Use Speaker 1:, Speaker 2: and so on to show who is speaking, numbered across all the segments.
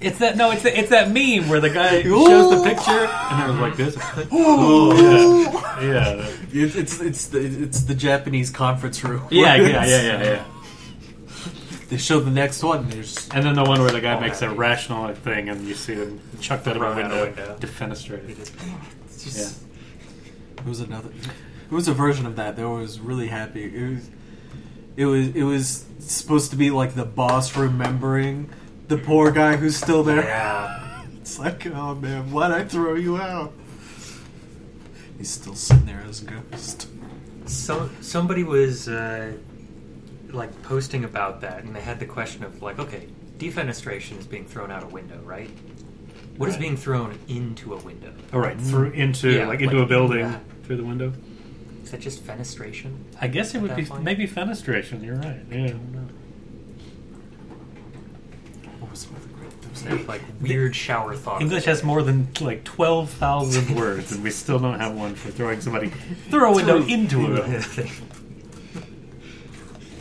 Speaker 1: It's that no, it's that, it's that meme where the guy shows the picture and they're like this. Oh, yeah, yeah, that-
Speaker 2: It, it's it's the it's the Japanese conference room.
Speaker 1: yeah, yeah, yeah, yeah, yeah.
Speaker 2: They show the next one. There's
Speaker 1: And then the one where the guy makes a rational thing and you see him chuck that out
Speaker 3: Throw
Speaker 1: a
Speaker 3: it out
Speaker 1: window,
Speaker 3: a window.
Speaker 1: defenestrated.
Speaker 2: it's just, it was another. It was a version of that that was really happy. It was it was it was supposed to be like the boss remembering the poor guy who's still there.
Speaker 3: Yeah.
Speaker 2: It's like, oh man, why'd I throw you out? He's still sitting there as a ghost.
Speaker 3: Some somebody was uh, like posting about that, and they had the question of like, okay, defenestration is being thrown out a window, right? What is
Speaker 1: Right.
Speaker 3: being thrown into a window?
Speaker 1: All right, through into
Speaker 3: Yeah,
Speaker 1: Mm. like into
Speaker 3: like-
Speaker 1: a building
Speaker 3: yeah.
Speaker 1: through the window.
Speaker 3: Is that just fenestration?
Speaker 1: I guess it
Speaker 3: At
Speaker 1: would
Speaker 3: that
Speaker 1: be
Speaker 3: point?
Speaker 1: maybe fenestration. You're right. Yeah.
Speaker 2: What was another great? There was
Speaker 3: They're,
Speaker 2: that-
Speaker 3: like weird shower thoughts.
Speaker 1: English has more than like twelve thousand words, and we still don't have one for throwing somebody through a window into a building.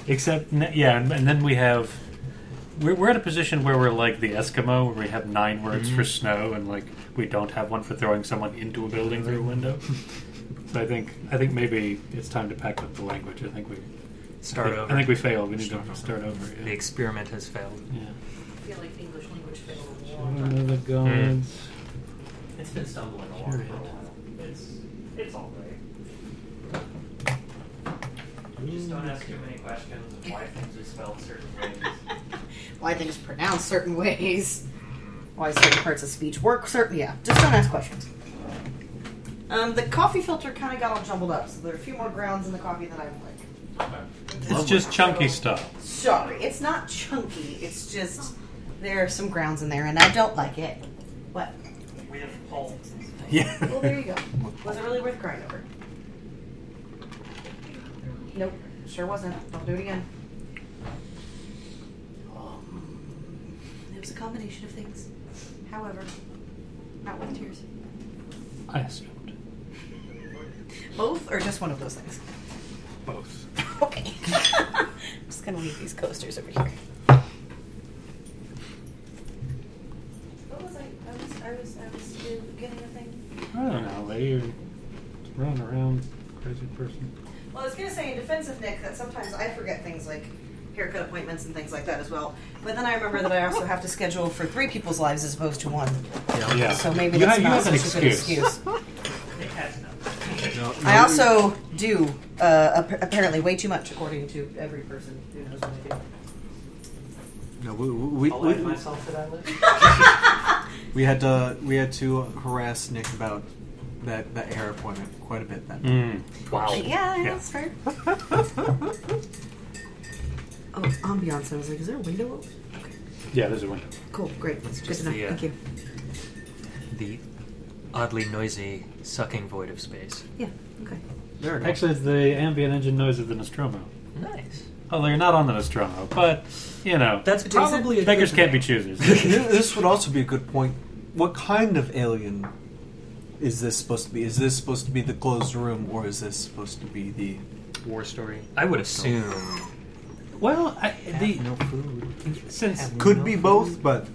Speaker 1: Except, n- yeah, and, and then we have. We're, we're at a position where we're like the Eskimo, where we have nine words for snow, and like we don't have one for throwing someone into a building through a window. so I think I think maybe it's time to pack up the language. I think we
Speaker 3: Start over.
Speaker 1: I think we failed. We need to start over.
Speaker 3: the
Speaker 1: Yeah.
Speaker 3: experiment has failed.
Speaker 1: yeah.
Speaker 4: I feel like the English language failed a long
Speaker 1: Children
Speaker 4: time.
Speaker 1: of the gods.
Speaker 3: It's been stumbling along
Speaker 1: for a while.
Speaker 4: It's, it's all right.
Speaker 3: Just don't ask too many questions of why things are spelled certain ways.
Speaker 4: Why things pronounced certain ways. Why certain parts of speech work certain. Yeah, just don't ask questions. Um, the coffee filter kind of got all jumbled up, so there are a few more grounds in the coffee than I would like.
Speaker 1: It's just chunky stuff.
Speaker 4: Sorry, it's not chunky. It's just there are some grounds in there, and I don't like it. What?
Speaker 3: We have pulp.
Speaker 4: Well,
Speaker 2: yeah.
Speaker 4: there you go. Was it really worth crying over? Nope, sure wasn't. Don't do it again. Um, It was a combination of things. However, not worth tears.
Speaker 1: I assumed
Speaker 4: Both or just one of those things?
Speaker 1: both.
Speaker 4: Okay. I'm just gonna leave these coasters over here. What was I? I was. I was. I was uh, getting a thing.
Speaker 1: I don't know, lady. You're running around, crazy person.
Speaker 4: Well, I was gonna say in defense of Nick that sometimes I forget things like haircut appointments and things like that as well. But then I remember that I also have to schedule for three people's lives as opposed to one.
Speaker 1: Yeah.
Speaker 4: So maybe
Speaker 1: You have-
Speaker 4: that's
Speaker 1: you
Speaker 4: not
Speaker 1: have an
Speaker 4: such a good
Speaker 1: excuse.
Speaker 4: excuse.
Speaker 2: No,
Speaker 4: I
Speaker 2: no,
Speaker 4: also do uh, ap- apparently way too much, according to every person who knows what I do.
Speaker 2: No, we, we,
Speaker 3: I'll
Speaker 2: we,
Speaker 3: add myself to that list.
Speaker 2: we had to we had to harass Nick about that that hair appointment quite a bit. That
Speaker 1: Mm. Wow.
Speaker 4: Yeah,
Speaker 1: Yeah.
Speaker 4: that's fair. oh, ambiance. I was like, is there a window open? Okay,
Speaker 1: Yeah, there's a window.
Speaker 4: cool, great. That's good
Speaker 3: Just
Speaker 4: enough.
Speaker 3: the, uh,
Speaker 4: Thank you.
Speaker 3: The oddly noisy sucking void of space.
Speaker 4: Yeah, okay.
Speaker 2: there it
Speaker 1: Actually, it's the ambient engine noise of the Nostromo.
Speaker 3: Nice.
Speaker 1: Although you're not on the Nostromo, but you know,
Speaker 3: That's
Speaker 4: Adjacent?
Speaker 3: probably a
Speaker 1: beggars
Speaker 3: good
Speaker 1: can't be
Speaker 3: thing.
Speaker 1: choosers.
Speaker 2: goes. Th- this would also be a good point. What kind of alien is this supposed to be? Is this supposed to be the closed room, or is this supposed to be the
Speaker 3: war story. I would assume
Speaker 1: well, I, the
Speaker 2: food?
Speaker 1: since
Speaker 2: Could be both, but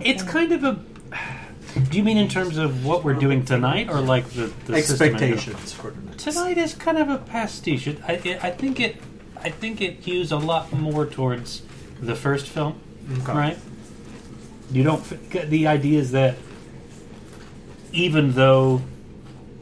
Speaker 1: it's kind of a. Do you mean in terms of what we're doing tonight, or like the, the system in general?
Speaker 2: expectations for tonight.
Speaker 1: Tonight is kind of a pastiche. It, I, it, I think it, I think it hews a lot more towards the first film,
Speaker 2: Okay.
Speaker 1: right? You don't. f- The idea is that even though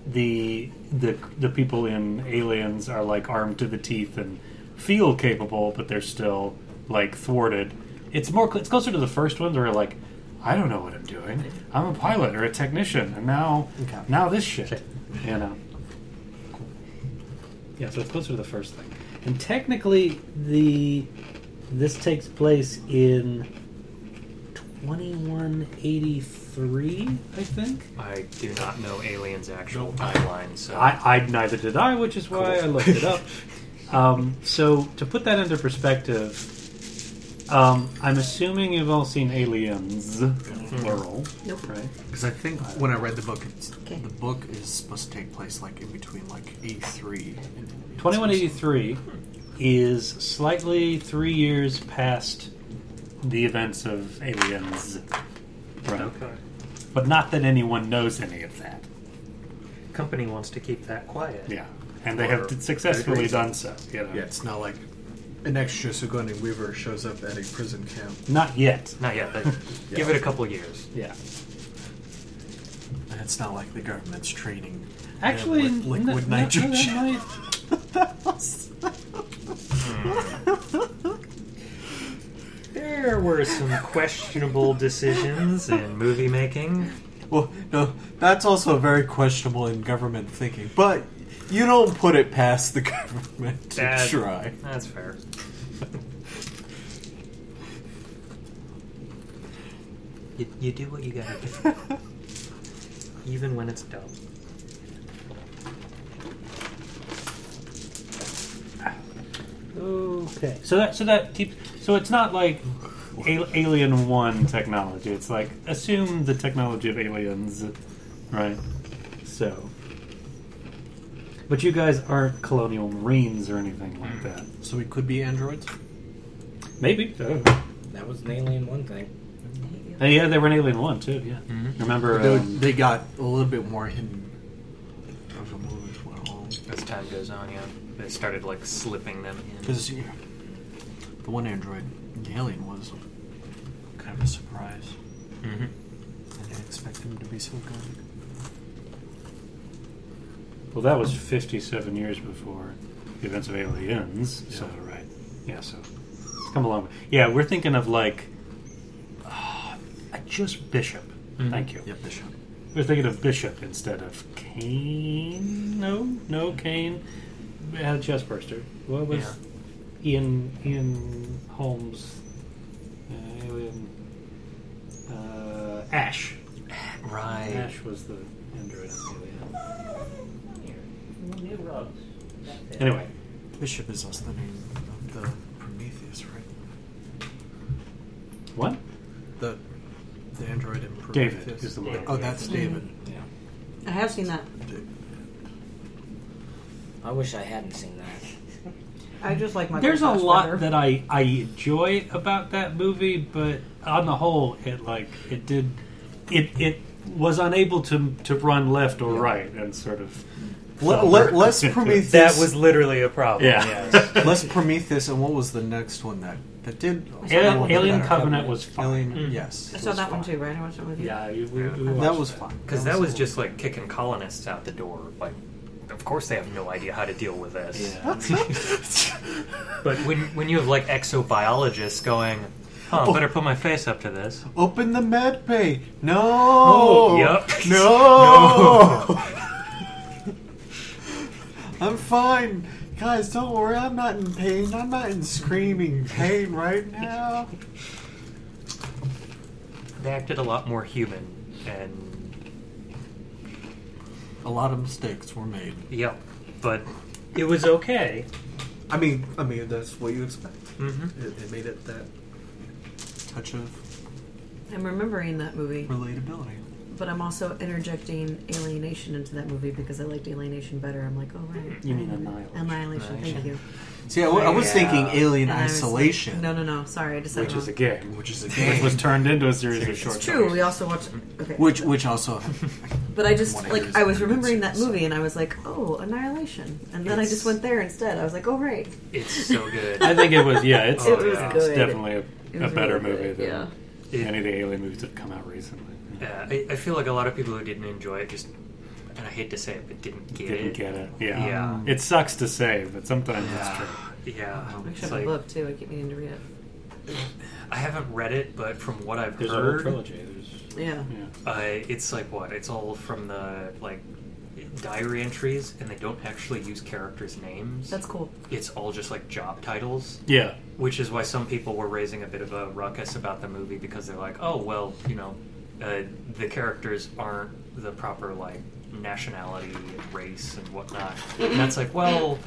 Speaker 1: the the the people in Aliens are like armed to the teeth and feel capable, but they're still like thwarted. It's more. cl- It's closer to the first ones where like. I don't know what I'm doing. I'm a pilot or a technician, and now,
Speaker 2: Okay.
Speaker 1: now this shit, you know. Yeah, so it's closer to the first thing. And technically, the this takes place in 2183, I think.
Speaker 3: I do not know Alien's actual timeline, so
Speaker 1: I, I neither did I, which is why I looked it up. um, so to put that into perspective, um, I'm assuming you've all seen Aliens, plural,
Speaker 4: Nope.
Speaker 1: right?
Speaker 2: Because I think when I read the book, it's,
Speaker 4: Okay.
Speaker 2: the book is supposed to take place like in between like E three.
Speaker 1: 2183 is slightly three years past the events of Aliens. Right.
Speaker 3: Okay.
Speaker 1: But not that anyone knows any of that.
Speaker 3: Company wants to keep that quiet.
Speaker 1: Yeah. And they
Speaker 3: Or
Speaker 1: have successfully
Speaker 2: good
Speaker 1: done so. You know?
Speaker 2: Yeah, it's not like an extra Sigourney Weaver shows up at a prison camp.
Speaker 1: Not yet.
Speaker 3: Not yet. But Give it a couple years.
Speaker 1: Yeah.
Speaker 2: And it's not like the government's training. them
Speaker 1: Actually,
Speaker 2: with liquid
Speaker 1: no- no,
Speaker 2: nitrogen.
Speaker 1: that might-
Speaker 3: There were some questionable decisions in movie making.
Speaker 2: Well, no, that's also very questionable in government thinking. But you don't put it past the government to
Speaker 3: That-
Speaker 2: try.
Speaker 3: That's fair. you, you do what you gotta do, even when it's dumb.
Speaker 1: Okay. So that so that keeps so it's not like al- Alien One technology. It's like assume the technology of aliens, right? So, but you guys aren't colonial marines or anything like that.
Speaker 2: So we could be androids.
Speaker 1: Maybe.
Speaker 5: That was an alien one thing.
Speaker 1: And yeah, they were an Alien One too. Yeah.
Speaker 3: Mhm.
Speaker 1: Remember?
Speaker 2: they,
Speaker 1: um,
Speaker 2: they got a little bit more hidden. Of the movies went on.
Speaker 3: As time goes on, yeah, they started like slipping them in.
Speaker 2: Because yeah, the one android, the alien, was kind of a surprise.
Speaker 3: Mm-hmm.
Speaker 2: I didn't expect him to be so good.
Speaker 1: well, that was fifty-seven years before the events of Aliens. So
Speaker 2: Yeah.
Speaker 1: right. Yeah. So it's come along. Yeah, we're thinking of like. Uh, just Bishop.
Speaker 3: Mhm.
Speaker 1: Thank you.
Speaker 2: Mm-hmm. Yep, Bishop.
Speaker 1: We're thinking of Bishop instead of Kane. No, no, Kane had a chest burster. What was Ian Ian Holmes? Uh, Alien uh, Ash.
Speaker 3: Right.
Speaker 1: Ash was the android. on Alien.
Speaker 5: New rugs.
Speaker 1: Anyway,
Speaker 2: Bishop is also the name of the Prometheus, right?
Speaker 1: what?
Speaker 2: The the android in Prometheus.
Speaker 1: David is the one.
Speaker 2: Oh, that's David.
Speaker 5: Yeah.
Speaker 6: I have seen that.
Speaker 5: I wish I hadn't seen that.
Speaker 6: I just like my.
Speaker 1: There's a lot that I, I enjoy about that movie, but on the whole, it like it did it it was unable to to run left or right and sort of
Speaker 2: Le- le- less Prometheus.
Speaker 3: That was literally a problem.
Speaker 1: Yeah.
Speaker 3: Yes.
Speaker 2: less Prometheus, and what was the next one that that did?
Speaker 1: Alien,
Speaker 2: Well,
Speaker 1: Alien
Speaker 2: better.
Speaker 1: Covenant was fine.
Speaker 2: Alien,
Speaker 3: Mm.
Speaker 2: yes.
Speaker 6: I
Speaker 2: it
Speaker 6: saw
Speaker 2: was
Speaker 6: that one
Speaker 2: fine.
Speaker 6: too, right? I watched that with you.
Speaker 1: Yeah, you, we, we
Speaker 2: That
Speaker 1: watched
Speaker 2: was fine.
Speaker 3: Because that was just like kicking colonists out the door. Like, of course they have no idea how to deal with this.
Speaker 1: Yeah.
Speaker 3: But when when you have like exobiologists going, huh, better put my face up to this.
Speaker 2: Open the med bay. No.
Speaker 3: Yup.
Speaker 2: Oh, No. I'm fine. Guys, don't worry. I'm not in pain. I'm not in screaming pain right now.
Speaker 3: They acted a lot more human, and
Speaker 2: A lot of mistakes were made.
Speaker 3: yep. But it was okay.
Speaker 2: I mean, I mean that's what you expect.
Speaker 3: Mm-hmm.
Speaker 2: It, it made it that touch of
Speaker 6: I'm remembering that movie,
Speaker 2: relatability.
Speaker 6: but I'm also interjecting alienation into that movie because I liked alienation better. I'm like, oh right.
Speaker 1: You mean Annihilation.
Speaker 6: Annihilation? Thank you.
Speaker 2: See, I, wa- I was
Speaker 1: Yeah.
Speaker 2: thinking Alien
Speaker 6: And I was like,
Speaker 2: Isolation,
Speaker 6: no, no, no. Sorry, I decided.
Speaker 1: which is a
Speaker 6: wrong.
Speaker 1: game,
Speaker 2: which is a
Speaker 1: which
Speaker 2: game,
Speaker 1: was turned into a series of short
Speaker 6: It's true.
Speaker 1: films.
Speaker 6: We also watched. Okay.
Speaker 2: which which also
Speaker 6: But I just
Speaker 2: One of yours
Speaker 6: like I was
Speaker 2: is
Speaker 6: remembering that
Speaker 2: so-
Speaker 6: movie and I was like, oh, Annihilation, and then I
Speaker 2: It's-
Speaker 6: just went there instead. I was like, oh right,
Speaker 3: It's so good.
Speaker 1: I think it was. Yeah, it's,
Speaker 6: It was
Speaker 1: it's
Speaker 6: good.
Speaker 1: definitely a,
Speaker 6: It
Speaker 1: a
Speaker 6: was
Speaker 1: better
Speaker 6: really
Speaker 1: movie
Speaker 6: good,
Speaker 1: than
Speaker 6: yeah.
Speaker 3: It-
Speaker 1: any of the Alien movies that have come out recently.
Speaker 3: Yeah, Uh, I, I feel like a lot of people who didn't enjoy it just, and I hate to say it, but didn't get
Speaker 1: Didn't
Speaker 3: it.
Speaker 1: get it. Yeah.
Speaker 3: Yeah.
Speaker 1: it sucks to say, but sometimes it's
Speaker 2: Yeah.
Speaker 1: true.
Speaker 3: Yeah,
Speaker 6: I should
Speaker 3: it's
Speaker 6: have
Speaker 3: like,
Speaker 6: looked too. I keep meaning to read it.
Speaker 3: I haven't read it, but from what I've
Speaker 1: There's a whole
Speaker 3: heard,
Speaker 1: trilogy. There's,
Speaker 6: Yeah,
Speaker 1: yeah.
Speaker 3: Uh, it's like what? It's all from the like diary entries, and they don't actually use characters' names.
Speaker 6: that's cool.
Speaker 3: It's all just like job titles,
Speaker 1: yeah,
Speaker 3: which is why some people were raising a bit of a ruckus about the movie because they're like, oh well, you know, uh, the characters aren't the proper like nationality and race and whatnot. And that's like, well.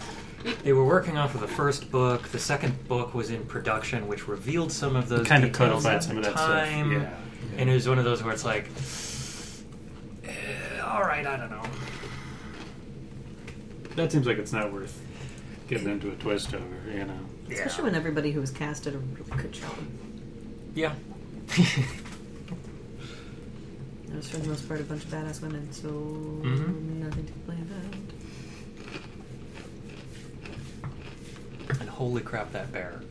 Speaker 3: They were working off of the first book. The second book was in production, which revealed some of those
Speaker 1: kind of
Speaker 3: details
Speaker 1: codified
Speaker 3: at
Speaker 1: some
Speaker 3: the
Speaker 1: of that
Speaker 3: time.
Speaker 1: stuff. Yeah.
Speaker 3: And it was one of those where it's like, eh, all right, I don't know.
Speaker 1: That seems like it's not worth getting into a twist over. You know,
Speaker 3: Yeah.
Speaker 6: Especially when everybody who was cast did a really good job.
Speaker 3: Yeah.
Speaker 4: I was for the most part a bunch of badass women, so
Speaker 3: Mhm.
Speaker 4: nothing to complain about.
Speaker 3: and holy crap, that bear.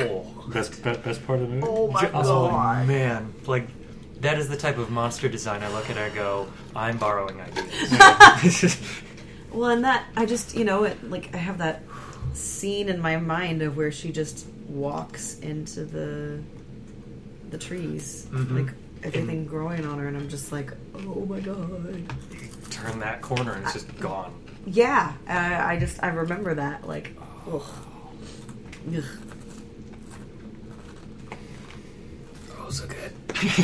Speaker 3: Oh.
Speaker 1: Best be- best part of the movie. uh,
Speaker 6: Oh my
Speaker 3: Oh
Speaker 6: god.
Speaker 3: man, like that is the type of monster design I look at. and I go, I'm borrowing ideas.
Speaker 4: Well, and that I just you know it like I have that scene in my mind of where she just walks into the the trees,
Speaker 3: Mhm.
Speaker 4: like everything growing on her, and I'm just like, oh my god.
Speaker 3: Turn that corner and it's just gone.
Speaker 4: Yeah, I, I just I remember that like, ugh. Ugh.
Speaker 3: Oh, so good.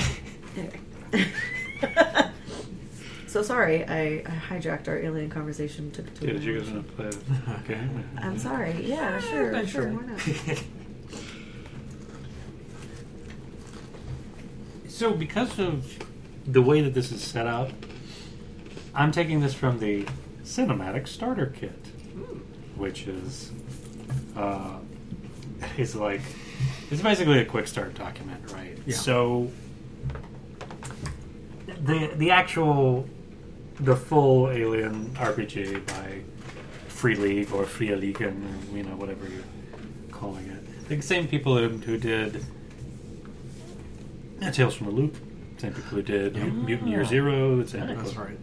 Speaker 4: Anyway. so sorry, I, I hijacked our alien conversation. Took it to
Speaker 1: Yeah, did you
Speaker 4: another
Speaker 1: guys
Speaker 4: direction.
Speaker 1: want to play a game?
Speaker 4: I'm sorry. Yeah, sure, sure. Why not?
Speaker 1: So, because of the way that this is set up, I'm taking this from the Cinematic Starter Kit, which is uh, is like it's basically a quick start document, right?
Speaker 2: Yeah.
Speaker 1: So the the actual the full Alien RPG by Free League or Free League, and you know whatever you're calling it, the same people who who did yeah, Tales from the Loop. Same people who did Mut- Mutant Year Zero. The same people.
Speaker 2: That's right.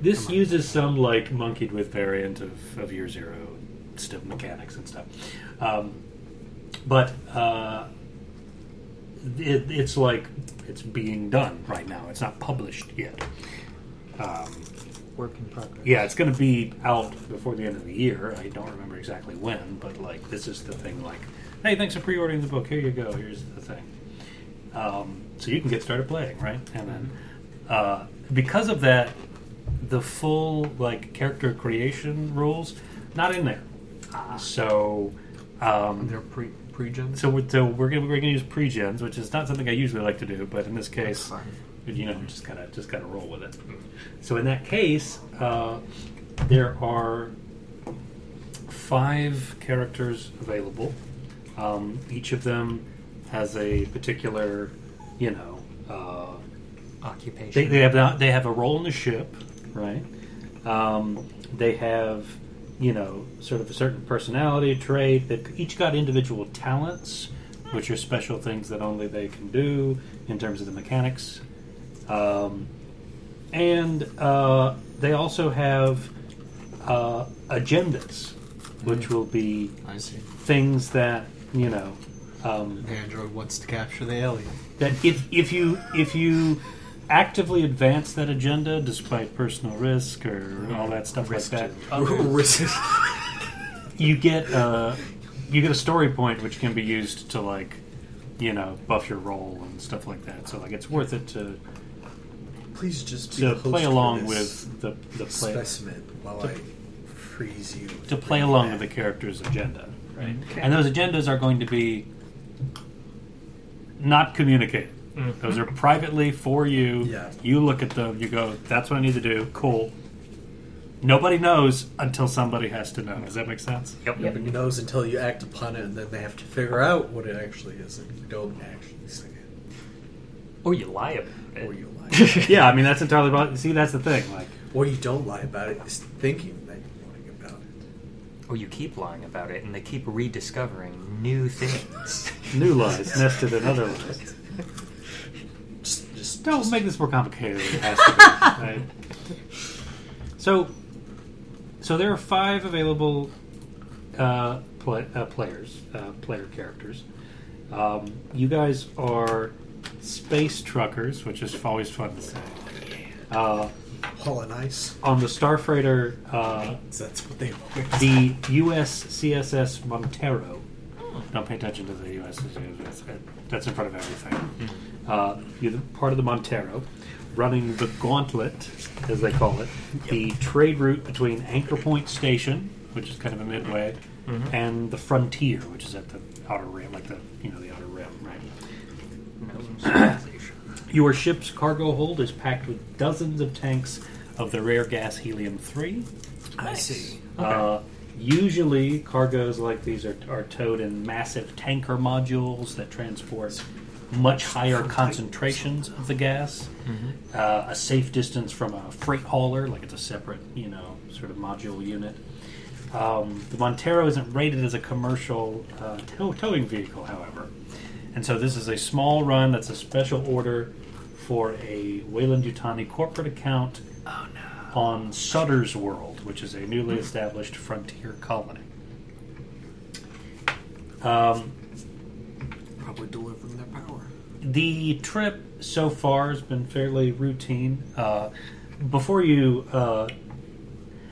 Speaker 1: This uses some like monkeyed with variant of, of Year Zero stuff, mechanics and stuff. Um, but uh, it, it's like it's being done right now. It's not published yet. Um,
Speaker 3: Work in progress.
Speaker 1: yeah, it's going to be out before the end of the year. I don't remember exactly when, but like this is the thing. Like, hey, thanks for pre-ordering the book. Here you go. Here's the thing. Um, so you can get started playing, right? And then uh, because of that, the full like character creation rules not in there. So um,
Speaker 2: They're pre pre-gens.
Speaker 1: so we're, so we're gonna we're gonna use pre-gens, which is not something I usually like to do, but in this case, you know, just gotta just gotta roll with it. So in that case, uh, there are five characters available. Um, each of them has a particular, you know, uh,
Speaker 3: Occupation.
Speaker 1: they, they have not, they have a role in the ship, right? Um, they have you know sort of a certain personality trait. They've each got individual talents, which are special things that only they can do in terms of the mechanics. Um, and uh, they also have uh, agendas, which will be
Speaker 2: I see.
Speaker 1: things that you know. Um,
Speaker 2: The android wants to capture the alien.
Speaker 1: that if if you if you actively advance that agenda despite personal risk or all that stuff
Speaker 3: Risk
Speaker 1: like that,
Speaker 3: to
Speaker 2: Oh,
Speaker 3: others.
Speaker 1: you get a you get a story point which can be used to like you know buff your role and stuff like that. So like it's worth it to
Speaker 7: Please just be
Speaker 1: to
Speaker 7: the host
Speaker 1: play
Speaker 7: for
Speaker 1: along
Speaker 7: this
Speaker 1: with the the play
Speaker 7: specimen while
Speaker 1: to-
Speaker 7: I freeze you.
Speaker 1: to play
Speaker 7: Bring you
Speaker 1: along with the
Speaker 7: back.
Speaker 1: character's agenda, right?
Speaker 4: Okay.
Speaker 1: And those agendas are going to be not communicated. Those are privately for you.
Speaker 7: Yeah.
Speaker 1: You look at them, you go, that's what I need to do. Cool. Nobody knows until somebody has to know. Does that make sense?
Speaker 3: Yep.
Speaker 7: Nobody knows until you act upon it, and then they have to figure out what it actually is, and you don't actually say it,
Speaker 3: Or Oh, you lie about
Speaker 1: Oh,
Speaker 3: it.
Speaker 7: or you lie,
Speaker 1: yeah, I mean, that's entirely. possible. See, that's the thing. Like,
Speaker 7: or you don't lie about it. It's thinking that you're lying about it.
Speaker 3: Or Oh, you keep lying about it, and they keep rediscovering new things.
Speaker 1: new lies nested in other lies.
Speaker 7: Just, just
Speaker 1: Don't make this more complicated than it has to be. right? So, so there are five available uh, pla uh, players, uh, player characters. Um, you guys are space truckers, which is always fun to say. Uh,
Speaker 7: Paul and Ice.
Speaker 1: on the Starfreighter, uh,
Speaker 7: That's what they always.
Speaker 1: the USCSS Montero. Don't pay attention to the USCSS. That's in front of everything. Uh, you're the- part of the Montero, running the gauntlet, as they call it, the trade route between Anchor Point Station, which is kind of a midway, and the frontier, which is at the outer rim, like the you know the outer rim, right?
Speaker 3: No civilization.
Speaker 1: Your ship's cargo hold is packed with dozens of tanks of the rare gas helium 3.
Speaker 3: I see.
Speaker 1: Uh, Usually, cargoes like these are, are towed in massive tanker modules that transport much higher concentrations of the gas. Uh, a safe distance from a freight hauler, like it's a separate, you know, sort of module unit. Um, the Montero isn't rated as a commercial uh, tow- towing vehicle, however. And so this is a small run that's a special order for a Wayland Yutani corporate account on Sutter's World, which is a newly established frontier colony. Um,
Speaker 2: Probably delivering their power.
Speaker 1: the trip so far has been fairly routine. Uh, before you uh,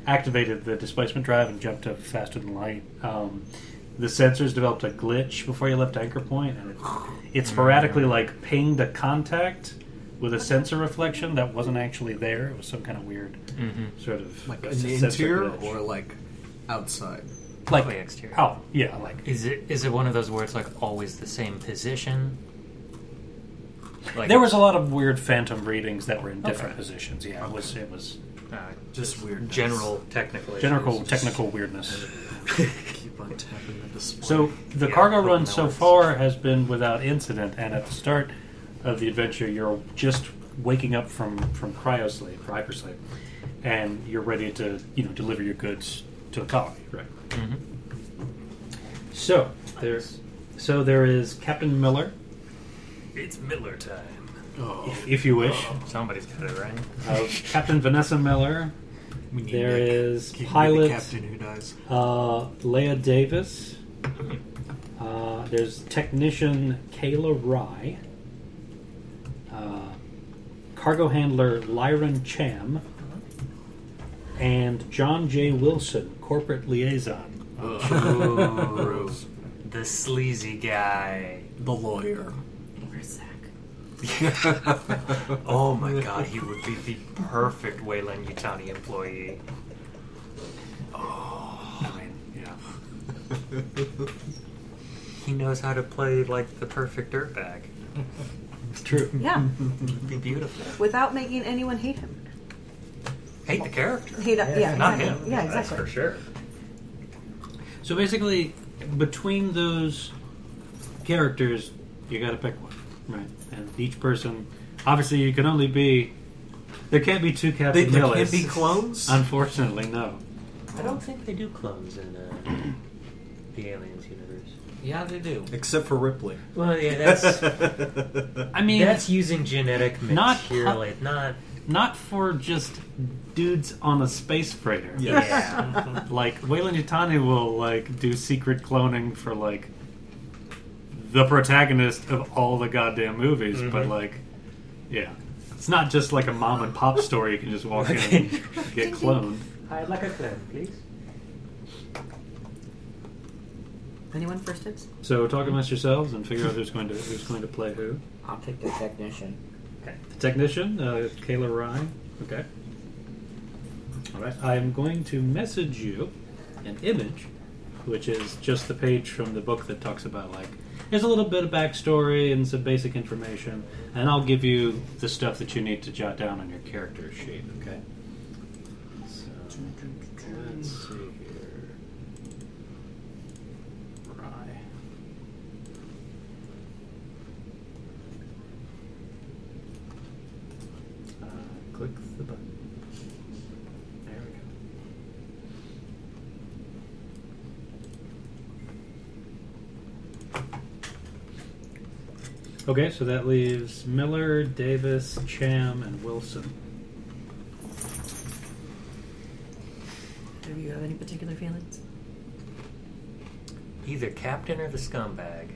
Speaker 1: activated the displacement drive and jumped up faster than light, um, the sensors developed a glitch before you left anchor point, and it, it sporadically
Speaker 3: Mm.
Speaker 1: like pinged a contact with a sensor reflection that wasn't actually there. It was some kind of weird
Speaker 3: Mm-hmm.
Speaker 1: sort of
Speaker 7: Like
Speaker 1: a
Speaker 7: in the
Speaker 1: sensor
Speaker 7: interior
Speaker 1: glitch.
Speaker 7: or like outside?
Speaker 1: like
Speaker 3: Probably exterior.
Speaker 1: Oh yeah, like
Speaker 3: Is it is it one of those where it's like always the same position? Like
Speaker 1: there was a lot of weird phantom readings that were in different
Speaker 3: Okay.
Speaker 1: positions. Yeah, it was it was
Speaker 3: uh,
Speaker 2: Just weird.
Speaker 3: general technical
Speaker 1: general
Speaker 3: issues.
Speaker 1: technical weirdness.
Speaker 2: Keep on tapping the display.
Speaker 1: So the
Speaker 3: Yeah,
Speaker 1: cargo
Speaker 3: hope
Speaker 1: run
Speaker 3: that
Speaker 1: so
Speaker 3: works.
Speaker 1: far has been without incident, and at the start of the adventure, you're just waking up from from cryosleep, or hypersleep, and you're ready to you know deliver your goods to a colony, right?
Speaker 3: Mhm.
Speaker 1: So there's so there is Captain Miller,
Speaker 3: It's Miller time.
Speaker 2: oh,
Speaker 1: if, if you wish,
Speaker 3: Somebody's got it right.
Speaker 1: of Captain Vanessa Miller,
Speaker 2: we need
Speaker 1: there
Speaker 2: Nick.
Speaker 1: is
Speaker 2: Keep him the
Speaker 1: pilot-
Speaker 2: captain who dies.
Speaker 1: uh, Leah Davis. Uh, there's technician Kayla Rye. Uh, cargo handler Lyron Cham. And John J. Wilson, corporate liaison. Oh.
Speaker 3: Ooh, the sleazy guy.
Speaker 7: The lawyer.
Speaker 4: Where's Zach?
Speaker 3: Oh my god, he would be the perfect Wayland Yutani employee. Oh, I mean, yeah. He knows how to play like the perfect dirtbag.
Speaker 1: It's true.
Speaker 4: Yeah,
Speaker 3: It'd be beautiful.
Speaker 4: without making anyone hate him.
Speaker 3: Hate the character.
Speaker 4: Hate, yeah,
Speaker 5: Yeah,
Speaker 3: Not
Speaker 4: exactly.
Speaker 3: him.
Speaker 4: Yeah,
Speaker 3: That's
Speaker 4: exactly.
Speaker 3: for sure.
Speaker 1: So basically, between those characters, you got to pick one, right? And each person, obviously, you can only be. There can't be two
Speaker 2: They,
Speaker 1: Captain
Speaker 2: they
Speaker 1: Millers.
Speaker 2: can't be clones.
Speaker 1: Unfortunately, no.
Speaker 3: I don't think they do clones in uh, the Aliens universe.
Speaker 5: Yeah, they do.
Speaker 7: Except for Ripley.
Speaker 3: Well, yeah, that's
Speaker 1: I mean,
Speaker 3: that's using genetic
Speaker 1: Not
Speaker 3: material.
Speaker 1: hu-
Speaker 3: it's not
Speaker 1: not for just dudes on a space freighter.
Speaker 3: yeah.
Speaker 1: Like Wayland Yutani will like do secret cloning for like the protagonist of all the goddamn movies, but
Speaker 3: Mhm.
Speaker 1: like, yeah, it's not just like a mom and pop story. You can just walk in and get cloned.
Speaker 3: I'd like a clone, please.
Speaker 4: Anyone first tips?
Speaker 1: So talk amongst yourselves and figure out who's going to who's going to play who.
Speaker 5: I'll pick the technician.
Speaker 1: Okay. The technician, uh, Kayla Ryan. Okay. All right. I am going to message you an image, which is just the page from the book that talks about like there's a little bit of backstory and some basic information, and I'll give you the stuff that you need to jot down on your character sheet. Okay. So let's see here. Rye. Uh, click the button. There we go. Okay, so that leaves Miller, Davis, Cham, and Wilson.
Speaker 4: Do you have any particular feelings?
Speaker 3: Either captain or the scumbag.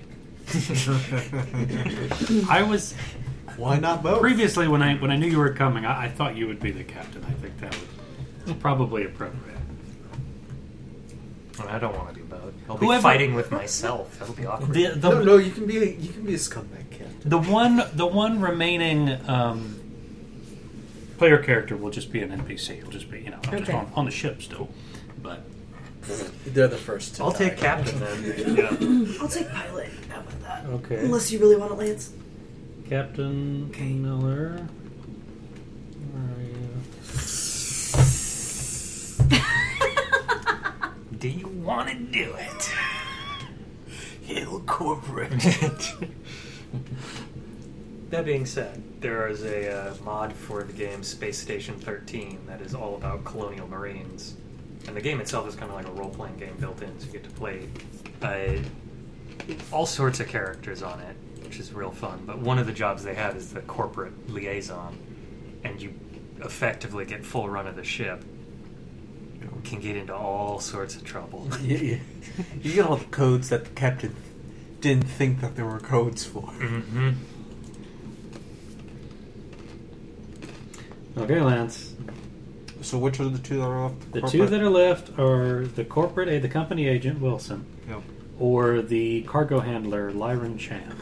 Speaker 1: I was
Speaker 7: Why not
Speaker 1: Oh.
Speaker 7: both?
Speaker 1: previously when I when I knew you were coming, I, I thought you would be the captain. I think that was probably appropriate.
Speaker 3: I don't want to do both. I'll be
Speaker 1: Whoever-
Speaker 3: fighting with myself. That'll be awkward.
Speaker 1: The, the,
Speaker 7: No, no, you can be a, you can be a scumbag captain.
Speaker 1: the one the one remaining um, player character will just be an NPC. It'll just be you know I'm just
Speaker 4: Okay.
Speaker 1: on, on the ship still, but
Speaker 7: They're the first. To
Speaker 3: I'll
Speaker 7: die.
Speaker 3: take captain then.
Speaker 4: I'll take pilot. How about that?
Speaker 1: okay.
Speaker 4: Unless you really want to Lance.
Speaker 1: Captain Miller. Where are you?
Speaker 3: Do you want to do it?
Speaker 2: Hill Corporate.
Speaker 3: that being said, there is a uh, mod for the game Space Station 13 that is all about colonial marines. And the game itself is kind of like a role playing game built in, so you get to play uh, all sorts of characters on it, which is real fun. But one of the jobs they have is the corporate liaison, and you effectively get full run of the ship. We can get into all sorts of trouble.
Speaker 2: Yeah, yeah. You get all the codes that the captain didn't think that there were codes for.
Speaker 3: hmm
Speaker 1: Okay, Lance.
Speaker 2: So which are the two that are off?
Speaker 1: The two that are left are the corporate, a the company agent Wilson,
Speaker 2: Yep.
Speaker 1: or the cargo handler Lyron Chan.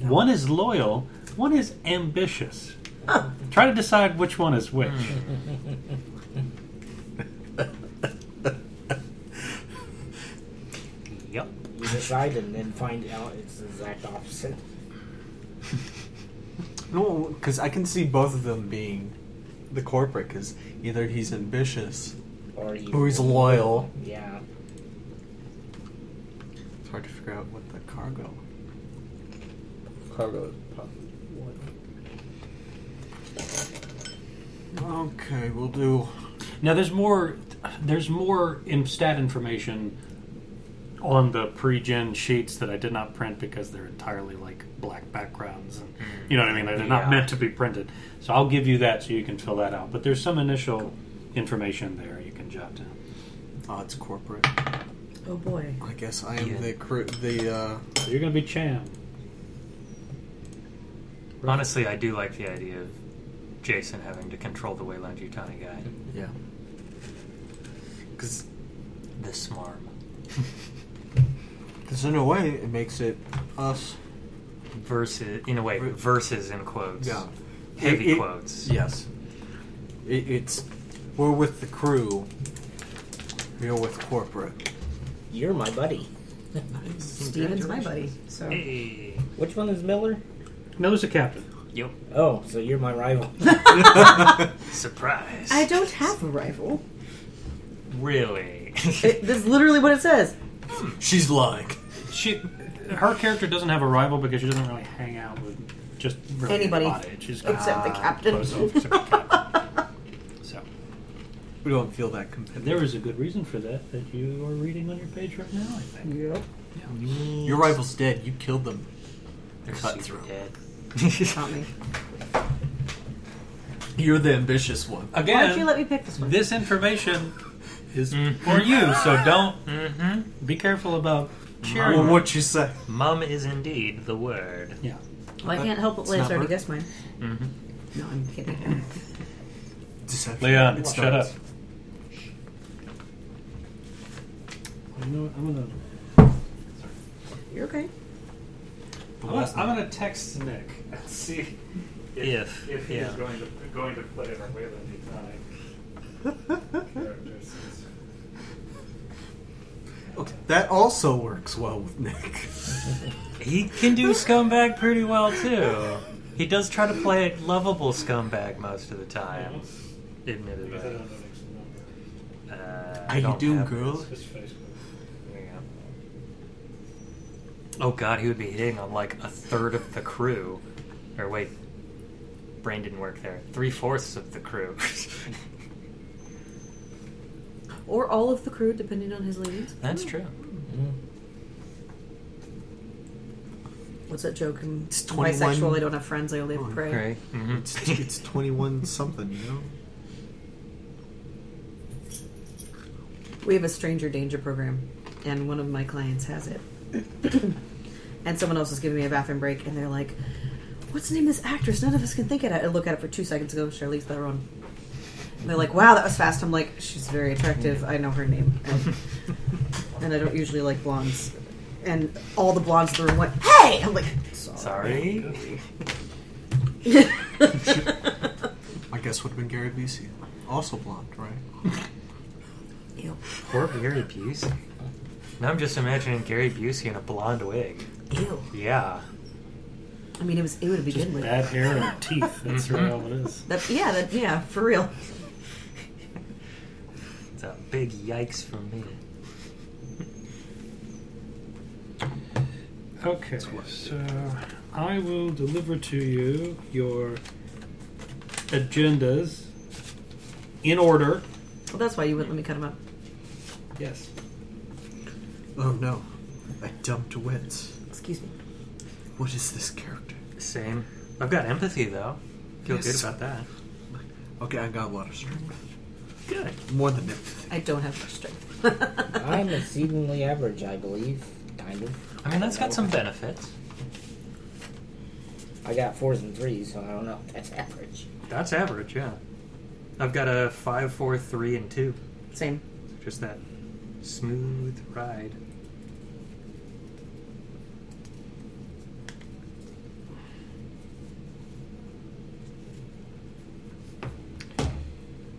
Speaker 1: One is loyal, one is ambitious. Try to decide which one is which.
Speaker 3: Yep.
Speaker 5: You decide and then find out it's the exact opposite.
Speaker 2: No, because I can see both of them being the corporate. Because either he's ambitious
Speaker 5: Or you.
Speaker 2: or he's loyal.
Speaker 5: Yeah.
Speaker 2: It's hard to figure out what the cargo.
Speaker 7: Cargo is probably one.
Speaker 2: Okay, we'll do.
Speaker 1: Now there's more there's more in stat information on the pre-gen sheets that I did not print because they're entirely like black backgrounds and you know what I mean they're not
Speaker 3: Yeah.
Speaker 1: meant to be printed. So I'll give you that so you can fill that out. But there's some initial information there you can jot down.
Speaker 2: Oh, it's corporate.
Speaker 4: Oh boy.
Speaker 2: I guess I am
Speaker 3: Yeah.
Speaker 2: the cr- the. Uh,
Speaker 1: So you're going to be Cham.
Speaker 3: Honestly, I do like the idea of Jason having to control the Wayland Yutani guy.
Speaker 2: yeah. Because
Speaker 3: The smarm.
Speaker 2: in a way it makes it us.
Speaker 3: Versus, in a way, versus in quotes.
Speaker 2: Yeah.
Speaker 3: Heavy
Speaker 2: It- it-
Speaker 3: quotes.
Speaker 2: Yes. It, it's we're with the crew. We're with corporate.
Speaker 5: You're my buddy.
Speaker 4: Steven's my buddy. So
Speaker 3: Hey.
Speaker 5: Which one is Miller?
Speaker 1: No, there's a captain.
Speaker 3: Yep.
Speaker 5: Oh, so you're my rival.
Speaker 3: Surprise.
Speaker 4: I don't have a rival.
Speaker 3: Really?
Speaker 4: It, that's literally what it says.
Speaker 2: She's lying.
Speaker 1: She her character doesn't have a rival because she doesn't really hang out with just really
Speaker 4: Anybody.
Speaker 1: anybody. She's
Speaker 4: Except the
Speaker 1: Ah,
Speaker 4: captain.
Speaker 1: close off, except the captain. So
Speaker 2: We don't feel that competitive.
Speaker 1: There is a good reason for that that you are reading on your page right now, I think.
Speaker 4: Yep.
Speaker 2: Your rival's dead. You killed them.
Speaker 3: They're
Speaker 2: Cut
Speaker 3: super
Speaker 2: through.
Speaker 3: dead.
Speaker 4: Not me.
Speaker 2: You're the ambitious one.
Speaker 4: Why don't you let me pick this one?
Speaker 1: this information is for you, so don't
Speaker 3: mm-hmm.
Speaker 1: be careful about cheering.
Speaker 2: Well, what you say?
Speaker 3: Mum is indeed the word.
Speaker 1: yeah.
Speaker 4: Well, I can't help but
Speaker 2: It's
Speaker 4: Lance
Speaker 2: not
Speaker 4: already
Speaker 2: work.
Speaker 4: guessed mine.
Speaker 3: Mm-hmm.
Speaker 4: No, I'm kidding.
Speaker 2: Deception.
Speaker 1: Leon,
Speaker 2: It's
Speaker 1: shut
Speaker 2: not-
Speaker 1: up. You know what? I'm gonna
Speaker 4: You're okay.
Speaker 2: The
Speaker 1: I'm gonna,
Speaker 2: last
Speaker 1: I'm
Speaker 2: name.
Speaker 1: gonna text Nick and see
Speaker 3: If,
Speaker 1: if he
Speaker 3: yeah.
Speaker 1: is going to going to play our way of characters.
Speaker 2: Okay, That also works well with Nick.
Speaker 3: He can do scumbag pretty well too. He does try to play a lovable scumbag most of the time. Admittedly. Uh,
Speaker 2: How
Speaker 3: I
Speaker 2: you
Speaker 3: don't
Speaker 2: doing,
Speaker 3: have-
Speaker 2: girl?
Speaker 3: Yeah. Oh god, he would be hitting on like a third of the crew. Or wait, brain didn't work there. Three fourths of the crew.
Speaker 4: Or all of the crew, depending on his leanings.
Speaker 3: That's true.
Speaker 4: What's that joke? I'm
Speaker 2: It's 21.
Speaker 4: bisexual. I don't have friends. I only have prey.
Speaker 3: Right. hmm
Speaker 2: It's, it's twenty-one something. You know.
Speaker 4: We have a stranger danger program, and one of my clients has it. and someone else was giving me a bathroom break, and they're like, "What's the name of this actress? None of us can think of it." I look at it for two seconds. Go, Charlize Theron. And they're like, "Wow, that was fast." I'm like, "She's very attractive. I know her name." And, and I don't usually like blondes. And all the blondes in the room went, "Hey!" I'm like,
Speaker 3: Sorry.
Speaker 2: I guess would have been Gary Busey, also blonde, right?
Speaker 4: "Ew."
Speaker 3: Poor Gary Busey. Now I'm just imagining Gary Busey in a blonde wig.
Speaker 4: Ew.
Speaker 3: Yeah.
Speaker 4: I mean, it was it would begin with.
Speaker 1: Bad hair and teeth. That's really all it is.
Speaker 4: That, yeah, that, yeah, for real.
Speaker 3: It's a big yikes for me.
Speaker 1: Okay, so I will deliver to you your agendas in order.
Speaker 4: Well, that's why you wouldn't let me cut him up.
Speaker 1: Yes.
Speaker 7: Oh no, I dumped wits.
Speaker 4: Excuse me.
Speaker 7: What is this character?
Speaker 3: Same. I've got empathy though. Feel
Speaker 7: Yes.
Speaker 3: good about that.
Speaker 7: Okay, I got a lot of strength.
Speaker 3: Good.
Speaker 7: More than empathy.
Speaker 4: I don't have much strength.
Speaker 5: I'm exceedingly average, I believe. Kind of.
Speaker 3: I mean, that's
Speaker 5: don't
Speaker 3: got
Speaker 5: know.
Speaker 3: some benefits.
Speaker 5: I got fours and threes, so I don't know. if That's average.
Speaker 3: That's average, yeah. I've got a five, four, three, and two.
Speaker 4: Same.
Speaker 3: Just that smooth ride.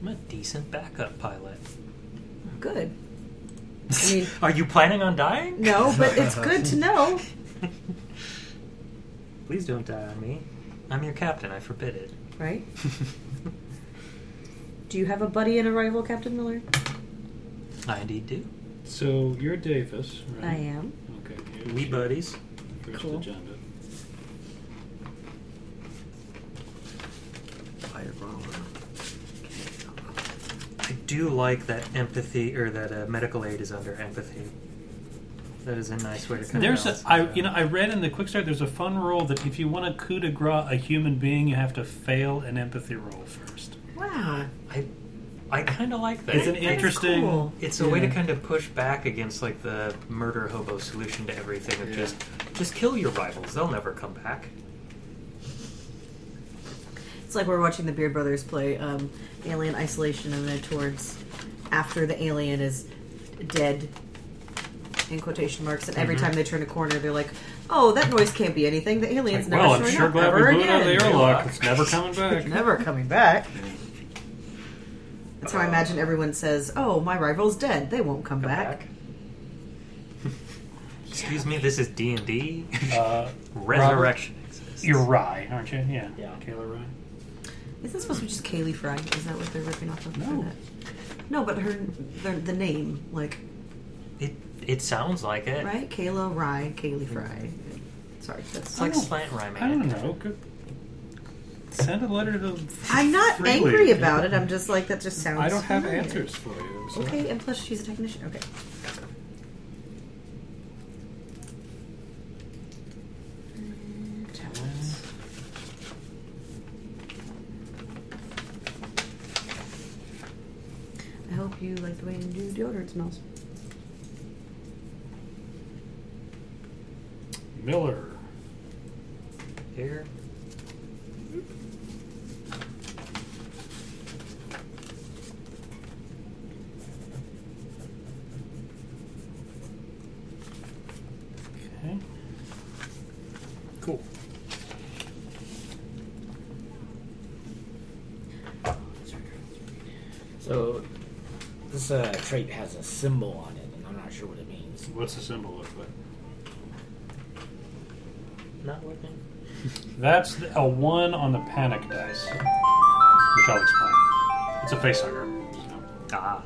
Speaker 3: I'm a decent backup pilot.
Speaker 4: Good. I mean-
Speaker 3: Are you planning on dying?
Speaker 4: No, but it's good to know.
Speaker 3: Please don't die on me. I'm your captain. I forbid it.
Speaker 4: Right? Do you have a buddy and a rival, Captain Miller?
Speaker 3: I indeed do.
Speaker 1: So you're Davis, right?
Speaker 4: I am.
Speaker 1: Okay. here's
Speaker 3: We
Speaker 1: your
Speaker 3: buddies.
Speaker 1: First
Speaker 4: Cool.
Speaker 1: agenda.
Speaker 7: I wrong.
Speaker 3: I do like that empathy or that uh, medical aid is under empathy. That is a nice way to kind
Speaker 1: There's a,
Speaker 3: of
Speaker 1: I, you know, I read in the quick start. There's a fun rule that if you want to coup de grace a human being, you have to fail an empathy roll first.
Speaker 4: Wow.
Speaker 3: I I kind of like that.
Speaker 1: It's an
Speaker 4: That's
Speaker 1: interesting.
Speaker 4: cool.
Speaker 3: It's a way to
Speaker 1: Yeah.
Speaker 3: kind of push back against like the murder hobo solution to everything of
Speaker 7: Yeah.
Speaker 3: just just kill your rivals. They'll never come back.
Speaker 4: It's like we're watching the Beard Brothers play um, Alien Isolation, and then towards after the alien is dead, in quotation marks, and
Speaker 1: Mm-hmm.
Speaker 4: every time they turn a corner, they're like, "Oh, that noise can't be anything. The alien's
Speaker 1: Like,
Speaker 4: never
Speaker 1: well, I'm
Speaker 4: showing
Speaker 1: sure
Speaker 4: up
Speaker 1: glad we
Speaker 4: ever
Speaker 1: blew it out of
Speaker 4: again.
Speaker 1: the airlock. It's never coming back.
Speaker 4: never coming back." That's how I imagine everyone says, "Oh, my rival's dead. They won't come,
Speaker 3: Come
Speaker 4: back."
Speaker 3: back. Excuse me. This is D and D.
Speaker 1: Uh,
Speaker 3: Resurrection exists.
Speaker 1: You're Rye, aren't you? Yeah.
Speaker 5: Yeah.
Speaker 1: Kayla Rye.
Speaker 4: Isn't it supposed to be just Kaylee Fry? Is that what they're ripping off of?
Speaker 1: No.
Speaker 4: No, but her the, the name, like
Speaker 3: It it sounds like it.
Speaker 4: right, Kayla Rye, Kaylee Fry. Sorry,
Speaker 3: It's
Speaker 4: that's
Speaker 3: like
Speaker 1: I don't-
Speaker 3: slant rhyming.
Speaker 1: Oh. I don't know. Good. Send a letter to.
Speaker 4: I'm not
Speaker 1: Freely.
Speaker 4: angry about it. I'm just like that. Just sounds.
Speaker 1: I don't have
Speaker 4: familiar.
Speaker 1: answers for you. I'm sorry.
Speaker 4: Okay, and plus she's a technician. Okay, I hope you like the way new deodorant smells.
Speaker 1: Miller.
Speaker 3: Here.
Speaker 1: Okay.
Speaker 7: Cool.
Speaker 5: So, this uh, trait has a symbol on it, and I'm not sure what it means.
Speaker 1: What's the symbol look like?
Speaker 3: Not working.
Speaker 1: That's the- a one on the panic dice, which I'll explain. It's a facehugger. So.
Speaker 3: Ah.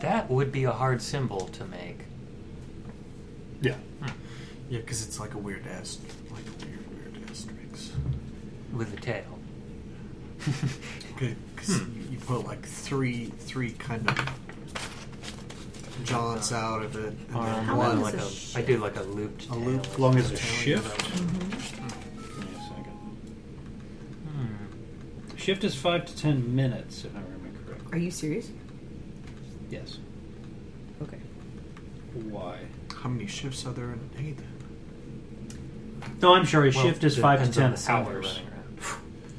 Speaker 3: That would be a hard symbol to make. Hmm.
Speaker 1: Yeah.
Speaker 7: Yeah, because it's like a weird ass, like a weird weird asterisk.
Speaker 3: with a tail.
Speaker 7: Because you, you put like three three kind of jaunts out of it, and
Speaker 3: Um,
Speaker 7: then
Speaker 4: How
Speaker 7: one
Speaker 4: long
Speaker 3: like
Speaker 4: is
Speaker 3: a,
Speaker 4: this
Speaker 3: I do like a looped
Speaker 7: a
Speaker 3: tail.
Speaker 7: loop.
Speaker 1: As long as it's
Speaker 7: Italian,
Speaker 1: shift.
Speaker 4: Mm-hmm.
Speaker 1: Give me a second.
Speaker 3: Hmm.
Speaker 1: Shift is five to ten minutes, if I remember correctly.
Speaker 4: Are you serious?
Speaker 1: Yes.
Speaker 4: Okay.
Speaker 1: Why?
Speaker 7: How many shifts are there in Nathan?
Speaker 1: No, I'm sorry. A
Speaker 3: Well,
Speaker 1: shift is five to
Speaker 3: depends on
Speaker 1: ten
Speaker 3: the symbol you're
Speaker 1: hours.
Speaker 3: running around.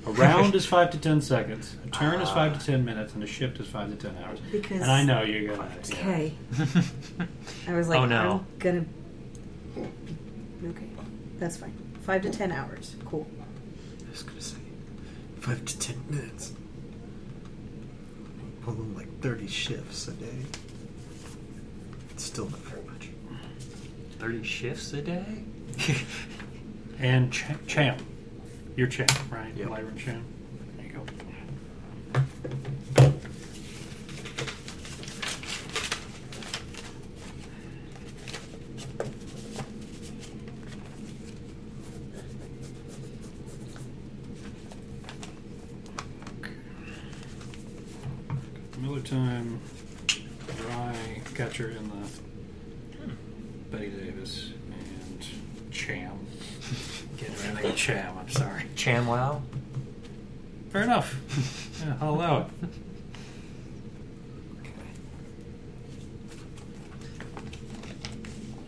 Speaker 1: A round is five to ten seconds. A turn is five to ten minutes, and a shift is five to ten hours.
Speaker 4: Because-
Speaker 1: and I know you're gonna. yeah.
Speaker 4: Okay. I was like,
Speaker 3: Oh, no.
Speaker 4: I'm gonna. Okay, that's fine. Five to ten hours. Cool.
Speaker 7: I was gonna say five to ten minutes. Pulling like thirty shifts a day. It's still not very much.
Speaker 3: Thirty shifts a day.
Speaker 1: and Ch- Cham. You're Cham, right?
Speaker 2: Yep.
Speaker 1: Lyra Cham. There you go. Miller time. Rye catcher in the Betty Davis and Cham. Get around there, Cham. I'm sorry.
Speaker 3: Chan Wow?
Speaker 1: Fair enough. Yeah, I'll allow it.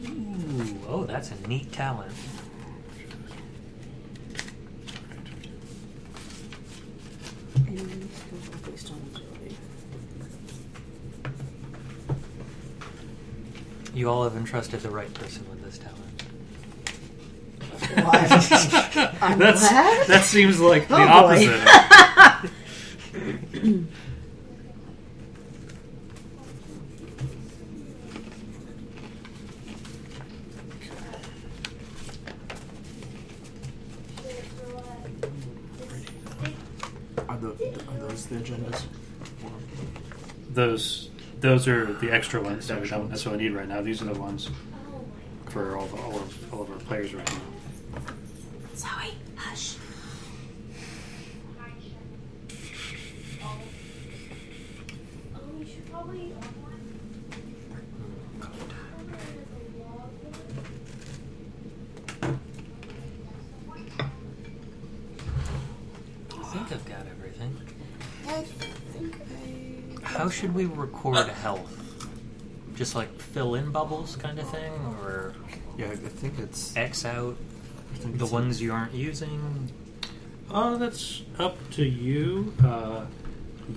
Speaker 3: Ooh, oh, that's a neat talent. You all have entrusted the right person with this talent.
Speaker 6: I'm
Speaker 1: That's,
Speaker 6: glad.
Speaker 1: that seems like the
Speaker 6: Oh, boy.
Speaker 1: opposite.
Speaker 7: Are, the, are those the agendas?
Speaker 1: those those are the extra ones that we don't necessarily need right now. These are the ones for all, the, all, of, all of our players right now.
Speaker 6: Zoe, hush.
Speaker 3: I think I've got everything. How should we record health? Just like fill in bubbles kind of thing? Or
Speaker 7: Yeah, I think it's.
Speaker 3: X out
Speaker 7: I think
Speaker 3: the
Speaker 7: it's-
Speaker 3: ones you aren't using?
Speaker 1: Uh, that's up to you. Uh,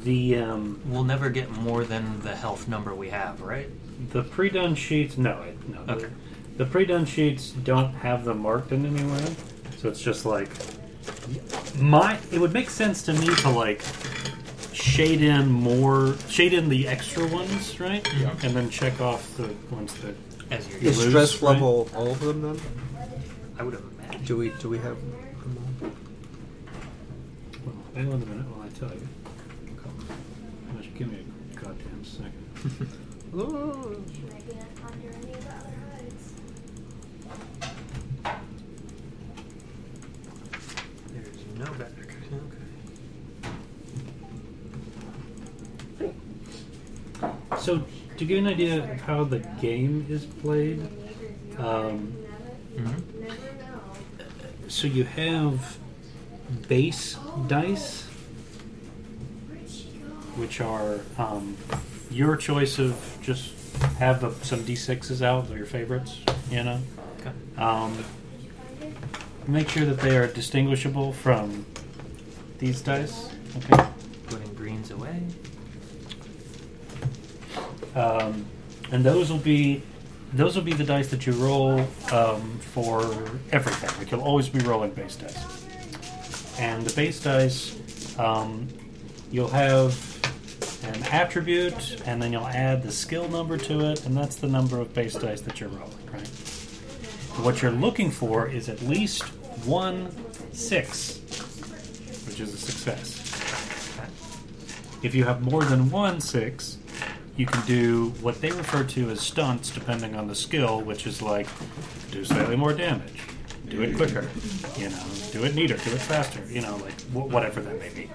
Speaker 1: the um,
Speaker 3: We'll never get more than the health number we have, right?
Speaker 1: the pre-done sheets. No, it, no. the-
Speaker 3: Okay.
Speaker 1: The, pre-done sheets don't have them marked in any way, so it's just like my. It would make sense to me to like shade in more, shade in the extra ones, right?
Speaker 3: Yeah.
Speaker 1: And then check off the ones that
Speaker 3: As you're
Speaker 7: Is
Speaker 1: lose,
Speaker 7: stress
Speaker 1: right?
Speaker 7: level all of them then?
Speaker 3: I would imagine.
Speaker 7: Do we do we have? them all?
Speaker 1: Well, hang on a minute while I tell you. How much- Give me a goddamn second.
Speaker 3: There's no back. Okay.
Speaker 1: So, to give you an idea of how the game is played, um,
Speaker 3: Mm-hmm.
Speaker 1: so you have base dice, which are um, your choice of just have a, some d6s out, they're your favorites, you know?
Speaker 3: Okay.
Speaker 1: Um, make sure that they are distinguishable from these dice. Okay.
Speaker 3: Putting greens away.
Speaker 1: um, and those will be those will be the dice that you roll um, for everything. Like you'll always be rolling base dice, and the base dice um, you'll have an attribute, and then you'll add the skill number to it, and that's the number of base dice that you're rolling. Right. What you're looking for is at least one six, which is a success. If you have more than one six, you can do what they refer to as stunts, depending on the skill, which is like do slightly more damage, do it quicker, you know, do it neater, do it faster, you know, like wh- whatever that may be.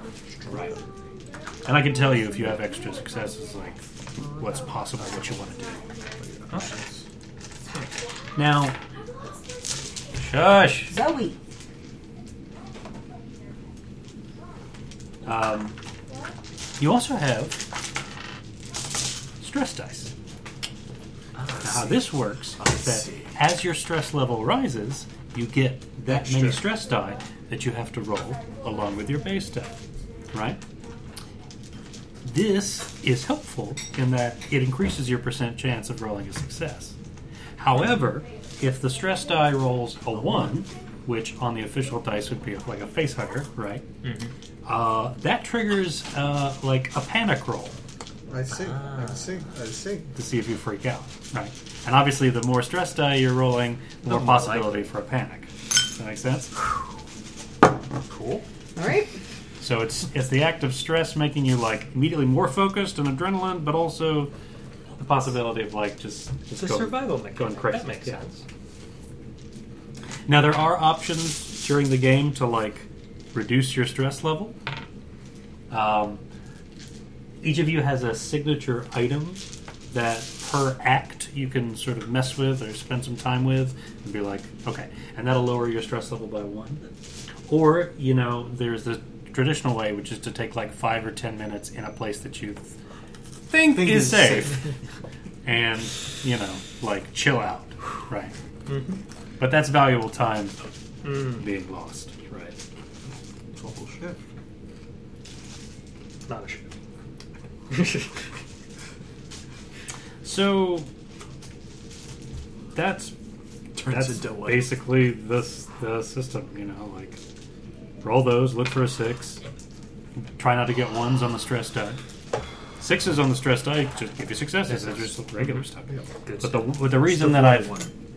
Speaker 1: Right. And I can tell you if you have extra successes, like what's possible, what you want to do.
Speaker 3: Okay.
Speaker 1: Now, shush.
Speaker 6: Zoe.
Speaker 1: Um, you also have stress dice. Now, how this works is that as your stress level rises, you get that many stress die that you have to roll along with your base die, right? This is helpful in that it increases your percent chance of rolling a success. However, if the stress die rolls a one, which on the official dice would be like a face hugger, right? Uh, that triggers uh, like a panic roll
Speaker 7: I see. I see. I see.
Speaker 1: to see if you freak out, right? And obviously, the more stress die you're rolling, the, more
Speaker 3: more
Speaker 1: possibility for a panic. Does that make sense?
Speaker 2: Cool.
Speaker 4: All right.
Speaker 1: So it's it's the act of stress making you like immediately more focused and adrenaline, but also the possibility of like just
Speaker 3: It's
Speaker 1: just
Speaker 3: a
Speaker 1: go-
Speaker 3: survival
Speaker 1: going
Speaker 3: mechanic.
Speaker 1: crazy.
Speaker 3: That makes
Speaker 1: Yeah.
Speaker 3: sense.
Speaker 1: Now there are options during the game to like reduce your stress level. Um, each of you has a signature item that per act you can sort of mess with or spend some time with and be like, okay, and that'll lower your stress level by one. Or you know, there's the traditional way, which is to take like five or ten minutes in a place that you think,
Speaker 2: Think
Speaker 1: is,
Speaker 2: is
Speaker 1: safe, and you know, like chill out, right? But that's valuable time being lost.
Speaker 3: Right.
Speaker 7: Trouble shift.
Speaker 3: Not a ship.
Speaker 1: So that's
Speaker 7: Turns
Speaker 1: that's
Speaker 7: into what?
Speaker 1: basically this the system. You know, like roll those, look for a six, try not to get ones on the stress die. Sixes on the stress die just give you successes. That's just regular stuff.
Speaker 3: Good
Speaker 1: But
Speaker 3: stuff.
Speaker 1: the but the reason that I've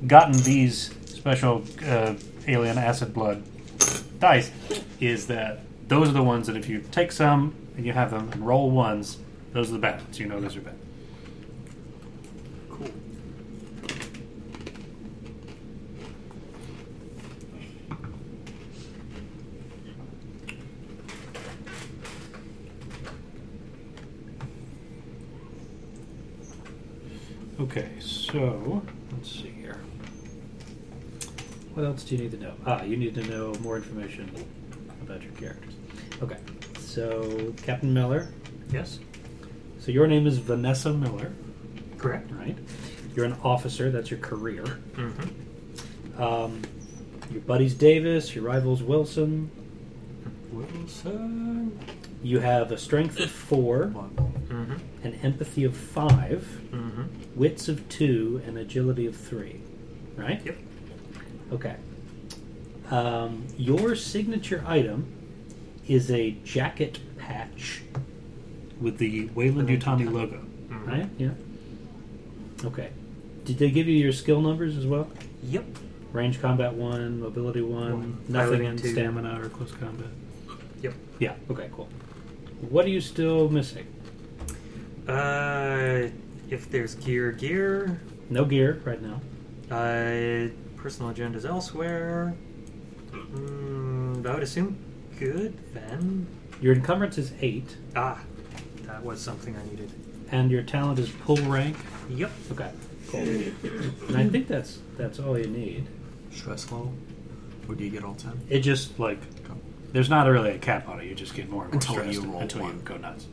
Speaker 1: gotten these special uh, alien acid blood dice is that those are the ones that if you take some and you have them and roll ones, those are the bad ones. You know those are bad. Okay, so let's see here. What else do you need to know? Ah, you need to know more information about your characters. Okay, so Captain Miller.
Speaker 3: yes.
Speaker 1: So your name is Vanessa Miller,
Speaker 3: Correct.
Speaker 1: right? You're an officer. That's your career.
Speaker 3: Mm-hmm.
Speaker 1: Um, your buddy's Davis. Your rival's Wilson.
Speaker 3: Wilson.
Speaker 1: You have a strength of four,
Speaker 3: Mm-hmm.
Speaker 1: an empathy of five,
Speaker 3: Mm-hmm.
Speaker 1: wits of two, and agility of three. Right.
Speaker 3: Yep.
Speaker 1: Okay. Um, your signature item is a jacket patch with the Wayland Utani logo,
Speaker 3: Mhm.
Speaker 1: right? Yeah. Okay. Did they give you your skill numbers as well?
Speaker 3: Yep.
Speaker 1: Range combat one, mobility one,
Speaker 3: One.
Speaker 1: nothing
Speaker 3: Piloting
Speaker 1: in
Speaker 3: two.
Speaker 1: stamina or close combat.
Speaker 3: Yep.
Speaker 1: Yeah. Okay. Cool. What are you still missing?
Speaker 3: Uh, if there's gear, gear.
Speaker 1: No gear right now.
Speaker 3: Uh, personal agendas elsewhere. Mm, I would assume good then.
Speaker 1: Your encumbrance is eight,
Speaker 3: Ah, that was something I needed.
Speaker 1: and your talent is pull rank.
Speaker 3: Yep.
Speaker 1: Okay. Cool. and I think that's that's all you need.
Speaker 7: Stress level? Or do you get all 10?
Speaker 1: It just like
Speaker 7: Go.
Speaker 1: there's not really a cap on it. You just get more and more
Speaker 7: Until
Speaker 1: stressed
Speaker 7: you roll
Speaker 1: until you
Speaker 7: one.
Speaker 1: go nuts.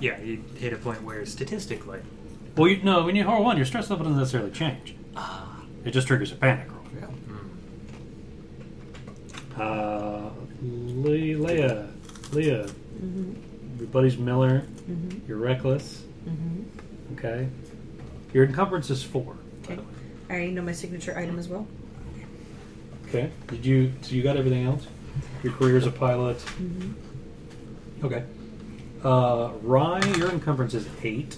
Speaker 3: Yeah, you hit a point where statistically.
Speaker 1: Well, you, no, when you roll one, your stress level doesn't necessarily change.
Speaker 3: Ah.
Speaker 1: It just triggers a panic roll.
Speaker 7: Yeah.
Speaker 1: Uh, Le- Leia, Leah, your buddy's Miller. You're reckless. Okay. Your encumbrance is four. by the
Speaker 4: Okay.
Speaker 1: way.
Speaker 4: I already know my signature item as well.
Speaker 1: Okay. Did you? So you got everything else? Your career as a pilot.
Speaker 4: Mm-hmm.
Speaker 1: Okay. Uh, Rye, your encumbrance is eight.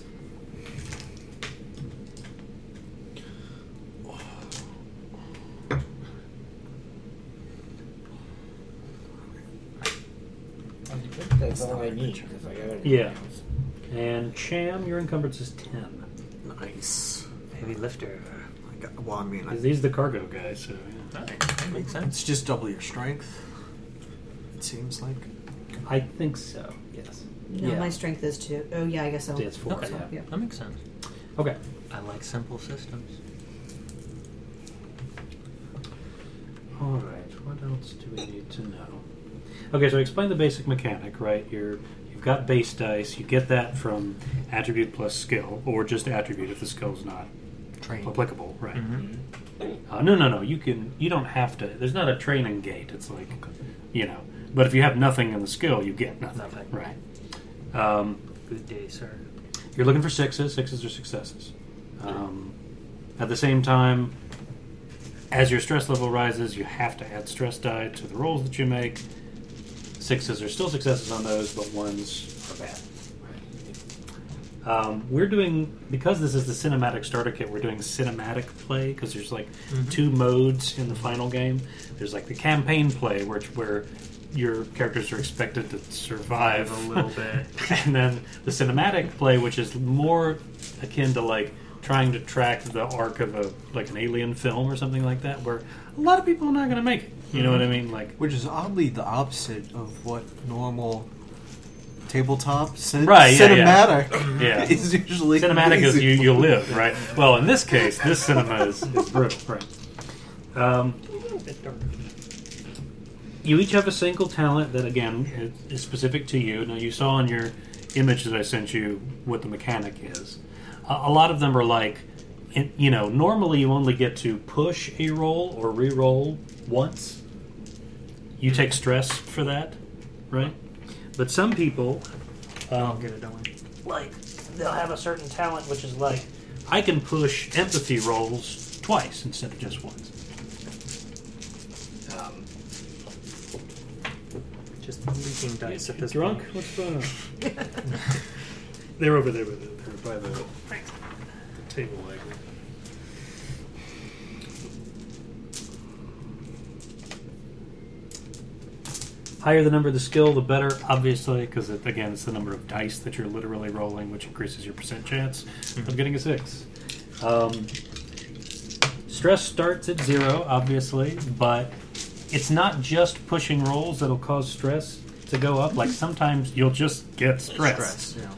Speaker 5: That's all I need because I got everything
Speaker 1: Yeah.
Speaker 5: else.
Speaker 1: And Cham, your encumbrance is ten.
Speaker 7: Nice.
Speaker 3: Heavy lifter.
Speaker 7: I got, well, I mean, I,
Speaker 1: Because he's the cargo guy, so yeah.
Speaker 3: Alright, that makes sense.
Speaker 7: it's just double your strength. It seems like.
Speaker 1: I think so. Yes.
Speaker 4: No,
Speaker 1: Yeah.
Speaker 4: my strength is two. Oh yeah, I guess so.
Speaker 1: It's four.
Speaker 3: Okay,
Speaker 1: yeah.
Speaker 4: yeah.
Speaker 3: that makes sense.
Speaker 1: Okay.
Speaker 3: I like simple systems.
Speaker 1: All right. What else do we need to know? Okay, so explain the basic mechanic, right? You're you've got base dice. You get that from attribute plus skill, or just attribute if the skill's not
Speaker 7: Train.
Speaker 1: applicable, right?
Speaker 5: Mm-hmm.
Speaker 1: Uh, no, no, no. You can. You don't have to. There's not a training gate. It's like, you know. But if you have nothing in the skill, you get nothing,
Speaker 3: Nothing.
Speaker 1: right? Um,
Speaker 3: Good day, sir.
Speaker 1: you're looking for sixes. Sixes are successes. Um, at the same time, as your stress level rises, you have to add stress die to the rolls that you make. Sixes are still successes on those, but ones are bad. Um, we're doing because this is the cinematic starter kit. We're doing cinematic play because there's like
Speaker 3: Mm-hmm.
Speaker 1: two modes in the final game. There's like the campaign play, which where your characters are expected to survive
Speaker 3: a little bit.
Speaker 1: and then the cinematic play, which is more akin to like trying to track the arc of a like an alien film or something like that, where a lot of people are not going to make it. You know what
Speaker 3: Mm-hmm.
Speaker 1: I mean? Like
Speaker 2: Which is oddly the opposite of what normal tabletop cin-
Speaker 1: Right, yeah, yeah.
Speaker 2: cinematic
Speaker 1: Yeah.
Speaker 2: is usually.
Speaker 1: cinematic is
Speaker 2: crazy.
Speaker 1: you, you live, right? Well, in this case, this cinema is, is brutal, right? Um, you each have a single talent that, again, i- is specific to you. Now, you saw in your image that I sent you what the mechanic is. A, a lot of them are like, in, you know, normally you only get to push a roll or re-roll once. You take stress for that, right? But some people, um,
Speaker 3: Get it done.
Speaker 1: like they'll have a certain talent which is like I can push empathy rolls twice instead of just once. Um,
Speaker 3: Just leaking dice at this
Speaker 1: drunk?
Speaker 3: point.
Speaker 1: What's going on? They're over there by the, they're by the, the table. Like. Higher the number of the skill, the better, obviously, because it, again, it's the number of dice that you're literally rolling, which increases your percent chance of getting a six. Um, stress starts at zero, obviously, but it's not just pushing rolls that'll cause stress to go up. Like sometimes you'll just get stressed
Speaker 7: Stress. Yeah.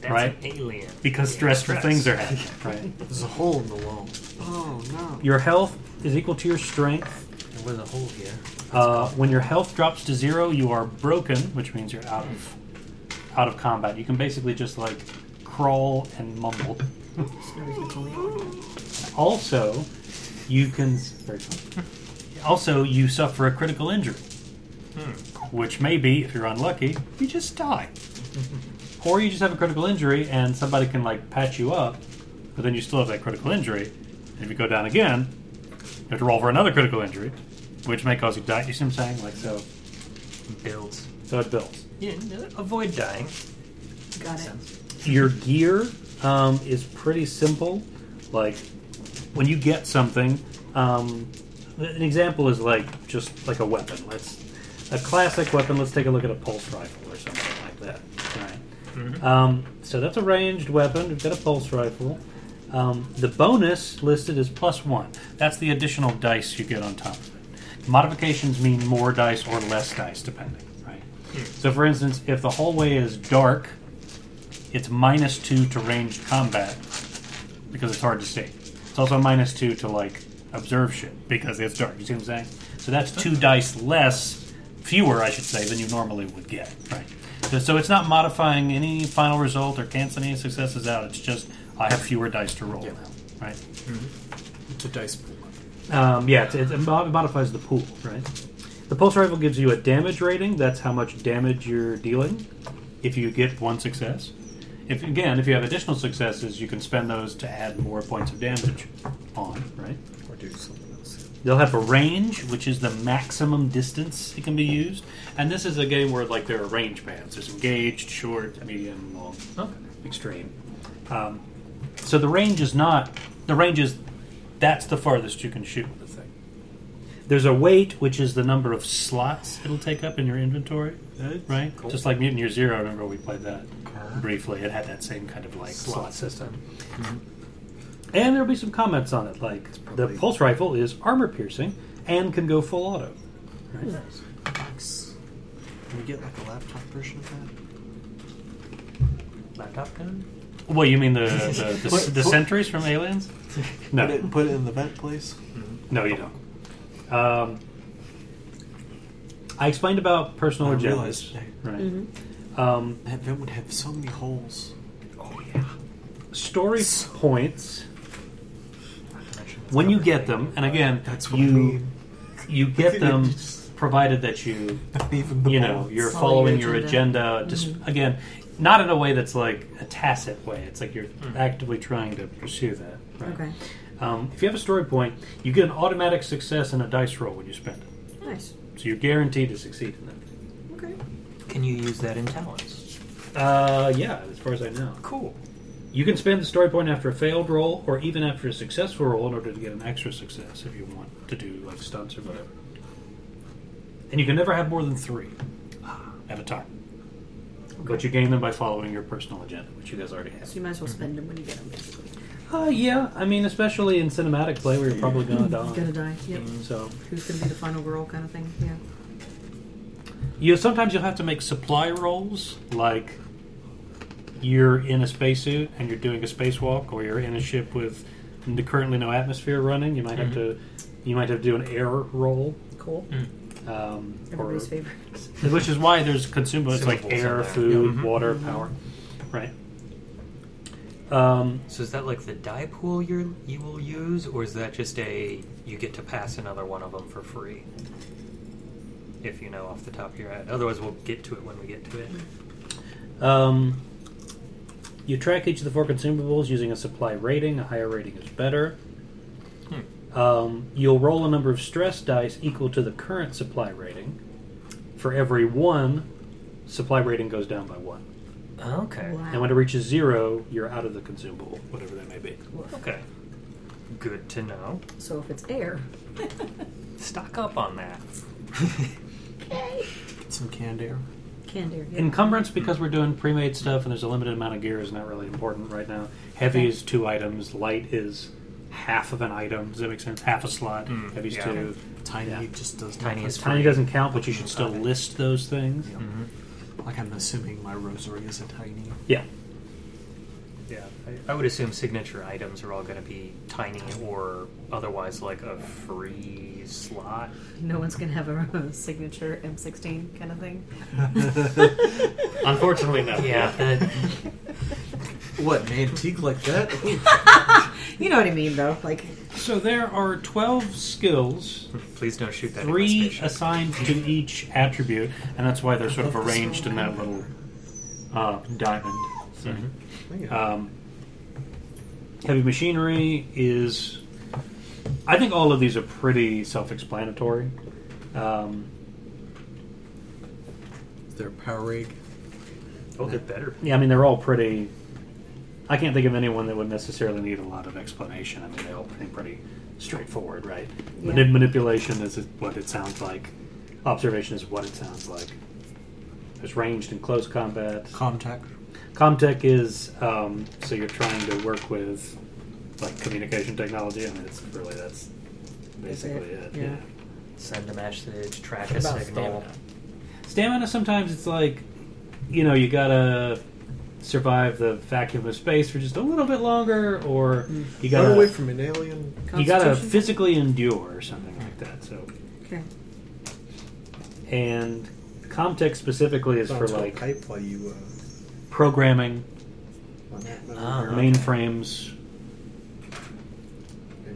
Speaker 3: That's
Speaker 1: Right.
Speaker 3: an alien.
Speaker 1: because
Speaker 3: Yeah,
Speaker 1: stressful
Speaker 3: stress.
Speaker 1: things are happening. Right.
Speaker 7: There's a hole in the wall. Oh no.
Speaker 1: Your health is equal to your strength.
Speaker 3: There was a hole here.
Speaker 1: Uh, when your health drops to zero, you are broken, which means you're out of out of combat. You can basically just like crawl and mumble. also, you can very funny. also you suffer a critical injury, which may be if you're unlucky, you just die, or you just have a critical injury and somebody can like patch you up, but then you still have that critical injury. And if you go down again, you have to roll for another critical injury, which may cause you to die. You see what I'm saying? Like so,
Speaker 3: Builds.
Speaker 1: so it builds.
Speaker 3: Yeah, avoid dying.
Speaker 4: Got it.
Speaker 1: Your gear um, is pretty simple. Like when you get something, um, an example is like just like a weapon. Let's a classic weapon. Let's take a look at a pulse rifle or something like that. All right. Um, so that's a ranged weapon. We've got a pulse rifle. Um, the bonus listed is plus one. That's the additional dice you get on top of it. Modifications mean more dice or less dice, depending. Right. So, for instance, if the hallway is dark, it's minus two to ranged combat because it's hard to see. It's also minus two to like observe shit because it's dark. You see what I'm saying? So that's two dice less, fewer, I should say, than you normally would get. Right. So, so it's not modifying any final result or canceling any successes out. It's just I have fewer dice to roll now. Right.
Speaker 7: It's a dice pool.
Speaker 1: Um, yeah, it's, it's, it mod- modifies the pool, right? The pulse rifle gives you a damage rating. That's how much damage you're dealing. If you get one success, if again, if you have additional successes, you can spend those to add more points of damage on, right?
Speaker 7: Or do something else.
Speaker 1: They'll have a range, which is the maximum distance it can be used. And this is a game where like there are range bands. There's engaged, short, medium, long, extreme. Um, so the range is not the range is that's the farthest you can shoot with the thing. There's a weight, which is the number of slots it'll take up in your inventory, right? Just like Mutant Year Zero, I remember we played that briefly. It had that same kind of like slot, system. And there'll be some comments on it, like the
Speaker 7: probably-
Speaker 1: pulse rifle is armor piercing and can go full auto. Right?
Speaker 7: Can we get like a laptop version of that?
Speaker 3: Laptop gun?
Speaker 1: Well, you mean the the, the,
Speaker 2: Put-
Speaker 1: the
Speaker 2: put-
Speaker 1: sentries from Aliens? No,
Speaker 2: Put it, put it in the vent, please.
Speaker 1: No, you don't. Um, I explained about personal
Speaker 2: I
Speaker 1: agendas,
Speaker 2: realized-
Speaker 1: right?
Speaker 4: Mm-hmm.
Speaker 1: Um,
Speaker 2: That vent would have so many holes.
Speaker 1: story points. When you get them, and again, you you get them provided that you
Speaker 2: Not even the
Speaker 1: you know
Speaker 2: bullets.
Speaker 1: you're
Speaker 4: Follow
Speaker 1: following
Speaker 4: your Mm-hmm.
Speaker 1: your agenda. Just again, not in a way that's like a tacit way. It's like you're
Speaker 2: Mm-hmm.
Speaker 1: actively trying to pursue that. Right?
Speaker 4: Okay.
Speaker 1: Um, if you have a story point, you get an automatic success and a dice roll when you spend it,
Speaker 4: Nice.
Speaker 1: so you're guaranteed to succeed in that.
Speaker 4: Okay.
Speaker 3: Can you use that in talents?
Speaker 1: Uh, yeah, as far as I know.
Speaker 3: Cool.
Speaker 1: You can spend the story point after a failed roll or even after a successful roll in order to get an extra success if you want to do like stunts or whatever. And you can never have more than three
Speaker 4: Ah.
Speaker 1: at a time. But you gain them by following your personal agenda, which you guys already have.
Speaker 4: So you might as well spend them when you get them, basically.
Speaker 1: Uh, yeah, I mean, especially in cinematic play where you're probably going to die. Mm-hmm.
Speaker 4: Gonna die. Yep.
Speaker 1: So
Speaker 4: Who's gonna be the final girl kind of thing? Yeah.
Speaker 1: you sometimes you'll have to make supply rolls, like you're in a spacesuit and you're doing a spacewalk, or you're in a ship with n- currently no atmosphere running. You might
Speaker 3: Mm-hmm.
Speaker 1: have to you might have to do an air roll,
Speaker 4: Cool.
Speaker 3: Mm. Hmm.
Speaker 1: um, or,
Speaker 4: Everybody's favorite.
Speaker 1: which is why there's consumables it's like
Speaker 3: Consumables in
Speaker 1: air,
Speaker 3: there.
Speaker 1: food,
Speaker 3: Yeah. Mhm.
Speaker 1: water,
Speaker 4: Mm-hmm.
Speaker 1: power, right? Um,
Speaker 3: So is that like the die pool you you will use, or is that just a you get to pass another one of them for free? If you know off the top of your head. Otherwise, we'll get to it when we get to it.
Speaker 1: Um, you track each of the four consumables using a supply rating. A higher rating is better.
Speaker 3: Hmm.
Speaker 1: Um, you'll roll a number of stress dice equal to the current supply rating. For every one, supply rating goes down by one.
Speaker 3: Okay.
Speaker 4: Wow.
Speaker 1: And when it reaches zero, you're out of the consumable, whatever that may be.
Speaker 3: Okay. Good to know.
Speaker 4: So if it's air,
Speaker 3: Stock up on that.
Speaker 2: Some canned air.
Speaker 4: canned air. Yeah.
Speaker 1: Encumbrance, because we're doing pre made stuff and there's a limited amount of gear, is not really important right now. Heavy
Speaker 4: Okay.
Speaker 1: is two items, light is half of an item. Does that make sense? Half a slot.
Speaker 3: Mm,
Speaker 1: Heavy's
Speaker 3: yeah.
Speaker 1: two.
Speaker 3: Okay.
Speaker 2: Tiny
Speaker 1: Yeah.
Speaker 2: just does
Speaker 3: Tiny
Speaker 2: nothing.
Speaker 3: is
Speaker 1: Tiny
Speaker 3: free.
Speaker 1: doesn't count, but you should still
Speaker 2: Hmm. Okay.
Speaker 1: list those things.
Speaker 2: Yeah.
Speaker 3: Mm-hmm.
Speaker 2: Like I'm assuming my rosary is a tiny.
Speaker 1: Yeah.
Speaker 3: Yeah, I, I would assume signature items are all going to be tiny or otherwise like a free slot.
Speaker 4: No one's gonna have a, signature M16 kind of thing.
Speaker 5: Unfortunately, no.
Speaker 3: Yeah, that,
Speaker 2: What an antique like that?
Speaker 4: You know what I mean, though. Like
Speaker 1: So there are 12 skills,
Speaker 3: please don't shoot that. into a
Speaker 1: three
Speaker 3: spaceship.
Speaker 1: assigned to each attribute, and that's why they're sort of arranged in that little uh, diamond
Speaker 3: Mm-hmm.
Speaker 1: thing. Um, heavy machinery is. I think all of these are pretty self explanatory. Um,
Speaker 2: Their power rig.
Speaker 3: Oh, they're better.
Speaker 1: Yeah, I mean they're all pretty. I can't think of anyone that would necessarily need a lot of explanation. I mean they all seem pretty straightforward, right?
Speaker 4: Yeah.
Speaker 1: Manip- manipulation is what it sounds like. Observation is what it sounds like. There's ranged and close combat.
Speaker 2: Contact.
Speaker 1: Comtech is um, so you're trying to work with like communication technology. I mean it's really that's basically
Speaker 4: it?
Speaker 1: it.
Speaker 4: Yeah.
Speaker 3: Send a message, track a
Speaker 5: What about
Speaker 3: signal.
Speaker 5: stamina?
Speaker 1: Stamina sometimes it's like, you know, you gotta survive the vacuum of space for just a little bit longer, or you
Speaker 7: Run away
Speaker 1: gotta
Speaker 7: from an alien.
Speaker 1: you gotta
Speaker 4: Constitution?
Speaker 1: physically endure or something like that. So,
Speaker 4: Okay.
Speaker 1: and Comtech specifically is for
Speaker 7: Sounds like
Speaker 1: like
Speaker 7: pipe while you.
Speaker 1: programming,
Speaker 7: Uh, on that.
Speaker 3: Ah. Okay.
Speaker 1: mainframes.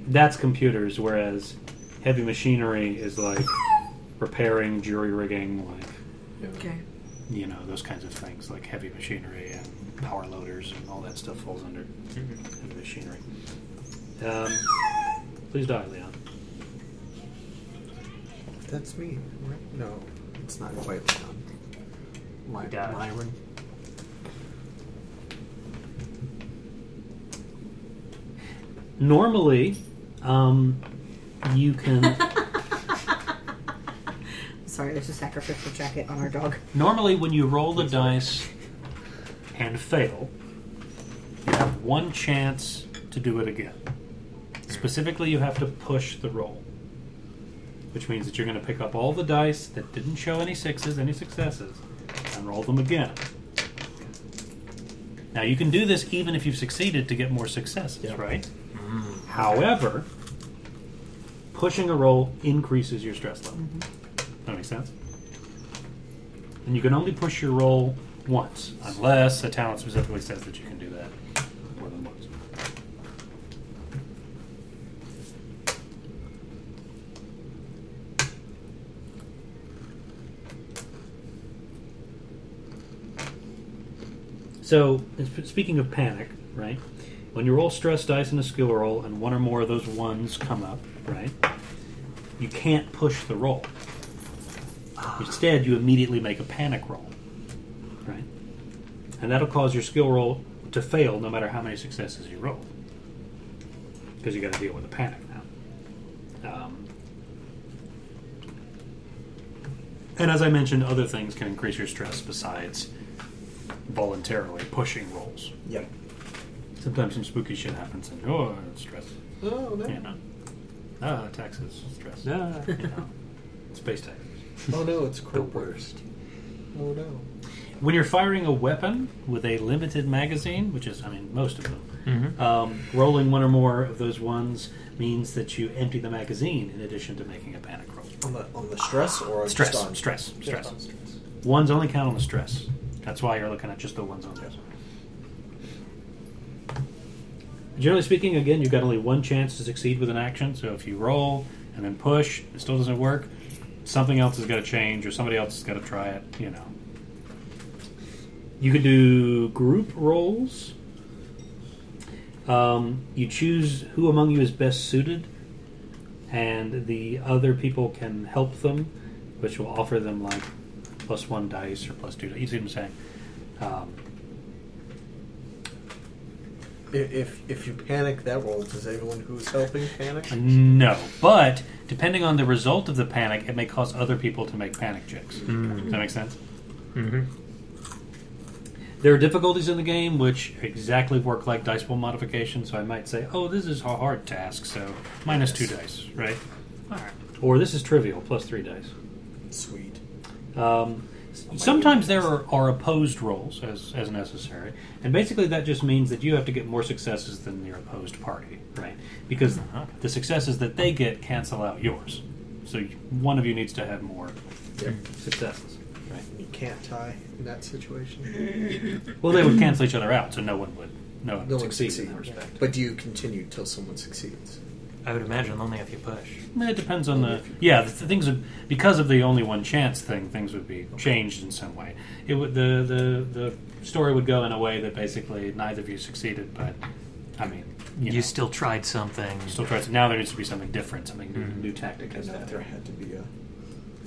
Speaker 1: That's computers, whereas heavy machinery is like repairing, jury rigging, like
Speaker 4: Okay.
Speaker 1: you know those kinds of things like heavy machinery and power loaders and all that stuff falls under heavy machinery Mm-hmm. um, please die leon
Speaker 7: That's me. right? No,
Speaker 2: It's not quite
Speaker 7: um,
Speaker 2: done. My,
Speaker 3: Got it.
Speaker 2: Myron.
Speaker 1: normally um, you can
Speaker 4: Sorry, there's a sacrificial jacket on our dog.
Speaker 1: normally when you roll the dice and fail you have one chance to do it again specifically you have to push the roll which means that you're going to pick up all the dice that didn't show any sixes any successes and roll them again now you can do this even if you've succeeded to get more successes right however pushing a roll increases your stress level that makes sense and you can only push your roll once, unless the talent specifically says that you can do that more than once. So, and sp- speaking of panic, right? When you roll stress dice in a skill roll and one or more of those ones come up, right? You can't push the roll. Instead, you immediately make a panic roll, right? And that'll cause your skill roll to fail no matter how many successes you roll. Because you got to deal with the panic now. Um, and as I mentioned, other things can increase your stress besides voluntarily pushing rolls.
Speaker 7: Yep.
Speaker 1: Sometimes some spooky shit happens and, oh, it's stress.
Speaker 7: Oh,
Speaker 1: You
Speaker 7: no.
Speaker 1: know. Ah, taxes, stress. Ah, you know. Space taxes.
Speaker 7: Oh, no, it's
Speaker 3: The
Speaker 7: corporate.
Speaker 3: worst.
Speaker 7: Oh, no.
Speaker 1: When you're firing a weapon with a limited magazine, which is, I mean, most of them, um, rolling one or more of those ones means that you empty the magazine in addition to making a panic roll.
Speaker 7: On the, on the stress or on
Speaker 1: Stress,
Speaker 7: just on
Speaker 1: stress,
Speaker 7: Just
Speaker 1: stress.
Speaker 7: on stress.
Speaker 1: Ones only count on the stress. That's why you're looking at just the ones on there. Generally speaking, again, you've got only one chance to succeed with an action. So if you roll and then push, it still doesn't work. Something else has got to change, or somebody else has got to try it. You know. You could do group rolls. Um, you choose who among you is best suited, and the other people can help them, which will offer them like plus one dice or plus two. dice. You see what I'm saying? Um,
Speaker 7: I- If, if you panic that roll, does everyone who's helping panic?
Speaker 1: Um, no, but depending on the result of the panic, it may cause other people to make panic checks. Does that make sense? Mm-hmm. There are difficulties in the game which exactly work like dice roll modifications. So I might say, "Oh, this is a hard task, so minus two dice, right?" All right. Or this is trivial, plus three dice.
Speaker 7: Sweet.
Speaker 1: Um, sometimes there are, are opposed roles as, as necessary, and basically that just means that you have to get more successes than your opposed party, right? Because
Speaker 7: Uh-huh.
Speaker 1: the successes that they get cancel out yours, so you- one of you needs to have more
Speaker 7: Yep.
Speaker 1: successes, right?
Speaker 7: You can't tie in that situation.
Speaker 1: Well, they would cancel each other out, so no one would no one
Speaker 7: No
Speaker 1: would
Speaker 7: one
Speaker 1: uh, succeed in
Speaker 7: succeeds.
Speaker 1: that respect.
Speaker 7: But do you continue till someone succeeds?
Speaker 3: I would imagine only if you push.
Speaker 1: I mean, it depends on the yeah. The, th- things would, because of the only one chance thing, things would be changed in some way. It would the the the story would go in a way that basically neither of you succeeded, but I mean, you,
Speaker 3: You,
Speaker 1: know,
Speaker 3: still tried something.
Speaker 1: still try to. Now there needs to be something different, something new, new tactic.
Speaker 7: And
Speaker 1: Has
Speaker 7: that there
Speaker 1: to
Speaker 7: had to be a.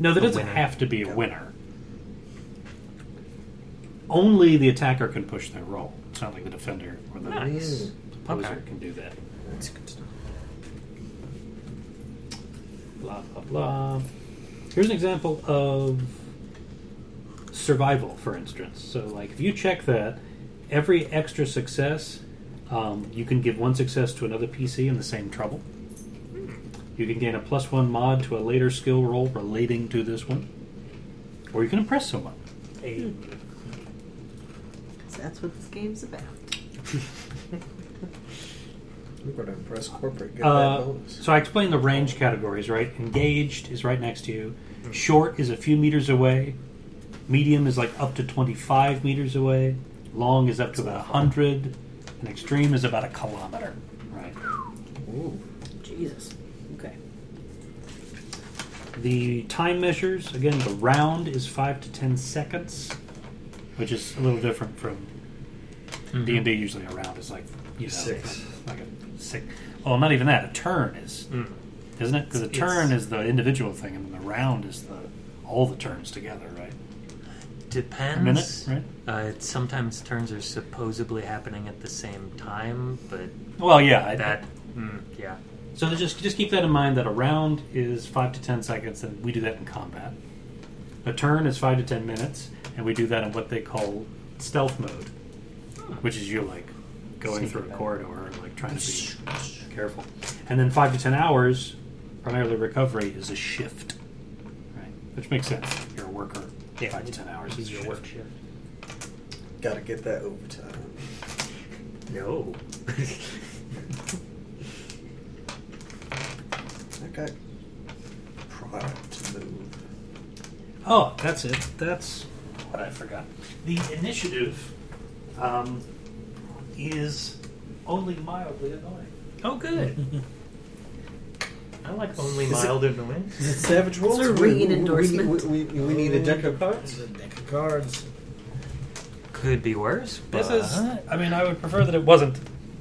Speaker 1: no, there
Speaker 3: A
Speaker 1: doesn't
Speaker 3: winner.
Speaker 1: have to be a winner. Only the attacker can push their roll. It's not like the defender or the
Speaker 3: Nice.
Speaker 1: opposer
Speaker 3: Okay.
Speaker 1: can do that.
Speaker 7: That's good stuff.
Speaker 1: blah blah blah. Here's an example of survival, for instance. So, like, if you check that, every extra success, um, you can give one success to another PC in the same trouble. You can gain a plus one mod to a later skill roll relating to this one, or you can impress someone.
Speaker 4: That's what this game's about.
Speaker 7: We're going to impress corporate. Get that
Speaker 1: Uh,
Speaker 7: bonus.
Speaker 1: so I explained the range categories, right? Engaged is right next to you. Short is a few meters away. Medium is like up to 25 meters away. Long is up to about 100. And extreme is about a kilometer, right?
Speaker 7: Ooh.
Speaker 4: Jesus. Okay.
Speaker 1: The time measures, again, the round is 5 to 10 seconds, which is a little different from
Speaker 3: Mm-hmm.
Speaker 1: D&D usually a round is like, you know,
Speaker 7: Six.
Speaker 1: like a six. Well, not even that. A turn is
Speaker 3: Mm.
Speaker 1: isn't it? Because a turn is the individual thing, and then the round is the all the turns together, right? A minute,
Speaker 3: Depends.
Speaker 1: right?
Speaker 3: Uh, sometimes turns are supposedly happening at the same time, but
Speaker 1: Well, yeah. I-
Speaker 3: that, mm, yeah.
Speaker 1: So just just keep that in mind that a round is five to ten seconds, and we do that in combat. A turn is five to ten minutes, and we do that in what they call stealth mode, which is you like going
Speaker 3: Sneak
Speaker 1: through a
Speaker 3: attack.
Speaker 1: corridor and like trying to be careful. And then five to ten hours, primarily recovery, is a shift, right? Which makes sense. You're a worker. five to ten hours is your work shift.
Speaker 7: Gotta get that overtime.
Speaker 3: No.
Speaker 7: I got product to move.
Speaker 1: Oh, that's it. That's what I forgot. The initiative um, is only mildly annoying.
Speaker 3: oh, good. I like only
Speaker 7: Is it-
Speaker 3: mild in the wind.
Speaker 7: Is it Savage Worlds?
Speaker 4: a
Speaker 7: We- we-
Speaker 4: Reed
Speaker 7: we-
Speaker 4: endorsement.
Speaker 7: We, we, we need a deck of cards.
Speaker 5: The deck of cards.
Speaker 3: Could be worse. But
Speaker 1: This is. I mean, I would prefer that it wasn't,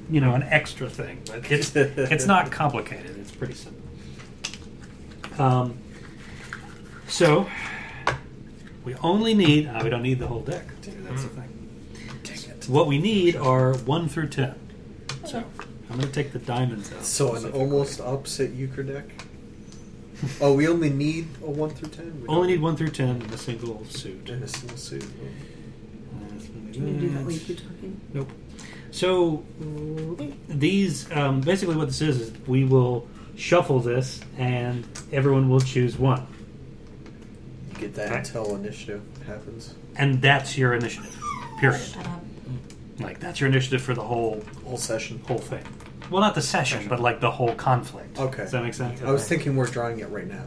Speaker 1: you know, an extra thing. But it's it's not complicated. It's pretty simple. Um. So ah, we only need. Uh, we don't need the whole deck. That's the thing.
Speaker 7: Dang it.
Speaker 1: What we need are one through ten. So I'm going to take the diamonds out.
Speaker 7: So an almost opposite euchre deck. Oh, we only need a one through ten. We
Speaker 1: only
Speaker 7: don't-
Speaker 1: need one through ten in a single suit.
Speaker 7: in a single suit.
Speaker 4: Do you want to do that while you keep talking?
Speaker 1: Nope. So these um, basically what this is is we will shuffle this and everyone will choose one,
Speaker 7: You get that
Speaker 1: Okay.
Speaker 7: until initiative happens.
Speaker 1: and that's your initiative. Period.
Speaker 4: Shut up.
Speaker 1: Like that's your initiative for the whole
Speaker 7: Whole session.
Speaker 1: whole thing. Well, not the session, but like the whole conflict.
Speaker 7: Okay.
Speaker 1: Does that make sense?
Speaker 7: I was thinking we're drawing it right now.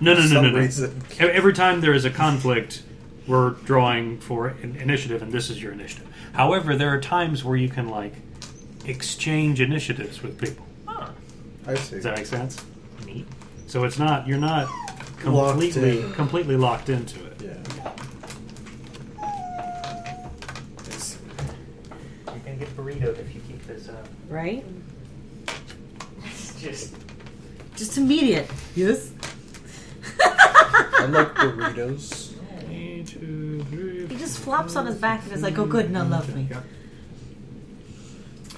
Speaker 1: no, no,
Speaker 7: For
Speaker 1: no,
Speaker 7: some
Speaker 1: no, no.
Speaker 7: reason.
Speaker 1: E- Every time there is a conflict, we're drawing for an initiative, and this is your initiative. However, there are times where you can like exchange initiatives with people.
Speaker 3: Ah,
Speaker 7: I see.
Speaker 1: Does that make sense?
Speaker 3: neat.
Speaker 1: So it's not you're not
Speaker 7: Locked
Speaker 1: completely
Speaker 7: in.
Speaker 1: completely locked into it.
Speaker 7: Yeah. It's-
Speaker 3: You're gonna get burritoed if you keep this up.
Speaker 4: Right?
Speaker 3: It's just
Speaker 4: Just immediate. Yes.
Speaker 7: I like burritos.
Speaker 1: One, two, three,
Speaker 4: He just flops on his back and is like, "Oh, good, now love me."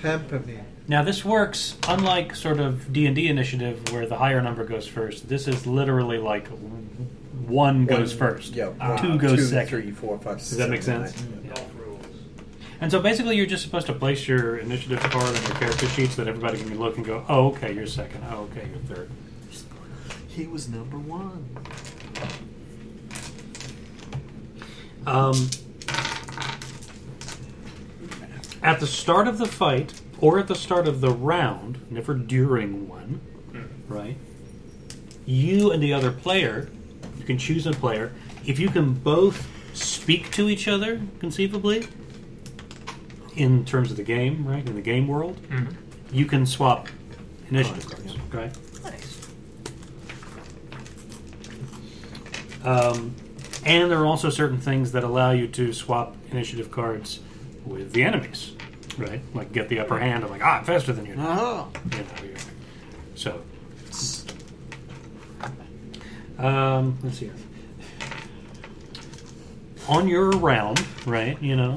Speaker 7: Pamper me.
Speaker 1: Now this works unlike sort of D and D initiative where the higher number goes first. This is literally like one goes
Speaker 7: One-
Speaker 1: first,
Speaker 7: Yeah.
Speaker 1: uh,
Speaker 7: one,
Speaker 1: two goes
Speaker 7: two,
Speaker 1: second.
Speaker 7: three, four, five, six,
Speaker 1: Does that make
Speaker 7: seven,
Speaker 1: sense?
Speaker 7: eight, nine,
Speaker 1: Yeah.
Speaker 7: ten.
Speaker 3: rules.
Speaker 1: And so basically, you're just supposed to place your initiative card on your character sheet so that everybody can look and go, "Oh, okay, you're second. Oh, okay, you're third.
Speaker 7: He was number one.
Speaker 1: Um, at the start of the fight, or at the start of the round, never during one, right? You and the other player, you can choose a player. If you can both speak to each other, conceivably, in terms of the game, right? In the game world, you can swap initiative cards, okay?
Speaker 3: Nice.
Speaker 1: Um, and there are also certain things that allow you to swap initiative cards with the enemies, right? Like get the upper hand. I'm like, ah, I'm faster than you.
Speaker 7: Oh.
Speaker 2: Ah.
Speaker 1: You know, you're- so, um, let's see. here. On your round, right? You know,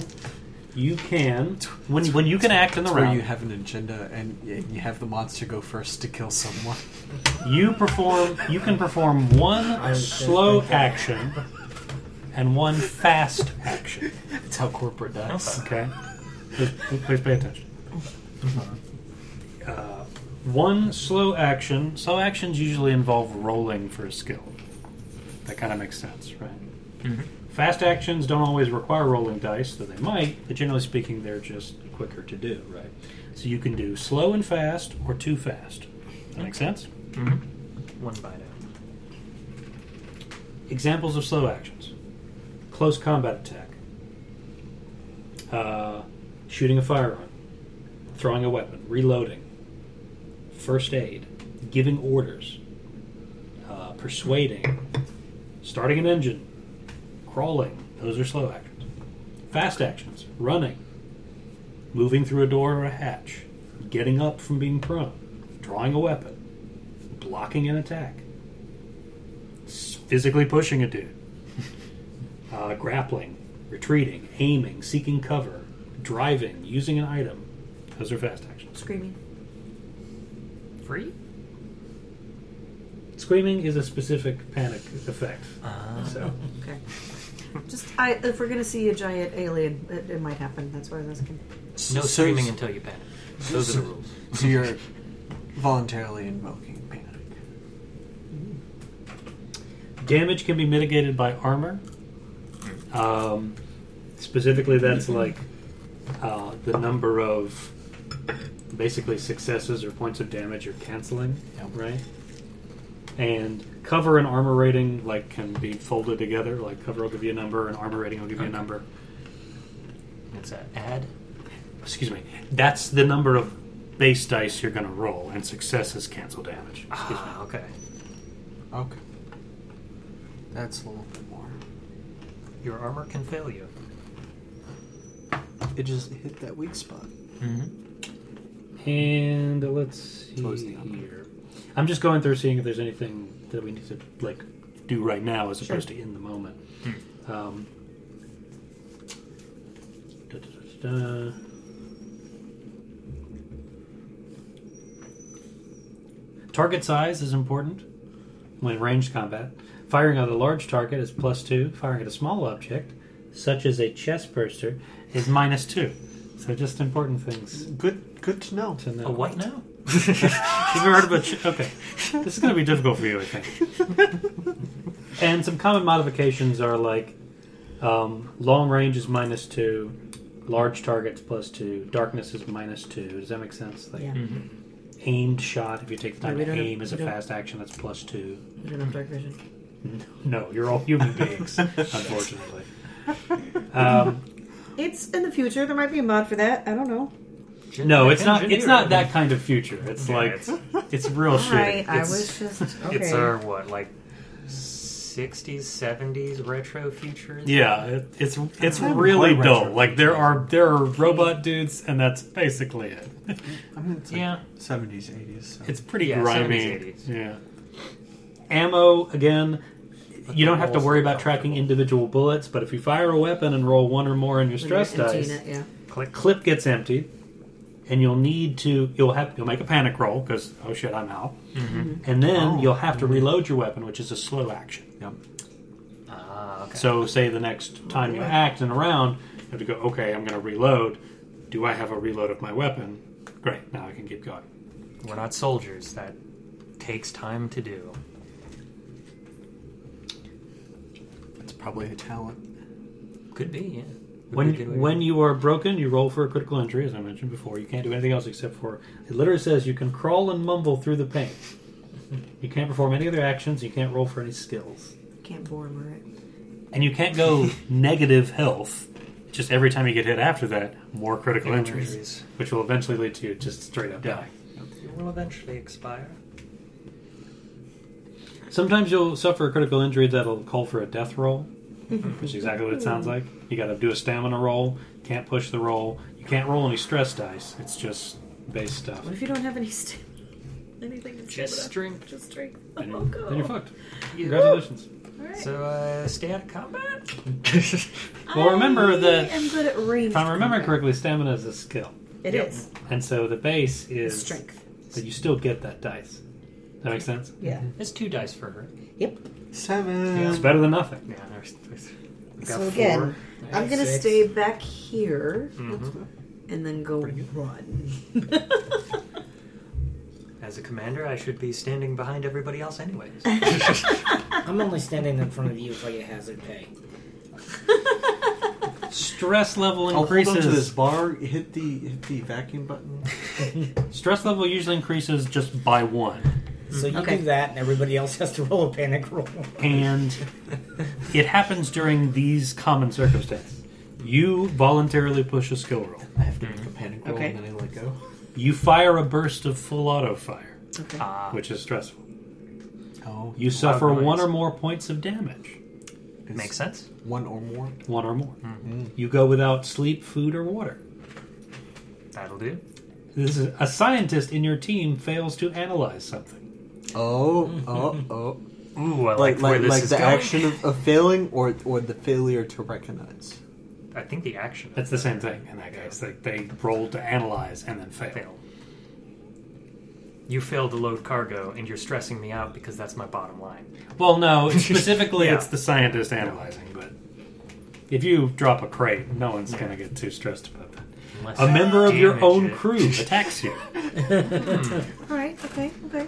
Speaker 1: you can when when you can act in the
Speaker 2: It's where
Speaker 1: round,
Speaker 2: you have an agenda and y- you have the monster go first to kill someone.
Speaker 1: You perform. You can perform one slow action and one fast action.
Speaker 2: That's how corporate does.
Speaker 1: Okay. Please, please pay attention. Uh, one slow action. Slow actions usually involve rolling for a skill. That kind of makes sense, right? Fast actions don't always require rolling dice, though they might. But generally speaking, they're just quicker to do, right? So you can do slow and fast, or too fast. That makes sense.
Speaker 3: One bite out.
Speaker 1: Examples of slow actions close combat attack, uh, shooting a firearm, throwing a weapon, reloading, first aid, giving orders, uh, persuading, starting an engine, crawling. Those are slow actions. Fast actions running, moving through a door or a hatch, getting up from being prone, drawing a weapon, blocking an attack, s- physically pushing a dude, uh, grappling, retreating, aiming, seeking cover, driving, using an item. Those are fast actions.
Speaker 4: Screaming.
Speaker 3: Free?
Speaker 1: Screaming is a specific panic effect.
Speaker 3: Ah. Uh,
Speaker 1: so,
Speaker 4: Okay. Just, I, if we're gonna see a giant alien, it, it might happen. That's why I was asking.
Speaker 2: So-
Speaker 3: No screaming
Speaker 2: so-
Speaker 3: until you panic. Those are the rules.
Speaker 2: So you're voluntarily invoking panic.
Speaker 1: damage can be mitigated by armor. Um, specifically, that's like uh, the number of basically successes or points of damage you're canceling, right? And cover and armor rating like can be folded together. Like cover will give you a number, and armor rating will give you a
Speaker 3: Okay.
Speaker 1: number.
Speaker 3: It's an ad.
Speaker 1: Excuse me. That's the number of base dice you're going to roll, and successes cancel damage. Excuse me.
Speaker 3: Ah, okay.
Speaker 2: Okay. That's a little bit more.
Speaker 3: Your armor can fail you.
Speaker 2: It just hit that weak spot.
Speaker 3: Mm-hmm.
Speaker 1: And uh, let's see
Speaker 2: Close the album.
Speaker 1: here. I'm just going through seeing if there's anything that we need to like do right now
Speaker 3: Hmm.
Speaker 1: as opposed to in the moment. Um, da. Target size is important when in ranged combat. Firing at a large target is plus two. Firing at a small object, such as a chest burster, is minus two. So just important things
Speaker 7: Good, good to know.
Speaker 1: to know.
Speaker 3: A what now?
Speaker 1: Have you heard of a ch- okay? This is going to be difficult for you, I think. and some common modifications are like um, long range is minus two, large targets plus two, darkness is minus two. Does that make sense? Like
Speaker 4: Yeah.
Speaker 1: aimed shot, if you take the
Speaker 4: No,
Speaker 1: time
Speaker 4: we
Speaker 1: to
Speaker 4: don't have-
Speaker 1: aim as a
Speaker 4: we don't-
Speaker 1: fast action, that's plus two.
Speaker 4: I don't have dark vision.
Speaker 1: No, you're all human beings, unfortunately. Um,
Speaker 4: It's in the future. There might be a mod for that. I don't know.
Speaker 1: no, it's not. It's not
Speaker 3: Engineering.
Speaker 1: that kind of future. It's
Speaker 3: Yeah,
Speaker 1: like it's,
Speaker 3: it's-
Speaker 1: real shit.
Speaker 4: I, I
Speaker 3: It's-
Speaker 4: was just okay.
Speaker 3: It's our what, like sixties, seventies retro future?
Speaker 1: Yeah, it, it's it's
Speaker 2: haven't
Speaker 1: really
Speaker 2: played
Speaker 1: dull.
Speaker 2: Retro.
Speaker 1: Like there are there are robot dudes, and that's basically it.
Speaker 2: I mean, it's like
Speaker 3: Yeah.
Speaker 2: 70s, 80s. So.
Speaker 1: It's pretty
Speaker 3: Yeah,
Speaker 1: grimy.
Speaker 3: 70s, 80s.
Speaker 1: Yeah. Ammo again.
Speaker 3: But
Speaker 1: you
Speaker 3: the
Speaker 1: don't have to
Speaker 3: rolls
Speaker 1: worry
Speaker 3: are
Speaker 1: about tracking
Speaker 3: comfortable.
Speaker 1: individual bullets, but if you fire a weapon and roll one or more in your
Speaker 4: When
Speaker 1: stress
Speaker 4: you're emptying
Speaker 1: dice,
Speaker 4: it, yeah.
Speaker 1: clip clip gets emptied, and you'll need to you'll have you'll make a panic roll because oh shit I'm out,
Speaker 4: Mm-hmm.
Speaker 1: and then
Speaker 2: Oh.
Speaker 1: you'll have to reload your weapon, which is a slow action.
Speaker 2: Yep.
Speaker 3: Ah, okay.
Speaker 1: So, say the next time you act in a round, you have to go, okay, I'm going to reload. Do I have a reload of my weapon? Great, now I can keep going.
Speaker 3: We're not soldiers. That takes time to do.
Speaker 2: It's probably a talent.
Speaker 3: Could be, yeah. Would be a good way
Speaker 1: When,
Speaker 3: to-
Speaker 1: when you are broken, you roll for a critical injury, as I mentioned before. You can't do anything else except for it literally says you can crawl and mumble through the pain. You can't perform any other actions, you can't roll for any skills.
Speaker 4: Can't borrow it.
Speaker 1: And you can't go negative health. Just every time you get hit after that, more critical injuries,
Speaker 3: Injuries.
Speaker 1: which will eventually lead to you just straight up dying.
Speaker 3: You will eventually expire.
Speaker 1: Sometimes you'll suffer a critical injury that'll call for a death roll, which is exactly what it sounds like. You got to do a stamina roll. Can't push the roll. You can't roll any stress dice. It's just base stuff.
Speaker 4: What if you don't have any st- anything to
Speaker 3: Just
Speaker 4: stamina?
Speaker 3: strength.
Speaker 4: Just strength.
Speaker 1: Then
Speaker 4: Oh,
Speaker 1: you're,
Speaker 4: God.
Speaker 1: then you're fucked. Congratulations.
Speaker 4: All right.
Speaker 3: So, uh, stay out of combat?
Speaker 1: Well, remember that-
Speaker 4: I am good at range.
Speaker 1: If I remember correctly, stamina is a skill,
Speaker 4: it
Speaker 3: Yep.
Speaker 4: is
Speaker 1: and so the base is
Speaker 4: strength.
Speaker 1: But you still get that dice. Does that make sense?
Speaker 4: Yeah.
Speaker 3: It's two dice for her.
Speaker 2: Seven.
Speaker 1: It's better than nothing.
Speaker 3: Yeah, there's, there's
Speaker 4: So again,
Speaker 1: Mm-hmm.
Speaker 4: I'm gonna
Speaker 5: Six.
Speaker 4: stay back here
Speaker 1: Mm.
Speaker 3: Mhm.
Speaker 4: and then go run.
Speaker 3: As a commander, I should be standing behind everybody else, anyways.
Speaker 5: I'm only standing in front of you if I get hazard pay.
Speaker 3: Mm.
Speaker 1: Stress level
Speaker 2: I'll hold on to
Speaker 1: increases.
Speaker 2: this bar, hit the hit the vacuum button.
Speaker 1: Stress level usually increases just by one.
Speaker 5: So you
Speaker 4: Okay.
Speaker 5: do that, and everybody else has to roll a panic roll.
Speaker 1: and it happens during these common circumstances. You voluntarily push a skill roll.
Speaker 2: I have to
Speaker 3: Mm-hmm.
Speaker 2: make a panic roll
Speaker 4: Okay.
Speaker 2: and then I let go.
Speaker 1: You fire a burst of full auto fire,
Speaker 4: Okay.
Speaker 3: Ah,
Speaker 1: which is stressful.
Speaker 2: Oh,
Speaker 1: You suffer
Speaker 3: noise.
Speaker 1: one or more points of damage.
Speaker 2: it's
Speaker 3: makes sense.
Speaker 2: One or more.
Speaker 1: One or more. You go without sleep, food, or water.
Speaker 3: That'll do.
Speaker 1: This is a scientist in your team fails to analyze something.
Speaker 2: Oh, oh, oh.
Speaker 3: Ooh, I like,
Speaker 2: Like
Speaker 3: where
Speaker 2: like
Speaker 3: this
Speaker 2: like
Speaker 3: is
Speaker 2: the
Speaker 3: going.
Speaker 2: action of, of failing or or the failure to recognize.
Speaker 3: I think the action.
Speaker 1: That's the same thing in that case. Like they roll to analyze and then fail.
Speaker 3: fail. You fail to load cargo, and you're stressing me out because that's my bottom line.
Speaker 1: Well, no, it's specifically
Speaker 3: Yeah.
Speaker 1: it's the scientist analyzing, but if you drop a crate, no one's going to get too stressed about that.
Speaker 3: Unless
Speaker 1: A
Speaker 3: I
Speaker 1: member of your
Speaker 3: damage
Speaker 1: own
Speaker 3: it.
Speaker 1: crew attacks you,
Speaker 4: All right. Okay. Okay.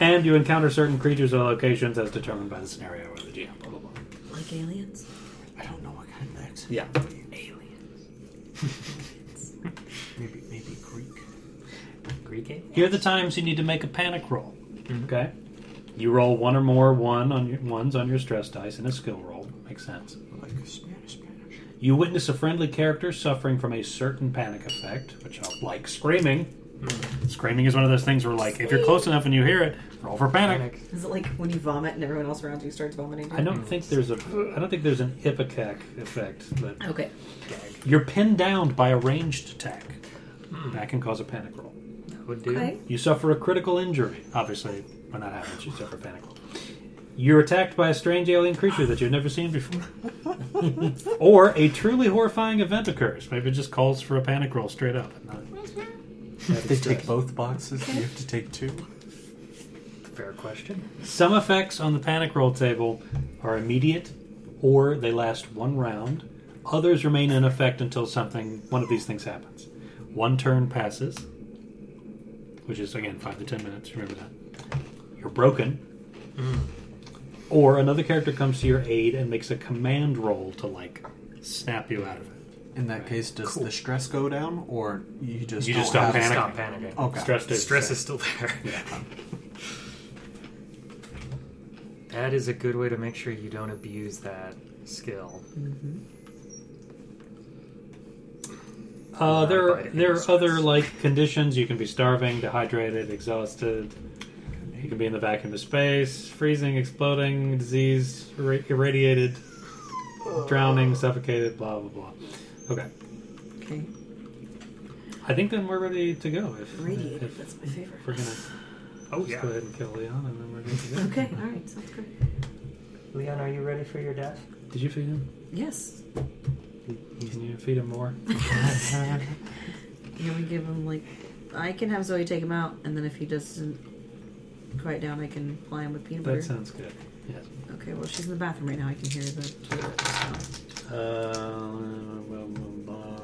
Speaker 1: and you encounter certain creatures or locations as determined by the scenario or the GM. Blah blah blah.
Speaker 4: Like aliens.
Speaker 2: I don't know what kind of accent.
Speaker 1: Yeah.
Speaker 4: Aliens.
Speaker 2: Maybe maybe Greek.
Speaker 3: Greek game?
Speaker 1: Here are the times you need to make a panic roll. Okay, you roll one or more one on your ones on your stress dice in a skill roll. Makes sense.
Speaker 2: Like Spanish Spanish.
Speaker 1: You witness a friendly character suffering from a certain panic effect, which I'll like screaming.
Speaker 3: Hmm.
Speaker 1: Screaming is one of those things where, like, if you're close enough and you hear it, roll for panic.
Speaker 3: Panic.
Speaker 4: Is it like when you vomit and everyone else around you starts vomiting?
Speaker 1: I don't think there's a. I don't think there's an ipecac effect, but
Speaker 4: Okay.
Speaker 1: you're pinned down by a ranged attack.
Speaker 2: Hmm.
Speaker 1: That can cause a panic roll.
Speaker 3: That would do.
Speaker 4: Okay.
Speaker 1: You suffer a critical injury. Obviously, when that happens, you suffer a panic roll. You're attacked by a strange alien creature that you've never seen before. or a truly horrifying event occurs. Maybe it just calls for a panic roll straight up. and not-
Speaker 2: If they take both boxes, you have to take two.
Speaker 3: Fair question.
Speaker 1: Some effects on the panic roll table are immediate, or they last one round. Others remain in effect until something one of these things happens. One turn passes, which is again five to ten minutes. Remember that. You're broken,
Speaker 3: Mm.
Speaker 1: or another character comes to your aid and makes a command roll to like snap you out of it.
Speaker 2: In that case, does the stress go down, or you just
Speaker 1: You
Speaker 2: don't
Speaker 1: just don't
Speaker 2: have
Speaker 1: panic.
Speaker 3: Stop panicking.
Speaker 2: Okay.
Speaker 1: Stress,
Speaker 3: The
Speaker 1: is-
Speaker 3: stress is still there. that is a good way to make sure you don't abuse that skill.
Speaker 1: Mm-hmm. Uh, there are
Speaker 3: Right,
Speaker 1: there are
Speaker 3: it's-
Speaker 1: other like conditions. You can be starving, dehydrated, exhausted. You can be in the vacuum of space, freezing, exploding, diseased, irra- irradiated, drowning, suffocated, blah blah blah. Okay,
Speaker 4: Okay.
Speaker 1: I think then we're ready to go. If,
Speaker 4: Radiated.
Speaker 1: if,
Speaker 4: That's my favorite.
Speaker 1: if we're gonna
Speaker 3: Oh
Speaker 1: just go ahead and kill Leon, and then we're good to go.
Speaker 4: Okay. All right. Sounds good.
Speaker 3: Leon, are you ready for your death?
Speaker 1: Did you feed him?
Speaker 4: Yes.
Speaker 1: Can you feed him more?
Speaker 4: Can we give him like? I can have Zoe take him out, and then if he doesn't quiet down, I can ply him with peanut butter.
Speaker 1: That sounds good. Yes.
Speaker 4: Okay. Well, she's in the bathroom right now. I can hear the. so.
Speaker 1: Uh, blah, blah, blah.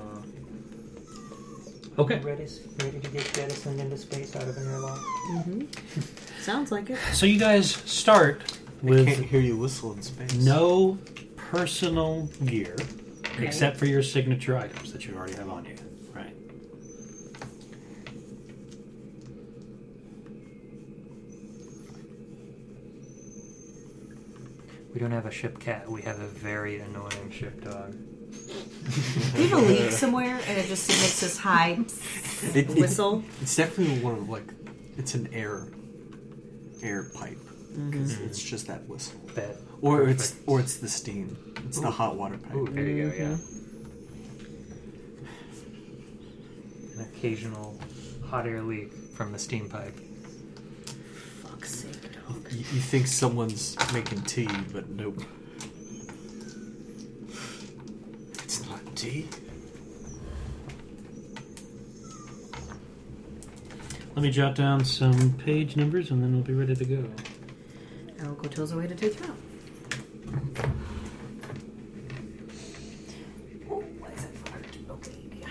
Speaker 1: Okay.
Speaker 8: Ready, ready to get jettisoned into space out of an airlock.
Speaker 4: Mm-hmm. Sounds like it.
Speaker 1: So you guys start
Speaker 2: I can't
Speaker 1: with
Speaker 2: hear you whistle in space.
Speaker 1: no personal gear except for your signature items that you already have on you, right?
Speaker 3: We don't have a ship cat. We have a very annoying ship dog.
Speaker 4: We have a leak somewhere, and it just makes this high
Speaker 2: It- it-
Speaker 4: whistle.
Speaker 2: It's definitely one of like, it's an air, air pipe because it's just that whistle,
Speaker 3: That
Speaker 2: or
Speaker 3: perfect.
Speaker 2: it's or it's the steam. It's the hot water pipe.
Speaker 3: Ooh, there you go. Yeah.
Speaker 2: Mm-hmm.
Speaker 3: An occasional hot air leak from the steam pipe.
Speaker 4: Fuck's sake, dog.
Speaker 2: You, you think someone's making tea, but nope. It's not tea.
Speaker 1: Let me jot down some page numbers and then we'll be ready to go.
Speaker 4: I will go tell Zoe to take him out. Oh, why is that fire to milk baby?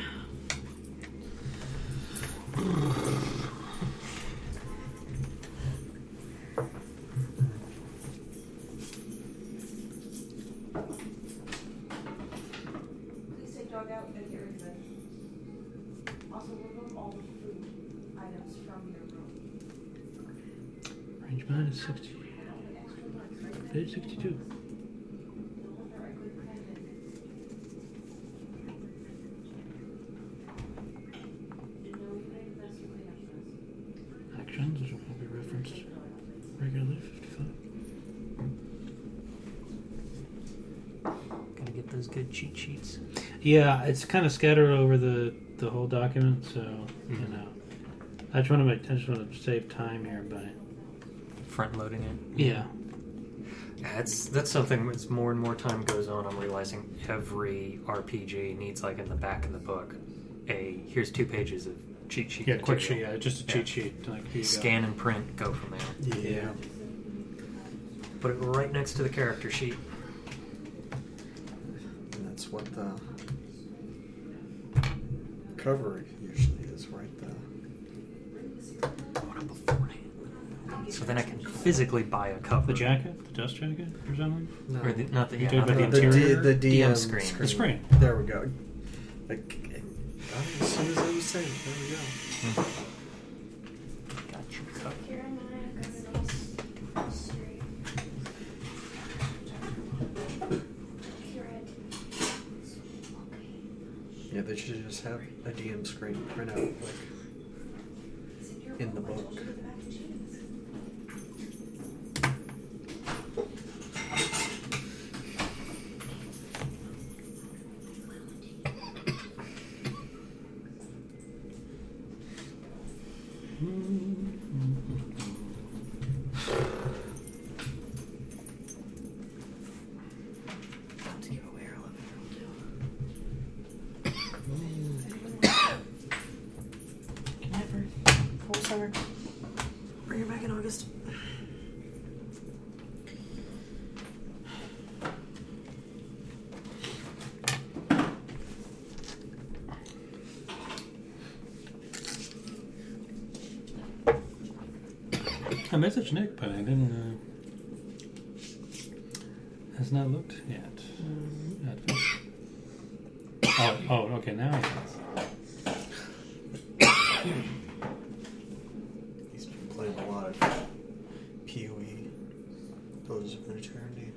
Speaker 6: Please take dog out and get rid of it. Also, remove all the food items from your room.
Speaker 1: Range mine is 60. Page 62. Actions, which will be referenced regularly, 55.
Speaker 3: Gotta get those good cheat sheets.
Speaker 1: Yeah, it's kind of scattered over the the whole document, so you know. I just want to make I just want to save time here, but
Speaker 3: Front loading it.
Speaker 1: yeah,
Speaker 3: That's that's something as more and more time goes on. I'm realizing every RPG needs like in the back of the book a here's two pages of cheat sheet.
Speaker 1: yeah, quick sheet,
Speaker 3: material.
Speaker 1: yeah, just a
Speaker 3: Yeah.
Speaker 1: cheat sheet. Like, here you go.
Speaker 3: Scan and print. Go from there.
Speaker 2: Yeah.
Speaker 3: Put it right next to the character sheet.
Speaker 2: And that's what the cover usually is, right? The
Speaker 3: So then I can physically buy a cover.
Speaker 1: the jacket, the dust jacket, or something.
Speaker 2: no.
Speaker 3: Or the, not the,
Speaker 1: You
Speaker 3: yeah,
Speaker 1: talking
Speaker 3: not
Speaker 1: about
Speaker 3: the,
Speaker 1: the
Speaker 2: D-
Speaker 1: interior?
Speaker 2: the DM,
Speaker 3: DM screen.
Speaker 1: The screen.
Speaker 2: There we go. Like, as soon as I was saying, there we go.
Speaker 3: Hmm.
Speaker 2: Yeah, they should just have a DM screen printout, like in the book.
Speaker 4: About to give away our back in August.
Speaker 1: I messaged Nick, but I didn't. Uh, has not looked yet. Not finished. oh, oh, okay, now it is.
Speaker 7: He's been playing a lot of E. PoE, Pillars of Eternity.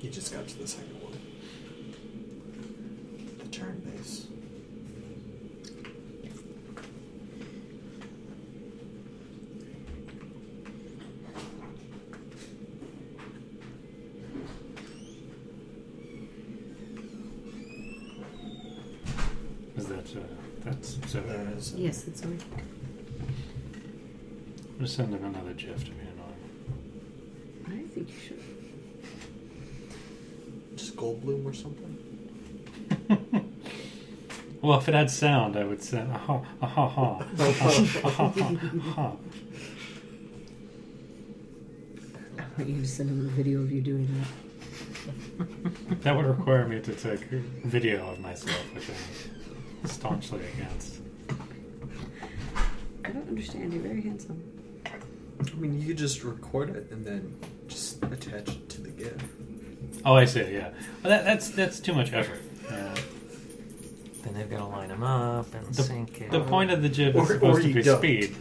Speaker 7: He just got to the second one. The turn base.
Speaker 1: Is that. Uh, that's. So, uh,
Speaker 7: There is.
Speaker 4: Yes, that's right.
Speaker 1: I'm going to send him another GIF to be annoying.
Speaker 4: I think you should.
Speaker 7: Just Goldblum or something.
Speaker 1: Well, if it had sound, I would say, aha, aha, ha. aha, aha, ha, ha.
Speaker 4: I want you to send him a video of you doing that.
Speaker 1: That would require me to take video of myself, which I'm staunchly against.
Speaker 4: I don't understand. You're very handsome.
Speaker 7: I mean, you could just record it and then just attach it to the GIF.
Speaker 1: Oh, I see. Yeah, well, that, that's that's too much effort. Uh,
Speaker 3: Then they've got to line them up and
Speaker 1: The-
Speaker 3: sync it.
Speaker 1: the point of the jib
Speaker 7: Or-
Speaker 1: is
Speaker 7: or
Speaker 1: supposed to
Speaker 7: you
Speaker 1: be
Speaker 7: don't.
Speaker 1: speed.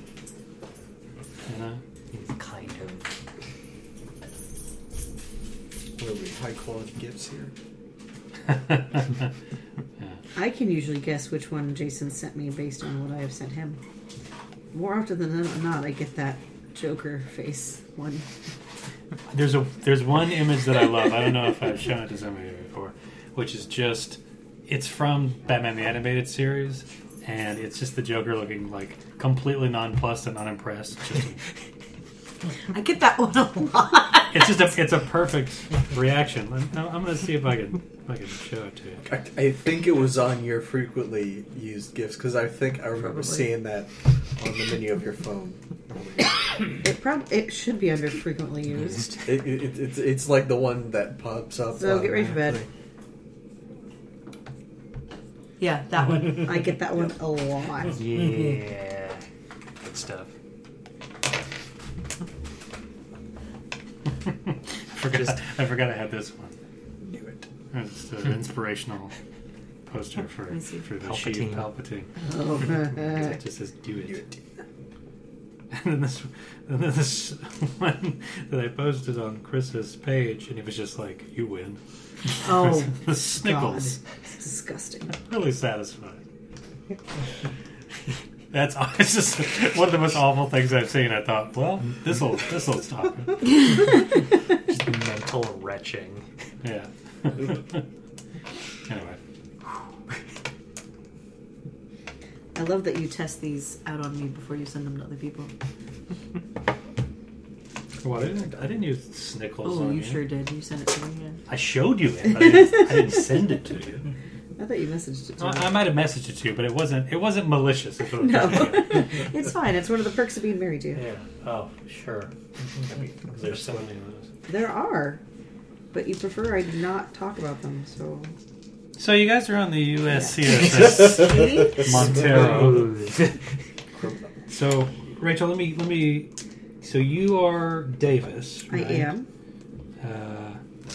Speaker 1: You know,
Speaker 3: It's kind of.
Speaker 7: Really high quality GIFs here.
Speaker 4: I can usually guess which one Jason sent me based on what I have sent him. More often than not, I get that Joker face one.
Speaker 1: there's a there's one image that I love. I don't know if I've shown it to somebody before, which is just it's from Batman the Animated Series, and it's just the Joker looking like completely nonplussed and unimpressed. Just-
Speaker 4: I get that one a lot.
Speaker 1: it's just a it's a perfect reaction. I'm, I'm gonna see if I can if I can show it to you.
Speaker 7: I, I think it was on your frequently used gifts because I think I remember
Speaker 4: Probably.
Speaker 7: seeing that on the menu of your phone.
Speaker 4: It prob- it should be under frequently used.
Speaker 7: It, it, it, it's, it's like the one that pops up.
Speaker 4: So get ready for bed.
Speaker 7: automatically.
Speaker 4: Yeah, that one. I get that one a lot.
Speaker 3: Yeah. Good stuff.
Speaker 1: forgot,
Speaker 3: Just-
Speaker 1: I forgot I had this one.
Speaker 7: Knew it.
Speaker 1: It's an inspirational poster for,
Speaker 4: I see.
Speaker 1: for the
Speaker 3: Palpatine.
Speaker 1: Sheev Palpatine.
Speaker 4: Oh,
Speaker 1: It just says, do
Speaker 7: Knew
Speaker 1: it.
Speaker 7: it.
Speaker 1: And then this, and then this one that I posted on Chris's page, and he was just like, you win.
Speaker 4: oh
Speaker 1: the snickles.
Speaker 4: God. It's disgusting.
Speaker 1: Really satisfying. That's it's just one of the most awful things I've seen. I thought, well, this'll this'll stop it.
Speaker 3: Mental retching.
Speaker 1: Yeah. anyway.
Speaker 4: I love that you test these out on me before you send them to other people.
Speaker 1: What I didn't, I didn't use snickles
Speaker 4: Oh,
Speaker 1: on
Speaker 4: you
Speaker 1: you.
Speaker 4: sure did. You sent it to me. Yeah.
Speaker 1: I showed you it, but I didn't, I didn't send it to you.
Speaker 4: I thought you messaged it to
Speaker 1: I,
Speaker 4: me.
Speaker 1: I might have messaged it to you, but it wasn't. It wasn't malicious. If it was
Speaker 4: No, it's fine. It's one of the perks of being married to you.
Speaker 1: yeah. Oh, sure. There's so many of those.
Speaker 4: There are, but you prefer I not talk about them. So
Speaker 1: So you guys are on the USCSS Montero. So Rachel, let me let me. So you are Davis.
Speaker 4: I
Speaker 1: Right?
Speaker 4: am.
Speaker 1: Uh,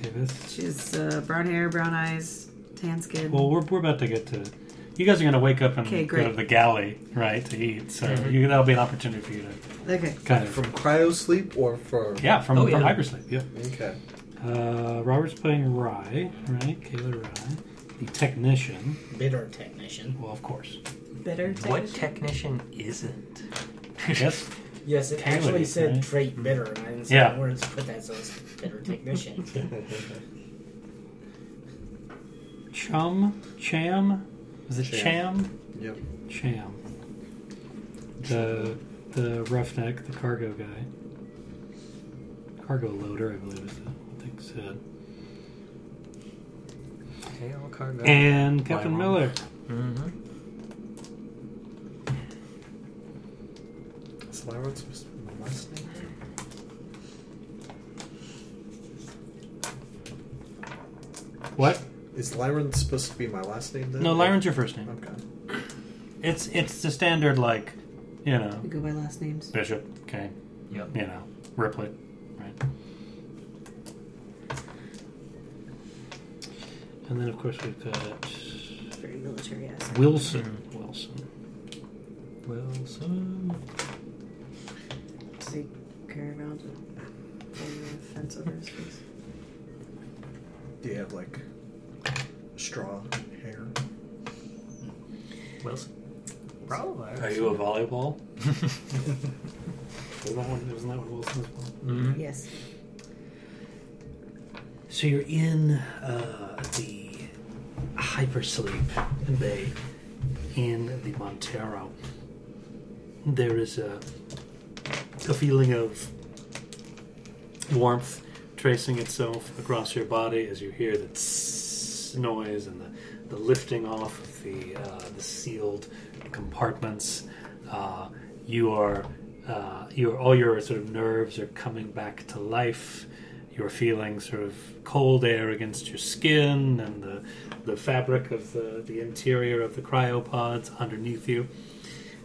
Speaker 1: Davis.
Speaker 4: She's uh, brown hair, brown eyes, tan skin.
Speaker 1: Well, we're, we're about to get to. You guys are going to wake up and
Speaker 4: Okay,
Speaker 1: go to
Speaker 4: great.
Speaker 1: the galley, right, to eat. So you, that'll be an opportunity for you to
Speaker 4: okay.
Speaker 1: kind of.
Speaker 7: From cryo sleep or for
Speaker 1: yeah, from,
Speaker 3: Oh,
Speaker 1: from
Speaker 3: yeah.
Speaker 1: hypersleep. Yeah.
Speaker 7: Okay.
Speaker 1: Uh, Robert's playing Rye, right? Kayla Rye, the technician.
Speaker 5: Bitter technician.
Speaker 1: Well, of course.
Speaker 4: Bitter.
Speaker 3: What technician isn't?
Speaker 1: Yes.
Speaker 5: Yes, it
Speaker 1: Taylor,
Speaker 5: actually said
Speaker 1: right?
Speaker 5: trait bitter, and I didn't say
Speaker 1: Yeah.
Speaker 5: the words to put that, so it's bitter technician.
Speaker 1: Chum, Cham, is it Cham?
Speaker 7: yep.
Speaker 1: Cham. The the roughneck, the cargo guy, cargo loader, I believe is the, what they said.
Speaker 3: Hey, all cargo.
Speaker 1: And Captain
Speaker 3: Why wrong?
Speaker 1: Miller,
Speaker 3: Mm-hmm.
Speaker 7: Is Lyra supposed to be my last name?
Speaker 1: What?
Speaker 7: Is Lyron supposed to be my last name then?
Speaker 1: No, Lyron's your first name.
Speaker 7: Okay.
Speaker 1: It's it's the standard like, you know,
Speaker 4: We go by last names.
Speaker 1: Bishop, Kane,
Speaker 3: Yep.
Speaker 1: you know, Ripley, right? And then of course we've got
Speaker 4: Very military ass.
Speaker 1: Wilson. Wilson. Wilson.
Speaker 4: Does he carry around a fence over his face?
Speaker 7: Do you have like straw hair?
Speaker 3: Wilson. Probably.
Speaker 1: Are you a volleyball? Isn't that one, isn't that what Wilson's called?
Speaker 3: Mhm.
Speaker 4: Yes.
Speaker 1: So you're in uh, the hypersleep bay in the Montero. There is a, a feeling of warmth tracing itself across your body as you hear the tss noise and the, the lifting off of the, uh, the sealed compartments. Uh, you are uh, your all your sort of nerves are coming back to life. You're feeling sort of cold air against your skin and the the fabric of the, the interior of the cryopods underneath you.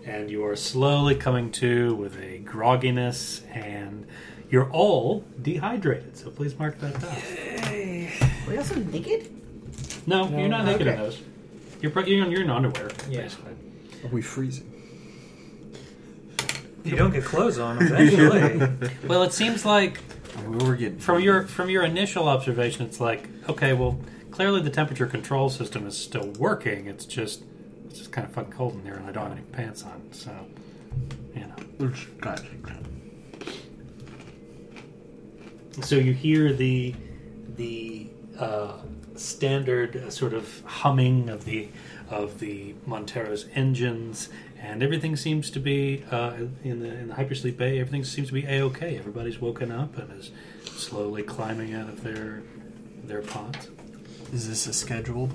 Speaker 1: And you are slowly coming to with a grogginess and you're all dehydrated, so please mark that down.
Speaker 4: Were you also naked?
Speaker 1: No,
Speaker 5: No,
Speaker 1: you're not naked in
Speaker 5: okay.
Speaker 1: those. You're, pro- you're, in- you're in underwear,
Speaker 5: Yeah.
Speaker 1: basically.
Speaker 7: Are we freezing?
Speaker 3: You don't get clothes on eventually.
Speaker 1: Well, it seems like
Speaker 2: We were getting
Speaker 1: from your from your initial observation, it's like okay, well, clearly the temperature control system is still working. It's just it's just kind of fucking cold in here, and I don't have any pants on, so you know. So you hear the the uh, standard uh, sort of humming of the of the Montero's engines, and everything seems to be uh, in the in the hypersleep bay. Everything seems to be a okay. Everybody's woken up and is slowly climbing out of their their pods.
Speaker 2: Is this a scheduled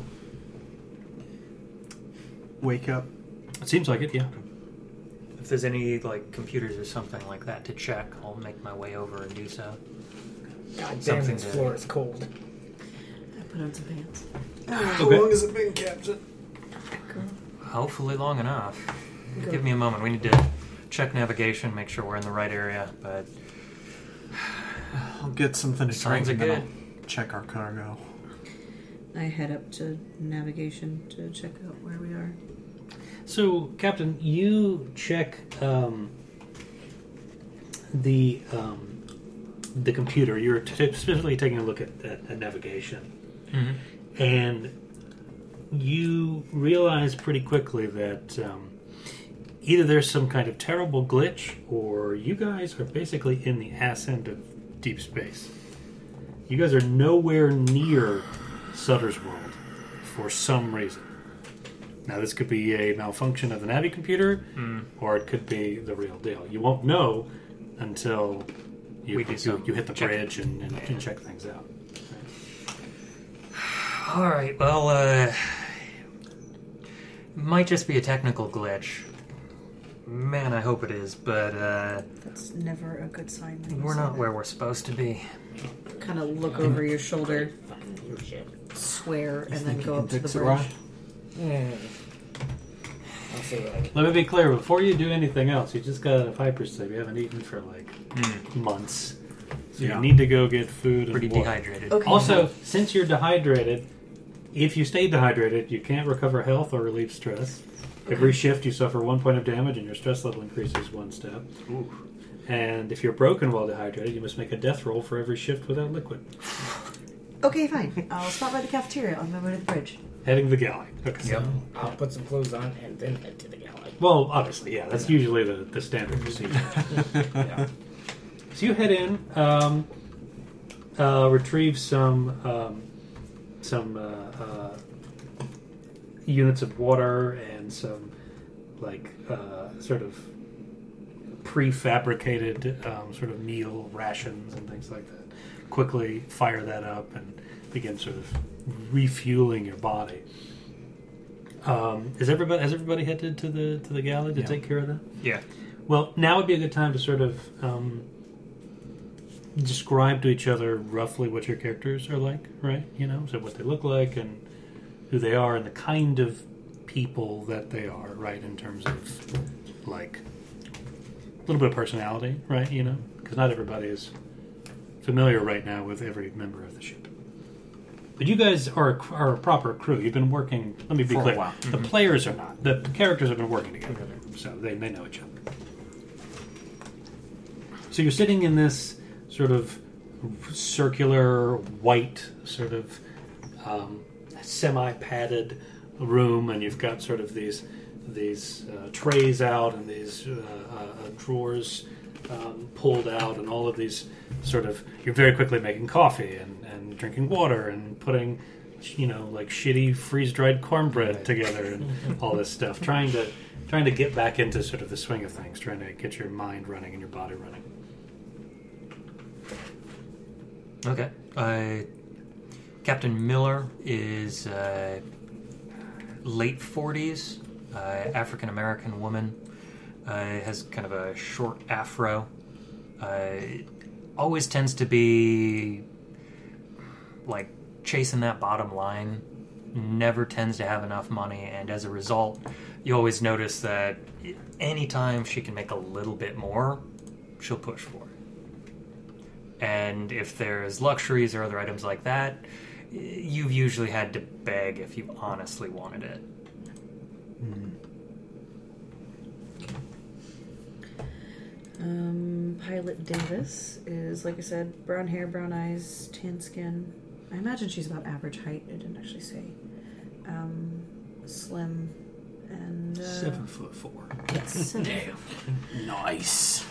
Speaker 2: wake up?
Speaker 1: It seems like it, yeah.
Speaker 3: if there's any like computers or something like that to check, I'll make my way over and do so.
Speaker 5: God damn,
Speaker 3: Something
Speaker 5: this
Speaker 3: that-
Speaker 5: floor is cold.
Speaker 4: I put on some pants.
Speaker 7: How
Speaker 1: Okay.
Speaker 7: long has it been, Captain?
Speaker 3: Hopefully long enough. Give me a moment. We need to check navigation, make sure we're in the right area. But
Speaker 2: I'll get something to drink
Speaker 3: Sounds
Speaker 2: and
Speaker 3: good.
Speaker 2: then I'll check our cargo.
Speaker 4: I head up to navigation to check out where we are.
Speaker 1: So, Captain, you check um, the um, the computer. You're t- specifically taking a look at, at, at navigation, and you realize pretty quickly that um, either there's some kind of terrible glitch, or you guys are basically in the ass end of deep space. You guys are nowhere near Sutter's World for some reason. Now, this could be a malfunction of the Navi computer, or it could be the real deal. You won't know until you,
Speaker 3: We do
Speaker 1: you,
Speaker 3: some
Speaker 1: you hit the
Speaker 3: check.
Speaker 1: bridge and, and, and check things out.
Speaker 3: all right, well, uh, might just be a technical glitch. Man, I hope it is, but uh,
Speaker 4: That's never a good sign.
Speaker 3: we're not where we're supposed to be.
Speaker 4: Kind of look over your shoulder,
Speaker 5: Fucking bullshit.
Speaker 4: swear, and
Speaker 2: think
Speaker 4: then
Speaker 2: you
Speaker 4: go
Speaker 2: can
Speaker 4: up to the
Speaker 2: fix it,
Speaker 4: bridge.
Speaker 2: Ryan?
Speaker 5: Mm. I'll say like
Speaker 1: Let me be clear before you do anything else, you just got out of hypersleep. You haven't eaten for like Mm. months. So
Speaker 2: Yeah.
Speaker 1: you need to go get food
Speaker 3: Pretty
Speaker 1: and water.
Speaker 3: dehydrated.
Speaker 4: Okay.
Speaker 1: Also, since you're dehydrated, if you stay dehydrated, you can't recover health or relieve stress. Every shift, you suffer one point of damage, and your stress level increases one step. And if you're broken while dehydrated, you must make a death roll for every shift without liquid.
Speaker 4: okay, fine. I'll stop by the cafeteria on my way to the bridge.
Speaker 1: Heading the galley. Okay.
Speaker 3: Yep.
Speaker 5: I'll put some clothes on and then head to the galley.
Speaker 1: Well, obviously, yeah, that's usually the, the standard procedure.
Speaker 2: Hmm.
Speaker 5: Yeah.
Speaker 1: So you head in, um, uh, retrieve some um, some uh, uh, units of water and some like uh, sort of prefabricated um, sort of meal rations and things like that. Quickly fire that up and begin sort of refueling your body. Um, is everybody has everybody headed to the to the galley to
Speaker 2: Yeah.
Speaker 1: take care of that?
Speaker 3: Yeah.
Speaker 1: Well, now would be a good time to sort of um, describe to each other roughly what your characters are like, right? You know, so what they look like and who they are and the kind of people that they are, right? In terms of like a little bit of personality, right? You know, because not everybody is familiar right now with every member of the ship. But you guys are a, cr- are a proper crew. You've been working. Let me be
Speaker 2: For a
Speaker 1: clear.
Speaker 2: while. Mm-hmm.
Speaker 1: The players are not. The characters have been working together, so they they know each other. So you're sitting in this sort of circular white sort of um, semi-padded room, and you've got sort of these these uh, trays out and these uh, uh, drawers um, pulled out, and all of these sort of you're very quickly making coffee and, and drinking water and putting you know like shitty freeze-dried cornbread together and all this stuff, trying to trying to get back into sort of the swing of things, trying to get your mind running and your body running.
Speaker 3: Okay. Uh, Captain Miller is uh, late 40s, uh, African American woman, uh, has kind of a short afro, uh, always tends to be like chasing that bottom line, never tends to have enough money, and as a result, you always notice that anytime she can make a little bit more, she'll push for it and if there's luxuries or other items like that, you've usually had to beg if you honestly wanted it.
Speaker 4: Um, Pilot Davis is, like I said, brown hair, brown eyes, tan skin. I imagine she's about average height. It didn't actually say. Um, slim and uh,
Speaker 2: Seven foot four.
Speaker 4: Yes, seven.
Speaker 2: Nice.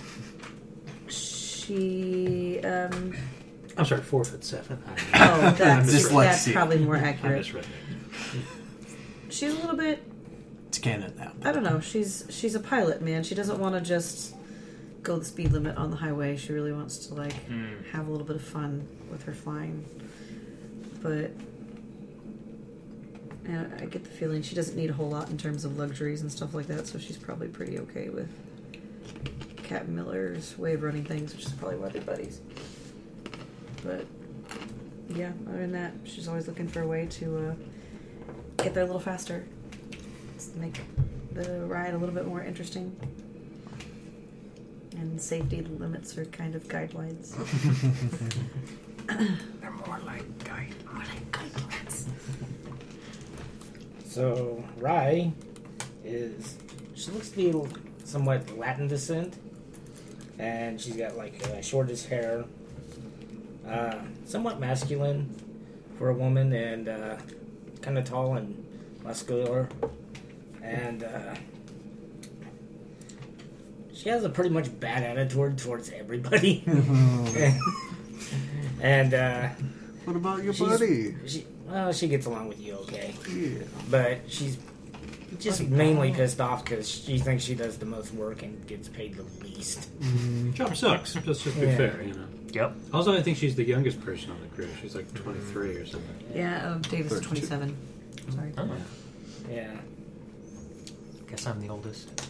Speaker 4: She. Um,
Speaker 1: I'm sorry, four foot seven.
Speaker 4: oh, that's,
Speaker 2: Dyslexia.
Speaker 4: that's probably more
Speaker 1: I
Speaker 4: accurate.
Speaker 1: misread that.
Speaker 4: She's a little bit
Speaker 2: It's canon now.
Speaker 4: I don't know. She's she's a pilot, man. She doesn't want to just go the speed limit on the highway. She really wants to like have a little bit of fun with her flying. But and I get the feeling she doesn't need a whole lot in terms of luxuries and stuff like that. So she's probably pretty okay with Cat Miller's way of running things, which is probably why they're buddies. But yeah, other than that, she's always looking for a way to uh, get there a little faster. Let's make the ride a little bit more interesting. And safety limits are kind of guidelines.
Speaker 3: They're more like guide.
Speaker 5: So Rai is she looks to be somewhat Latin descent, and she's got like uh, shortish hair, uh, somewhat masculine for a woman, and uh, kind of tall and muscular, and uh, she has a pretty much bad attitude towards everybody, and uh,
Speaker 7: What about your
Speaker 5: She's-
Speaker 7: buddy?
Speaker 5: she well she gets along with you okay
Speaker 7: Yeah.
Speaker 5: but she's just mainly pissed off because she thinks she does the most work and gets paid the least.
Speaker 1: Job sucks. Let's just be
Speaker 5: Yeah.
Speaker 1: fair, you know.
Speaker 3: Yep.
Speaker 1: Also, I think she's the youngest person on the crew. She's like 23 or something.
Speaker 4: yeah, um, Davis is
Speaker 2: 32.
Speaker 4: 27. Sorry.
Speaker 3: Oh,
Speaker 5: Yeah.
Speaker 3: Guess I'm the oldest.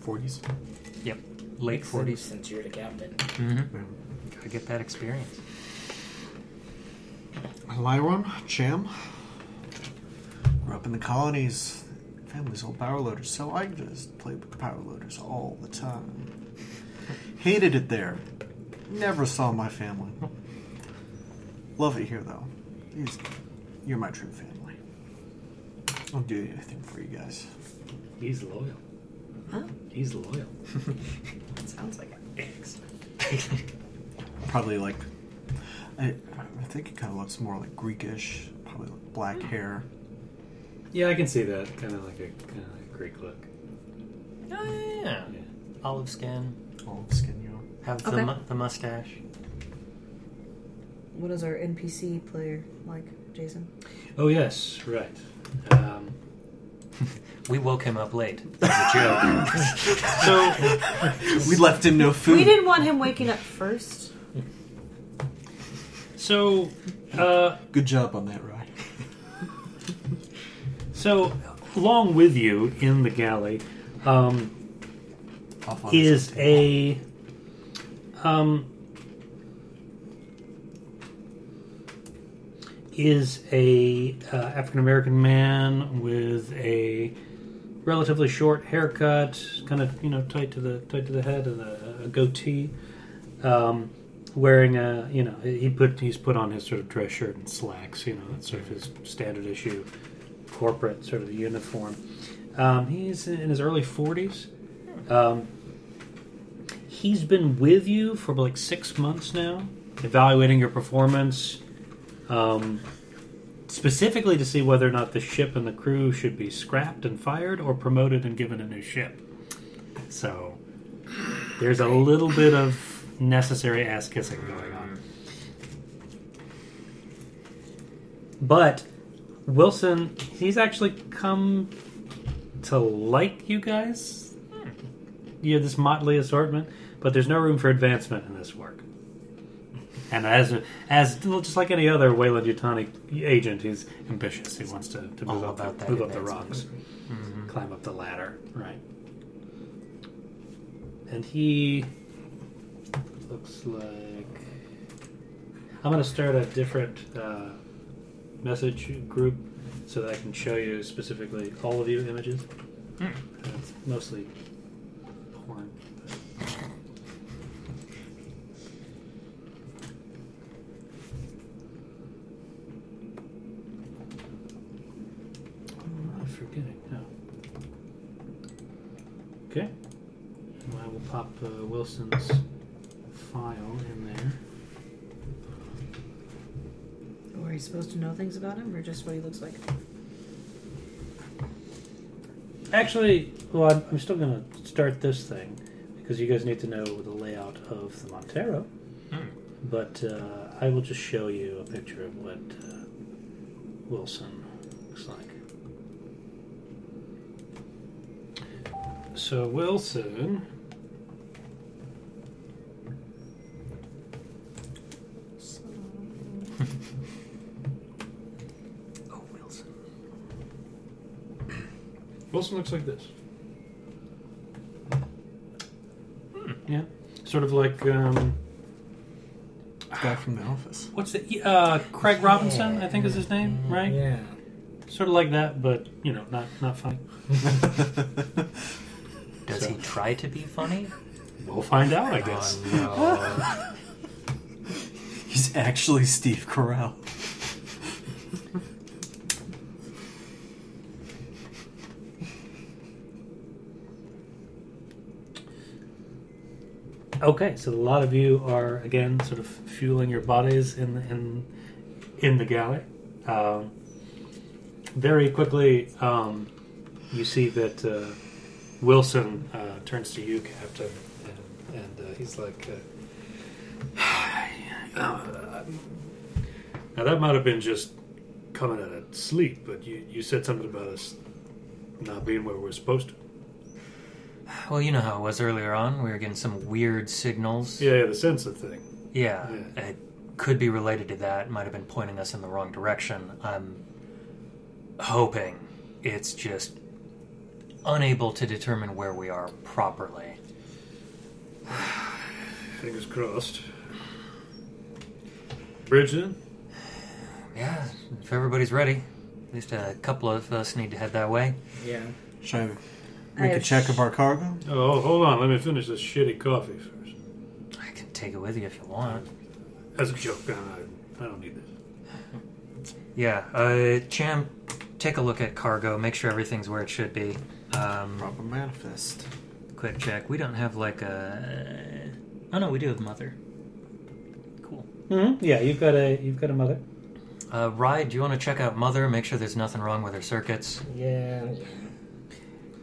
Speaker 2: Forties.
Speaker 3: Yep. Late
Speaker 5: Since-
Speaker 3: 40s.
Speaker 5: Since you're the captain.
Speaker 3: Mm-hmm. Gotta get that experience.
Speaker 2: Lyron, Cham. Grew up in the colonies. Family's all power loaders, so I just played with power loaders all the time. Hated it there. Never saw my family. Love it here though. These- You're my true family. I'll do anything for you guys.
Speaker 1: He's loyal.
Speaker 4: Huh?
Speaker 1: He's loyal.
Speaker 4: Sounds like it.
Speaker 2: Probably like, I, I think it kind of looks more like Greekish. Probably like black hair.
Speaker 1: Yeah, I can see that. Kind of like a kind of like a Greek look.
Speaker 3: Oh, yeah.
Speaker 1: Yeah.
Speaker 3: Olive skin.
Speaker 2: Olive skin, you know.
Speaker 3: Have the,
Speaker 4: Okay.
Speaker 3: mu- the mustache.
Speaker 4: What is our NPC player like, Jason?
Speaker 1: Oh yes, right. Um,
Speaker 3: We woke him up late. As a joke.
Speaker 1: so
Speaker 2: We left him no food.
Speaker 4: We didn't want him waking up first.
Speaker 1: so uh,
Speaker 2: Good job on that, Ryan.
Speaker 1: so along with you in the galley um,
Speaker 2: Off on
Speaker 1: is
Speaker 2: his-
Speaker 1: a um, is a uh, African American man with a relatively short haircut, kind of you know tight to the tight to the head and a, a goatee. Um, wearing a you know he put he's put on his sort of dress shirt and slacks you know that's sort of his standard issue corporate sort of uniform. Um, he's in his early forties. Um, he's been with you for like six months now, evaluating your performance, um, specifically to see whether or not the ship and the crew should be scrapped and fired or promoted and given a new ship. So there's a little bit of necessary ass kissing going on. But Wilson, he's actually come to like you guys
Speaker 3: Hmm.
Speaker 1: you have this motley assortment, but there's no room for advancement in this work. And as as well, just like any other Wayland Yutani agent, he's ambitious. He wants to, to move
Speaker 3: All
Speaker 1: up
Speaker 3: about
Speaker 1: the,
Speaker 3: that
Speaker 1: move up the
Speaker 3: advancement.
Speaker 1: rocks,
Speaker 3: Mm-hmm.
Speaker 1: climb up the ladder, right? And he looks like I'm going to start a different uh, message group so that I can show you specifically all of you images. Uh, it's mostly porn. Oh, I'm forgetting. Oh. Okay. Well, I will pop uh, Wilson's file in there.
Speaker 4: Were you supposed to know things about him, or just what he looks like?
Speaker 1: Actually, well, I'm, I'm still going to start this thing because you guys need to know the layout of the Montero.
Speaker 3: Hmm.
Speaker 1: But uh, I will just show you a picture of what uh, Wilson looks like. So, Wilson.
Speaker 3: Oh, Wilson.
Speaker 1: Wilson looks like this. Yeah. Sort of like. Um,
Speaker 7: The guy from The Office.
Speaker 1: What's the uh, Craig Robinson? I think is his name, right?
Speaker 5: Yeah.
Speaker 1: Sort of like that, but you know, not not funny.
Speaker 3: Does
Speaker 1: So-
Speaker 3: he try to be funny?
Speaker 1: We'll find out, I guess.
Speaker 3: Oh,
Speaker 2: He's actually Steve Carell.
Speaker 1: Okay, so a lot of you are again sort of fueling your bodies in the, in in the galley. Um, very quickly, um, you see that uh, Wilson uh, turns to you, Captain, and, and uh, he's like, uh, "Now that might have been just coming out of sleep, but you you said something about us not being where we're supposed to."
Speaker 3: no. well, you know how it was earlier on. We were getting some weird signals.
Speaker 1: Yeah, yeah the sensor thing.
Speaker 3: Yeah,
Speaker 1: Yeah.
Speaker 3: it could be related to that. Might have been pointing us in the wrong direction. I'm hoping it's just unable to determine where we are properly.
Speaker 1: Fingers crossed. Bridge then?
Speaker 3: Yeah, if everybody's ready, at least a couple of us need to head that way.
Speaker 5: Yeah.
Speaker 7: Should I
Speaker 4: I
Speaker 7: make a
Speaker 4: have
Speaker 7: check
Speaker 4: sh-
Speaker 7: of our cargo?
Speaker 1: Oh, hold on. Let me finish this shitty coffee first.
Speaker 3: I can take it with you if you want.
Speaker 1: That's a joke. I, I don't need this.
Speaker 3: Yeah, uh, Cham, take a look at cargo. Make sure everything's where it should be. Um,
Speaker 7: Proper manifest.
Speaker 3: quick check. We don't have like a. Oh no, we do have mother. Cool.
Speaker 1: Mm-hmm. Yeah, you've got a you've got a mother.
Speaker 3: Uh, Rye, do you want to check out mother? Make sure there's nothing wrong with her circuits.
Speaker 5: Yeah. yeah.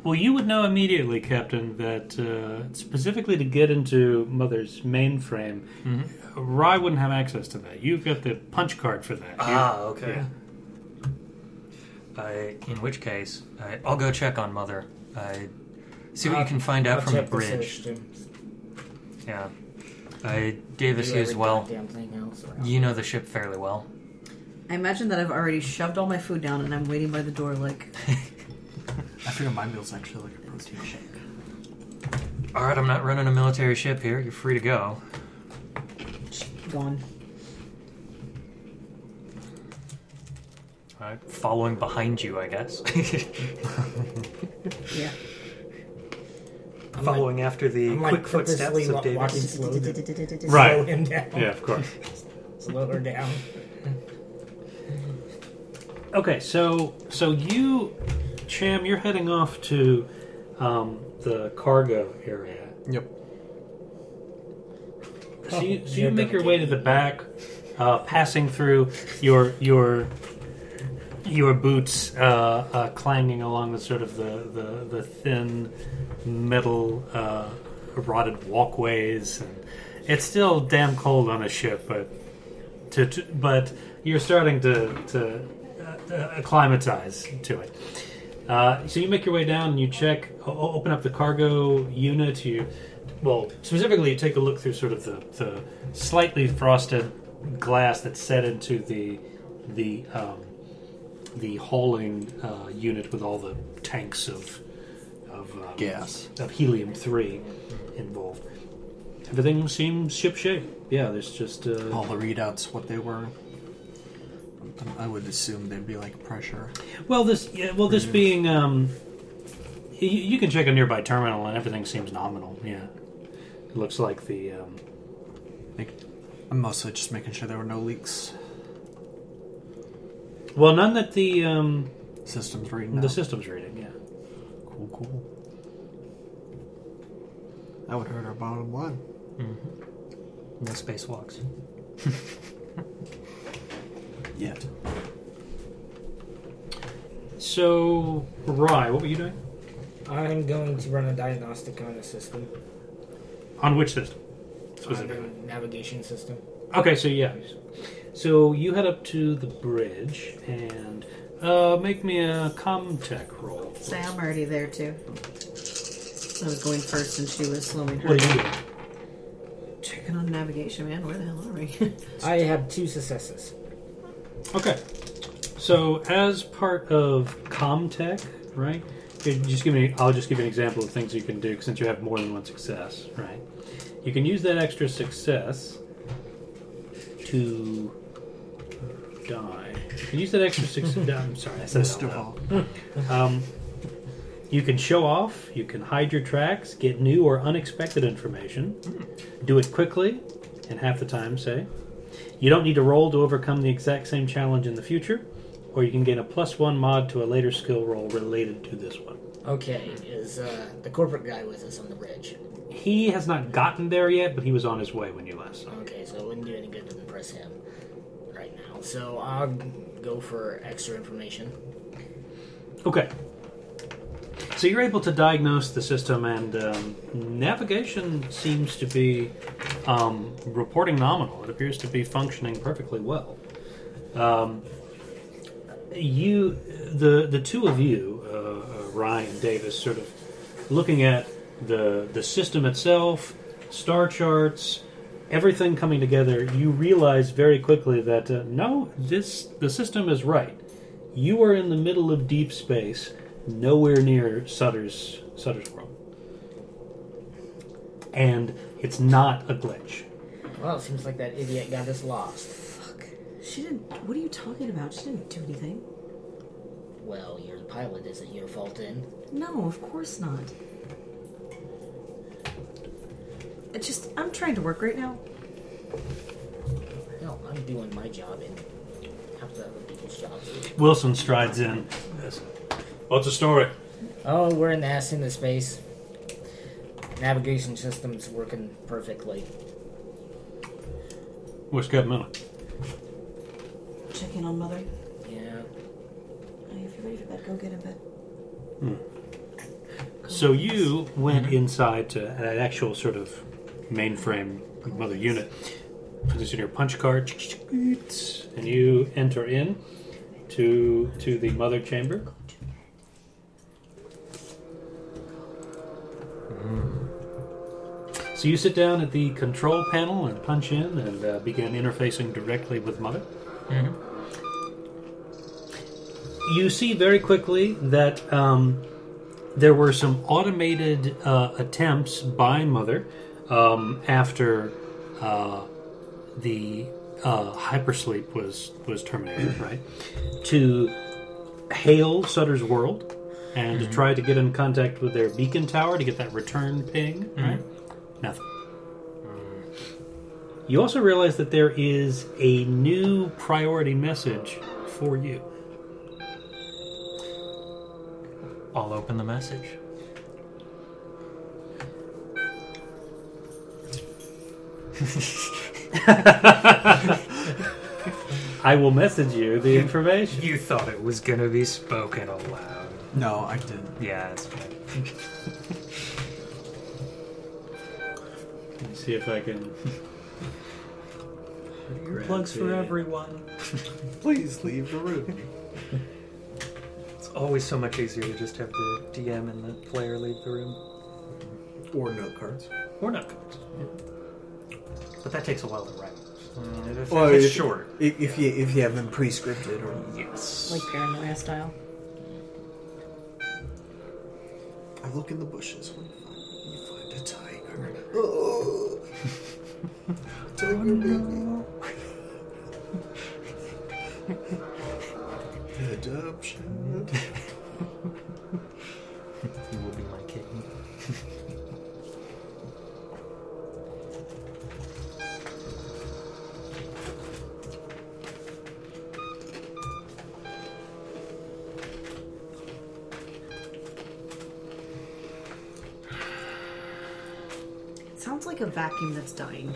Speaker 1: Well, you would know immediately, Captain, that uh, specifically to get into Mother's mainframe,
Speaker 3: Mhm.
Speaker 1: Rye wouldn't have access to that. You've got the punch card for that.
Speaker 3: Ah,
Speaker 1: You-
Speaker 3: okay. Uh, in which case, uh, I'll go check on Mother. Uh, see what
Speaker 5: I'll-
Speaker 1: Uh,
Speaker 3: you can find out
Speaker 5: I'll
Speaker 3: from the
Speaker 5: check the
Speaker 3: bridge.
Speaker 5: system.
Speaker 3: Yeah. Uh, Davis,
Speaker 5: Do
Speaker 3: you as
Speaker 5: every
Speaker 3: well.
Speaker 5: goddamn thing else around.
Speaker 3: You know the ship fairly well.
Speaker 4: I imagine that I've already shoved all my food down and I'm waiting by the door, like,
Speaker 2: sure my meal's actually like a protein shake.
Speaker 3: All right, I'm not running a military ship here. You're free to go.
Speaker 4: Gone.
Speaker 3: All right, following behind you, I guess.
Speaker 4: Yeah.
Speaker 3: following after the
Speaker 5: I'm, like,
Speaker 3: quick
Speaker 5: purposely
Speaker 3: footsteps
Speaker 5: wa-
Speaker 3: of
Speaker 5: walking
Speaker 3: Davis.
Speaker 5: slow to
Speaker 1: Right.
Speaker 5: slow him down.
Speaker 1: Yeah, of course.
Speaker 5: Slow her down.
Speaker 1: Okay, so so you, Cham, you're heading off to um, the cargo area.
Speaker 2: Yep.
Speaker 1: So you, so you
Speaker 5: you're
Speaker 1: make your
Speaker 5: gonna
Speaker 1: way to
Speaker 5: take
Speaker 1: the back, uh, passing through your your your boots uh, uh, clanging along the sort of the the, the thin metal uh, rotted walkways, and it's still damn cold on the ship, but to, to but you're starting to to uh, uh, acclimatize to it. Uh, so you make your way down and you check, o- o- open up the cargo unit. You, well, specifically, you take a look through sort of the, the slightly frosted glass that's set into the the um, the hauling uh, unit with all the tanks of of um,
Speaker 2: Gas.
Speaker 1: of helium three involved. Everything seems shipshape. Yeah, there's just uh,
Speaker 2: All the readouts, what they were. I would assume they'd be like pressure.
Speaker 1: Well, this yeah, well this being um, you, you can check a nearby terminal and everything seems nominal. Yeah, it looks like the um,
Speaker 2: Make, I'm mostly just making sure there were no leaks.
Speaker 1: well none that the um,
Speaker 2: Systems reading.
Speaker 1: the
Speaker 2: out.
Speaker 1: system's reading. Yeah,
Speaker 2: cool, cool.
Speaker 7: That would hurt our bottom line.
Speaker 3: No spacewalks.
Speaker 2: Yet.
Speaker 1: so Rye, what were you doing
Speaker 5: I'm going to run a diagnostic on the system,
Speaker 1: on which system?
Speaker 5: on the
Speaker 1: Specifically.
Speaker 5: navigation system.
Speaker 1: Okay, so yeah, so you head up to the bridge and uh, make me a comtech roll.
Speaker 4: Say, I'm already there too. I was going first, and she was slowing her.
Speaker 1: What are you
Speaker 4: down.
Speaker 1: doing?
Speaker 4: Checking on navigation, man. Where the hell are we?
Speaker 5: I have two successes.
Speaker 1: Okay. So as part of Comtech, right? you Just give me. I'll just give you an example of things you can do since you have more than one success, right? You can use that extra success to die. You can use that extra success. I'm sorry, I said it out
Speaker 2: Mr.
Speaker 1: loud.
Speaker 2: Hall.
Speaker 1: Um, you can show off, you can hide your tracks, get new or unexpected information, do it quickly, and half the time, say. You don't need to roll to overcome the exact same challenge in the future, or you can gain a plus one mod to a later skill roll related to this one.
Speaker 5: Okay, is uh, the corporate guy with us on the bridge?
Speaker 1: He has not gotten there yet, but he was on his way when you last saw him.
Speaker 5: Okay, so it wouldn't do any good to impress him right now. So I'll go for extra information.
Speaker 1: Okay. So you're able to diagnose the system, and um, navigation seems to be um, reporting nominal. It appears to be functioning perfectly well. Um, you, the the two of you, uh, uh, Ryan Davis, sort of looking at the the system itself, star charts, everything coming together. You realize very quickly that uh, no, this the system is right. You are in the middle of deep space, nowhere near Sutter's Sutter's world, and it's not a glitch.
Speaker 5: Well, it seems like that idiot got us lost.
Speaker 4: Fuck. She didn't. What are you talking about? She didn't do anything.
Speaker 5: Well, you're the pilot. Is it your fault then?
Speaker 4: No, of course not. It's just I'm trying to work right now.
Speaker 5: No, I'm doing my job and half the other people's jobs.
Speaker 1: Wilson strides in. What's the story?
Speaker 5: Oh, we're in the ass into space. Navigation system's working perfectly.
Speaker 1: Where's Captain Miller?
Speaker 4: Checking on mother.
Speaker 5: Yeah.
Speaker 4: Honey, if you're ready for bed, go get in bed.
Speaker 1: Hmm. So you went inside to an actual sort of mainframe mother unit. Put this in your punch card, and you enter in to to the mother chamber. Mm-hmm. So you sit down at the control panel and punch in and uh, begin interfacing directly with mother you see very quickly that um, there were some automated uh, attempts by Mother um, after uh, the uh, hypersleep was was terminated, right? To hail Sutter's World and to try to get in contact with their beacon tower to get that return ping, right? Nothing. You also realize that there is a new priority message for you.
Speaker 3: I'll open the message.
Speaker 1: I will message you the information.
Speaker 3: You thought it was gonna be spoken aloud.
Speaker 9: No, I didn't.
Speaker 3: Yeah, it's fine.
Speaker 1: Let me see if I can.
Speaker 3: Plugs for
Speaker 1: the-
Speaker 3: everyone.
Speaker 9: Please leave the room.
Speaker 3: It's always so much easier to just have the DM and the player leave the room.
Speaker 9: Or note cards.
Speaker 3: Or not. But that takes a while to write. Mm, if
Speaker 9: Well,
Speaker 3: it's
Speaker 9: if-
Speaker 3: short.
Speaker 2: If, if you if you have them pre-scripted or
Speaker 3: Yes.
Speaker 4: Like paranoia style.
Speaker 2: I look in the bushes when you find a tiger. Oh, tiger baby. Adoption.
Speaker 3: you will be my kitten.
Speaker 4: It sounds like a vacuum that's dying.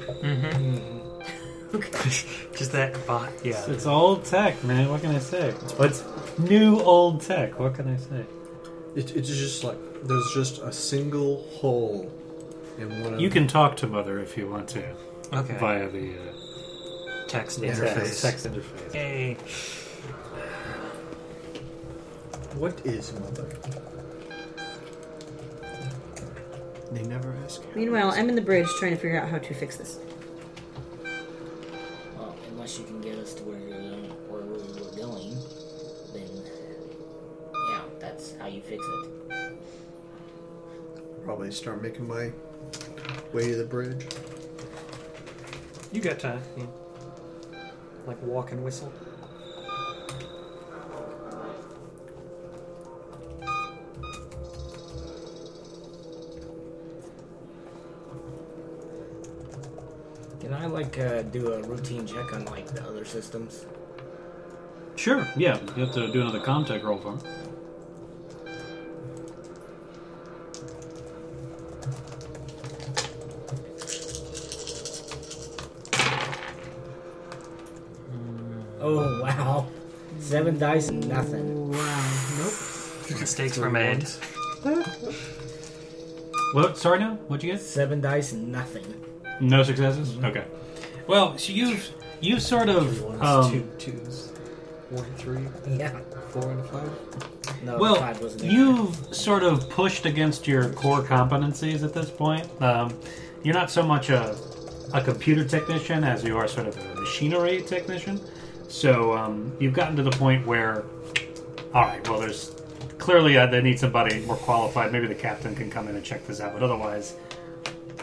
Speaker 3: Just that bot. Yeah.
Speaker 1: It's old tech, man. What can I say? What's new old tech? What can I say?
Speaker 2: It, it's just like there's just a single hole in one of
Speaker 1: You can talk to Mother if you want to
Speaker 3: Okay.
Speaker 1: via the uh,
Speaker 3: Text
Speaker 2: Yeah.
Speaker 1: text-
Speaker 3: interface.
Speaker 1: text interface.
Speaker 3: Yay.
Speaker 2: What is mother? They never ask. how
Speaker 4: Meanwhile,
Speaker 2: it's-
Speaker 4: I'm in the bridge trying to figure out how to fix this.
Speaker 10: Well, unless you can get us to where you're going, where we were going, then yeah, that's how you fix it.
Speaker 2: probably start making my way to the bridge.
Speaker 3: You got time. Yeah. Like walk and whistle.
Speaker 5: Can I like uh, do a routine check on like the other systems?
Speaker 1: Sure. Yeah. You have to do another contact roll for him.
Speaker 5: Oh wow, seven dice, and nothing.
Speaker 3: Mistakes were made.
Speaker 1: What? Sorry, now. What'd you get? Mm-hmm.
Speaker 5: Seven dice, and nothing.
Speaker 1: No successes. Okay. Well, so you've you've sort of um,
Speaker 2: twos, one, three,
Speaker 5: Yeah.
Speaker 2: four, and a five.
Speaker 5: No,
Speaker 1: well
Speaker 5: five wasn't there.
Speaker 1: you've sort of pushed against your core competencies at this point. Um, you're not so much a a computer technician as you are sort of a machinery technician. So um, you've gotten to the point where, all right, well, there's clearly uh, they need somebody more qualified. Maybe the captain can come in and check this out, but otherwise,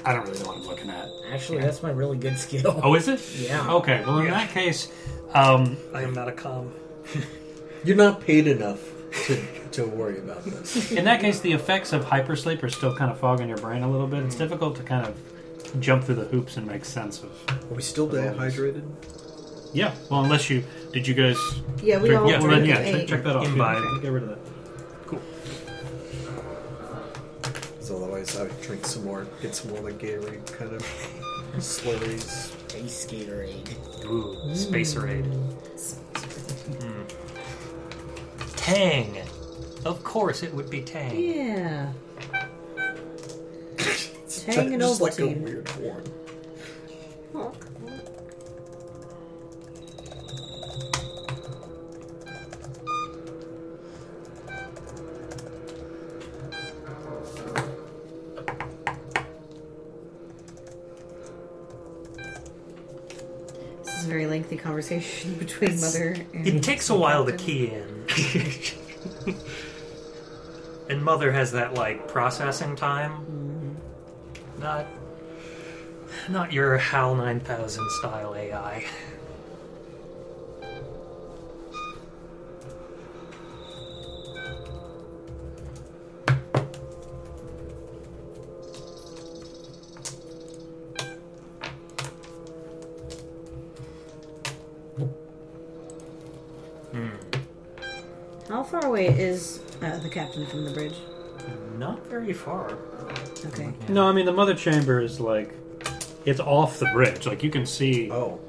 Speaker 1: I don't really know what I'm looking at.
Speaker 5: Actually, that's my really good skill.
Speaker 1: Oh, is it?
Speaker 5: Yeah.
Speaker 1: Okay. Well, in that case, um,
Speaker 3: I am not a com.
Speaker 2: You're not paid enough to to worry about this.
Speaker 1: in that case, the effects of hypersleep are still kind of fogging your brain a little bit. It's difficult to kind of jump through the hoops and make sense of.
Speaker 2: Are we still dehydrated?
Speaker 1: Yeah. Well, unless you did, you guys.
Speaker 4: Yeah, we
Speaker 1: drink
Speaker 4: all
Speaker 1: water? well, then,
Speaker 4: drink
Speaker 1: yeah.
Speaker 4: and
Speaker 1: Check,
Speaker 4: ate.
Speaker 1: check that off.
Speaker 3: Imbibe.
Speaker 1: Yeah, Get rid of that.
Speaker 2: Because otherwise, I would drink some more, get some more like Gatorade kind of slurries.
Speaker 10: Face Gatorade.
Speaker 3: Ooh, Spacerade. Tang. Of course, it would be Tang.
Speaker 4: Yeah.
Speaker 2: It's
Speaker 4: Tang and
Speaker 2: just like a
Speaker 4: Ovaltine.
Speaker 2: weird horn.
Speaker 4: This is a very lengthy conversation between
Speaker 3: Mm.
Speaker 4: mother and
Speaker 3: It takes a while to key in. And mother has that like processing time. Not not your HAL 9000 style AI.
Speaker 4: How far away is uh, the captain from the bridge?
Speaker 3: Not very far.
Speaker 4: Okay.
Speaker 1: No, I mean the mother chamber is like it's off the bridge. Like you can see,
Speaker 2: Oh.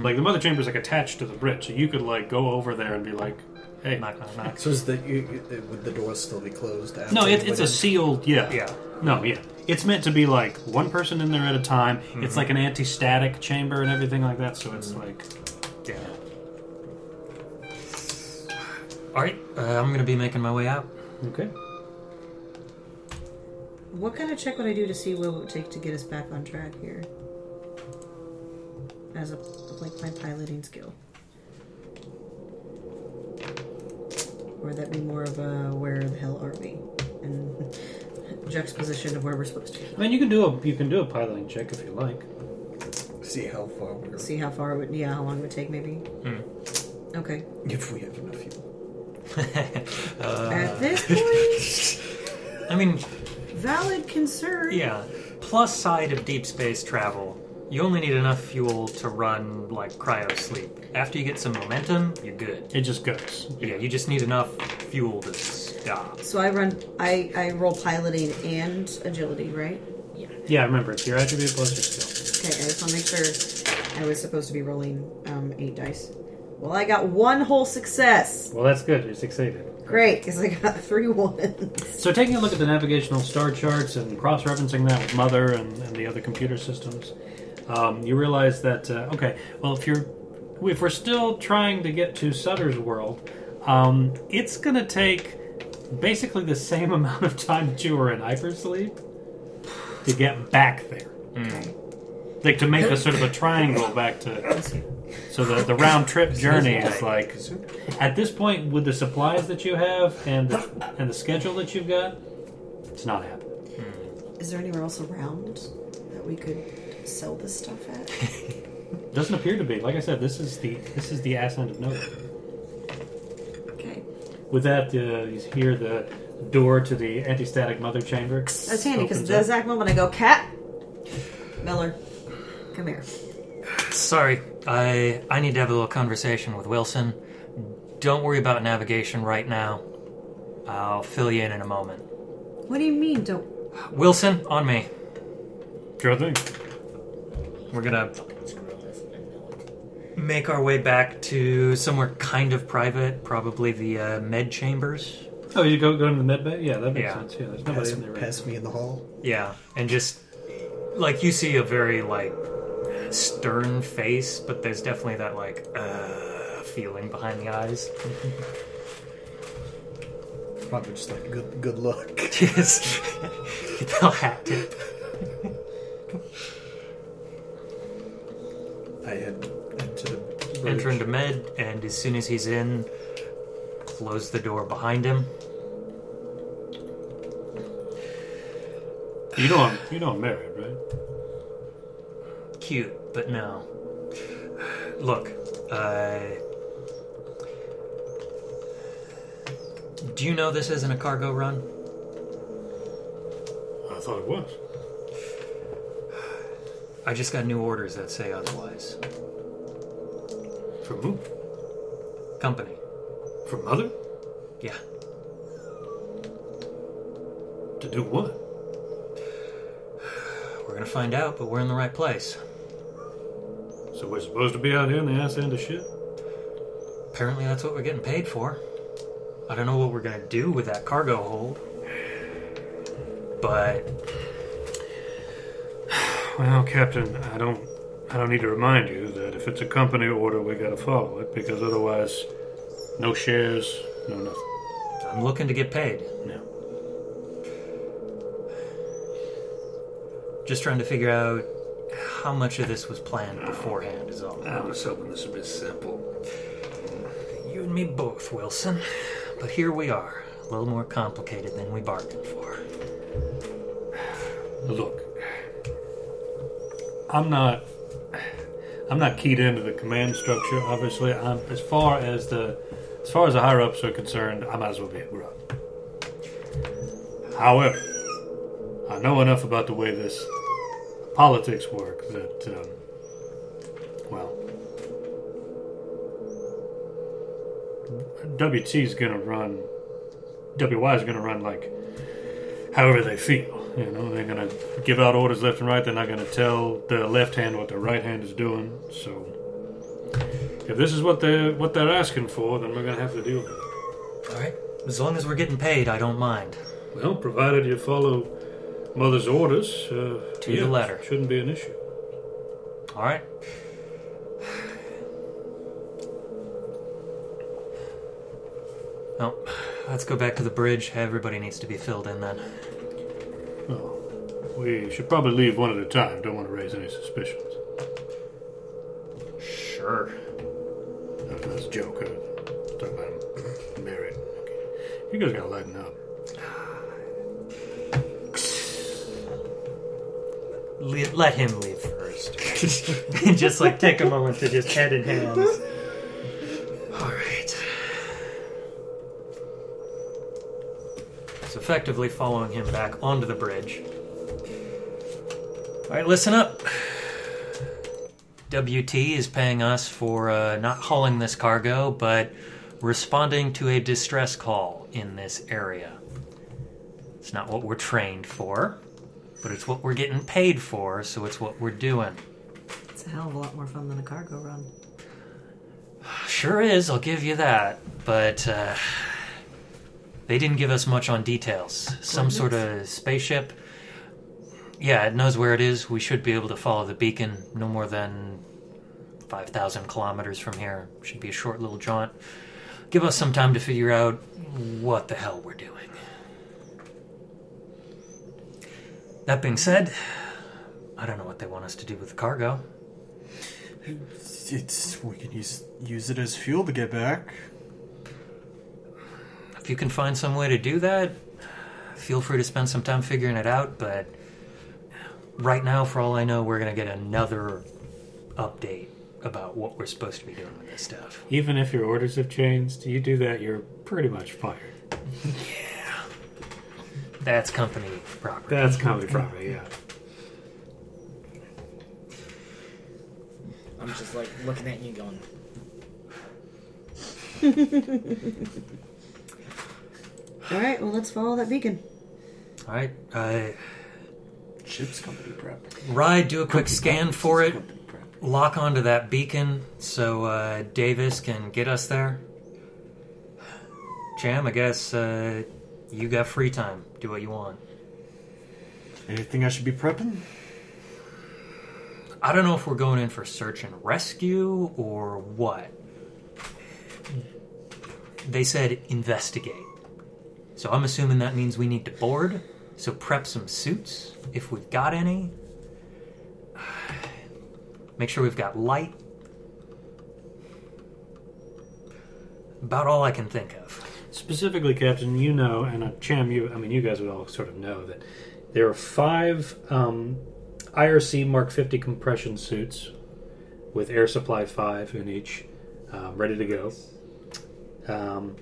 Speaker 1: like the mother chamber is like attached to the bridge, so you could like go over there and be like, "Hey,
Speaker 3: Knock knock knock.
Speaker 7: So is the you, you- the- would the doors still be closed? After
Speaker 1: No, it,
Speaker 7: you
Speaker 1: it's
Speaker 7: went
Speaker 1: a
Speaker 7: in?
Speaker 1: sealed. Yeah.
Speaker 3: Yeah.
Speaker 1: No, yeah. It's meant to be like one person in there at a time. It's like an anti-static chamber and everything like that. So it's like
Speaker 3: Yeah. All right, uh, I'm gonna be making my way out.
Speaker 1: okay.
Speaker 4: What kind of check would I do to see what it would take to get us back on track here? As a like my piloting skill. Or would that be more of a where the hell are we? And juxtaposition of where we're supposed to
Speaker 1: I mean, you can do a you can do a piloting check if you like.
Speaker 7: See how far we're
Speaker 4: see how far it would yeah, how long it would take maybe. Okay.
Speaker 7: if we have enough fuel.
Speaker 4: At this point
Speaker 3: I mean,
Speaker 4: valid concern.
Speaker 3: yeah. Plus side of deep space travel, you only need enough fuel to run like cryo sleep. After you get some momentum, you're good.
Speaker 1: It just goes.
Speaker 3: Yeah, you just need enough fuel to stop.
Speaker 4: So I run I, I roll piloting and agility, right?
Speaker 1: Yeah, remember it's your attribute plus your skill.
Speaker 4: Okay, I just want to make sure I was supposed to be rolling um, eight dice. Well, I got one whole success.
Speaker 1: Well, that's good. You succeeded.
Speaker 4: Great, because I got three ones.
Speaker 1: So taking a look at the navigational star charts and cross-referencing that with Mother and, and the other computer systems, um, you realize that uh, okay, well if you're if we're still trying to get to Sutter's world, um, it's going to take basically the same amount of time that you were in hypersleep to get back there. Like to make a sort of a triangle back to. So the, the round trip journey is like at this point with the supplies that you have and the, and the schedule that you've got, it's not happening.
Speaker 4: Is there anywhere else around that we could sell this stuff at?
Speaker 1: Doesn't appear to be. Like I said, this is the this is the ass end of nowhere.
Speaker 4: Okay,
Speaker 1: With that, uh, you hear the door to the anti-static mother chamber.
Speaker 4: that's handy because
Speaker 1: opens
Speaker 4: the
Speaker 1: up.
Speaker 4: exact moment I go, Cat Miller, come here.
Speaker 3: Sorry, I I need to have a little conversation with Wilson. Don't worry about navigation right now. I'll fill you in in a moment.
Speaker 4: What do you mean? Don't
Speaker 3: Wilson, on me.
Speaker 1: Sure thing.
Speaker 3: We're gonna
Speaker 11: Screw this. I know it.
Speaker 3: make our way back to somewhere kind of private, probably the uh, med chambers.
Speaker 1: Oh, you go go into the med bay. Yeah, that makes
Speaker 3: Yeah.
Speaker 1: sense. Yeah, there's nobody
Speaker 7: Pass,
Speaker 1: in there. Right
Speaker 7: pass me in the hall.
Speaker 3: Yeah, and just like you see a very like stern face, but there's definitely that like uh, feeling behind the eyes.
Speaker 7: Probably just like good good luck.
Speaker 3: Yes, they'll hack it.
Speaker 7: I head into the bridge.
Speaker 3: Enter into med, and as soon as he's in, close the door behind him.
Speaker 1: You know I'm you know I'm married, right?
Speaker 3: cute, but no. Look, uh, do you know this isn't a cargo run?
Speaker 1: I thought it was.
Speaker 3: I just got new orders that say otherwise.
Speaker 1: From who?
Speaker 3: Company,
Speaker 1: From mother?
Speaker 3: yeah.
Speaker 1: To do what?
Speaker 3: We're gonna find out, but we're in the right place.
Speaker 1: So we're supposed to be out here in the ass end of shit.
Speaker 3: Apparently, that's what we're getting paid for. I don't know what we're gonna do with that cargo hold, but
Speaker 1: Well, Captain, I don't, I don't need to remind you that if it's a company order, we gotta follow it because otherwise, no shares, no nothing.
Speaker 3: I'm looking to get paid.
Speaker 1: No.
Speaker 3: Just trying to figure out how much of this was planned beforehand is all.
Speaker 1: I was hoping this would be simple.
Speaker 3: You and me both, Wilson. But here we are. a little more complicated than we bargained for.
Speaker 1: Look, I'm not. I'm not keyed into the command structure. Obviously, I'm as far as the as far as the higher ups are concerned. I might as well be a grub. However, I know enough about the way this politics work that, um, well, WT is going to run. WY is going to run like however they feel. You know, they're going to give out orders left and right. They're not going to tell the left hand what the right hand is doing. So, if this is what they're what they're asking for, then we're going to have to deal with it.
Speaker 3: All right. As long as we're getting paid, I don't mind.
Speaker 1: Well, provided you follow mother's orders uh,
Speaker 3: To the letter.
Speaker 1: shouldn't be an issue.
Speaker 3: All right. Well, let's go back to the bridge. Everybody needs to be filled in then.
Speaker 1: Oh, we should probably leave one at a time. Don't want to raise any suspicions.
Speaker 3: Sure.
Speaker 1: No, that's a joke. I was talking about I'm married. Okay. You guys gotta lighten up.
Speaker 3: Le- let him leave first.
Speaker 8: just like take a moment to just head in hands.
Speaker 3: All right. It's effectively following him back onto the bridge. All right, listen up. WT is paying us for uh, not hauling this cargo, but responding to a distress call in this area. It's not what we're trained for, but it's what we're getting paid for, so it's what we're doing.
Speaker 4: It's a hell of a lot more fun than a cargo run.
Speaker 3: Sure is, I'll give you that. But uh, they didn't give us much on details. Some sort of spaceship. Yeah, it knows where it is. We should be able to follow the beacon no more than 5,000 kilometers from here. Should be a short little jaunt. Give us some time to figure out what the hell we're doing. That being said, I don't know what they want us to do with the cargo.
Speaker 2: It's we can use use it as fuel to get back.
Speaker 3: If you can find some way to do that, feel free to spend some time figuring it out. But right now, for all I know, we're going to get another update about what we're supposed to be doing with this stuff.
Speaker 1: Even if your orders have changed, you do that, you're pretty much fired.
Speaker 3: That's company property.
Speaker 1: That's comedy property, yeah.
Speaker 11: I'm just like looking at you going,
Speaker 4: All right, well, let's follow that beacon.
Speaker 3: All right. Uh,
Speaker 7: Ship's company prep.
Speaker 3: Rye, do a quick scan for it.
Speaker 7: Company prep.
Speaker 3: Lock onto that beacon so uh, Davis can get us there. Jam, I guess uh, you got free time. Do what you want.
Speaker 2: Anything I should be prepping?
Speaker 3: I don't know if we're going in for search and rescue or what. They said investigate. So I'm assuming that means we need to board. So prep some suits if we've got any. Make sure we've got light. About all I can think of.
Speaker 1: Specifically, Captain, you know, and uh, Cham, you, I mean, you guys would all sort of know that there are five um, IRC Mark 50 compression suits with air supply five in each, um, ready to go. Um,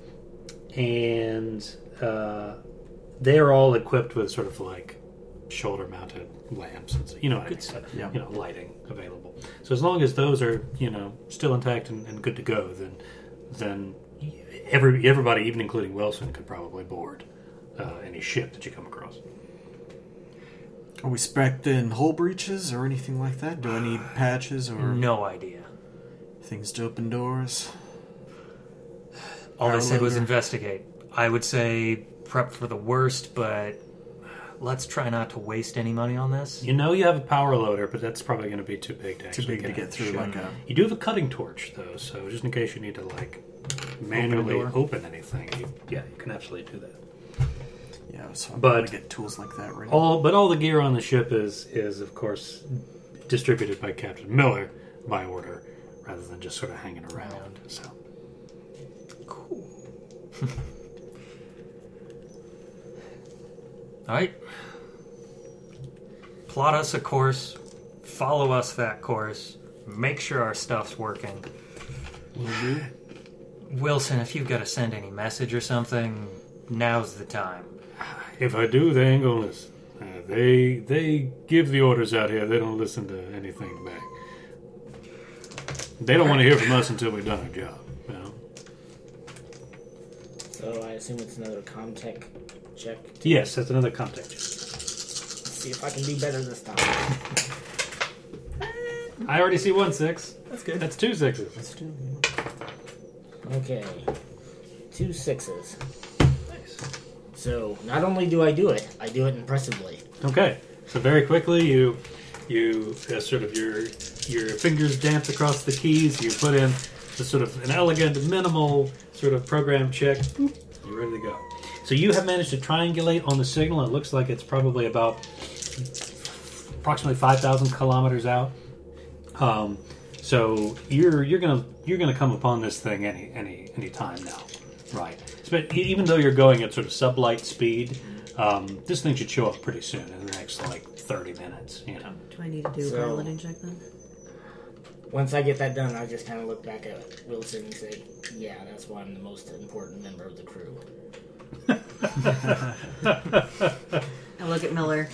Speaker 1: and uh, they're all equipped with sort of like shoulder mounted lamps and so, you know what I mean, but,
Speaker 2: yeah.
Speaker 1: you know lighting available so as long as those are you know still intact and, and good to go then then every everybody even including Wilson could probably board uh, any ship that you come across
Speaker 2: Are we specced in hole breaches or anything like that? Do I need patches or
Speaker 3: No idea.
Speaker 2: things to open doors?
Speaker 3: All they said was
Speaker 2: Downloader.
Speaker 3: investigate. I would say prep for the worst, but let's try not to waste any money on this.
Speaker 1: you know you have a power loader but that's probably going to be too big to
Speaker 2: Too
Speaker 1: actually
Speaker 2: big to
Speaker 1: out
Speaker 2: get
Speaker 1: of the
Speaker 2: through
Speaker 1: ship.
Speaker 2: like a
Speaker 1: you do have a cutting torch though so just in case you need to like manually
Speaker 3: door.
Speaker 1: open, anything you, yeah you can absolutely do that
Speaker 2: yeah. So I'm
Speaker 1: But-
Speaker 2: gonna get tools like that right. now.
Speaker 1: All but all the gear on the ship is is of course distributed by Captain Miller by order, rather than just sort of hanging around. So
Speaker 3: All right. Plot us a course, follow us that course, make sure our stuff's working. Wilson, if you've got to send any message or something, now's the time.
Speaker 1: If I do, they ain't gonna listen. Uh, they they give the orders out here. They don't listen to anything back. They don't want to hear from us until we've done our job. You know?
Speaker 5: So I assume it's another Comtech check.
Speaker 1: Yes, that's another contact.
Speaker 5: Let's see if I can do better this time.
Speaker 1: I already see one six.
Speaker 2: That's good.
Speaker 1: That's two sixes.
Speaker 5: Okay. Two sixes. So not only do I do it, I do it impressively.
Speaker 1: Okay, so very quickly you you uh, sort of your your fingers dance across the keys. You put in the sort of an elegant, minimal sort of program check. Boop, You're ready to go. So you have managed to triangulate on the signal. It looks like it's probably about approximately five thousand kilometers out. Um, so you're you're gonna you're gonna come upon this thing any any any time now, right? But e- even though you're going at sort of sublight speed, um, this thing should show up pretty soon in the next like thirty minutes. You know,
Speaker 4: Do I need to do a
Speaker 5: So-
Speaker 4: piloting check then?
Speaker 5: Once I get that done, I just kind of look back at Wilson and say, "Yeah, that's why I'm the most important member of the crew."
Speaker 4: I look at Miller.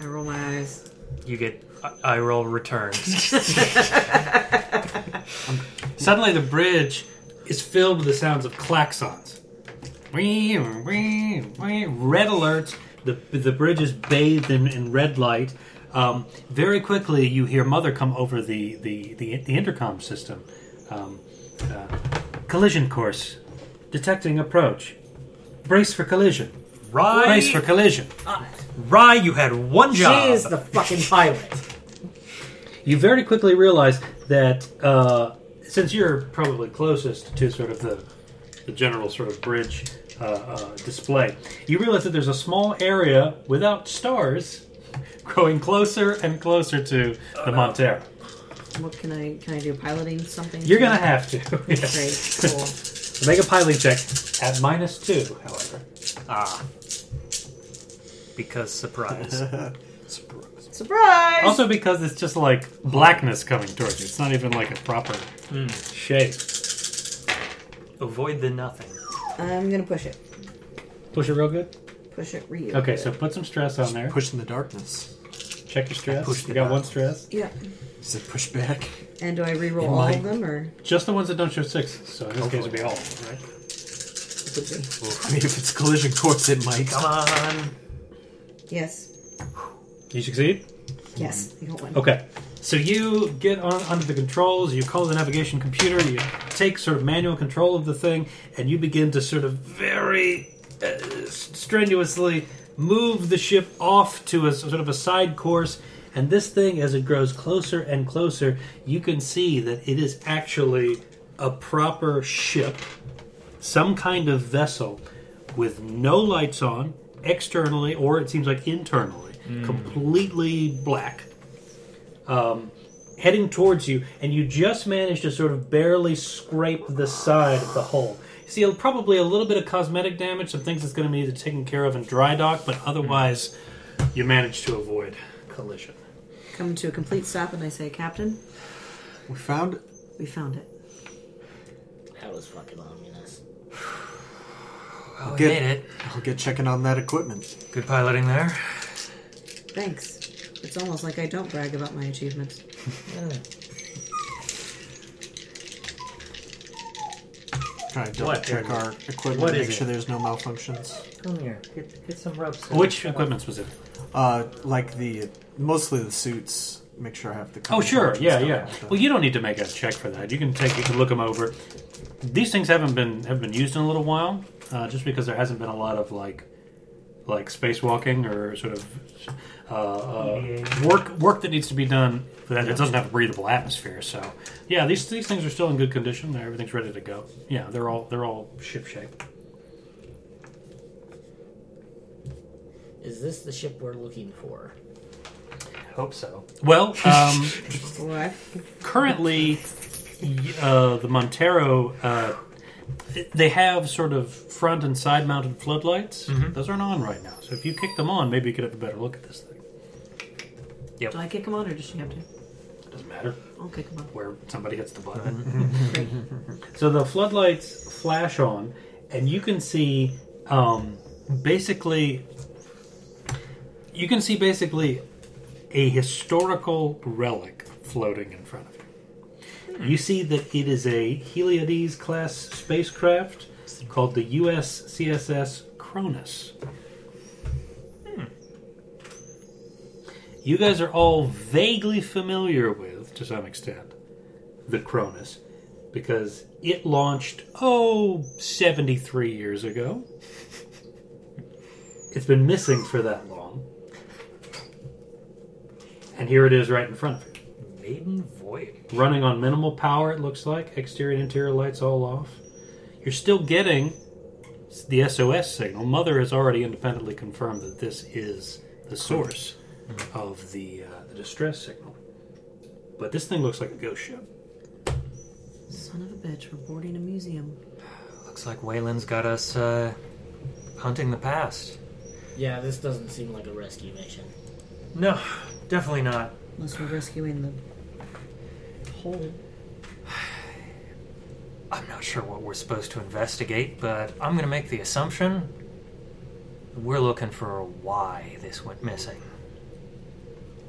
Speaker 4: I roll my eyes.
Speaker 3: You get I, I roll return.
Speaker 1: suddenly the bridge is filled with the sounds of klaxons. Wee, wee, wee. Red alerts. The the bridge is bathed in, in red light. Um, very quickly, you hear Mother come over the the the, the intercom system. Um, uh, collision course, detecting approach. Brace for collision.
Speaker 3: Rye,
Speaker 1: Brace for collision.
Speaker 11: Ah,
Speaker 3: Rye, you had one job.
Speaker 5: She is the fucking pilot.
Speaker 1: you very quickly realize that uh, since you're probably closest to sort of the, the general sort of bridge uh, uh, display, you realize that there's a small area without stars growing closer and closer to the Montero.
Speaker 4: What can I can I do? Piloting something?
Speaker 1: You're gonna have to yes.
Speaker 4: Great. Cool.
Speaker 1: make a piloting check at minus two, however.
Speaker 3: ah, because surprise.
Speaker 7: Surprise.
Speaker 6: Surprise!
Speaker 1: Also because it's just like blackness coming towards you. It's not even like a proper shape.
Speaker 3: Avoid the nothing.
Speaker 4: I'm gonna push it.
Speaker 1: Push it real good.
Speaker 4: Push it real.
Speaker 1: Okay,
Speaker 4: good.
Speaker 1: so put some stress on there.
Speaker 2: Push in the darkness.
Speaker 1: Check your stress.
Speaker 2: Push
Speaker 1: you
Speaker 2: the
Speaker 1: got
Speaker 2: button.
Speaker 1: one stress.
Speaker 4: yeah.
Speaker 2: Is it push back?
Speaker 4: And do I re-roll
Speaker 2: It
Speaker 4: all
Speaker 2: might.
Speaker 4: of them or
Speaker 1: Just the ones that don't show sixes. So in this case, it'd be all, right?
Speaker 2: I mean, if it's collision course, it might.
Speaker 3: Come on.
Speaker 4: yes?
Speaker 1: You succeed.
Speaker 4: Yes.
Speaker 2: Hmm.
Speaker 4: You got one.
Speaker 1: Okay. So you get on under the controls. You call the navigation computer. You take sort of manual control of the thing, and you begin to sort of very uh, s- strenuously move the ship off to a s- sort of a side course. And this thing, as it grows closer and closer, you can see that it is actually a proper ship, some kind of vessel with no lights on externally, or it seems like internally, completely black heading towards you, and you just manage to sort of barely scrape the side of the hull. You see, probably a little bit of cosmetic damage, some things that's going to be either taken care of in dry dock, but otherwise, you manage to avoid collision.
Speaker 4: Come to a complete stop and I say, Captain,
Speaker 2: We found.
Speaker 4: we found it.
Speaker 11: That was fucking ominous.
Speaker 3: Oh,
Speaker 2: Good.
Speaker 3: Get it.
Speaker 2: I'll get checking on that equipment.
Speaker 3: Good piloting there.
Speaker 4: Thanks. It's almost like I don't brag about my achievements.
Speaker 2: Try to double
Speaker 8: What?
Speaker 2: check our equipment,
Speaker 8: What
Speaker 2: make
Speaker 8: is
Speaker 2: sure
Speaker 8: it?
Speaker 2: there's no malfunctions.
Speaker 8: Come here. Get, get some ropes.
Speaker 1: Which equipment specifically?
Speaker 2: Uh, like the mostly the suits. Make sure I have the.
Speaker 1: Oh, sure, yeah,
Speaker 2: stuff
Speaker 1: yeah.
Speaker 2: like that.
Speaker 1: Well, you don't need to make a check for that. You can take, you can look them over. These things haven't been have been used in a little while, uh, just because there hasn't been a lot of like like spacewalking or sort of uh, uh, work work that needs to be done that it doesn't have a breathable atmosphere. So, yeah, these these things are still in good condition. They're- Everything's ready to go. Yeah, they're all they're all shipshape.
Speaker 11: Is this the ship we're looking for?
Speaker 3: Hope so.
Speaker 1: Well, um,
Speaker 4: What?
Speaker 1: currently, y- uh, the Montero uh, they have sort of front and side mounted floodlights. Those aren't on right now. So if you kick them on, maybe you could have a better look at this thing.
Speaker 4: Do I kick him on or does she have to?
Speaker 1: It doesn't matter
Speaker 4: I'll kick him on.
Speaker 1: where somebody hits the button. so the floodlights flash on, and you can see um, basically you can see basically a historical relic floating in front of you. You see that it is a Heliades class spacecraft called the USCSS Cronus. Hmm. you guys are all vaguely familiar with, to some extent, the Cronus, because it launched, oh, 73 years ago. It's been missing for that long. And here it is right in front of you.
Speaker 3: Maiden voyage.
Speaker 1: Running on minimal power, it looks like. Exterior and interior lights all off. You're still getting the SOS signal. Mother has already independently confirmed that this is the source
Speaker 3: Mm-hmm.
Speaker 1: of the, uh, the distress signal. But this thing looks like a ghost ship.
Speaker 4: Son of a bitch, we're boarding a museum.
Speaker 3: Looks like Wayland's got us uh, hunting the past.
Speaker 11: Yeah, this doesn't seem like a rescue mission.
Speaker 3: No, definitely not.
Speaker 4: Unless we're rescuing the whole.
Speaker 3: I'm not sure what we're supposed to investigate, but I'm going to make the assumption we're looking for why this went missing.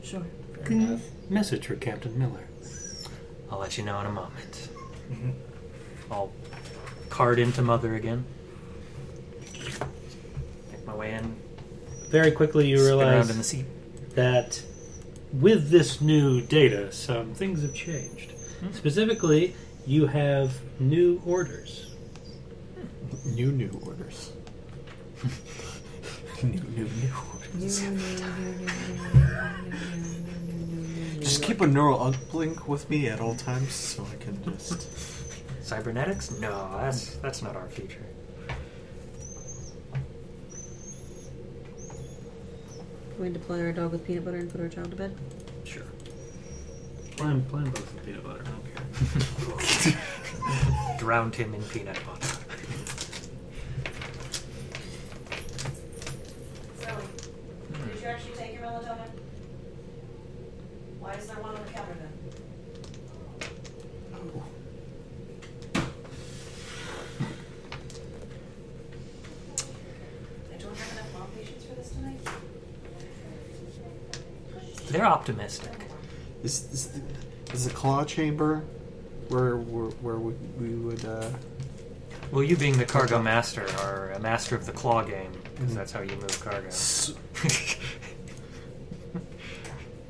Speaker 4: Sure.
Speaker 11: Oh,
Speaker 1: Message for Captain Miller.
Speaker 3: I'll let you know in a moment. Mm-hmm. I'll card into Mother again. Make my way in.
Speaker 1: Very quickly, you
Speaker 3: spin around
Speaker 1: realize
Speaker 3: in the seat.
Speaker 1: that with this new data, some things have changed. Specifically, you have new orders.
Speaker 2: New, new orders. new, new, new orders. Just keep a neural uplink with me at all times so I can just.
Speaker 3: Cybernetics? No, that's that's not our future.
Speaker 4: Going to play our dog with peanut butter and put our child to bed?
Speaker 1: Sure. Plan, plan both with peanut butter. I don't care.
Speaker 3: Drowned him in peanut butter.
Speaker 6: Sally, did you actually take your melatonin? Why is there one on the counter then? I don't have enough mom patience for this tonight.
Speaker 3: They're optimistic.
Speaker 2: Is, is, the, is the claw chamber where where, where we, we would. Uh,
Speaker 3: Well, you being the cargo master are a master of the claw game, because that's how you move cargo.
Speaker 2: s-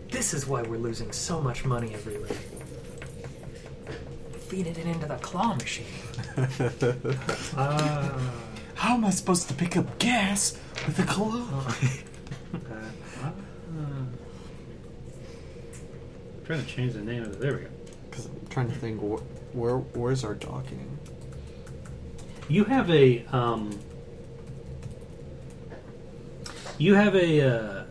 Speaker 3: this is why we're losing so much money every week. Feeding it into the claw machine.
Speaker 1: Ah,
Speaker 2: How am I supposed to pick up gas with a claw?
Speaker 1: Ah. I'm trying to change the name of it. There we go.
Speaker 2: Because I'm trying to think wh- where where's our docking?
Speaker 1: You have a um, you have a uh,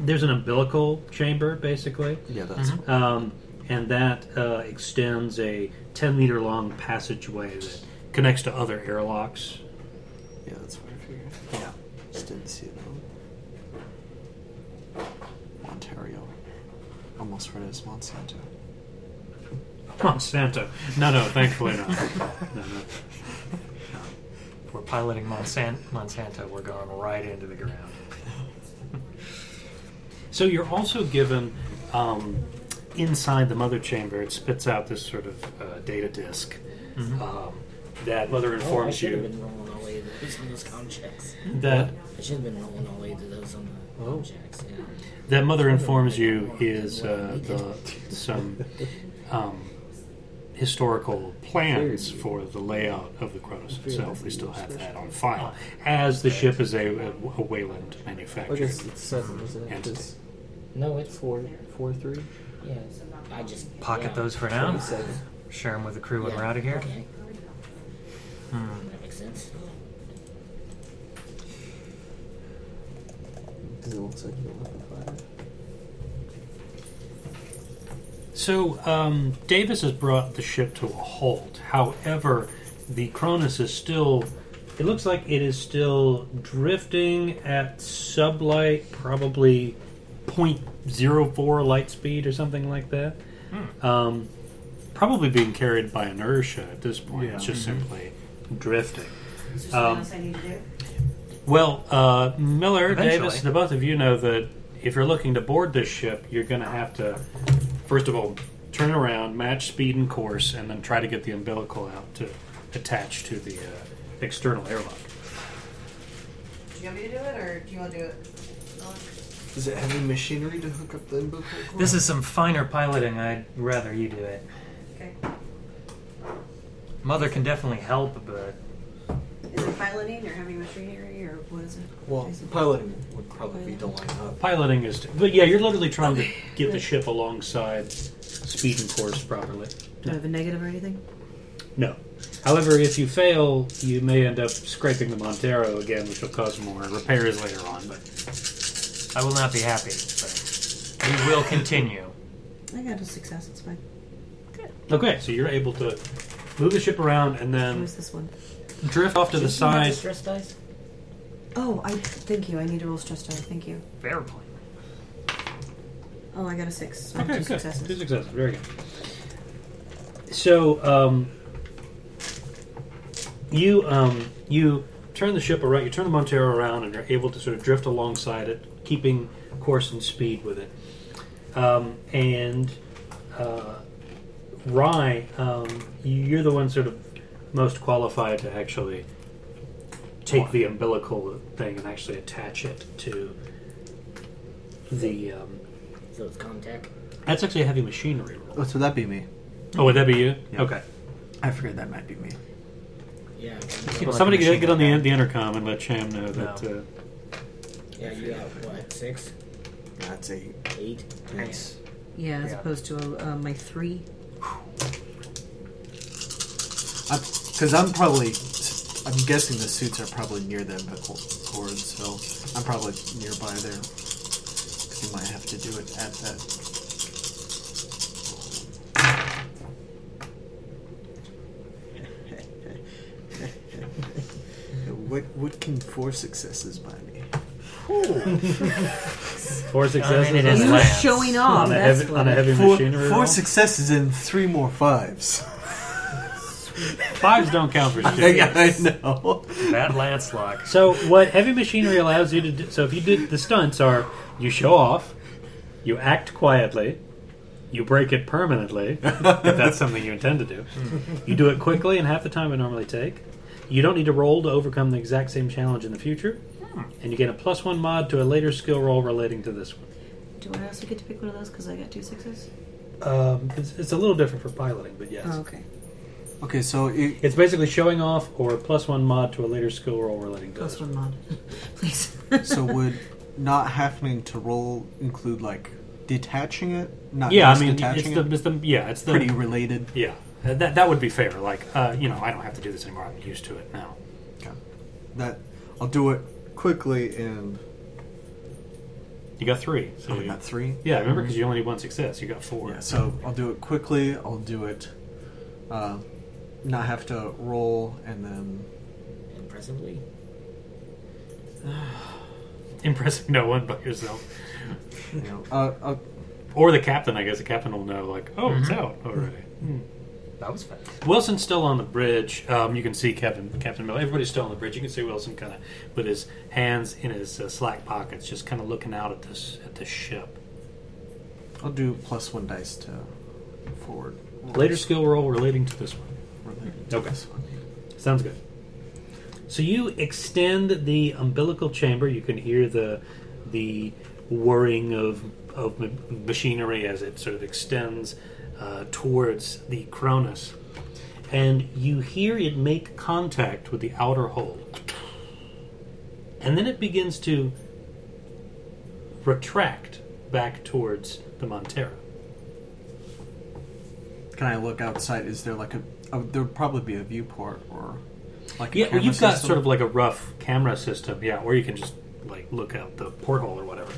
Speaker 1: there's an umbilical chamber basically,
Speaker 2: Yeah, that's
Speaker 1: um, and that uh, extends a 10 meter long passageway that connects to other airlocks.
Speaker 2: yeah, that's what I figured.
Speaker 1: Yeah.
Speaker 2: Just didn't see it. though. Ontario, almost read it as Monsanto.
Speaker 1: Monsanto. No, no, thankfully not. No, no.
Speaker 3: We're piloting Monsanto. Monsanto. We're going right into the ground.
Speaker 1: So you're also given um, inside the mother chamber. It spits out this sort of uh, data disk um, that mother
Speaker 11: Mm-hmm. Oh, I
Speaker 1: informs
Speaker 11: should have
Speaker 1: you
Speaker 11: been rolling all the way to those on those contracts.
Speaker 1: that
Speaker 11: I should have been rolling all the way to those on the
Speaker 5: Oh.
Speaker 11: contracts. Yeah.
Speaker 1: that mother informs you is uh, the, some um, historical plans for the layout of the Cronus itself. They still have that on file, as the ship is a, a Wayland
Speaker 8: I
Speaker 1: manufacturer.
Speaker 8: guess it seven, isn't it?
Speaker 1: Entity.
Speaker 8: It's
Speaker 11: No, it's
Speaker 8: four, four, three.
Speaker 11: yeah. I just
Speaker 3: Pocket
Speaker 11: yeah.
Speaker 3: those for now.
Speaker 8: Seven.
Speaker 3: Share them with the crew when
Speaker 11: Yeah,
Speaker 3: we're out of here.
Speaker 11: Okay.
Speaker 3: Hmm.
Speaker 11: That makes sense.
Speaker 8: Because it looks like you're looking for it.
Speaker 1: So um, Davis has brought the ship to a halt. However, the Cronus is still. It looks like it is still drifting at sublight, probably 0.04 light speed or something like that. Um, probably being carried by inertia at this point. It's just simply drifting.
Speaker 6: Is there something
Speaker 1: Um,
Speaker 6: else I need to do?
Speaker 1: Well, uh, Miller,
Speaker 3: Eventually.
Speaker 1: Davis, the both of you know that if you're looking to board this ship, you're going to have to, first of all, turn around, match speed and course, and then try to get the umbilical out to attach to the uh, external airlock.
Speaker 6: Do you want me to do it, or do you want to do it?
Speaker 7: Does it have any machinery to hook up the umbilical cord?
Speaker 8: This is some finer piloting. I'd rather you do it.
Speaker 6: Okay.
Speaker 3: Mother can definitely help, but
Speaker 4: Is it piloting or heavy machinery or what is it?
Speaker 7: well, piloting would probably be to line up.
Speaker 1: Piloting is, but yeah, you're literally trying to get the ship alongside speed and course properly.
Speaker 4: Do I have a negative or anything?
Speaker 1: No. However, if you fail, you may end up scraping the Montero again, which will cause more repairs later on. But
Speaker 3: I will not be happy. But we will continue.
Speaker 4: I got a success. It's fine.
Speaker 1: Okay, so you're able to move the ship around and
Speaker 4: Who
Speaker 1: then
Speaker 4: is this one?
Speaker 1: drift off to the
Speaker 11: Did you have
Speaker 1: side.
Speaker 11: Stress dice?
Speaker 4: Oh, I thank you. I need to roll stress die. Thank you.
Speaker 3: Fair play.
Speaker 4: Oh, I got a six. So
Speaker 1: Okay,
Speaker 4: two
Speaker 1: good.
Speaker 4: successes.
Speaker 1: Two successes. Very good. So, um, you um, you turn the ship around. You turn the Montero around and are able to sort of drift alongside it, keeping course and speed with it. Um, and uh, Rye, um, you're the one sort of most qualified to actually take the umbilical thing and actually attach it to the. Um,
Speaker 11: So it's contact.
Speaker 1: that's actually a heavy machinery roll.
Speaker 2: Oh, so that'd be me.
Speaker 1: Oh, would that be you?
Speaker 2: Yeah.
Speaker 1: Okay.
Speaker 2: I figured that might be me.
Speaker 11: Yeah.
Speaker 3: like
Speaker 1: Somebody
Speaker 3: a
Speaker 1: get,
Speaker 3: machine
Speaker 1: get on the,
Speaker 3: gun.
Speaker 1: the intercom and let Sham know that. Uh,
Speaker 11: Yeah, you got what? Six?
Speaker 7: That's eight.
Speaker 11: Eight?
Speaker 3: Nice.
Speaker 4: Yeah, as
Speaker 3: Yeah.
Speaker 4: opposed to uh, my three.
Speaker 2: Because I'm probably, I'm guessing the suits are probably near the umbilical cord, so I'm probably nearby there. 'Cause you might have to do it at that.
Speaker 7: What what can four successes buy me?
Speaker 1: four successes
Speaker 3: I mean, it
Speaker 1: on
Speaker 3: is
Speaker 1: a-
Speaker 4: You
Speaker 3: last.
Speaker 4: showing off.
Speaker 1: on, a
Speaker 4: That's
Speaker 1: heavy, on a
Speaker 4: clever.
Speaker 1: heavy
Speaker 2: Four,
Speaker 1: machinery
Speaker 2: four
Speaker 1: roll.
Speaker 2: successes and three more fives.
Speaker 1: Fives don't count for shit.
Speaker 2: yeah, I know.
Speaker 3: Bad Lancelot.
Speaker 1: So what heavy machinery allows you to do... So if you did... The stunts are you show off, you act quietly, you break it permanently, if that's something you intend to do. You do it quickly and half the time it normally take. You don't need to roll to overcome the exact same challenge in the future. And you get a plus one mod to a later skill roll relating to this one.
Speaker 4: Do I also get to pick one of those because I got two sixes?
Speaker 1: Um, it's, it's a little different for piloting, but yes.
Speaker 4: Oh, okay.
Speaker 2: Okay, so it,
Speaker 1: It's basically showing off or plus one mod to a later skill roll relating to
Speaker 4: Plus
Speaker 1: this.
Speaker 4: one mod, please.
Speaker 2: so would not happening to roll include like detaching it? Not
Speaker 1: Yeah, I
Speaker 2: just
Speaker 1: mean, it's
Speaker 2: detaching
Speaker 1: the,
Speaker 2: Uh, it?
Speaker 1: it's the yeah, it's the
Speaker 2: pretty related.
Speaker 1: yeah. Uh, That that would be fair. Like, uh, you know, I don't have to do this anymore. I'm used to it now.
Speaker 2: That I'll do it quickly and
Speaker 1: You got three. So
Speaker 2: oh, we
Speaker 1: you-
Speaker 2: got three.
Speaker 1: yeah, remember because you only need one success. You got four.
Speaker 2: Yeah, so I'll do it quickly. I'll do it, uh, not have to roll, and then
Speaker 11: Impressively.
Speaker 1: Impressing no one but yourself
Speaker 2: you know, uh, uh,
Speaker 1: or the captain. I guess the captain will know. Like, oh,
Speaker 2: Mm-hmm.
Speaker 1: it's out already.
Speaker 3: That was fast.
Speaker 1: Wilson's still on the bridge. Um, you can see Captain Captain Miller. Everybody's still on the bridge. You can see Wilson kind of with his hands in his uh, slack pockets, just kind of looking out at this at this ship.
Speaker 2: I'll do plus one dice to forward.
Speaker 1: Later skill roll relating to this one.
Speaker 2: related
Speaker 1: Okay.
Speaker 2: this one.
Speaker 1: Sounds good. So you extend the umbilical chamber. You can hear the the whirring of of ma- machinery as it sort of extends uh, towards the Cronus, and you hear it make contact with the outer hull, and then it begins to retract back towards the Montero.
Speaker 2: Can I look outside? Is there like a? Oh, there'd probably be a viewport or like a
Speaker 1: Yeah, well,
Speaker 2: camera
Speaker 1: you've got
Speaker 2: system?
Speaker 1: sort of like a rough camera system, yeah, or you can just like look out the porthole or whatever.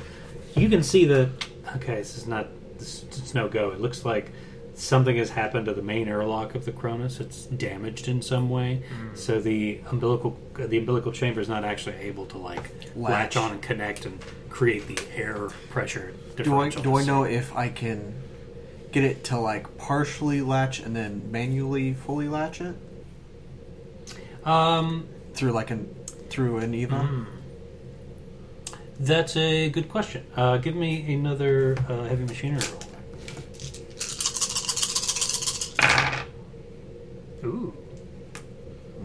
Speaker 1: You can see that. Okay, this is not. This, it's no go. It looks like something has happened to the main airlock of the Cronus. It's damaged in some way,
Speaker 2: Hmm.
Speaker 1: so the umbilical the umbilical chamber is not actually able to like
Speaker 2: Latch.
Speaker 1: latch, on and connect and create the air pressure.
Speaker 2: Do I
Speaker 1: differential.
Speaker 2: do I
Speaker 1: So-
Speaker 2: know if I can get it to like partially latch and then manually fully latch it
Speaker 1: Um,
Speaker 2: through like an through an Eva?
Speaker 3: Hmm.
Speaker 1: that's a good question. Uh, give me another uh, heavy machinery roll.
Speaker 3: Ooh.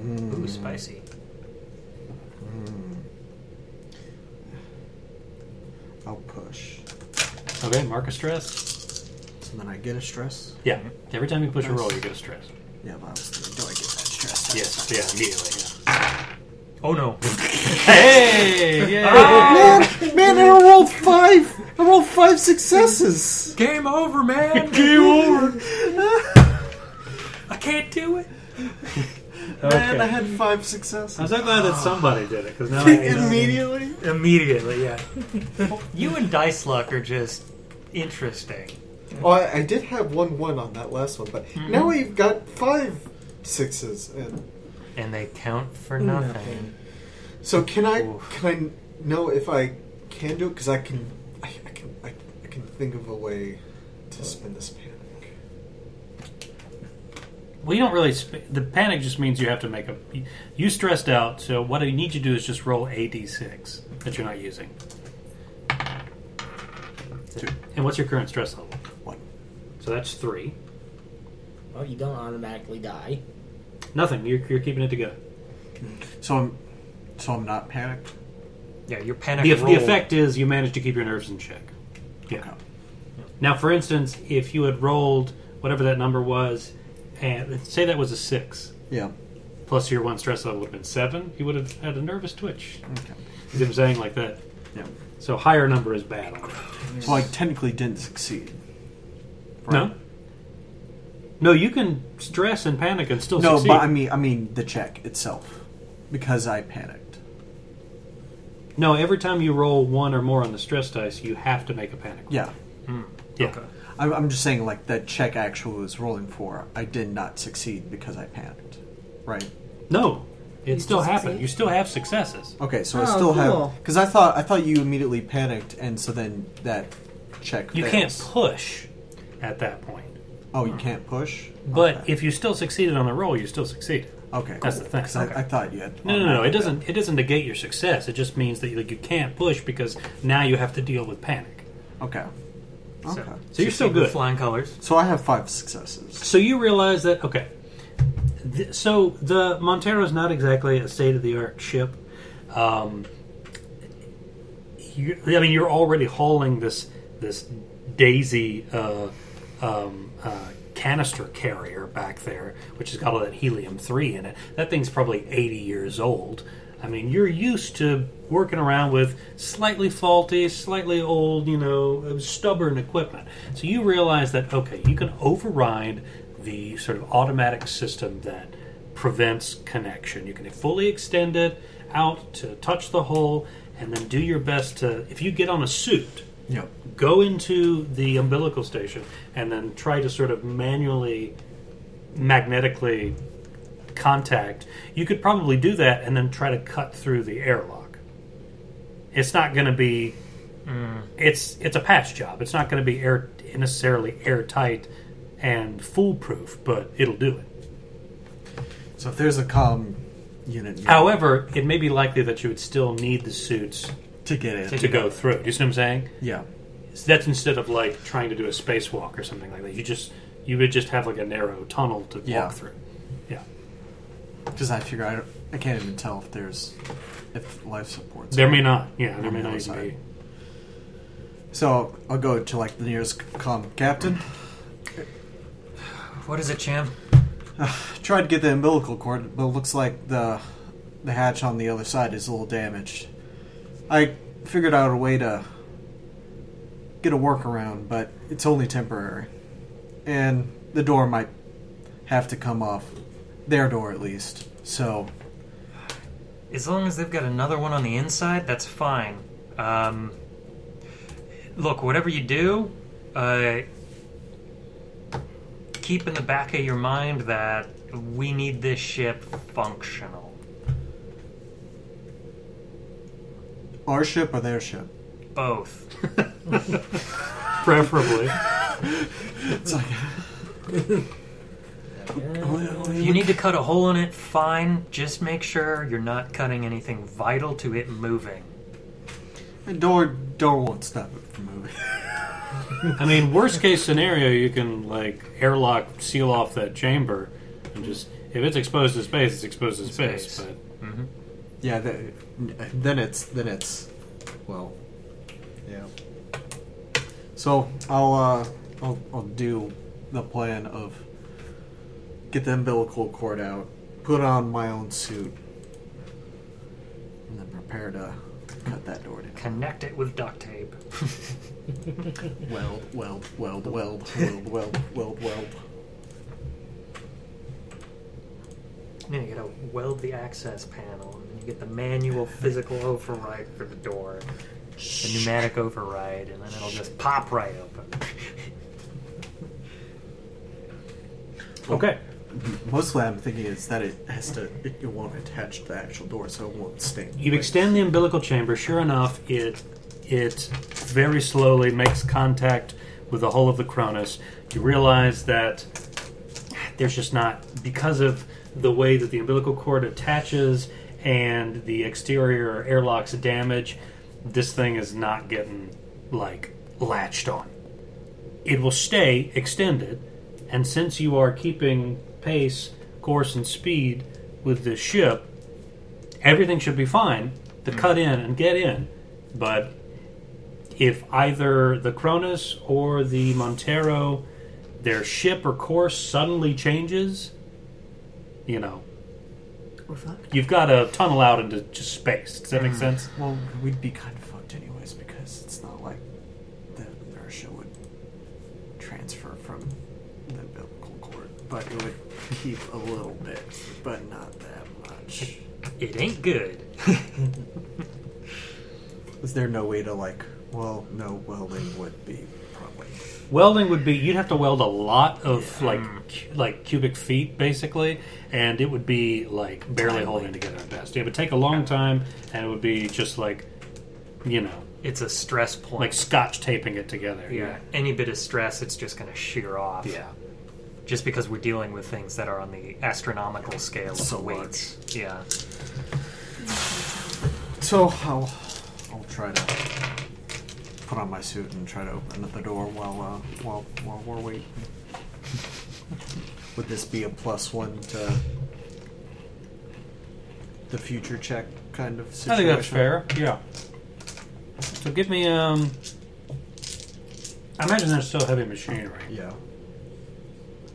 Speaker 1: Mm-hmm.
Speaker 2: Mm.
Speaker 3: Ooh, spicy.
Speaker 2: I'll push,
Speaker 1: Okay, mark a stress.
Speaker 2: so then I get a stress.
Speaker 1: Yeah, Mm-hmm. every time you push
Speaker 2: Nice.
Speaker 1: a roll, you get a stress.
Speaker 2: Yeah, but I was thinking, do I get that stress?
Speaker 1: Yes, yeah, immediately.
Speaker 3: Oh no.
Speaker 1: Yeah. Hey,
Speaker 2: Ah, Man, man, I rolled five. I rolled five successes.
Speaker 3: Game over, man.
Speaker 2: Game over.
Speaker 3: I can't do it.
Speaker 2: Man, I had five successes.
Speaker 1: I'm so glad that somebody did it because now I know.
Speaker 2: Immediately.
Speaker 3: Immediately, yeah. you and Dice Luck are just interesting.
Speaker 7: Oh, I, I did have one one on that last one, but
Speaker 2: Mm-hmm.
Speaker 7: now we've got five sixes. And
Speaker 3: And they count for nothing.
Speaker 7: so can I
Speaker 3: Oof.
Speaker 7: can I know if I can do it? Because I can I, I can I, I can think of a way to spin this panic.
Speaker 1: Well, you don't really. Sp- the panic just means you have to make a. You stressed out, so what I need you to do is just roll a d6 that you're not using. And what's your current stress level?
Speaker 2: One.
Speaker 1: So that's three.
Speaker 11: Well, you don't automatically die.
Speaker 1: Nothing. You're, you're keeping it together.
Speaker 2: So I'm, so I'm not panicked.
Speaker 3: Yeah, your panic
Speaker 1: The, the
Speaker 3: roll-
Speaker 1: effect is you manage to keep your nerves in check. Yeah.
Speaker 2: Okay.
Speaker 1: Now, for instance, if you had rolled whatever that number was, and say that was a six,
Speaker 2: Yeah.
Speaker 1: plus your one stress level would have been seven, you would have had a nervous twitch.
Speaker 2: Okay.
Speaker 1: You see what I'm saying? Like that.
Speaker 2: Yeah.
Speaker 1: So higher number is bad. On it.
Speaker 2: So I technically didn't succeed.
Speaker 1: No. No, you can stress and panic and still
Speaker 2: No,
Speaker 1: succeed.
Speaker 2: but I mean, I mean the check itself, because I panicked.
Speaker 1: No, every time you roll one or more on the stress dice, you have to make a panic. roll.
Speaker 2: Yeah,
Speaker 1: yeah.
Speaker 3: Okay.
Speaker 2: I'm, I'm just saying like that check actually was rolling for. I did not succeed because I panicked. Right.
Speaker 1: No, it still
Speaker 4: You still
Speaker 1: happened.
Speaker 4: succeed?
Speaker 1: You still have successes.
Speaker 2: Okay, so I
Speaker 4: Oh,
Speaker 2: still
Speaker 4: cool.
Speaker 2: have because I thought I thought you immediately panicked, and so then that check.
Speaker 1: You can't
Speaker 2: fails.
Speaker 1: push at that point.
Speaker 2: Oh, you can't push.
Speaker 1: But if you still succeeded on the roll, you still succeeded.
Speaker 2: Okay,
Speaker 1: That's the thing.
Speaker 2: 'Cause I,
Speaker 1: Okay.
Speaker 2: I thought you had.
Speaker 1: No, no, no. It doesn't. It doesn't negate your success. It just means that you, like you can't push because now you have to deal with panic.
Speaker 2: Okay.
Speaker 3: So,
Speaker 2: Okay.
Speaker 1: So you're still
Speaker 3: succeed with
Speaker 1: good.
Speaker 3: Flying colors.
Speaker 2: So I have five successes.
Speaker 1: So you realize that okay. Th- so the Montero is not exactly a state of the art ship. Um, you, I mean, you're already hauling this this Daisy uh, um, uh, canister carrier back there, which has got all that helium three in it. That thing's probably eighty years old. I mean, you're used to working around with slightly faulty, slightly old, you know, stubborn equipment. So you realize that okay, you can override the sort of automatic system that prevents connection. You can fully extend it out to touch the hole, and then do your best to. If you get on a suit,
Speaker 2: Yep.
Speaker 1: go into the umbilical station and then try to sort of manually, magnetically contact. You could probably do that and then try to cut through the airlock. It's not going to be. Hmm. It's it's a patch job. It's not going to be air necessarily airtight and foolproof, but it'll do it.
Speaker 2: So if there's a com unit near-
Speaker 1: However, it may be likely that you would still need the suits
Speaker 2: to get in,
Speaker 1: to go through. Do you see what I'm saying?
Speaker 2: yeah.
Speaker 1: So that's instead of like trying to do a spacewalk or something like that. You just you would just have like a narrow tunnel to
Speaker 2: Yeah.
Speaker 1: walk through. Yeah,
Speaker 2: Because I figure I, don't, I can't even tell if there's if life supports.
Speaker 1: there
Speaker 2: it.
Speaker 1: may not. Yeah, there
Speaker 2: On
Speaker 1: may
Speaker 2: the
Speaker 1: not
Speaker 2: other
Speaker 1: even
Speaker 2: side.
Speaker 1: be.
Speaker 2: So I'll go to like the nearest com captain.
Speaker 3: What is it, champ?
Speaker 2: Tried to get the umbilical cord, but it looks like the the hatch on the other side is a little damaged. I figured out a way to get a workaround, but it's only temporary, and the door might have to come off their door at least. So
Speaker 3: As long as they've got another one on the inside, that's fine. Um, look, whatever you do, uh, keep in the back of your mind that we need this ship functional.
Speaker 2: Our ship or their ship?
Speaker 3: Both.
Speaker 1: preferably.
Speaker 2: It's like Oh, only- only
Speaker 3: If you need to cut a hole in it, fine. Just make sure you're not cutting anything vital to it moving.
Speaker 2: the door door won't stop it from moving.
Speaker 1: I mean, worst case scenario, you can like airlock, seal off that chamber, and just if it's exposed to space, it's exposed to space.
Speaker 3: Space.
Speaker 1: But
Speaker 3: hmm
Speaker 2: yeah, th then it's then it's well, yeah. So I'll uh, I'll I'll do the plan of get the umbilical cord out, put on my own suit, and then prepare to cut that door down.
Speaker 3: Connect it with duct tape.
Speaker 2: Weld, weld, weld, weld, weld, weld, weld, weld.
Speaker 3: And then you gotta weld the access panel, and then you get the manual physical override for the door, the pneumatic override, and then it'll just pop right open.
Speaker 1: okay,
Speaker 2: Mostly, I'm thinking is that it has to, it, it won't attach to the actual door, so it won't sting.
Speaker 1: you
Speaker 2: Like,
Speaker 1: extend the umbilical chamber. Sure enough, it it very slowly makes contact with the hull of the Cronus. You realize that there's just not because of the way that the umbilical cord attaches and the exterior airlocks damage. This thing is not getting like latched on. it will stay extended, and since you are keeping pace, course, and speed with this ship, everything should be fine to cut in and get in. But if either the Cronus or the Montero, their ship or course suddenly changes, you know,
Speaker 4: We're fucked.
Speaker 1: you've got to tunnel out into just space. Does that make sense?
Speaker 2: Well, we'd be kind of fucked anyways because it's not like the inertia would transfer from the umbilical cord, but it would keep a little bit, but not that much.
Speaker 3: It ain't good.
Speaker 2: Is there no way to like? Well, no welding would be probably.
Speaker 1: Welding would be you'd have to weld a lot of like cu- like cubic feet basically, and it would be like barely holding together at best. It would take a long time, and it would be just like, you know,
Speaker 3: It's a stress point.
Speaker 1: like scotch taping it together.
Speaker 3: yeah, any bit of stress, it's just gonna shear off.
Speaker 1: yeah.
Speaker 3: just because we're dealing with things that are on the astronomical scale
Speaker 2: So
Speaker 3: of weights. Yeah.
Speaker 2: So I'll I'll try to put on my suit and try to open the door while uh, while while we're waiting. Would this be a plus one to the future check kind of situation?
Speaker 1: I think that's fair. Yeah. So give me um. I imagine there's still heavy machinery.
Speaker 2: Yeah.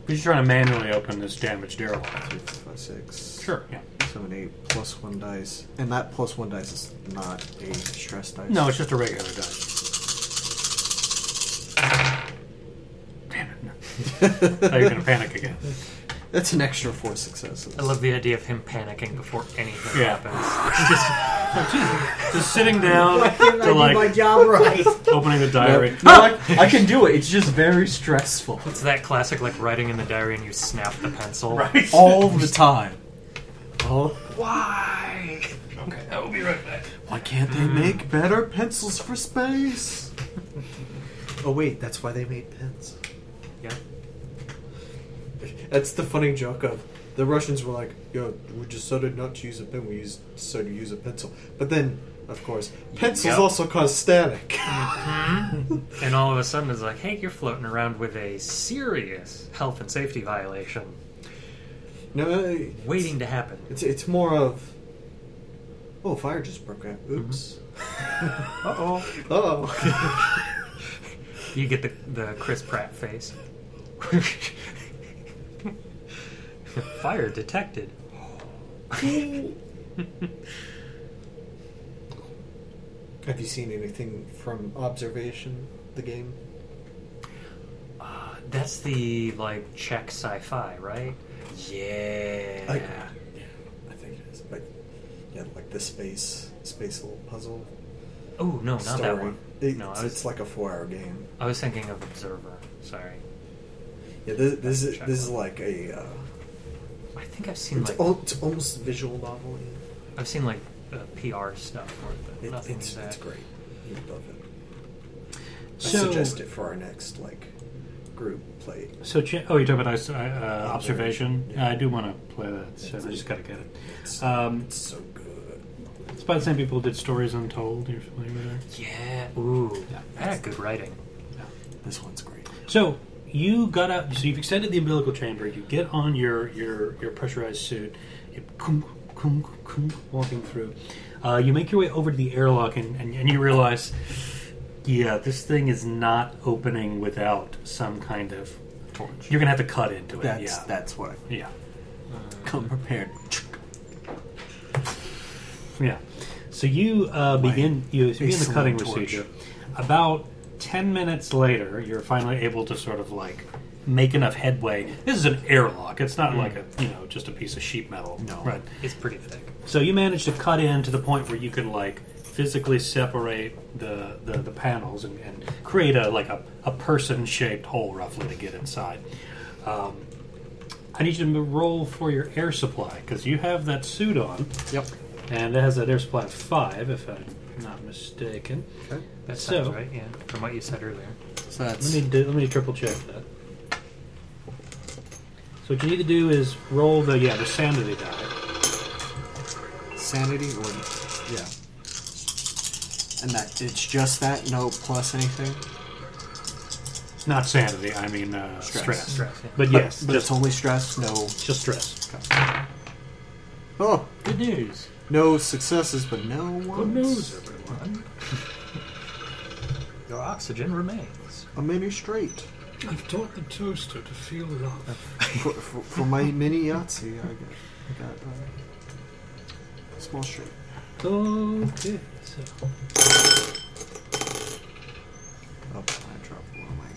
Speaker 1: But you're trying to manually open this damaged airlock.
Speaker 2: Three, four, five, six,
Speaker 1: Sure. Yeah.
Speaker 2: seven, eight, plus one dice, and that plus one dice is not a stress dice.
Speaker 1: No, it's just a regular dice. Damn it. No. Now Oh, you're going to panic again.
Speaker 2: That's an extra four successes.
Speaker 3: I love the idea of him panicking before anything
Speaker 1: Yeah.
Speaker 3: happens.
Speaker 1: Just sitting down to like
Speaker 2: job right.
Speaker 1: opening the diary.
Speaker 2: I, can do it. It's just very stressful
Speaker 3: It's that classic, like writing in the diary and you snap the pencil.
Speaker 1: Right.
Speaker 2: all the time. Oh,
Speaker 3: Why? Okay, I will be right back.
Speaker 2: why can't
Speaker 1: Mm.
Speaker 2: they make better pencils for space? oh wait, that's why they made pens.
Speaker 3: Yeah.
Speaker 2: That's the funny joke of the Russians were like, "Yo, we decided not to use a pen. We used decided to use a pencil." But then, of course, pencils
Speaker 3: Yep.
Speaker 2: also cause static.
Speaker 3: Mm-hmm. And all of a sudden, it's like, hey, you're floating around with a serious health and safety violation
Speaker 2: no, uh,
Speaker 3: waiting to happen.
Speaker 2: it's it's more of, oh, fire just broke out. Oops.
Speaker 3: Uh oh.
Speaker 2: Oh,
Speaker 3: You get the, the Chris Pratt face. Fire detected.
Speaker 2: have you seen anything from observation? The game.
Speaker 3: Uh, That's the like Czech sci-fi, right? Yeah.
Speaker 2: I- I think it is. But yeah, like the space space little puzzle.
Speaker 3: oh no, not
Speaker 2: story.
Speaker 3: that one.
Speaker 2: It-
Speaker 3: no, I
Speaker 2: it's,
Speaker 3: was
Speaker 2: it's like a four hour game.
Speaker 3: I was thinking of Observer. Sorry.
Speaker 7: Yeah, this, this is this is like a. Uh,
Speaker 3: I think I've seen
Speaker 7: it's,
Speaker 3: like
Speaker 7: al- it's almost visual novel.
Speaker 3: I've seen like uh, PR stuff for it, but
Speaker 7: It,
Speaker 3: nothing
Speaker 7: it's
Speaker 3: that.
Speaker 7: it's great. You love it. I
Speaker 1: So-
Speaker 7: suggest it for our next like group play.
Speaker 1: So, cha- oh, you're talking about ice- uh, uh, observation. I do want to play that. So I just got to get it. Um,
Speaker 7: It's so good.
Speaker 1: it's by the same people who did Stories Untold. You're familiar with that?
Speaker 3: Yeah. Ooh. That's good writing.
Speaker 2: This one's great.
Speaker 1: So you got up. So you've extended the umbilical chamber. You get on your your your pressurized suit. You kum, kum, kum, walking through. Uh, you make your way over to the airlock, and, and, and you realize, yeah, this thing is not opening without some kind of torch. You're gonna have to cut into it.
Speaker 2: That's
Speaker 1: yeah,
Speaker 2: that's what I
Speaker 1: yeah.
Speaker 2: come prepared.
Speaker 1: Yeah. So you uh, begin you so you begin the
Speaker 2: excellent
Speaker 1: cutting
Speaker 2: torch.
Speaker 1: procedure. About ten minutes later, you're finally able to sort of like make enough headway. This is an airlock. It's not like a you know just a piece of sheet metal.
Speaker 2: Mm. No.
Speaker 1: Right.
Speaker 3: It's pretty thick.
Speaker 1: So you manage to cut in to the point where you can like physically separate the the, the panels and, and create a like a, a person shaped hole roughly to get inside. Um, I need you to roll for your air supply because you have that suit on.
Speaker 2: Yep.
Speaker 1: And it has that air supply of five, if I'm not mistaken.
Speaker 7: Okay.
Speaker 3: That
Speaker 1: So-
Speaker 3: sounds right. Yeah. From what you said earlier.
Speaker 2: So
Speaker 1: Let
Speaker 2: that's
Speaker 1: me do, let me triple check that. So what you need to do is roll the yeah the sanity die.
Speaker 2: sanity or yeah. And that it's just that, no plus anything.
Speaker 1: Not sanity, I mean uh, stress.
Speaker 2: Stress.
Speaker 3: Stress. Yeah.
Speaker 1: But yes,
Speaker 2: but it's
Speaker 1: just,
Speaker 2: only stress. No.
Speaker 1: just stress.
Speaker 2: Oh,
Speaker 3: Good news.
Speaker 2: no successes, but no ones.
Speaker 3: everyone. Your oxygen remains.
Speaker 7: A mini straight
Speaker 1: I've taught the toaster to feel love.
Speaker 7: for, for, for my mini Yahtzee. I got, I got uh, small straight.
Speaker 1: Okay. So
Speaker 7: Oh, I dropped one of my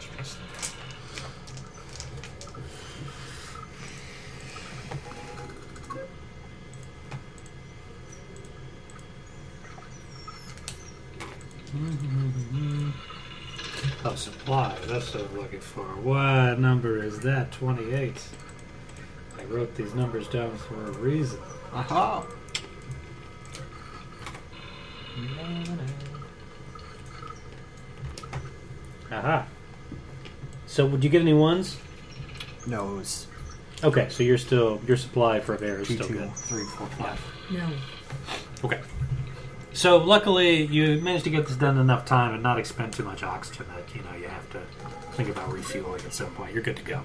Speaker 7: stress.
Speaker 1: Oh, supply. That's what I'm looking for. What number is that? 28. I wrote these numbers down for a reason.
Speaker 2: Aha!
Speaker 1: Aha. So, would you get any ones?
Speaker 2: No, it was
Speaker 1: Okay, so you're still your supply for air is
Speaker 2: two,
Speaker 1: still
Speaker 2: two,
Speaker 1: good.
Speaker 2: three, four, five.
Speaker 4: No.
Speaker 1: Okay. So luckily you managed to get this done in enough time and not expend too much oxygen that you know you have to think about refueling at some point. You're good to go.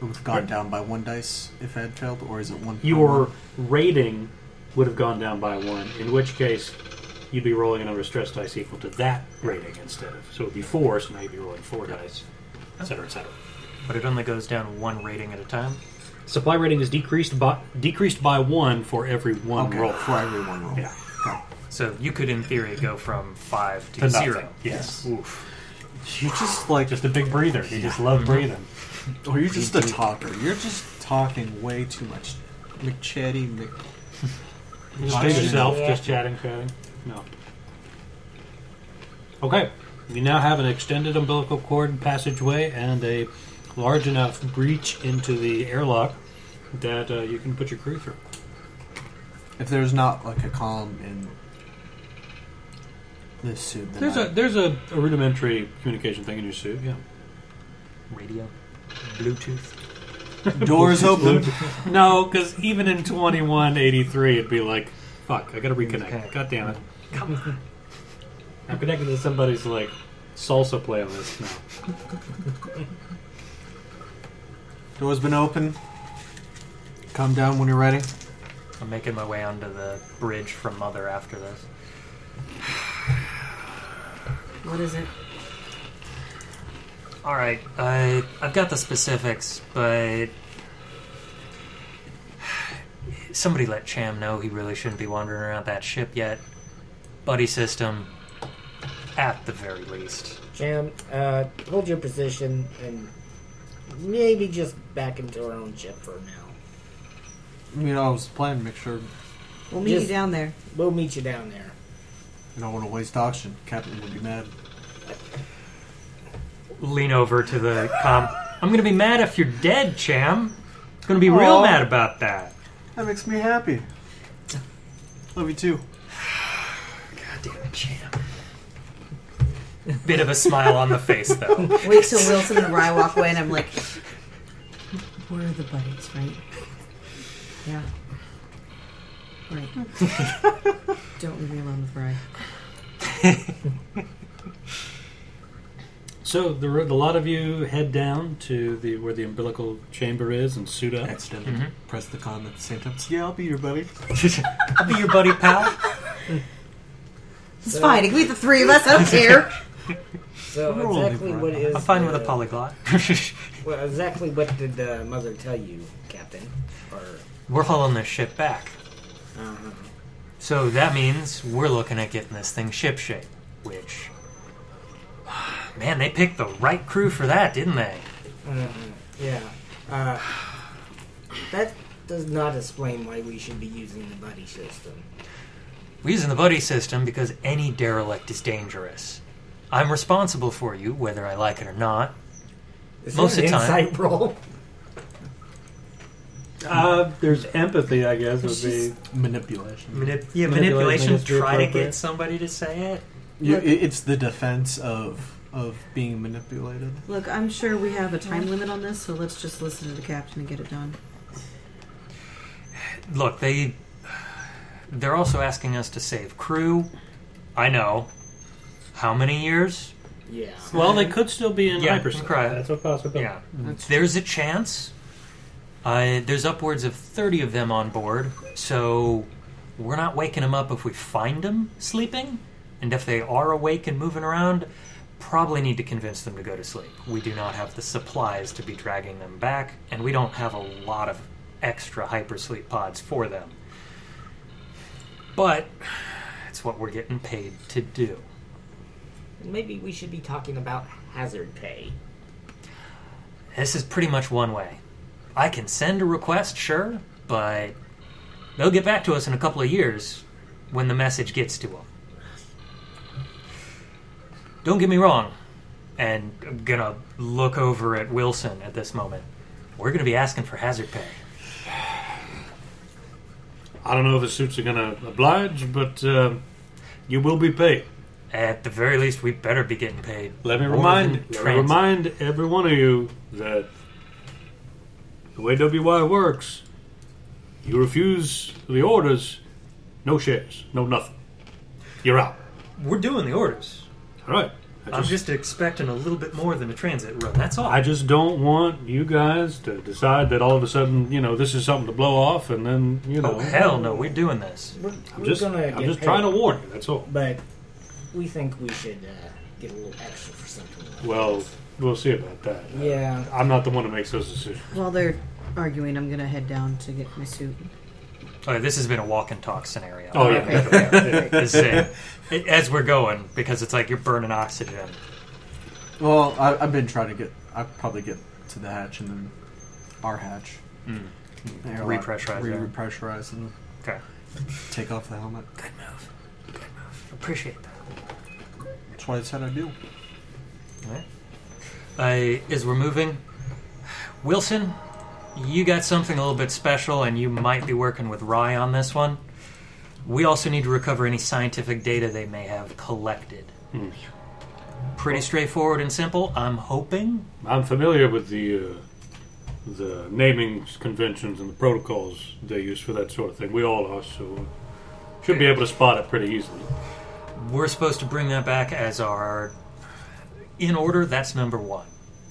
Speaker 2: It would have gone down by one dice if I had failed, or is it one?
Speaker 1: Your rating would have gone down by one, in which case you'd be rolling another stress dice equal to that rating instead of so it'd be four, so now you'd be rolling four dice, et cetera, et cetera.
Speaker 3: But it only goes down one rating at a time.
Speaker 1: Supply rating is decreased by decreased by one for every one
Speaker 2: Okay,
Speaker 1: roll.
Speaker 2: for every one roll.
Speaker 1: Yeah.
Speaker 2: Okay.
Speaker 3: So you could, in theory, go from five to,
Speaker 1: To nothing,
Speaker 3: zero.
Speaker 1: yes.
Speaker 3: Oof.
Speaker 2: You're just like,
Speaker 1: Just a big breather. You just love breathing.
Speaker 2: or you're just a talker. You're just talking way too much, McChatty Mc.
Speaker 1: Just
Speaker 2: Just
Speaker 1: to
Speaker 2: chatting.
Speaker 1: yourself, just chatting, chatting. No. Okay, you now have an extended umbilical cord passageway and a large enough breach into the airlock that uh, you can put your crew through.
Speaker 2: If there's not like a column in this suit, then
Speaker 1: There's
Speaker 2: I,
Speaker 1: a there's a, a rudimentary communication thing in your suit. Yeah.
Speaker 3: Radio. Bluetooth.
Speaker 2: doors open.
Speaker 1: no, because even in 2183, it'd be like, fuck, I gotta reconnect.
Speaker 3: Okay.
Speaker 1: God damn it,
Speaker 3: Come on.
Speaker 1: I'm connected to somebody's like salsa playlist now.
Speaker 2: Door's been open. Come down when you're ready.
Speaker 3: I'm making my way onto the bridge from Mother after this.
Speaker 4: What is it?
Speaker 3: All right, I I've got the specifics, but somebody let Cham know he really shouldn't be wandering around that ship yet. Buddy system, at the very least.
Speaker 5: Jam, uh, hold your position and maybe just back into our own ship for now.
Speaker 2: You know, I was planning to make sure
Speaker 4: We'll meet
Speaker 5: Just-
Speaker 4: you down there.
Speaker 5: We'll meet you down there.
Speaker 2: I don't want to waste auction. Captain would be mad.
Speaker 3: lean over to the comp. I'm gonna be mad if you're dead, Cham. Gonna be real
Speaker 2: Aw.
Speaker 3: mad about that.
Speaker 2: That makes me happy. Love you too.
Speaker 3: God damn it, Cham. Bit of a smile on the face though.
Speaker 4: Wait till Wilson and Rye walk away, and I'm like, we're the buddies, right? Yeah. Right. Don't leave me alone with Rye.
Speaker 12: So the, the lot of you head down to the where the umbilical chamber is and suit up.
Speaker 2: Accidentally press the con at the same time. Yeah, I'll be your buddy.
Speaker 3: I'll be your buddy, pal.
Speaker 4: It's fine. It can be the three of us. I don't care.
Speaker 2: We're
Speaker 5: So
Speaker 2: only
Speaker 5: exactly
Speaker 2: grown
Speaker 5: what
Speaker 2: up.
Speaker 5: is?
Speaker 3: I'm fine with
Speaker 5: the-
Speaker 3: a polyglot.
Speaker 5: Well, exactly what did the mother tell you, Captain? Or
Speaker 3: we're hauling this ship back.
Speaker 5: uh,
Speaker 3: So that means we're looking at getting this thing ship shape, which. Man, they picked the right crew for that, didn't they?
Speaker 5: uh, yeah, uh, that does not explain why we should be using the buddy system.
Speaker 3: We're using the buddy system because any derelict is dangerous. I'm responsible for you, whether I like it or not.
Speaker 5: Is
Speaker 3: Most
Speaker 5: there
Speaker 3: of
Speaker 5: an
Speaker 3: the time.
Speaker 5: insight roll?
Speaker 12: Uh, there's empathy, I guess, would be.
Speaker 2: Manipulation.
Speaker 3: yeah,
Speaker 12: manipulation
Speaker 3: manipulation,
Speaker 12: is too
Speaker 3: try to
Speaker 12: appropriate.
Speaker 3: get somebody to say it.
Speaker 2: You, i- it's the defense of of being manipulated.
Speaker 4: Look, I'm sure we have a time limit on this, so let's just listen to the captain and get it done.
Speaker 3: Look, they. They're also asking us to save crew. I know. How many years?
Speaker 5: Yeah.
Speaker 12: Well, they could still be in
Speaker 3: Yeah,
Speaker 12: hypersleep.
Speaker 3: cry.
Speaker 12: That's a possibility.
Speaker 3: Yeah. Mm-hmm. There's a chance. Uh, there's upwards of 30 of them on board, so we're not waking them up if we find them sleeping. And if they are awake and moving around, probably need to convince them to go to sleep. We do not have the supplies to be dragging them back, and we don't have a lot of extra hypersleep pods for them. But it's what we're getting paid to do.
Speaker 13: Maybe we should be talking about hazard pay.
Speaker 3: This is pretty much one way. I can send a request, sure, but they'll get back to us in a couple of years when the message gets to them. Don't get me wrong, and I'm gonna look over at Wilson at this moment. We're gonna be asking for hazard pay.
Speaker 12: I don't know if the suits are going to oblige, but um, you will be paid.
Speaker 3: At the very least, we better be getting paid.
Speaker 12: Let me
Speaker 3: more
Speaker 12: remind
Speaker 3: than
Speaker 12: let me
Speaker 3: trans-
Speaker 12: remind every one of you that the way WY works, you refuse the orders, no shares, no nothing. You're out.
Speaker 3: We're doing the orders.
Speaker 12: All right. I
Speaker 3: I'm
Speaker 12: just,
Speaker 3: just expecting a little bit more than a transit run. That's all.
Speaker 12: I just don't want you guys to decide that all of a sudden, you know, this is something to blow off, and then you know,
Speaker 3: oh hell no, we're doing this.
Speaker 5: We're,
Speaker 12: I'm
Speaker 5: we're
Speaker 12: just,
Speaker 5: gonna
Speaker 12: I'm
Speaker 5: get
Speaker 12: just
Speaker 5: paid,
Speaker 12: trying to warn you. That's all.
Speaker 5: But we think we should uh, get a little extra for something. Like
Speaker 12: Well,
Speaker 5: this.
Speaker 12: we'll see about that.
Speaker 5: yeah.
Speaker 12: I'm not the one who makes those decisions.
Speaker 4: While they're arguing, I'm gonna head down to get my suit.
Speaker 3: Oh, this has been a walk and talk scenario.
Speaker 12: Oh yeah.
Speaker 4: Okay.
Speaker 12: yeah.
Speaker 3: This is it. It- as we're going because it's like you're burning oxygen.
Speaker 2: Well, I, I've been trying to get. I probably get to the hatch and then our hatch. The airlock.
Speaker 3: Repressurize
Speaker 2: Re-
Speaker 3: there.
Speaker 2: Mm. repressurize and
Speaker 3: Okay.
Speaker 2: take off the helmet.
Speaker 3: Good move. Good move. Appreciate that.
Speaker 2: That's what I said I do.
Speaker 3: Alright. Uh, as we're moving, Wilson, you got something a little bit special, and you might be working with Rye on this one. We also need to recover any scientific data they may have collected. Pretty straightforward and simple. I'm hoping
Speaker 12: I'm familiar with the uh, the naming conventions and the protocols they use for that sort of thing. We all are, so uh, should be able to spot it pretty easily.
Speaker 3: We're supposed to bring that back as our. In order, that's number one.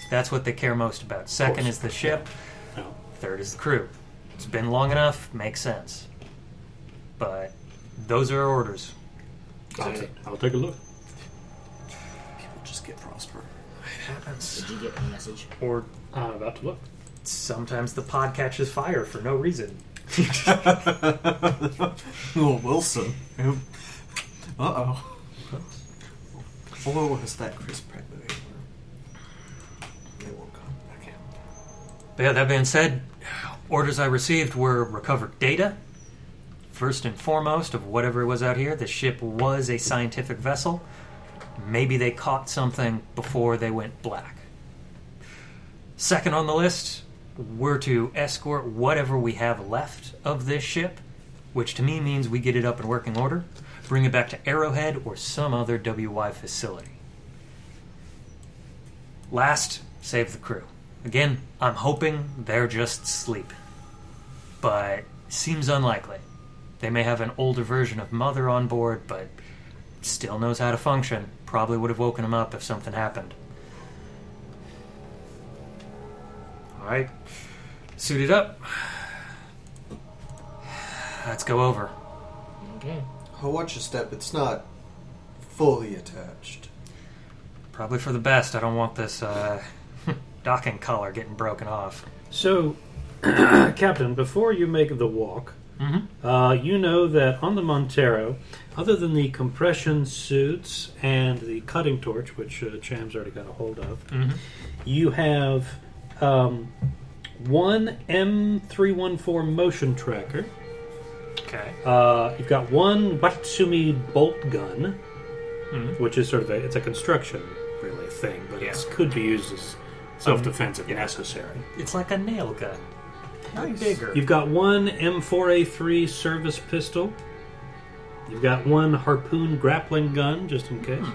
Speaker 3: That's what they care most about. Second
Speaker 12: course.
Speaker 3: is the ship.
Speaker 12: Yeah.
Speaker 3: Third is the crew. It's been long enough, makes sense. But those are our orders.
Speaker 12: I'll, ta- I'll take a look.
Speaker 2: People just get frostburn.
Speaker 13: Did you get the message?
Speaker 3: Or
Speaker 12: I'm Ah, about to look.
Speaker 3: sometimes the pod catches fire for no reason.
Speaker 2: oh, Wilson. Uh oh. Or was that Chris Pratt movie?
Speaker 14: They won't come. I can't.
Speaker 3: But yeah, that being said, orders I received were recover data. First and foremost, of whatever was out here, the ship was a scientific vessel. Maybe they caught something before they went black. Second on the list, we're to escort whatever we have left of this ship, which to me means we get it up in working order, bring it back to Arrowhead or some other WY facility. Last, save the crew. Again, I'm hoping they're just sleep. But seems unlikely. They may have an older version of Mother on board, but still knows how to function. Probably would have woken him up if something happened. Alright. Suited up. Let's go over.
Speaker 5: Okay.
Speaker 15: I'll watch a step. It's not fully attached.
Speaker 3: Probably for the best. I don't want this uh, docking collar getting broken off.
Speaker 12: So, Captain, before you make the walk,
Speaker 3: Mhm.
Speaker 12: uh, you know that on the Montero, other than the compression suits and the cutting torch, which uh, Cham's already got a hold of,
Speaker 3: Mhm.
Speaker 12: you have um, one M314 motion tracker.
Speaker 3: Okay.
Speaker 12: Uh, you've got one Watsumi bolt gun,
Speaker 3: Mhm.
Speaker 12: which is sort of a it's a construction really thing, but it's it
Speaker 3: Yeah.
Speaker 12: could be used as self defense if necessary.
Speaker 3: It's like a nail gun. Not bigger.
Speaker 12: You've got one M4A3 service pistol. You've got one harpoon grappling gun, just in case.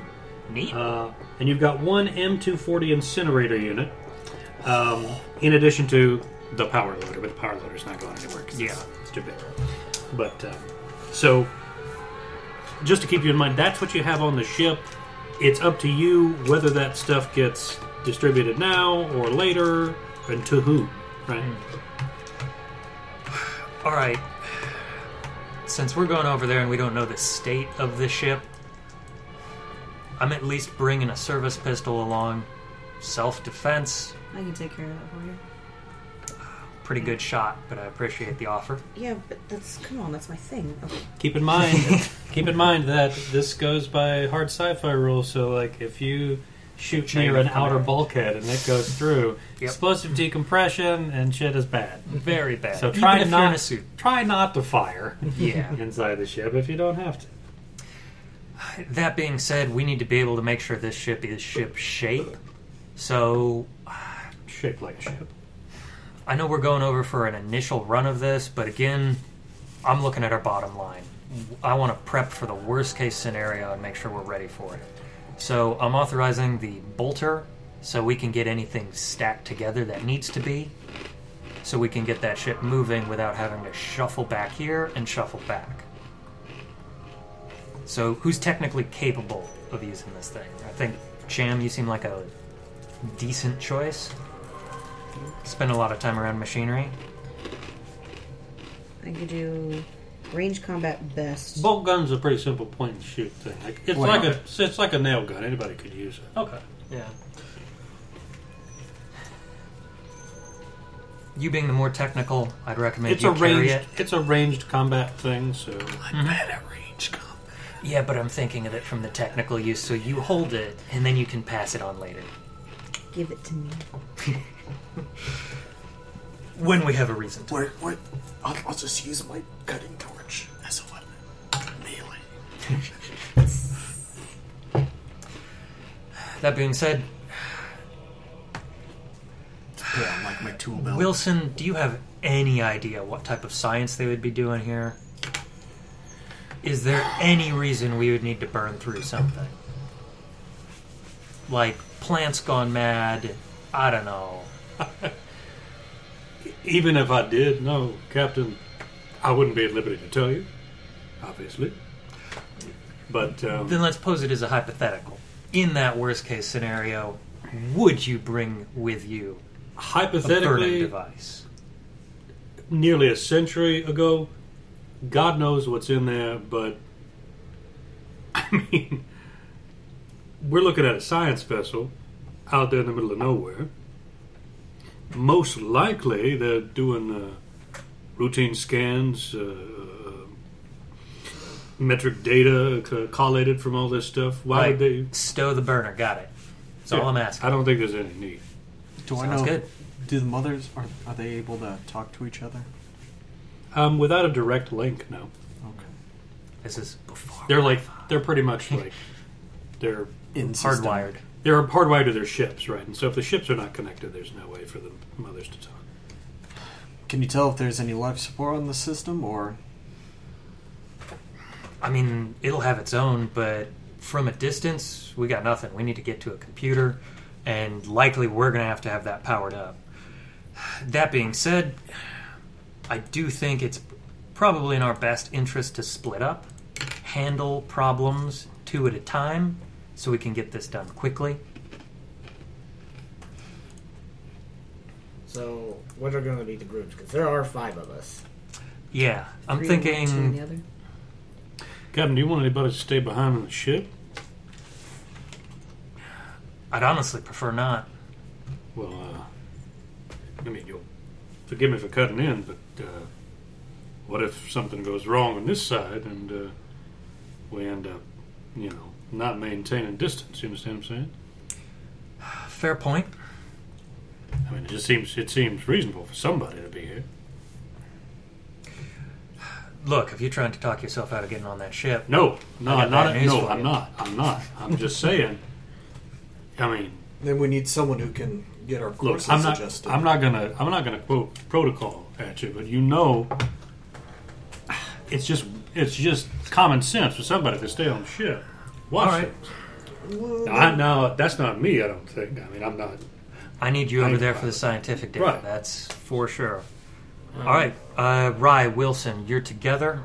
Speaker 3: Neat.
Speaker 12: Uh, and you've got one M240 incinerator unit, um, in addition to the power loader, but the power loader's not going anywhere because it's,
Speaker 3: Yeah.
Speaker 12: it's too big. But um, so, just to keep you in mind, that's what you have on the ship. It's up to you whether that stuff gets distributed now or later, and to whom, right?
Speaker 3: All right. Since we're going over there and we don't know the state of the ship, I'm at least bringing a service pistol along. Self defense,
Speaker 4: I can take care of that for you.
Speaker 3: pretty good shot, but I appreciate the offer.
Speaker 4: Yeah, but that's come on, that's my thing. Okay.
Speaker 12: Keep in mind, keep in mind that this goes by hard sci-fi rules. So, like, if you shoot
Speaker 3: Chain
Speaker 12: near an
Speaker 3: of command.
Speaker 12: outer bulkhead and it goes through,
Speaker 3: Yep.
Speaker 12: explosive decompression and shit is bad.
Speaker 3: Very bad.
Speaker 12: So
Speaker 3: Even
Speaker 12: try
Speaker 3: if
Speaker 12: not
Speaker 3: you're in a suit.
Speaker 12: try not to fire
Speaker 3: Yeah.
Speaker 12: inside the ship if you don't have to.
Speaker 3: That being said, we need to be able to make sure this ship is ship shape. So
Speaker 12: Shaped like a ship.
Speaker 3: I know we're going over for an initial run of this, but again, I'm looking at our bottom line. I want to prep for the worst case scenario and make sure we're ready for it. So I'm authorizing the bolter so we can get anything stacked together that needs to be, so we can get that ship moving without having to shuffle back here and shuffle back. So who's technically capable of using this thing? I think Cham, you seem like a decent choice. Spend a lot of time around machinery.
Speaker 4: I could do range combat best.
Speaker 12: Bolt gun's a pretty simple point and shoot thing. Like, it's
Speaker 2: Well-
Speaker 12: like a it's like a nail gun. Anybody could use it.
Speaker 3: Okay. Yeah. You being the more technical, I'd recommend
Speaker 12: it's
Speaker 3: you
Speaker 12: a
Speaker 3: carry
Speaker 12: ranged
Speaker 3: it.
Speaker 12: it's a ranged combat thing. So
Speaker 3: Yeah, but I'm thinking of it from the technical use, so you hold it and then you can pass it on later.
Speaker 4: Give it to me.
Speaker 3: When we have a reason to.
Speaker 15: Where, where, I'll, I'll just use my cutting torch as a weapon. Nail it.
Speaker 3: That being said,
Speaker 15: Put on like my tool belt.
Speaker 3: Wilson, do you have any idea what type of science they would be doing here? Is there any reason we would need to burn through something? Like plants gone mad? I don't know.
Speaker 12: even if I did, no, Captain, I wouldn't be at liberty to tell you. Obviously, but um,
Speaker 3: Then let's pose it as a hypothetical. In that worst case scenario, would you bring with you a burning
Speaker 12: hypothetically,
Speaker 3: device?
Speaker 12: nearly a century ago, God knows what's in there, but I mean, we're looking at a science vessel out there in the middle of nowhere. Most likely, they're doing uh, routine scans, uh, metric data co- collated from all this stuff. Why
Speaker 3: Like,
Speaker 12: would they?
Speaker 3: stow the burner? Got it. That's all I'm asking.
Speaker 12: I don't think there's any need.
Speaker 2: Do I
Speaker 3: Sounds
Speaker 2: know?
Speaker 3: good.
Speaker 2: Do the mothers are are they able to talk to each other?
Speaker 12: Um, without a direct link, no.
Speaker 2: Okay.
Speaker 3: This is before
Speaker 12: They're like they're pretty much like they're
Speaker 2: In system.
Speaker 3: hardwired.
Speaker 12: They're hardwired to their ships, right? And so if the ships are not connected, there's no way for the mothers to talk.
Speaker 2: Can you tell if there's any life support on the system, or
Speaker 3: I mean, it'll have its own, but from a distance, we got nothing. We need to get to a computer, and likely we're going to have to have that powered up. That being said, I do think it's probably in our best interest to split up, handle problems two at a time, so we can get this done quickly.
Speaker 5: So, what are going to be the groups? Because there are five of us.
Speaker 3: Yeah, I'm
Speaker 4: Three in one, two in the
Speaker 3: thinking
Speaker 4: other.
Speaker 12: Captain, do you want anybody to stay behind on the ship?
Speaker 3: I'd honestly prefer not.
Speaker 12: Well, uh, I mean, you'll forgive me for cutting in, but uh, what if something goes wrong on this side and uh, we end up, you know, not maintaining distance? You understand what I'm saying?
Speaker 3: Fair point.
Speaker 12: I mean, it just seems it seems reasonable for somebody to be here.
Speaker 3: Look, if you're trying to talk yourself out of getting on that ship,
Speaker 12: No, no,
Speaker 3: I got
Speaker 12: not
Speaker 3: bad news
Speaker 12: no.
Speaker 3: for
Speaker 12: I'm
Speaker 3: you.
Speaker 12: not. I'm not. I'm just saying. I mean,
Speaker 16: Then we need someone who can get our
Speaker 12: Look,
Speaker 16: courses
Speaker 12: I'm not.
Speaker 16: adjusted.
Speaker 12: I'm not gonna. I'm not gonna quote protocol at you, but you know, it's just it's just common sense for somebody to stay on ship. Watch
Speaker 3: All right.
Speaker 12: things. Now, I now that's not me. I don't think. I mean, I'm not.
Speaker 3: I need you
Speaker 12: I
Speaker 3: over
Speaker 12: need
Speaker 3: there
Speaker 12: five.
Speaker 3: for the scientific data.
Speaker 12: Right.
Speaker 3: That's for sure. All right, uh, Rye Wilson, you're together.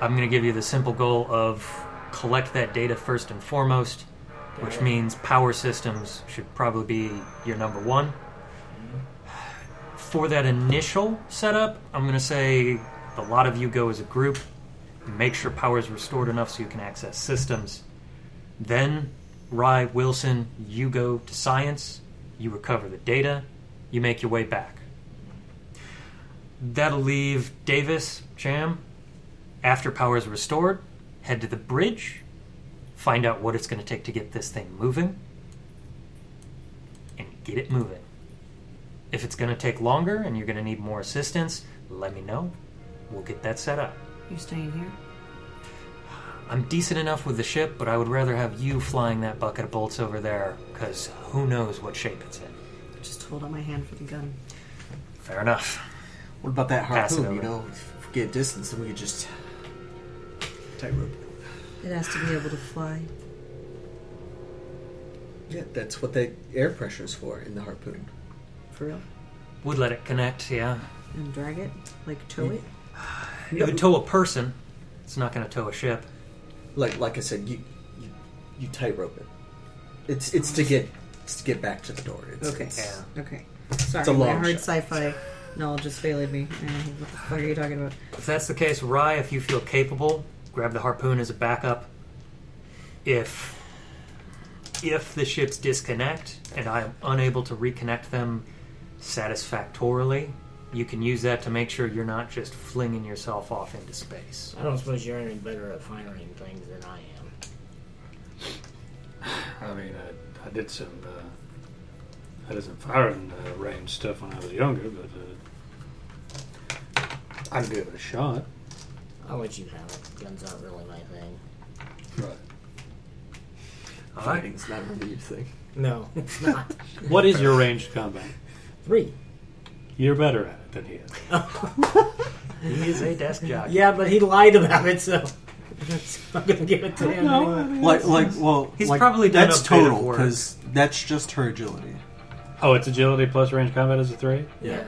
Speaker 3: I'm going to give you the simple goal of collect that data first and foremost, which means power systems should probably be your number one. For that initial setup, I'm going to say a lot of you go as a group. Make sure power is restored enough so you can access systems. Then, Rye, Wilson, you go to science, you recover the data, you make your way back. That'll leave Davis, Jam, after power is restored, head to the bridge, find out what it's going to take to get this thing moving, and get it moving. If it's going to take longer and you're going to need more assistance, let me know. We'll get that set up.
Speaker 4: You're staying here.
Speaker 3: I'm decent enough with the ship, but I would rather have you flying that bucket of bolts over there, because who knows what shape it's in.
Speaker 4: I Just hold out my hand for the gun.
Speaker 3: Fair enough.
Speaker 2: what about that
Speaker 3: Pass it
Speaker 2: harpoon? You
Speaker 3: over.
Speaker 2: know, if we get distance, then we could just
Speaker 16: tightrope.
Speaker 4: It has to be able to fly.
Speaker 16: Yeah, that's what the air pressure is for in the harpoon.
Speaker 4: For real?
Speaker 3: Would let it connect, yeah.
Speaker 4: And drag it? Like tow
Speaker 2: Mm.
Speaker 4: it?
Speaker 3: It would tow a person. It's not going to tow a ship.
Speaker 16: Like, like I said, you you, you tightrope it. It's it's to get it's to get back to the door. It's,
Speaker 4: Okay.
Speaker 16: it's-
Speaker 4: Okay. Sorry,
Speaker 16: It's a
Speaker 4: my
Speaker 16: long
Speaker 4: hard
Speaker 16: shot.
Speaker 4: sci-fi knowledge just failed me. I don't know What the fuck are you talking about?
Speaker 3: If that's the case, Rye, if you feel capable, grab the harpoon as a backup. If if the ships disconnect and I am unable to reconnect them satisfactorily, you can use that to make sure you're not just flinging yourself off into space.
Speaker 5: I don't suppose you're any better at firing things than I am.
Speaker 12: I mean, I, I did some. Uh, I did some firing uh, range stuff when I was younger, but uh, I can give it a shot.
Speaker 5: I'll let you have it. Guns aren't really my thing.
Speaker 16: Right.
Speaker 3: All right.
Speaker 16: Fighting's not really your thing.
Speaker 5: No, it's not.
Speaker 12: What is your ranged combat?
Speaker 5: Three.
Speaker 12: You're better at it than he is.
Speaker 3: He is a desk jockey.
Speaker 5: Yeah, but he lied about it, so, so I'm gonna give it to him. anyway.
Speaker 2: like like well,
Speaker 3: He's
Speaker 2: like,
Speaker 3: probably done
Speaker 2: that's
Speaker 3: a bit of
Speaker 2: total
Speaker 3: work.
Speaker 2: because that's just her agility.
Speaker 12: Oh, it's agility plus ranged combat is a three.
Speaker 5: Yeah.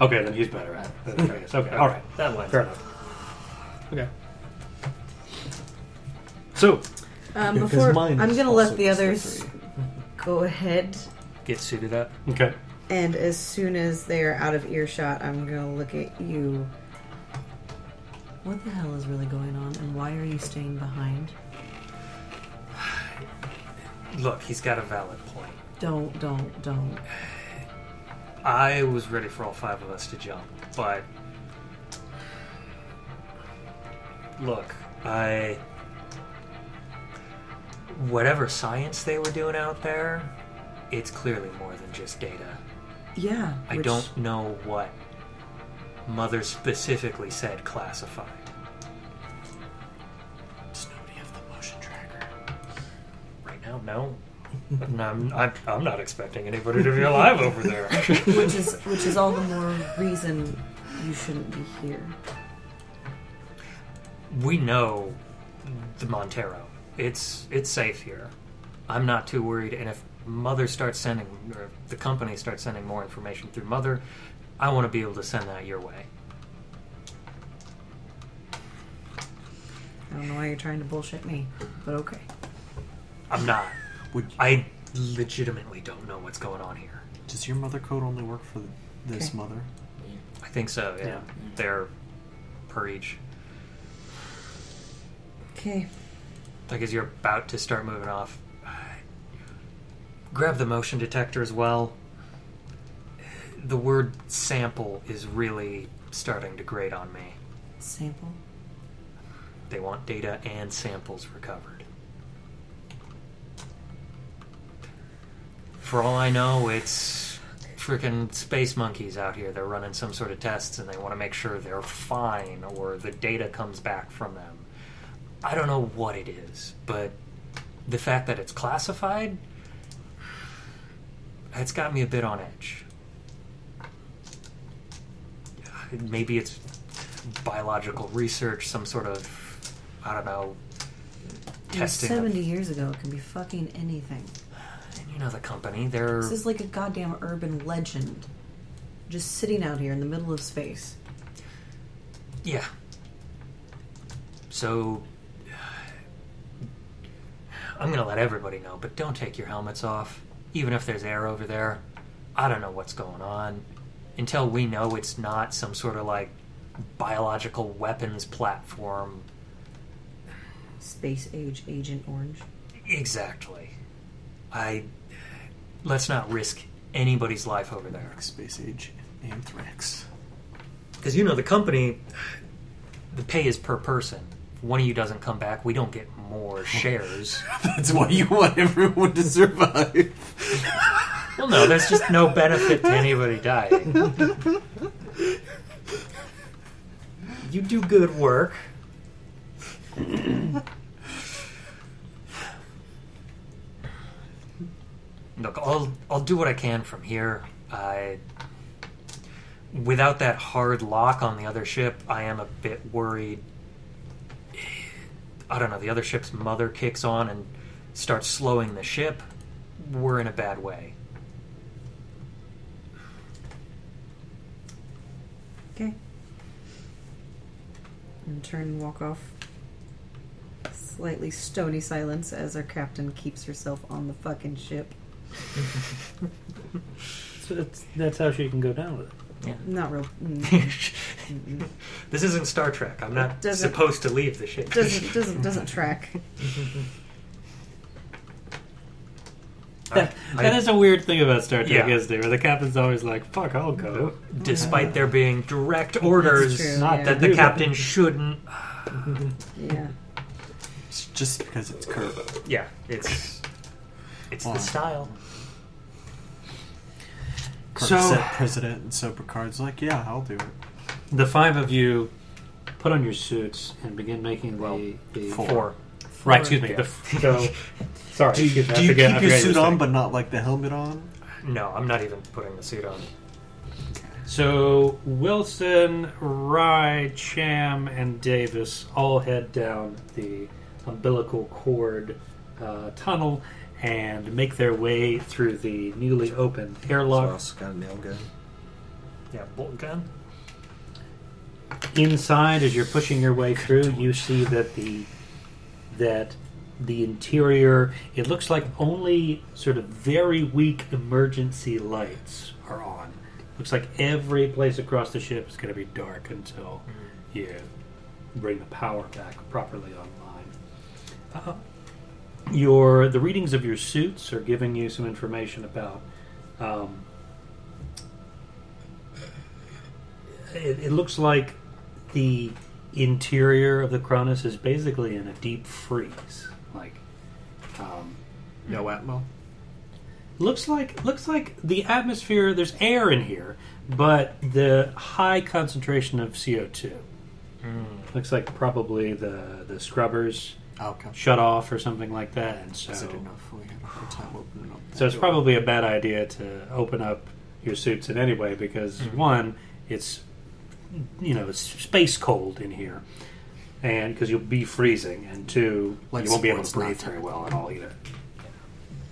Speaker 12: Okay, then he's better at it. than I guess. Okay, all right.
Speaker 3: That one.
Speaker 12: Fair enough. Okay. So,
Speaker 4: Um,
Speaker 2: Yeah, 'cause
Speaker 4: before
Speaker 2: mine
Speaker 4: I'm
Speaker 2: is
Speaker 4: gonna
Speaker 2: also
Speaker 4: let the
Speaker 2: just a
Speaker 4: others
Speaker 2: three.
Speaker 4: go ahead,
Speaker 3: Get suited up.
Speaker 12: okay.
Speaker 4: and as soon as they're out of earshot, I'm gonna look at you. What the hell is really going on, and why are you staying behind?
Speaker 3: Look, he's got a valid point.
Speaker 4: Don't, don't, don't.
Speaker 3: I was ready for all five of us to jump, but look, I whatever science they were doing out there, it's clearly more than just data.
Speaker 4: Yeah.
Speaker 3: I
Speaker 4: which-
Speaker 3: don't know what mother specifically said classified.
Speaker 16: Does nobody have the motion tracker?
Speaker 3: Right now, no. And I'm, I'm, I'm not expecting anybody to be alive over there.
Speaker 4: which is which is all the more reason you shouldn't be here.
Speaker 3: we know the Montero. It's it's safe here. I'm not too worried. And if Mother starts sending, or if the company starts sending more information through Mother, I want to be able to send that your way.
Speaker 4: I don't know why you're trying to bullshit me, but okay.
Speaker 3: I'm not.
Speaker 2: Would
Speaker 3: I legitimately don't know what's going on here.
Speaker 2: does your mother code only work for this
Speaker 4: Okay.
Speaker 2: mother?
Speaker 3: I think so. Yeah,
Speaker 2: Yeah.
Speaker 3: they're per each.
Speaker 4: Okay.
Speaker 3: Like as you're about to start moving off, grab the motion detector as well. The word sample is really starting to grate on me.
Speaker 4: Sample.
Speaker 3: They want data and samples recovered. For all I know, it's freaking space monkeys out here. They're running some sort of tests and they want to make sure they're fine or the data comes back from them. I don't know what it is, but the fact that it's classified, that's got me a bit on edge. Maybe it's biological research, some sort of, I don't know,
Speaker 4: It was
Speaker 3: testing. of-
Speaker 4: Seventy years ago, it can be fucking anything.
Speaker 3: and you know the company. They're
Speaker 4: This is like a goddamn urban legend, just sitting out here in the middle of space.
Speaker 3: yeah. So I'm gonna let everybody know, but don't take your helmets off, even if there's air over there. I don't know what's going on until we know it's not some sort of like biological weapons platform.
Speaker 4: Space age Agent Orange.
Speaker 3: Exactly. I let's not risk anybody's life over there.
Speaker 2: Space age anthrax.
Speaker 3: Because you know the company, the pay is per person. If one of you doesn't come back, we don't get more shares.
Speaker 2: That's why you want everyone to survive.
Speaker 3: well, no, there's just no benefit to anybody dying. you do good work. Look, I'll I'll do what I can from here. I without that hard lock on the other ship, I am a bit worried. I don't know. The other ship's mother kicks on and starts slowing the ship. We're in a bad way.
Speaker 4: Okay. And turn and walk off. Slightly stony silence as our captain keeps herself on the fucking ship.
Speaker 12: So that's, that's how she can go down with it.
Speaker 4: Not real. mm,
Speaker 3: this isn't Star Trek. I'm not
Speaker 4: Doesn't-
Speaker 3: supposed to leave the ship.
Speaker 4: doesn't doesn't doesn't track.
Speaker 12: That,
Speaker 3: I-
Speaker 12: that is a weird thing about Star Trek,
Speaker 3: Yeah.
Speaker 12: isn't it? Where the captain's always like, fuck, I'll go.
Speaker 3: Despite there being direct orders
Speaker 4: true.
Speaker 12: Not
Speaker 4: Yeah.
Speaker 12: to
Speaker 3: that the
Speaker 12: do
Speaker 3: captain shouldn't. uh,
Speaker 4: Yeah.
Speaker 2: It's just because it's curved.
Speaker 3: Yeah, it's it's
Speaker 2: Wow.
Speaker 3: the style.
Speaker 2: Kirk
Speaker 12: So-
Speaker 2: said president, and so Picard's like, "Yeah, I'll do it."
Speaker 12: The five of you put on your suits and begin making
Speaker 4: Well,
Speaker 12: the, the
Speaker 2: four.
Speaker 3: Four.
Speaker 12: Right, excuse me.
Speaker 3: Yeah.
Speaker 12: The, f- so, sorry.
Speaker 2: Do you,
Speaker 12: excuse me, I
Speaker 2: do you keep
Speaker 12: forget- I
Speaker 2: your
Speaker 12: forget you were
Speaker 2: suit on,
Speaker 12: saying.
Speaker 2: but not like the helmet on?
Speaker 3: No, I'm not even putting the suit on.
Speaker 12: So Wilson, Rye, Cham, and Davis all head down the umbilical cord uh, tunnel and make their way through the newly opened
Speaker 17: I
Speaker 12: airlock.
Speaker 17: also got a nail gun.
Speaker 3: Yeah, bolt gun.
Speaker 12: Inside, as you're pushing your way through, you see that the that the interior it looks like only sort of very weak emergency lights are on. Looks like every place across the ship is going to be dark until you bring the power back properly online. Uh, your the readings of your suits are giving you some information about. Um, it, it looks like the interior of the Cronus is basically in a deep freeze. Like, um,
Speaker 17: No Atmo?
Speaker 12: looks like looks like the atmosphere. There's air in here, but the high concentration of CO two. Looks like probably the the scrubbers
Speaker 2: Okay.
Speaker 12: shut off or something like that. And so,
Speaker 2: Is it enough? We had a hard time opening up. that
Speaker 12: so it's
Speaker 2: door.
Speaker 12: probably a bad idea to open up your suits in any way because one, it's you know it's space cold in here, and because you'll be freezing, and two,
Speaker 2: Like
Speaker 12: you won't be able to
Speaker 2: sports
Speaker 12: breathe
Speaker 2: not
Speaker 12: very well at all either.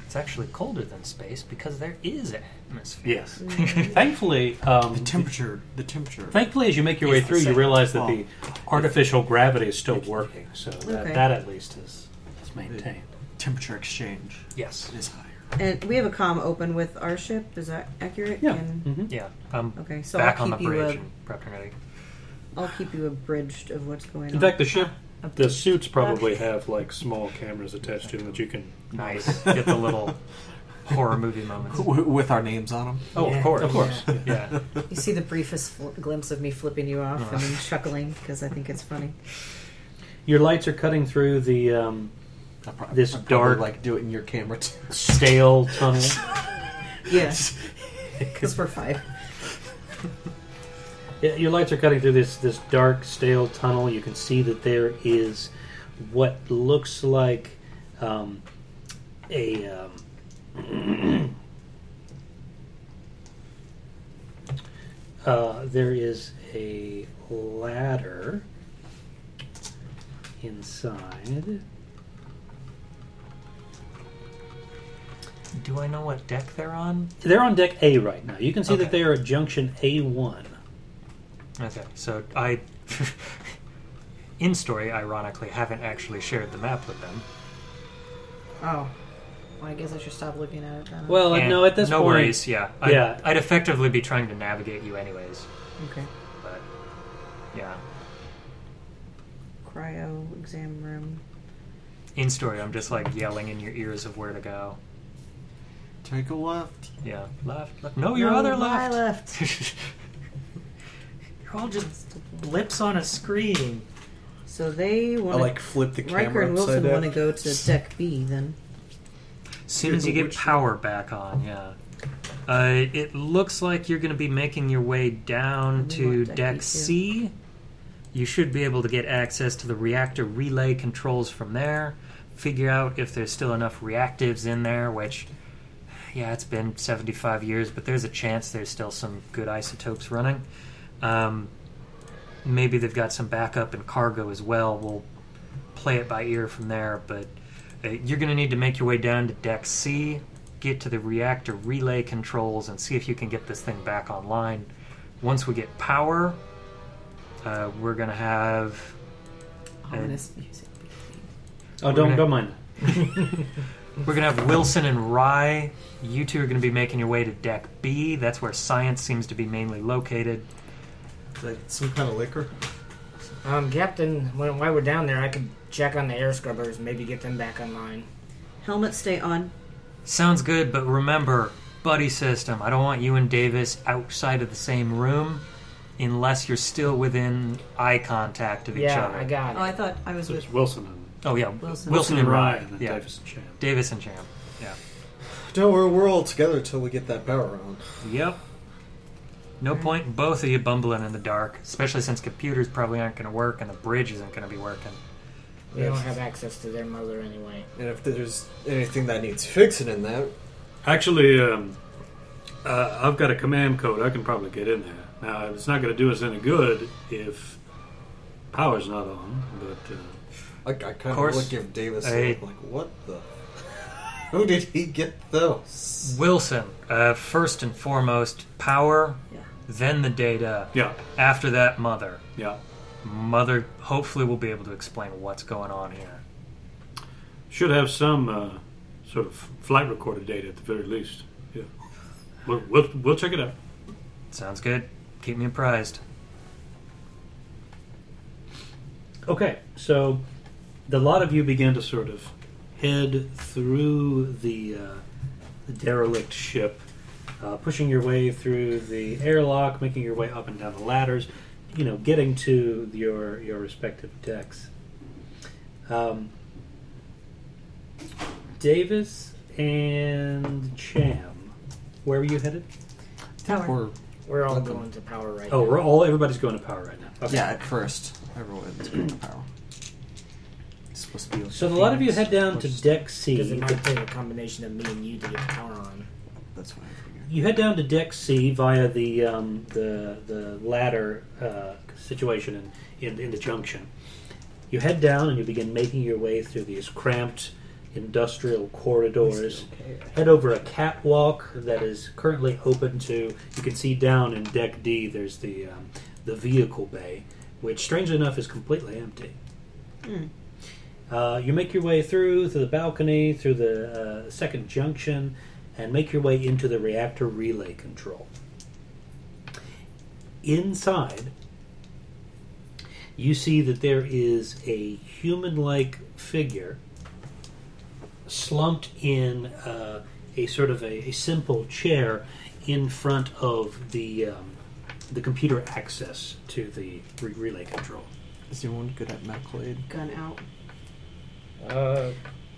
Speaker 3: It's actually colder than space because there is atmosphere.
Speaker 12: Yes,
Speaker 4: Mm.
Speaker 12: thankfully, um,
Speaker 2: The temperature. The temperature.
Speaker 12: Thankfully, as you make your way
Speaker 3: It's the
Speaker 12: through, you
Speaker 3: same.
Speaker 12: realize that
Speaker 2: Oh.
Speaker 12: the artificial gravity is still working, so that,
Speaker 4: Okay.
Speaker 12: that at least is, is maintained.
Speaker 2: temperature exchange
Speaker 3: Yes.
Speaker 2: is higher.
Speaker 4: And we have a comm open with our ship. Is that accurate?
Speaker 12: Yeah.
Speaker 4: And
Speaker 12: Mhm.
Speaker 3: Yeah. I'm
Speaker 4: Okay, so
Speaker 3: back
Speaker 4: I'll
Speaker 3: on the
Speaker 4: keep you uh,
Speaker 3: bridge
Speaker 4: a-
Speaker 3: and prepped and ready.
Speaker 4: I'll keep you abridged of what's going on.
Speaker 12: Mm-hmm. In fact, the ship, the
Speaker 4: Abridged.
Speaker 12: suits probably have like small cameras attached to them that you can.
Speaker 3: Nice. Get the little horror movie moments.
Speaker 2: W- with our names on them.
Speaker 3: Oh,
Speaker 4: Yeah,
Speaker 3: of course.
Speaker 12: Of course.
Speaker 3: Yeah.
Speaker 4: You see the briefest fl- glimpse of me flipping you off and then chuckling because I think it's funny.
Speaker 12: Your lights are cutting through the um,
Speaker 2: I prob-
Speaker 12: This
Speaker 2: I probably
Speaker 12: dark-
Speaker 2: like do it in your camera too.
Speaker 12: stale tunnel.
Speaker 4: Yes, because we're five.
Speaker 12: Yeah, Your lights are cutting through this this dark, stale tunnel. You can see that there is what looks like um, a um, uh, there is a ladder inside.
Speaker 3: Do I know what deck they're on?
Speaker 12: They're on deck A right now. You can see that
Speaker 3: Okay.
Speaker 12: they are at junction A one.
Speaker 3: Okay, so I, in story, ironically, haven't actually shared the map with them.
Speaker 4: Oh, well, I guess I should stop looking at it then.
Speaker 12: Well, uh,
Speaker 3: And
Speaker 12: no, at this
Speaker 3: no
Speaker 12: point,
Speaker 3: worries. Yeah, I'd,
Speaker 12: Yeah.
Speaker 3: I'd effectively be trying to navigate you anyways,
Speaker 4: okay.
Speaker 3: but yeah.
Speaker 4: Cryo exam room.
Speaker 3: In story, I'm just like yelling in your ears of where to go.
Speaker 2: Take a left.
Speaker 3: Yeah, left, left. No, your
Speaker 4: No,
Speaker 3: other
Speaker 4: my
Speaker 3: left.
Speaker 4: left.
Speaker 3: You're all just blips on a screen.
Speaker 4: So they
Speaker 2: I
Speaker 4: want
Speaker 2: like flip the
Speaker 4: Riker
Speaker 2: camera
Speaker 4: and
Speaker 2: upside
Speaker 4: Wilson
Speaker 2: down.
Speaker 4: want to go to deck B then.
Speaker 3: As soon as you
Speaker 2: Dude,
Speaker 3: get
Speaker 2: which-
Speaker 3: power back on, yeah. Uh, it looks like you're going to be making your way down
Speaker 4: We
Speaker 3: to
Speaker 4: want deck
Speaker 3: deck
Speaker 4: B too.
Speaker 3: C. You should be able to get access to the reactor relay controls from there. Figure out if there's still enough reactives in there, which, yeah, it's been 75 years, but there's a chance there's still some good isotopes running. Um, maybe they've got some backup and cargo as well. We'll play it by ear from there, but uh, you're going to need to make your way down to deck C, get to the reactor relay controls, and see if you can get this thing back online. Once we get power, uh, we're going to have. uh,
Speaker 4: Ominous music.
Speaker 12: oh,
Speaker 3: gonna-
Speaker 12: don't don't mind.
Speaker 3: We're gonna have Wilson and Rye. You two are gonna be making your way to Deck B. That's where science seems to be mainly located.
Speaker 2: Like some kind of liquor.
Speaker 5: Um, Captain, when, while we're down there, I could check on the air scrubbers, maybe get them back online.
Speaker 4: Helmets stay on.
Speaker 3: Sounds good, but remember, buddy system. I don't want you and Davis outside of the same room, unless you're still within eye contact of each
Speaker 5: yeah,
Speaker 3: other.
Speaker 5: I got it.
Speaker 4: Oh, I thought I was
Speaker 12: So
Speaker 4: with.
Speaker 12: it's Wilson and
Speaker 3: oh yeah,
Speaker 4: Wilson.
Speaker 3: Wilson,
Speaker 12: Wilson
Speaker 3: and
Speaker 12: and Rye,
Speaker 3: Rye.
Speaker 12: and then
Speaker 3: Yeah,
Speaker 12: Davis and Sham.
Speaker 3: Davis and Cham. Yeah.
Speaker 2: No, we're, we're all together till we get that power on.
Speaker 3: Yep. No point in both of you bumbling in the dark, especially since computers probably aren't going to work and the bridge isn't going to be working.
Speaker 5: we don't have access to their mother anyway.
Speaker 2: And if there's anything that needs fixing in that,
Speaker 12: Actually, um, uh, I've got a command code. I can probably get in there. Now, it's not going to do us any good if power's not on, but. Uh,
Speaker 2: I, I kind of
Speaker 3: course.
Speaker 2: look at Davis
Speaker 3: I-
Speaker 2: and I'm like, what the? Who did he get those?
Speaker 3: Wilson, uh, first and foremost, power,
Speaker 4: Yeah.
Speaker 3: then the data.
Speaker 12: yeah,
Speaker 3: After that, mother.
Speaker 12: yeah.
Speaker 3: Mother, hopefully, will be able to explain what's going on here.
Speaker 12: Should have some uh, sort of flight recorder data at the very least. Yeah. We'll, we'll, we'll check it out.
Speaker 3: Sounds good. Keep me apprised.
Speaker 12: Okay, so the lot of you begin to sort of head through the, uh, the derelict ship, uh, pushing your way through the airlock, making your way up and down the ladders, you know, getting to your your respective decks. Um, Davis and Cham, where were you headed?
Speaker 4: Tower.
Speaker 2: Or
Speaker 5: We're all
Speaker 2: Let them-
Speaker 5: going to power right
Speaker 12: Oh,
Speaker 5: now.
Speaker 12: we're all everybody's going to power right now. Okay.
Speaker 2: yeah, at first everyone's going to power. It's supposed to be.
Speaker 12: So a lot of you head down to deck
Speaker 5: Because it
Speaker 12: C.
Speaker 5: might take a combination of me and you to get the tower on.
Speaker 2: That's why I figured.
Speaker 12: You head down to deck C via the um, the the ladder uh, situation in, in in the junction. You head down and you begin making your way through these cramped industrial corridors. Head over a catwalk that is currently open to. You can see down in deck D. There's the um, the vehicle bay, which strangely enough is completely empty.
Speaker 4: Hmm.
Speaker 12: Uh, you make your way through through the balcony, through the uh, second junction, and make your way into the reactor relay control. Inside, you see that there is a human-like figure slumped in uh, a sort of a, a simple chair in front of the um, the computer access to the re- relay control.
Speaker 2: Is anyone good at Maclade?
Speaker 4: Gun out.
Speaker 5: Uh,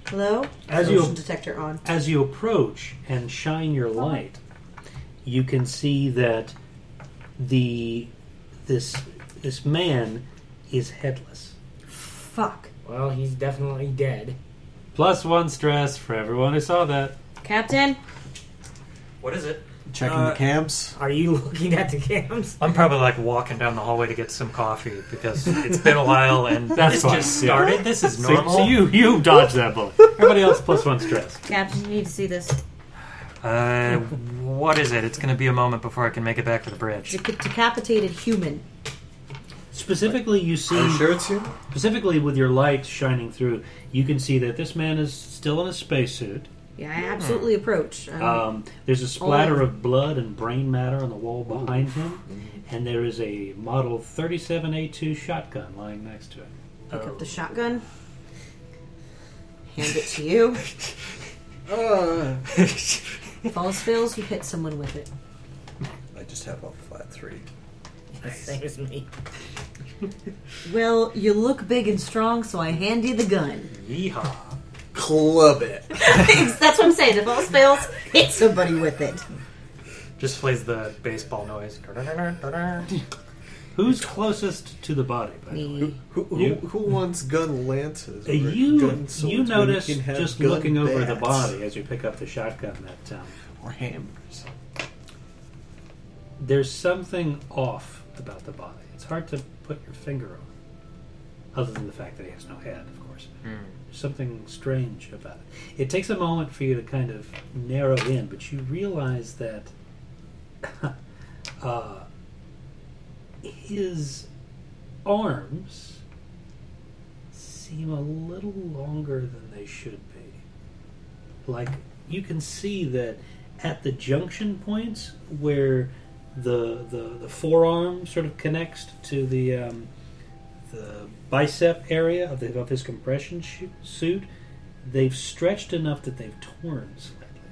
Speaker 4: Hello?
Speaker 2: As
Speaker 4: Motion
Speaker 2: you-
Speaker 4: detector on.
Speaker 12: As you approach and shine your light, you can see that the this this man is headless.
Speaker 4: Fuck.
Speaker 5: well, he's definitely dead.
Speaker 1: Plus one stress for everyone who saw that.
Speaker 4: Captain?
Speaker 3: What is it?
Speaker 2: Checking
Speaker 3: Uh,
Speaker 2: the camps.
Speaker 5: Are you looking at the cams?
Speaker 3: I'm probably like walking down the hallway to get some coffee because it's been a while and
Speaker 1: That's
Speaker 3: this
Speaker 1: fine,
Speaker 3: just
Speaker 1: yeah.
Speaker 3: started. This is
Speaker 1: So,
Speaker 3: normal.
Speaker 1: so you you dodged that bullet. Everybody else plus one stress.
Speaker 4: Captain, you need to see this.
Speaker 3: Uh, what is it? It's going to be a moment before I can make it back to the bridge.
Speaker 4: Deca- decapitated human.
Speaker 12: Specifically, you see
Speaker 7: it's you?
Speaker 12: specifically with your light shining through, you can see that this man is still in a spacesuit.
Speaker 4: Yeah, I absolutely
Speaker 3: Hmm.
Speaker 4: approach. Um,
Speaker 12: Um, there's a splatter of blood and brain matter on the wall behind him, and there is a model 37A2 shotgun lying next to it.
Speaker 4: pick up the
Speaker 12: oh.
Speaker 4: shotgun. Hand it to you.
Speaker 7: Uh,
Speaker 4: Falls fails, you hit someone with it.
Speaker 7: I just have a flat three.
Speaker 5: Same as me.
Speaker 4: Well, you look big and strong, so I hand you the gun.
Speaker 3: Yeehaw.
Speaker 7: Club it.
Speaker 4: That's what I'm saying. If falls fails, hit somebody with it.
Speaker 3: Just plays the baseball noise.
Speaker 12: Who's closest to the body? By the way?
Speaker 4: Me.
Speaker 7: Who, who,
Speaker 12: You-
Speaker 7: who wants gun lances?
Speaker 12: Uh,
Speaker 7: or
Speaker 12: You
Speaker 7: gun swords
Speaker 12: you
Speaker 7: when
Speaker 12: notice
Speaker 7: can have
Speaker 12: just
Speaker 7: gun
Speaker 12: looking over the
Speaker 7: bats?
Speaker 12: body as you pick up the shotgun that um,
Speaker 2: Or hammers.
Speaker 12: there's something off about the body. It's hard to put your finger on, other than the fact that he has no head, of course. There's something strange about it. It takes a moment for you to kind of narrow in, but you realize that uh, his arms seem a little longer than they should be. Like, you can see that at the junction points where the the, the forearm sort of connects to the um, the bicep area of, the, of his compression shu- suit, they've stretched enough that they've torn slightly.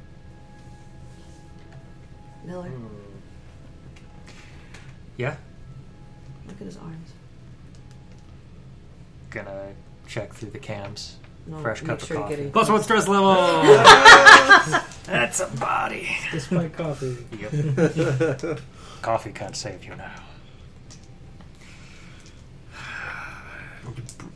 Speaker 4: Miller,
Speaker 3: Yeah,
Speaker 4: look at his arms.
Speaker 3: gonna check through the cams.
Speaker 4: No,
Speaker 3: Fresh
Speaker 4: make
Speaker 3: cup of
Speaker 4: sure you
Speaker 3: coffee.
Speaker 4: get it.
Speaker 3: Plus one stress level.
Speaker 12: Uh.
Speaker 3: That's a body.
Speaker 12: It's my coffee.
Speaker 3: Coffee can't save you now.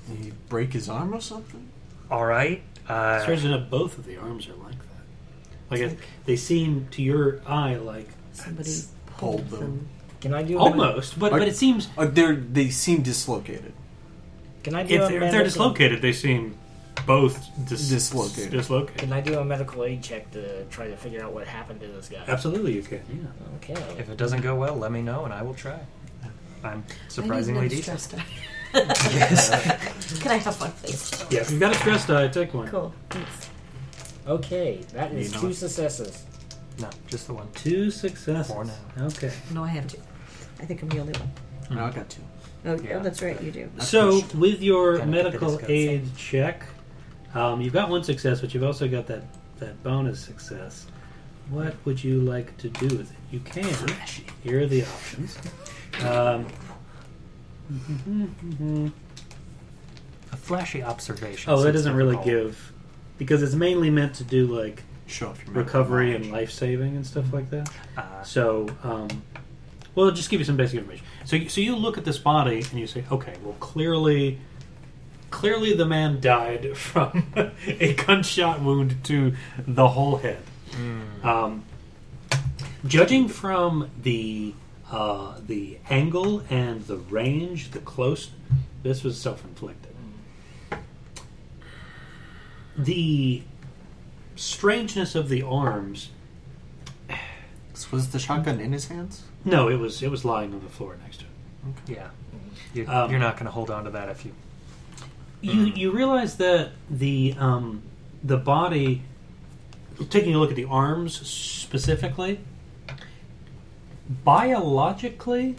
Speaker 2: Did he break his arm or something?
Speaker 3: All right. Uh,
Speaker 12: Strangely enough, both of the arms are like that. Like it- they seem to your eye like
Speaker 4: Somebody
Speaker 2: That's
Speaker 4: pulled
Speaker 2: pulled them.
Speaker 4: them.
Speaker 5: Can I do a-
Speaker 12: almost, but
Speaker 2: Are-
Speaker 12: but it seems
Speaker 2: Uh, they they seem dislocated.
Speaker 5: Can I do
Speaker 12: if
Speaker 5: a
Speaker 12: they're, if
Speaker 5: medical-
Speaker 12: they're dislocated, they seem both dis-
Speaker 2: Dislocated.
Speaker 12: Dislocated.
Speaker 5: Can I do a medical aid check to try to figure out what happened to this guy?
Speaker 12: Absolutely, you can. Yeah.
Speaker 5: Okay.
Speaker 3: if it doesn't go well, let me know and I will try. I'm surprisingly
Speaker 4: I need
Speaker 3: detailed.
Speaker 4: another stress die. Can I have one, please?
Speaker 12: Yeah. If you've got a stress die, take one.
Speaker 4: Cool. Thanks.
Speaker 5: Okay, that is
Speaker 3: You know
Speaker 5: two
Speaker 3: it.
Speaker 5: successes.
Speaker 3: No, just the one.
Speaker 12: Two successes.
Speaker 3: Four now.
Speaker 12: Okay.
Speaker 4: No, I have two. I think I'm the only one.
Speaker 2: No, I got two.
Speaker 4: Oh,
Speaker 3: Yeah.
Speaker 4: oh that's right, you do.
Speaker 12: So, with your
Speaker 3: Kinda kept it
Speaker 12: medical
Speaker 3: discussed.
Speaker 12: aid check, um, you've got one success, but you've also got that, that bonus success. What would you like to do with it? You can. Here are the options. Um,
Speaker 3: A flashy observation.
Speaker 12: oh, that
Speaker 3: since
Speaker 12: doesn't
Speaker 3: they're
Speaker 12: really
Speaker 3: called.
Speaker 12: give. Because it's mainly meant to do like
Speaker 2: Show off your medical
Speaker 12: recovery and
Speaker 2: knowledge.
Speaker 12: life saving and stuff like that.
Speaker 3: Uh,
Speaker 12: So, um, well, I'll just give you some basic information. So, you- so you look at this body and you say, okay, well, clearly
Speaker 1: Clearly, the man died from a gunshot wound to the whole head. Um, judging from the uh, the angle and the range, the close, this was self inflicted. The strangeness of the arms.
Speaker 2: Was the shotgun in his hands?
Speaker 1: No, it was it was lying on the floor next to him.
Speaker 3: Yeah.
Speaker 12: Mm-hmm.
Speaker 3: You,
Speaker 1: Um,
Speaker 3: you're not going to hold on to that if you.
Speaker 1: you you realize that the um, the body taking a look at the arms specifically biologically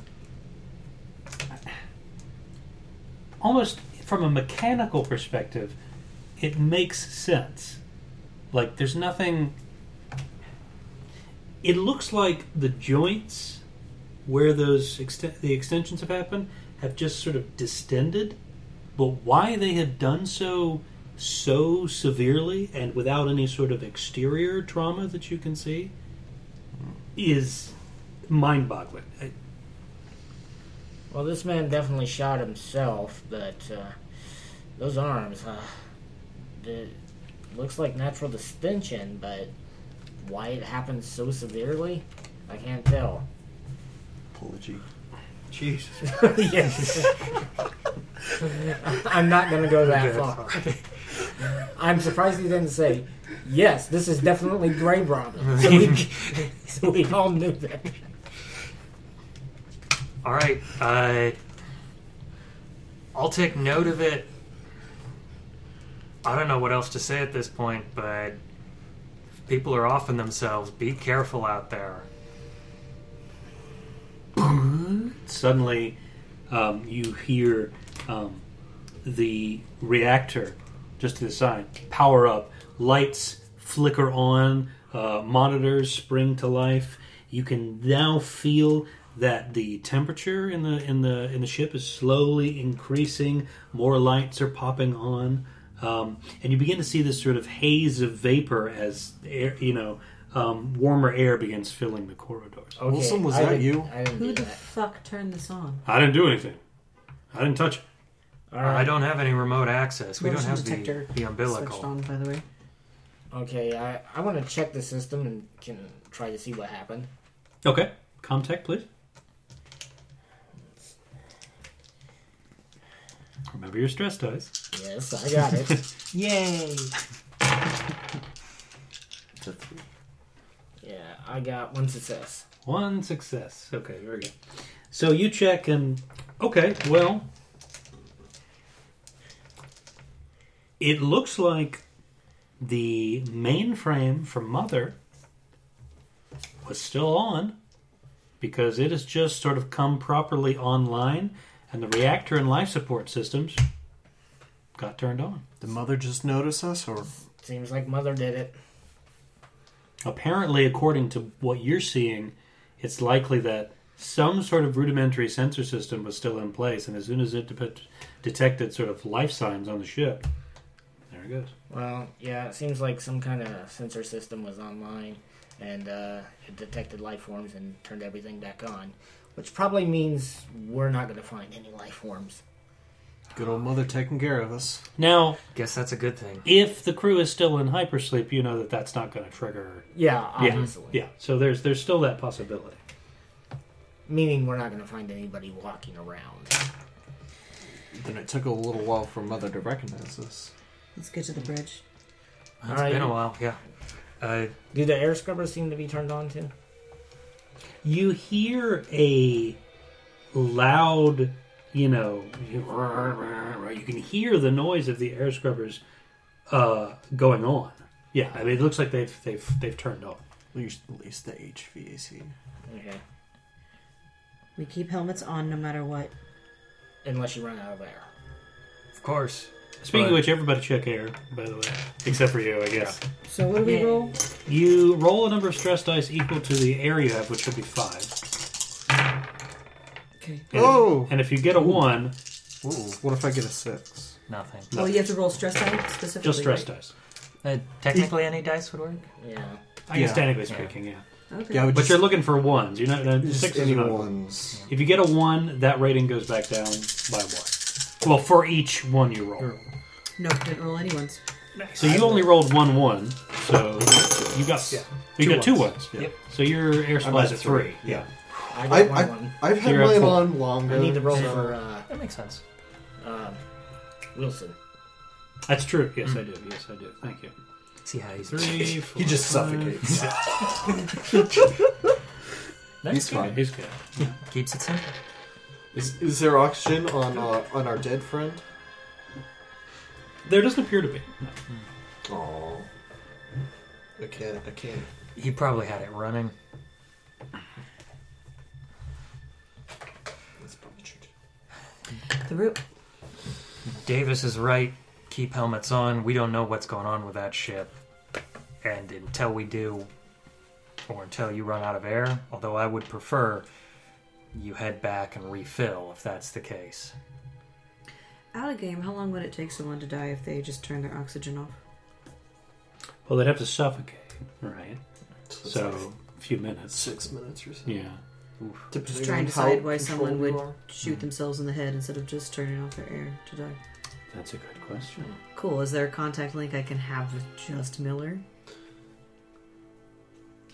Speaker 1: almost from a mechanical perspective it makes sense like there's nothing it looks like the joints where those ext- the extensions have happened have just sort of distended but why they had done so so severely and without any sort of exterior trauma that you can see is mind-boggling. I-
Speaker 5: Well, this man definitely shot himself, but uh, those arms, huh? The, looks like natural distension, but why it happened so severely, I can't tell.
Speaker 18: Apology. Jesus.
Speaker 5: yes. I'm not going to go that far. I'm surprised he didn't say, yes, this is definitely grave robbing. So we, so we all knew that.
Speaker 3: All right. Uh, I'll take note of it. I don't know what else to say at this point, but if people are offing themselves. Be careful out there.
Speaker 1: Suddenly, um, you hear um, the reactor just to the side power up, lights flicker on, uh, monitors spring to life. You can now feel that the temperature in the in the in the ship is slowly increasing. More lights are popping on, um, and you begin to see this sort of haze of vapor as air, you know. Um, warmer air begins filling the corridors.
Speaker 5: Okay,
Speaker 2: Wilson, was
Speaker 5: I
Speaker 2: that
Speaker 5: didn't-
Speaker 2: you?
Speaker 5: I didn't
Speaker 4: Who
Speaker 5: do
Speaker 4: the
Speaker 5: that.
Speaker 4: fuck turned this on?
Speaker 1: I didn't do anything. I didn't touch it.
Speaker 3: I don't have any remote access. We don't
Speaker 4: Motion
Speaker 3: have the,
Speaker 4: detector
Speaker 3: the
Speaker 4: Switched
Speaker 3: umbilical.
Speaker 4: on, by the way.
Speaker 5: Okay, I, I want to check the system and can try to see what happened.
Speaker 1: Okay. Contact, please. Remember your stress dice.
Speaker 5: Yes, I got it. Yay!
Speaker 18: It's a three.
Speaker 5: Yeah, I got one success.
Speaker 1: One success. Okay, very good. So you check and okay, well, it looks like the mainframe for Mother was still on because it has just sort of come properly online, and the reactor and life support systems got turned on.
Speaker 2: Did mother just notice us, or
Speaker 5: Seems like Mother did it.
Speaker 1: apparently, according to what you're seeing, it's likely that some sort of rudimentary sensor system was still in place, and as soon as it de- detected sort of life signs on the ship, there it goes.
Speaker 5: Well, yeah, it seems like some kind of sensor system was online and uh, it detected life forms and turned everything back on, which probably means we're not going to find any life forms.
Speaker 2: good old mother taking care of us?
Speaker 1: Now,
Speaker 3: Guess that's a good thing.
Speaker 1: if the crew is still in hypersleep, you know that that's not going to trigger.
Speaker 5: Yeah, obviously.
Speaker 1: Yeah, so there's there's still that possibility.
Speaker 5: Meaning we're not going to find anybody walking around.
Speaker 2: Then it took a little while for mother to recognize us.
Speaker 4: Let's get to the bridge.
Speaker 3: It's
Speaker 5: Alright.
Speaker 3: been a while. Yeah. Uh,
Speaker 5: Do the air scrubbers seem to be turned on too?
Speaker 1: You hear a loud, you know, you can hear the noise of the air scrubbers uh, going on. Yeah, I mean, it looks like they've they've they've turned on.
Speaker 2: At least, at least the HVAC.
Speaker 5: Okay.
Speaker 4: We keep helmets on no matter what.
Speaker 5: Unless you run out of air.
Speaker 3: of course.
Speaker 1: Speaking of
Speaker 3: But-
Speaker 1: which, everybody check air, by the way, except
Speaker 12: Oh,
Speaker 1: for you, I guess.
Speaker 4: So what do we
Speaker 5: Yeah.
Speaker 4: roll?
Speaker 1: You roll a number of stress dice equal to the air you have, which should be five.
Speaker 4: Okay.
Speaker 1: And,
Speaker 2: Oh!
Speaker 1: and if you get a one,
Speaker 2: Ooh, what if I get a six?
Speaker 3: Nothing.
Speaker 4: Oh, you have to roll stress dice specifically.
Speaker 1: just stress
Speaker 4: right?
Speaker 1: dice.
Speaker 3: Uh, technically, any dice would work.
Speaker 5: Yeah.
Speaker 1: I guess
Speaker 2: Yeah.
Speaker 1: technically speaking, yeah.
Speaker 4: Okay.
Speaker 2: Yeah, I would
Speaker 1: But
Speaker 2: just,
Speaker 1: you're looking for ones. You're not uh,
Speaker 2: just
Speaker 1: six is
Speaker 2: any
Speaker 1: not-
Speaker 2: ones.
Speaker 1: If you get a one, that rating goes back down by one. Well, for each one you roll.
Speaker 4: No, didn't roll any ones.
Speaker 1: So you only rolled one one. So you got yeah. you got two ones.
Speaker 12: Yep.
Speaker 1: So your air
Speaker 2: I'm
Speaker 1: supply's at
Speaker 2: at
Speaker 1: three.
Speaker 2: three, yeah.
Speaker 5: I got
Speaker 2: I,
Speaker 5: one.
Speaker 2: I,
Speaker 5: one.
Speaker 2: I've had
Speaker 1: You're at
Speaker 2: mine
Speaker 1: four.
Speaker 2: on longer.
Speaker 5: I need to roll
Speaker 2: so-
Speaker 5: for uh,
Speaker 12: That makes sense.
Speaker 5: um, Wilson.
Speaker 1: That's true. Yes, I do. Yes, I do. Thank you.
Speaker 12: See how he's
Speaker 1: Three. Four,
Speaker 2: He just
Speaker 1: five.
Speaker 2: suffocates.
Speaker 12: That's
Speaker 2: He's fine.
Speaker 1: He's good.
Speaker 3: Keeps it simple.
Speaker 2: Is, is there oxygen on uh, on our dead friend?
Speaker 1: There doesn't appear to be. No.
Speaker 2: Oh, I can't. I can't.
Speaker 3: He probably had it running.
Speaker 2: That's probably true. too.
Speaker 4: The root.
Speaker 3: Davis is right. Keep helmets on. We don't know what's going on with that ship. And until we do, or until you run out of air, although I would prefer you head back and refill if that's the case.
Speaker 4: Out of game, how long would it take someone to die if they just turned their oxygen off?
Speaker 1: Well, they'd have to suffocate, right?
Speaker 2: So,
Speaker 1: So
Speaker 2: it's like
Speaker 1: a few minutes.
Speaker 2: six minutes or so.
Speaker 1: Yeah.
Speaker 2: Depending
Speaker 4: Just trying
Speaker 2: on
Speaker 4: to
Speaker 2: how
Speaker 4: decide why
Speaker 2: controlled
Speaker 4: someone
Speaker 2: you
Speaker 4: would
Speaker 2: are.
Speaker 4: shoot
Speaker 1: Hmm.
Speaker 4: themselves in the head instead of just turning off their air to die.
Speaker 1: That's a good question.
Speaker 4: Cool. Is there a contact link I can have with just Miller?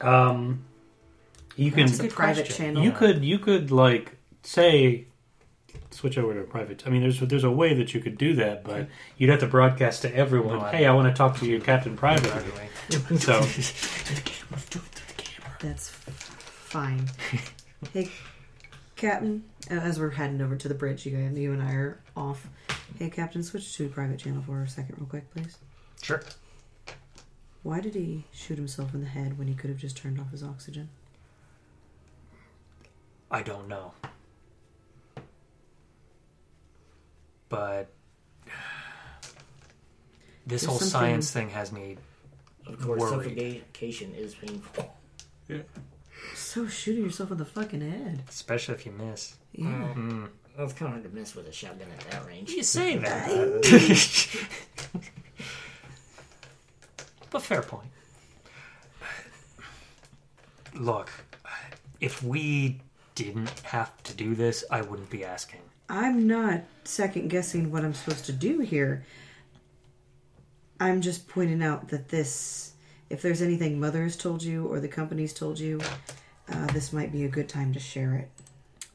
Speaker 1: Um, you can
Speaker 4: It's a private channel.
Speaker 1: you could you could like say switch over to a private. I mean, there's there's a way that you could do that, but you'd have to broadcast to everyone.
Speaker 3: No, I-
Speaker 1: hey, I want to talk to you, Captain
Speaker 3: By
Speaker 1: Private.
Speaker 3: the way,
Speaker 1: so
Speaker 4: That's fine. hey, Captain. uh, As we're heading over to the bridge, you guys, you and I are off. Hey, Captain, switch to private channel for a second, real quick, please.
Speaker 3: Sure.
Speaker 4: Why did he shoot himself in the head when he could have just turned off his oxygen?
Speaker 3: I don't know. But this
Speaker 4: There's
Speaker 3: whole
Speaker 4: something-
Speaker 3: science thing has me
Speaker 5: Of course,
Speaker 3: Worried.
Speaker 5: suffocation is painful.
Speaker 4: So shooting yourself in the fucking head.
Speaker 3: especially if you miss.
Speaker 4: Yeah.
Speaker 5: That's kind of hard to miss with a shotgun at that range.
Speaker 3: You say that. but fair point. Look, if we didn't have to do this, I wouldn't be asking.
Speaker 4: I'm not second guessing what I'm supposed to do here. I'm just pointing out that this, if there's anything Mother has told you or the company's told you, uh, this might be a good time to share it.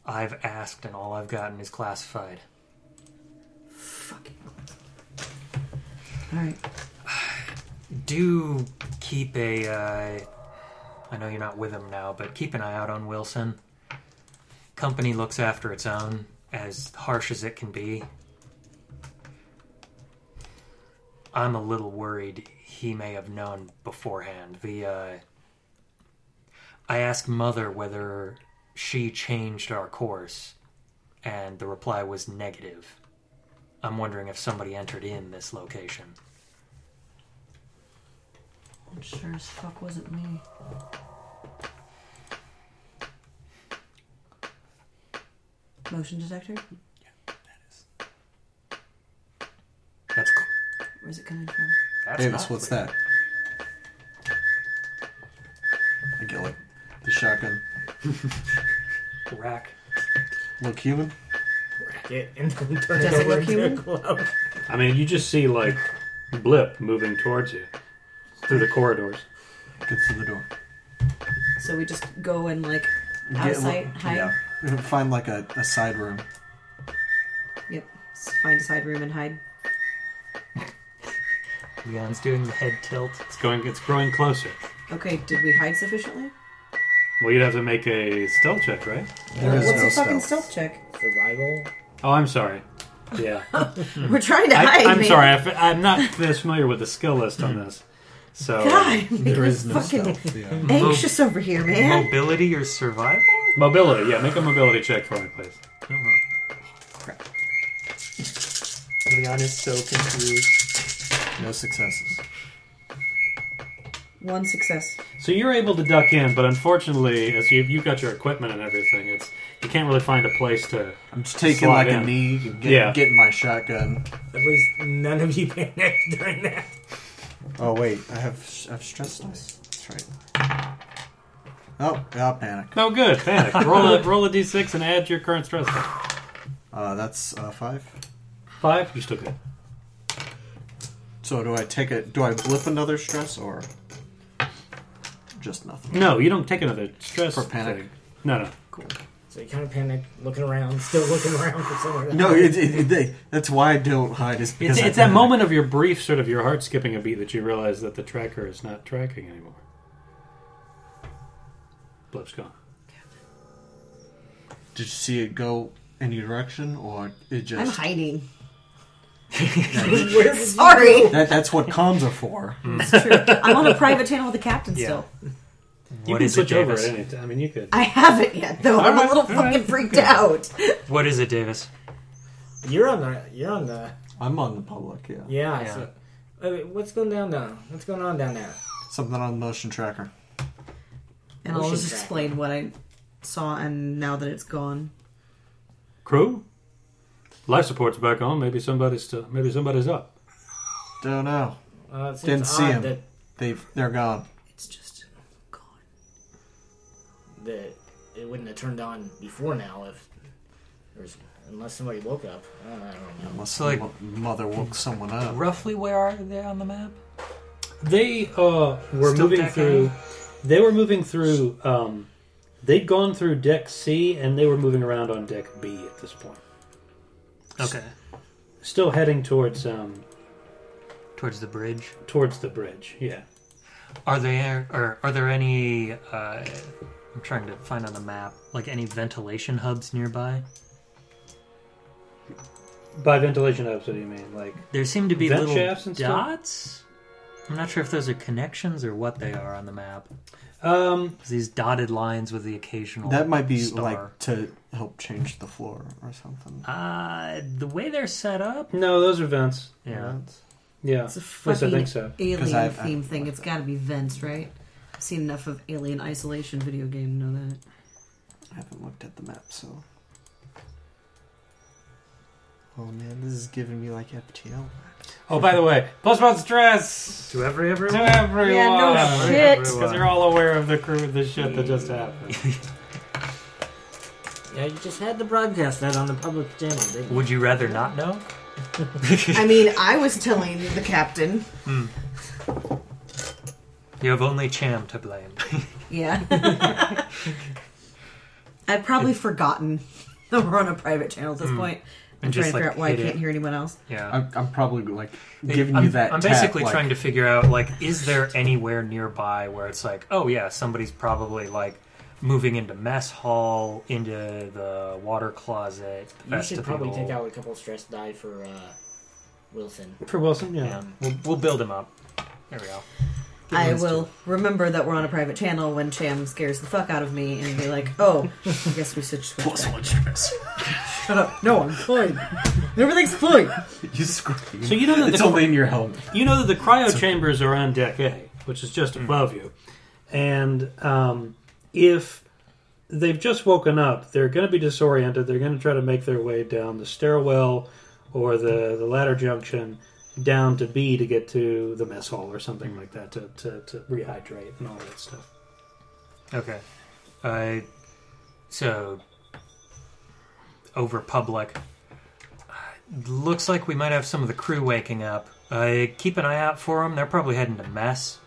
Speaker 3: I've asked, and all I've gotten is classified.
Speaker 4: Fucking. All right.
Speaker 3: Do keep a. Uh, I know you're not with him now, but keep an eye out on Wilson. Company looks after its own, as harsh as it can be. I'm a little worried he may have known beforehand. The uh, I asked Mother whether she changed our course, and the reply was negative. I'm wondering if somebody entered in this location.
Speaker 4: It sure as fuck wasn't me. Motion detector?
Speaker 3: That's cl-
Speaker 4: Where's it coming from?
Speaker 3: That's
Speaker 2: Davis,
Speaker 3: not
Speaker 2: what's
Speaker 3: clear.
Speaker 2: that? I get like the shotgun.
Speaker 3: Rack.
Speaker 2: Look human.
Speaker 5: Get and then turn
Speaker 4: Does
Speaker 5: it
Speaker 4: it
Speaker 5: over
Speaker 4: look
Speaker 5: to a
Speaker 4: human?
Speaker 5: glove.
Speaker 1: I mean, you just see like blip moving towards you through the corridors.
Speaker 2: Get through the door.
Speaker 4: So we just go and like
Speaker 2: Get-
Speaker 4: out of sight, hide.
Speaker 2: Yeah. Find like a, a side room.
Speaker 4: Yep. S- Find a side room and hide.
Speaker 3: Leon's doing the head tilt.
Speaker 1: It's going. It's growing closer.
Speaker 4: Okay, did we hide sufficiently?
Speaker 1: Well, you'd have to make a stealth check, right?
Speaker 2: There is
Speaker 4: What's
Speaker 2: no
Speaker 4: a fucking
Speaker 2: stealth.
Speaker 4: stealth check?
Speaker 5: Survival.
Speaker 1: Oh, I'm sorry. Yeah.
Speaker 4: We're trying to
Speaker 1: Hmm. I,
Speaker 4: hide.
Speaker 1: I'm
Speaker 4: man.
Speaker 1: sorry. I, am not this familiar with the skill list on this. So
Speaker 4: God,
Speaker 2: There
Speaker 4: there
Speaker 2: is
Speaker 4: is
Speaker 2: no
Speaker 4: fucking
Speaker 2: stealth. Yeah.
Speaker 4: anxious over here, man.
Speaker 3: Mobility or survival?
Speaker 1: mobility. Yeah, make a mobility check for me, please.
Speaker 12: Leon is so confused.
Speaker 2: No successes.
Speaker 4: One success.
Speaker 1: So you're able to duck in, but unfortunately, as you've, you've got your equipment and everything, it's you can't really find a place to.
Speaker 2: I'm just taking
Speaker 1: Slide
Speaker 2: like a
Speaker 1: in.
Speaker 2: knee and get,
Speaker 1: Yeah.
Speaker 2: getting my shotgun.
Speaker 5: At least none of you panicked during that.
Speaker 2: Oh wait, I have I have stress dice. That's right. Oh, yeah, panic.
Speaker 1: No good. Panic. roll a roll a d6 and add your current stress.
Speaker 2: Uh, that's uh, five.
Speaker 12: Five, you're still good.
Speaker 2: So do I take it? Do I blip another stress or just nothing?
Speaker 12: No, you don't take another stress
Speaker 2: For panic?
Speaker 12: thing. No, no.
Speaker 5: So you kind of panic, looking around, still looking around for somewhere.
Speaker 2: No, it, it, it- they- that's why I don't hide. Is because
Speaker 12: It's,
Speaker 2: I
Speaker 12: it's that
Speaker 2: panic.
Speaker 12: moment of your brief, sort of your heart skipping a beat that you realize that the tracker is not tracking anymore. Blip's gone.
Speaker 2: Did you see it go any direction or it
Speaker 4: I'm
Speaker 2: just?
Speaker 4: hiding.
Speaker 19: Sorry.
Speaker 2: That, that's what comms are for.
Speaker 4: That's true. I'm on a private channel with the captain still.
Speaker 12: you
Speaker 3: What
Speaker 12: can
Speaker 3: is it,
Speaker 12: switch over
Speaker 3: Davis?
Speaker 12: at any time. I mean, you could.
Speaker 4: I haven't yet though. I'm
Speaker 12: All right,
Speaker 4: a little
Speaker 12: all
Speaker 4: fucking
Speaker 12: right,
Speaker 4: freaked out.
Speaker 3: What is it, Davis?
Speaker 5: You're on the. You're on the.
Speaker 2: I'm on the public. Yeah.
Speaker 5: Yeah.
Speaker 3: Yeah.
Speaker 5: So, uh, what's going down now? What's going on down there?
Speaker 2: Something on the motion tracker.
Speaker 4: And I'll
Speaker 5: Motion
Speaker 4: just
Speaker 5: tracker.
Speaker 4: explain what I saw and now that it's gone.
Speaker 12: Crew, life support's back on. Maybe somebody's still. Maybe somebody's up.
Speaker 2: Don't know.
Speaker 5: Uh, it seems
Speaker 2: Didn't see
Speaker 5: odd
Speaker 2: him.
Speaker 5: That,
Speaker 2: They've they're gone.
Speaker 4: It's just gone.
Speaker 5: that it wouldn't have turned on before now if there's unless somebody woke up. I don't, I don't know.
Speaker 2: Unless
Speaker 3: So, like-
Speaker 2: the mo- mother woke someone up.
Speaker 3: Roughly where are they on the map?
Speaker 12: They uh, were
Speaker 3: Still
Speaker 12: moving
Speaker 3: Deck A?
Speaker 12: through. They were moving through. Um, they'd gone through deck C, and they were moving around on deck B at this point.
Speaker 3: Okay.
Speaker 12: Still heading towards um,
Speaker 3: Towards the bridge.
Speaker 12: towards the bridge. Yeah.
Speaker 3: Are there or are there any? Uh, I'm trying to find on the map like any ventilation hubs nearby.
Speaker 12: By ventilation hubs, what do you mean? Like
Speaker 3: There seem to be
Speaker 12: Vent shafts
Speaker 3: little
Speaker 12: and stuff?
Speaker 3: dots. I'm not sure if those are connections or what they are on the map.
Speaker 12: um,
Speaker 3: These dotted lines with the occasional
Speaker 2: That might be
Speaker 3: star.
Speaker 2: like to help change the floor or something.
Speaker 3: uh, the way they're set up.
Speaker 12: no, those are vents.
Speaker 3: Yeah,
Speaker 12: Yeah.
Speaker 4: It's a
Speaker 12: Yes,
Speaker 4: fucking
Speaker 12: I think so.
Speaker 4: alien
Speaker 2: 'Cause I- I-
Speaker 4: theme thing. It's got to be vents, right? I've seen enough of Alien Isolation video game to know that.
Speaker 2: I haven't looked at the map, so. Oh man, this is giving me like FTL.
Speaker 1: Oh, by the way, plus one stress
Speaker 20: To every everyone.
Speaker 1: to everyone.
Speaker 4: Yeah, no shit.
Speaker 1: Because you're all aware of the crew, the shit that just happened.
Speaker 5: Yeah, you just had to broadcast that on the public channel, didn't you?
Speaker 3: Would you rather not know?
Speaker 4: I mean, I was telling the captain.
Speaker 3: You have only Cham to blame.
Speaker 4: Yeah. I've probably forgotten that we're on a private channel at this point. I'm
Speaker 3: And
Speaker 4: trying
Speaker 3: just,
Speaker 4: to figure
Speaker 3: like,
Speaker 4: out why I
Speaker 3: hit it.
Speaker 4: can't hear anyone else.
Speaker 3: yeah.
Speaker 2: I'm, I'm probably like giving
Speaker 3: I'm,
Speaker 2: you that.
Speaker 3: I'm
Speaker 2: tap,
Speaker 3: basically
Speaker 2: like,
Speaker 3: trying to figure out like, is there anywhere nearby where it's like, oh yeah, somebody's probably like moving into mess hall, into the water closet. The
Speaker 5: You should probably
Speaker 3: vestibule.
Speaker 5: take out a couple stress die for uh, Wilson.
Speaker 12: For Wilson, yeah.
Speaker 3: Yeah, we'll, we'll build him up. There we go.
Speaker 4: I will remember that we're on a private channel when Cham scares the fuck out of me and be like, oh, I guess we should switch. back." Shut up. No, I'm fine. Everything's fine.
Speaker 2: You scream.
Speaker 12: So you know that
Speaker 2: it's
Speaker 12: the,
Speaker 2: only in your helmet.
Speaker 12: you know that the cryo chambers are on deck A, which is just above you, and um, if they've just woken up, they're going to be disoriented. They're going to try to make their way down the stairwell or the the ladder junction down to B to get to the mess hall or something like that to, to, to rehydrate and all that stuff.
Speaker 3: Okay. Uh, so, over public. Uh, Looks like we might have some of the crew waking up. Uh, keep an eye out for them. They're probably heading to mess.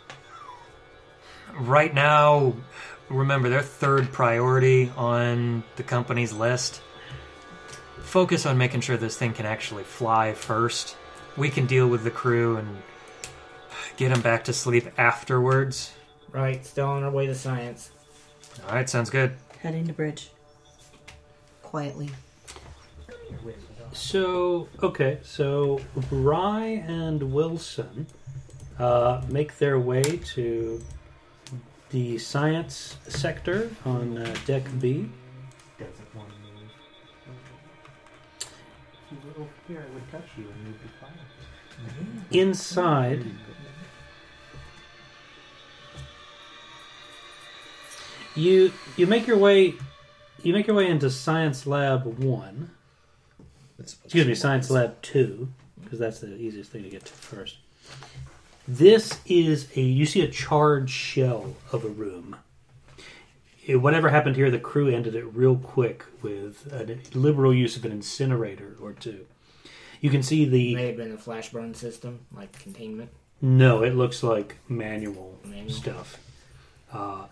Speaker 3: Right now, remember, they're third priority on the company's list. Focus on making sure this thing can actually fly first. We can deal with the crew and get them back to sleep afterwards.
Speaker 5: Right, still on our way to science.
Speaker 3: All right, sounds good.
Speaker 4: Heading to bridge. Quietly.
Speaker 12: So okay, so Bry and Wilson uh, make their way to the science sector on uh, deck B. Inside, you you make your way you make your way into science lab one. Excuse me, Science Lab 2, because that's the easiest thing to get to first. This is a, you see a charred shell of a room. It- whatever happened here, the crew ended it real quick with a liberal use of an incinerator or two.
Speaker 1: You can see the
Speaker 5: May have been the flash burn system, like containment.
Speaker 1: No, it looks like manual,
Speaker 5: Manual.
Speaker 1: stuff. Uh,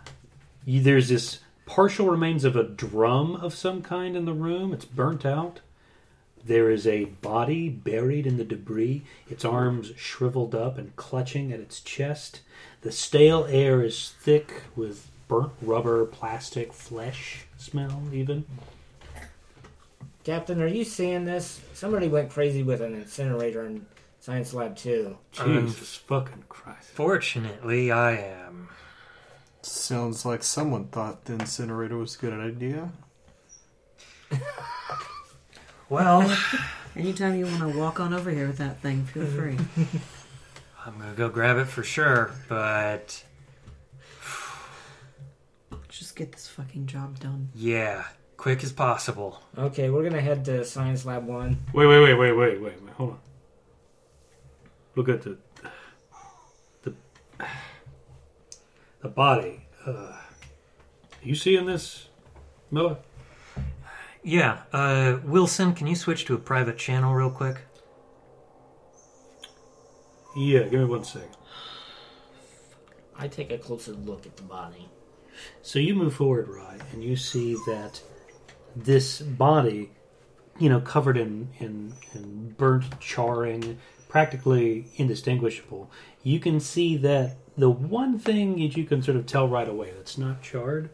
Speaker 1: y- there's this partial remains of a drum of some kind in the room. It's burnt out. There is a body buried in the debris, its arms shriveled up and clutching at its chest. The stale air is thick with burnt rubber, plastic, flesh smell, even.
Speaker 5: Captain, are you seeing this? Somebody went crazy with an incinerator in science lab too.
Speaker 1: Jesus fucking Christ.
Speaker 3: Fortunately, I am.
Speaker 2: Sounds like someone thought the incinerator was a good idea.
Speaker 3: Well,
Speaker 4: Anytime you want to walk on over here with that thing, feel free.
Speaker 3: I'm gonna go grab it for sure, but
Speaker 4: Just get this fucking job done.
Speaker 3: yeah, quick as possible.
Speaker 5: Okay, we're gonna head to science lab one.
Speaker 1: Wait, wait, wait, wait, wait, wait, wait. Hold on. Look at the the the body. Uh, you seeing this, Miller?
Speaker 3: Yeah, uh, Wilson, can you switch to a private channel real quick?
Speaker 1: Yeah. Give me one second.
Speaker 5: I take a closer look at the body.
Speaker 1: So you move forward, Rye, and you see that this body, you know, covered in, in, in burnt charring, practically indistinguishable. You can see that the one thing that you can sort of tell right away that's not charred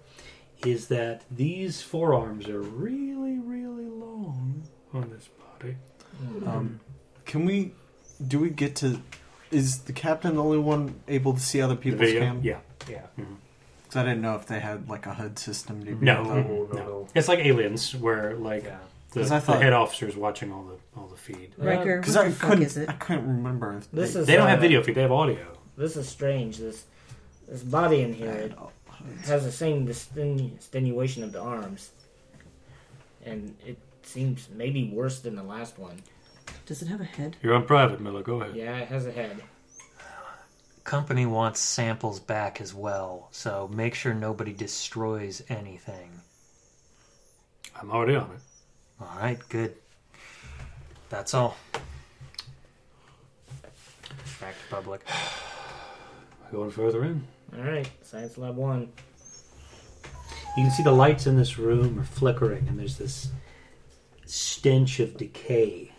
Speaker 1: is that these forearms are really, really long on this body.
Speaker 2: Mm-hmm. Can we? Do we get to? Is the captain the only one able to see other people's cam?
Speaker 1: Yeah, yeah.
Speaker 2: 'Cause I didn't know if they had like a HUD system. To be
Speaker 1: No,
Speaker 2: able to-
Speaker 1: no, It's like aliens, where like
Speaker 21: Yeah.
Speaker 1: the,
Speaker 2: 'Cause I
Speaker 1: the
Speaker 2: thought-
Speaker 1: head officer's watching all the all the feed.
Speaker 4: Riker, what
Speaker 2: I
Speaker 4: the fuck
Speaker 2: couldn't.
Speaker 4: is it?
Speaker 2: I couldn't remember. If
Speaker 5: This
Speaker 2: they
Speaker 5: is
Speaker 1: They don't have
Speaker 5: uh,
Speaker 1: video feed; they have audio.
Speaker 5: This is strange. This this body in here
Speaker 2: had Oh,
Speaker 5: it
Speaker 2: all HUDs.
Speaker 5: has the same distenu- extenuation of the arms, and it seems maybe worse than the last one.
Speaker 4: Does it have a head?
Speaker 1: You're on private, Miller. Go ahead.
Speaker 5: Yeah, it has a head.
Speaker 3: Company wants samples back as well, so make sure nobody destroys anything.
Speaker 1: I'm already on it.
Speaker 3: All right, good. That's all. Back to public.
Speaker 1: Going further in.
Speaker 5: All right, science lab one.
Speaker 1: You can see the lights in this room are flickering, and there's this stench of decay.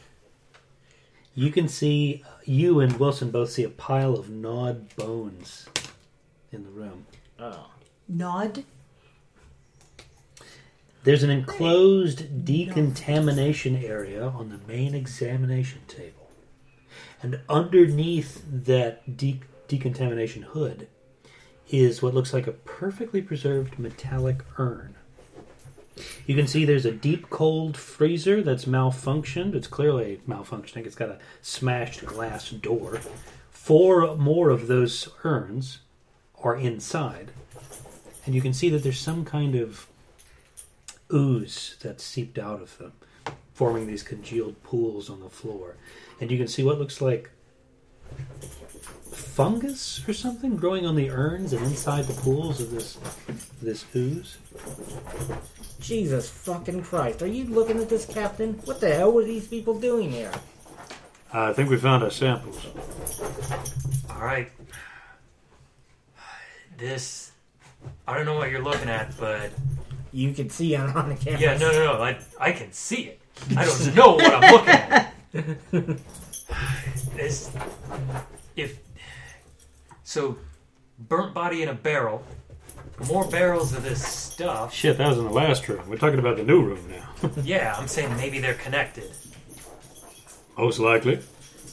Speaker 1: You can see, you and Wilson both see a pile of gnawed bones in the room.
Speaker 5: Oh,
Speaker 4: Nod?
Speaker 1: There's an enclosed decontamination area on the main examination table. And underneath that de- decontamination hood is what looks like a perfectly preserved metallic urn. You can see there's a deep cold freezer that's malfunctioned. It's clearly malfunctioning. It's got a smashed glass door. Four more of those urns are inside. And you can see that there's some kind of ooze that seeped out of them, forming these congealed pools on the floor. And you can see what looks like fungus or something growing on the urns and inside the pools of this this ooze.
Speaker 5: Jesus fucking Christ! Are you looking at this, Captain? What the hell were these people doing here?
Speaker 1: I think we found our samples.
Speaker 3: All right. This. I don't know what you're looking at, but
Speaker 5: You can see it on the camera.
Speaker 3: yeah, no, no, no. I, I can see it. I don't know what I'm looking at. this, if so, burnt body in a barrel, more barrels of this stuff.
Speaker 1: Shit, that was in the last room. We're talking about the new room now.
Speaker 3: Yeah, I'm saying maybe they're connected.
Speaker 1: Most likely.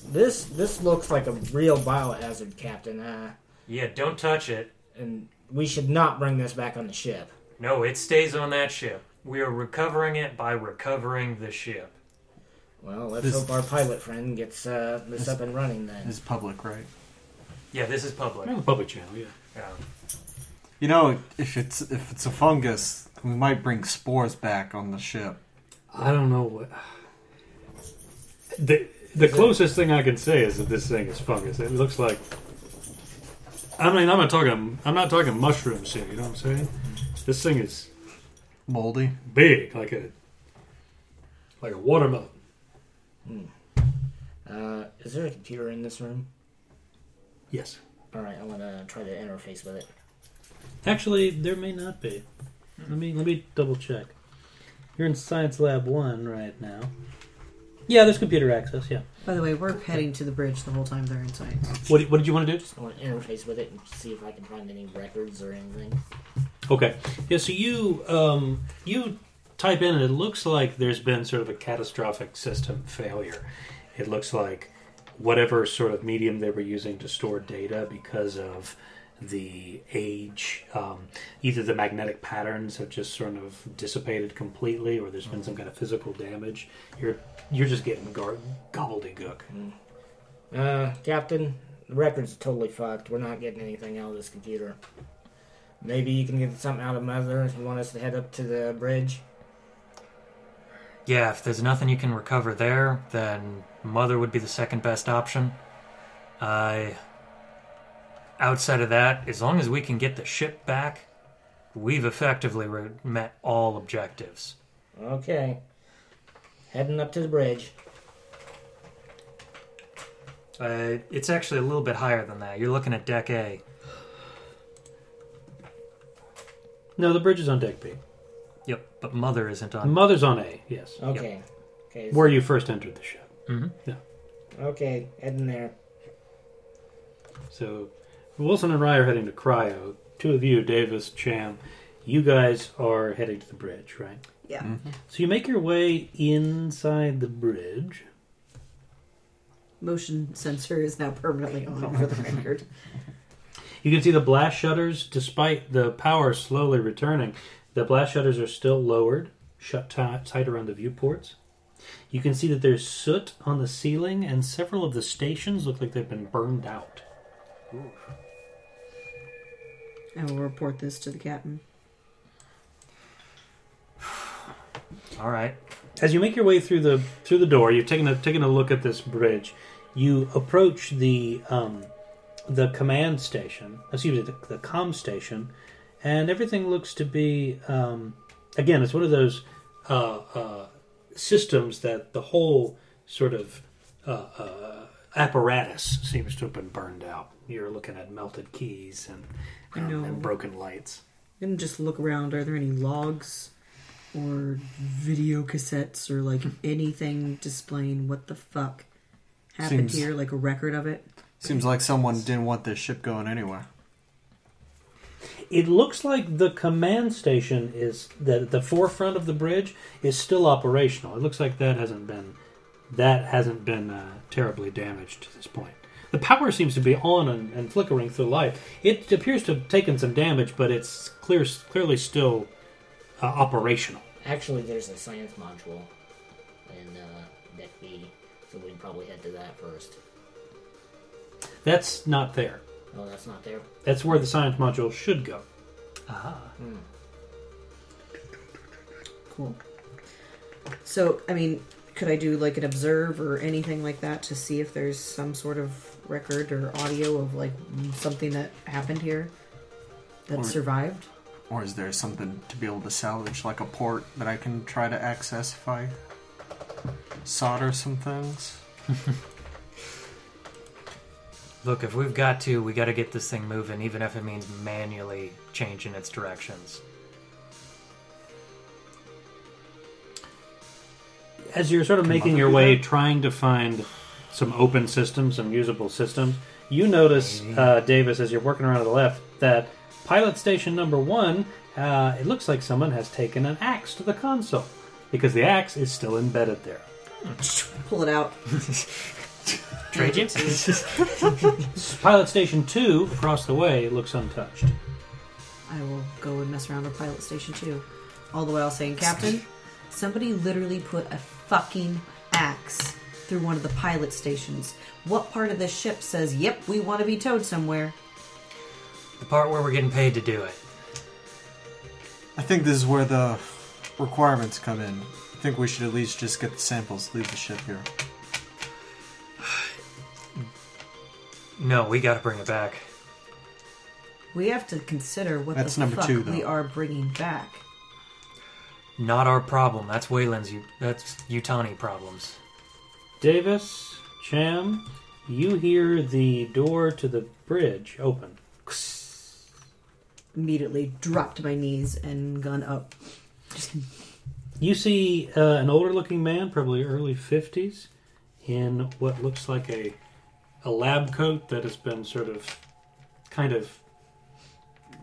Speaker 5: This this looks like a real biohazard, Captain. Uh,
Speaker 3: Yeah, don't touch it.
Speaker 5: and we should not bring this back on the ship.
Speaker 3: No, it stays on that ship. We are recovering it by recovering the ship.
Speaker 5: Well, let's
Speaker 2: This-
Speaker 5: hope our pilot friend gets uh, this up and running then.
Speaker 2: It's public, right?
Speaker 3: Yeah, this is public.
Speaker 1: On the public channel, yeah.
Speaker 3: Yeah.
Speaker 2: You know, if it's if it's a fungus, we might bring spores back on the ship.
Speaker 1: I don't know what. The, the closest thing I can say is that this thing is fungus. It looks like. I mean, I'm not talking. I'm not talking mushrooms here. You know what I'm saying? This thing is
Speaker 2: Moldy.
Speaker 1: big, like a like a watermelon.
Speaker 5: Uh, is there a computer in this room?
Speaker 1: Yes.
Speaker 5: All right, I'm gonna try to interface with it.
Speaker 1: Actually, there may not be. Let me let me double check. You're in Science Lab One right now. Yeah, there's computer access. Yeah.
Speaker 4: By the way, we're heading to the bridge the whole time they're in science.
Speaker 1: What What did you want to do?
Speaker 5: I want to interface with it and see if I can find any records or anything.
Speaker 1: Okay. Yeah. So you um, you type in, and it looks like there's been sort of a catastrophic system failure. It looks like whatever sort of medium they were using to store data because of the age, um, either the magnetic patterns have just sort of dissipated completely, or there's been some kind of physical damage. You're you're just getting gar- gobbledygook.
Speaker 5: Hmm. Uh, Captain, the record's totally fucked. We're not getting anything out of this computer. Maybe you can get something out of Mother if you want us to head up to the bridge.
Speaker 3: Yeah, if there's nothing you can recover there, then Mother would be the second best option. I. outside of that, as long as we can get the ship back, we've effectively re- met all objectives.
Speaker 5: Okay. Heading up to the bridge.
Speaker 3: Uh, it's actually a little bit higher than that. You're looking at Deck A.
Speaker 1: No, the bridge is on deck B.
Speaker 3: Yep, but Mother isn't on.
Speaker 1: Mother's on A. Yes.
Speaker 5: Okay. Okay.
Speaker 1: Where you first entered the ship.
Speaker 3: Mhm.
Speaker 5: Okay, heading there.
Speaker 1: So Wilson and Rye are heading to cryo. Two of you, Davis, Cham, you guys are heading to the bridge, right?
Speaker 4: Yeah.
Speaker 1: So you make your way inside the bridge.
Speaker 4: Motion sensor is now permanently on for the record.
Speaker 1: You can see the blast shutters, despite the power slowly returning, the blast shutters are still lowered, shut ti- tight around the viewports. You can see that there's soot on the ceiling, and several of the stations look like they've been burned out.
Speaker 4: I will report this to the captain.
Speaker 3: All right.
Speaker 1: as you make your way through the through the door, you've taken a taken a look at this bridge. You approach the um, the command station, excuse me, the, the com station, and everything looks to be um, again. It's one of those uh, uh, systems that the whole sort of uh, uh, apparatus seems to have been burned out. You're looking at melted keys and um,
Speaker 4: No.
Speaker 1: and broken lights.
Speaker 4: I'm gonna just look around. Are there any logs or video cassettes or like anything displaying what the fuck happened
Speaker 22: Seems-
Speaker 4: here? Like a record of it?
Speaker 2: Seems like someone didn't want this ship going anywhere.
Speaker 1: It looks like the command station is that the forefront of the bridge is still operational. It looks like that hasn't been that hasn't been uh, terribly damaged to this point. The power seems to be on and, and flickering through light. It appears to have taken some damage, but it's clear clearly still uh, operational.
Speaker 5: Actually, there's a science module in uh, Deck B, so we can probably head to that first.
Speaker 1: That's not there.
Speaker 5: Oh, that's not there.
Speaker 1: That's where the science module should go.
Speaker 5: Hmm.
Speaker 4: Cool. So, I mean, could I do like an observe or anything like that to see if there's some sort of record or audio of like something that happened here that
Speaker 2: Or-
Speaker 4: survived?
Speaker 2: Or is there something to be able to salvage, like a port that I can try to access if I solder some things?
Speaker 3: Look, if we've got to, we got to get this thing moving, even if it means manually changing its directions.
Speaker 1: as you're sort of making your way, trying to find some open systems, some usable systems, you notice, uh, Davis, as you're working around to the left, that pilot station number one, uh, it looks like someone has taken an axe to the console because the axe is still embedded there.
Speaker 4: Pull it out.
Speaker 3: Trade you?
Speaker 1: Pilot station two, across the way, looks untouched.
Speaker 4: I will go and mess around with pilot station two. All the while saying, Captain, somebody literally put a fucking axe through one of the pilot stations. What part of this ship says, yep, we want to be towed somewhere?
Speaker 3: the part where we're getting paid to do it.
Speaker 2: I think this is where the requirements come in. I think we should at least just get the samples, leave the ship here.
Speaker 3: No, we got to bring it back.
Speaker 4: We have to consider what
Speaker 2: That's
Speaker 4: the
Speaker 2: number
Speaker 4: fuck
Speaker 2: two, though.
Speaker 4: we are bringing back.
Speaker 3: Not our problem. That's Wayland's. That's Utani problems.
Speaker 1: Davis, Cham, you hear the door to the bridge open.
Speaker 4: Immediately dropped to my knees and gone up. Just
Speaker 1: You see uh, an older looking man, probably early 50s, in what looks like a, a lab coat that has been sort of kind of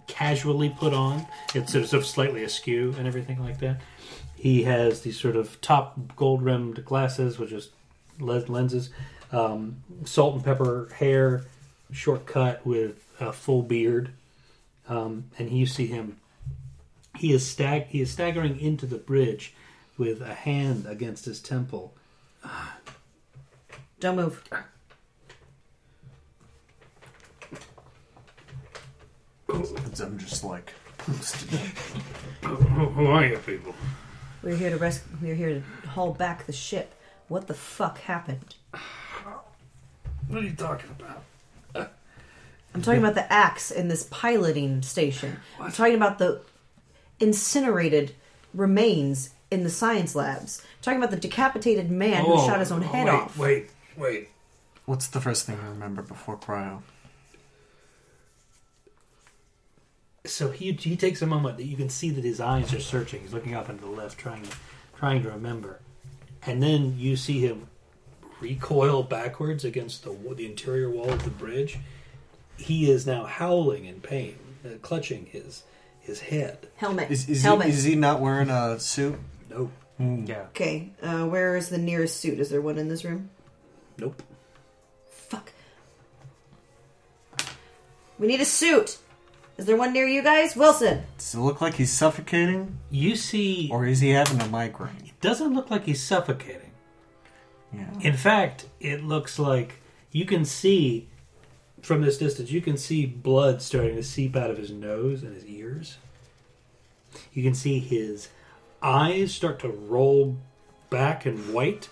Speaker 1: casually put on. It's sort of slightly askew and everything like that. He has these sort of top gold rimmed glasses, which is le- lenses, um, salt and pepper hair, short cut with a full beard. Um, and you see him he is stag- he is staggering into the bridge with a hand against his temple.
Speaker 4: don't move.
Speaker 12: I'm just like,
Speaker 23: Who are you people?
Speaker 4: We're here to rescue. We're here to haul back the ship. What the fuck happened?
Speaker 23: What are you talking about?
Speaker 4: I'm talking about the axe in this piloting station. I'm talking about the incinerated remains in the science labs. I'm talking about the decapitated man
Speaker 2: Oh,
Speaker 4: who shot his own head
Speaker 23: wait,
Speaker 4: off.
Speaker 23: Wait, wait.
Speaker 2: What's the first thing you remember before cryo?
Speaker 1: So he he takes a moment that you can see that his eyes are searching. He's looking up and to the left, trying trying to remember, and then you see him recoil backwards against the wa- the interior wall of the bridge. He is now howling in pain, uh, clutching his his head.
Speaker 4: Helmet.
Speaker 2: Is, is, he,
Speaker 4: Helmet.
Speaker 2: is he not wearing a suit?
Speaker 1: Nope,
Speaker 24: Yeah.
Speaker 4: Okay, uh, where is the nearest suit? Is there one in this room?
Speaker 1: nope.
Speaker 4: Fuck. We need a suit. Is there one near you guys? Wilson.
Speaker 2: Does it look like he's suffocating?
Speaker 1: You see,
Speaker 2: Or is he having a migraine?
Speaker 1: doesn't look like he's suffocating.
Speaker 2: Yeah.
Speaker 1: In fact, it looks like you can see from this distance, you can see blood starting to seep out of his nose and his ears. You can see his eyes start to roll back and white.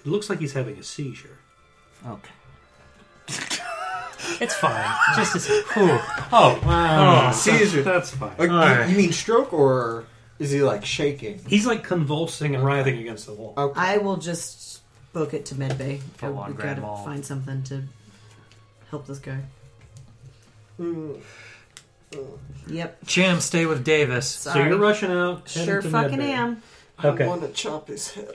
Speaker 1: It looks like he's having a seizure.
Speaker 2: Okay.
Speaker 3: It's fine. Just as
Speaker 1: Oh, wow.
Speaker 12: Seizure.
Speaker 1: That's fine.
Speaker 12: Like, Uh, you,
Speaker 3: right.
Speaker 12: you mean stroke or is he like shaking?
Speaker 1: He's like convulsing and writhing against the wall.
Speaker 12: Okay.
Speaker 4: I will just book it to medbay.
Speaker 3: For Long
Speaker 4: We've
Speaker 3: Grand
Speaker 4: gotta
Speaker 3: Mall.
Speaker 4: find something to help this guy.
Speaker 25: Mm.
Speaker 4: Yep,
Speaker 3: Jam, stay with Davis.
Speaker 4: sorry.
Speaker 1: So you're rushing out. heading
Speaker 4: sure
Speaker 1: to
Speaker 4: fucking
Speaker 1: Medbay.
Speaker 4: am.
Speaker 1: Okay.
Speaker 12: I want to chop his head.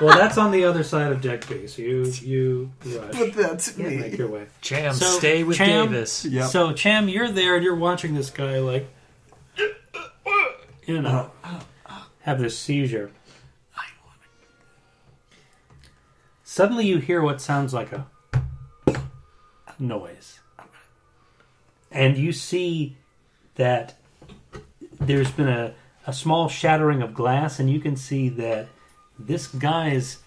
Speaker 1: Well, that's on the other side of deck B. So you you rush.
Speaker 12: But that's me.
Speaker 1: Make your way.
Speaker 3: Jam,
Speaker 1: So,
Speaker 3: stay with
Speaker 1: Cham-
Speaker 3: Davis.
Speaker 2: Yep.
Speaker 1: So Cham, you're there and you're watching this guy like, you know, have this seizure. Suddenly, you hear what sounds like a noise, and you see that there's been a, a small shattering of glass, and you can see that this guy's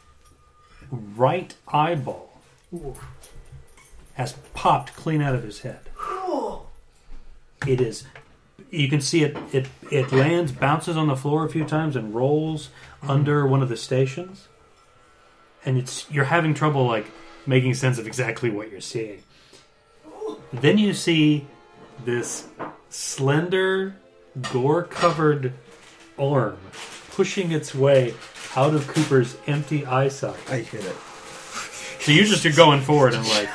Speaker 1: right eyeball has popped clean out of his head. It is. You can see it. It it lands, bounces on the floor a few times, and rolls under one of the stations. And it's you're having trouble like making sense of exactly what you're seeing. Then you see this slender, gore-covered arm pushing its way out of Cooper's empty eyesight.
Speaker 12: I hit it.
Speaker 1: So you just are going forward and like.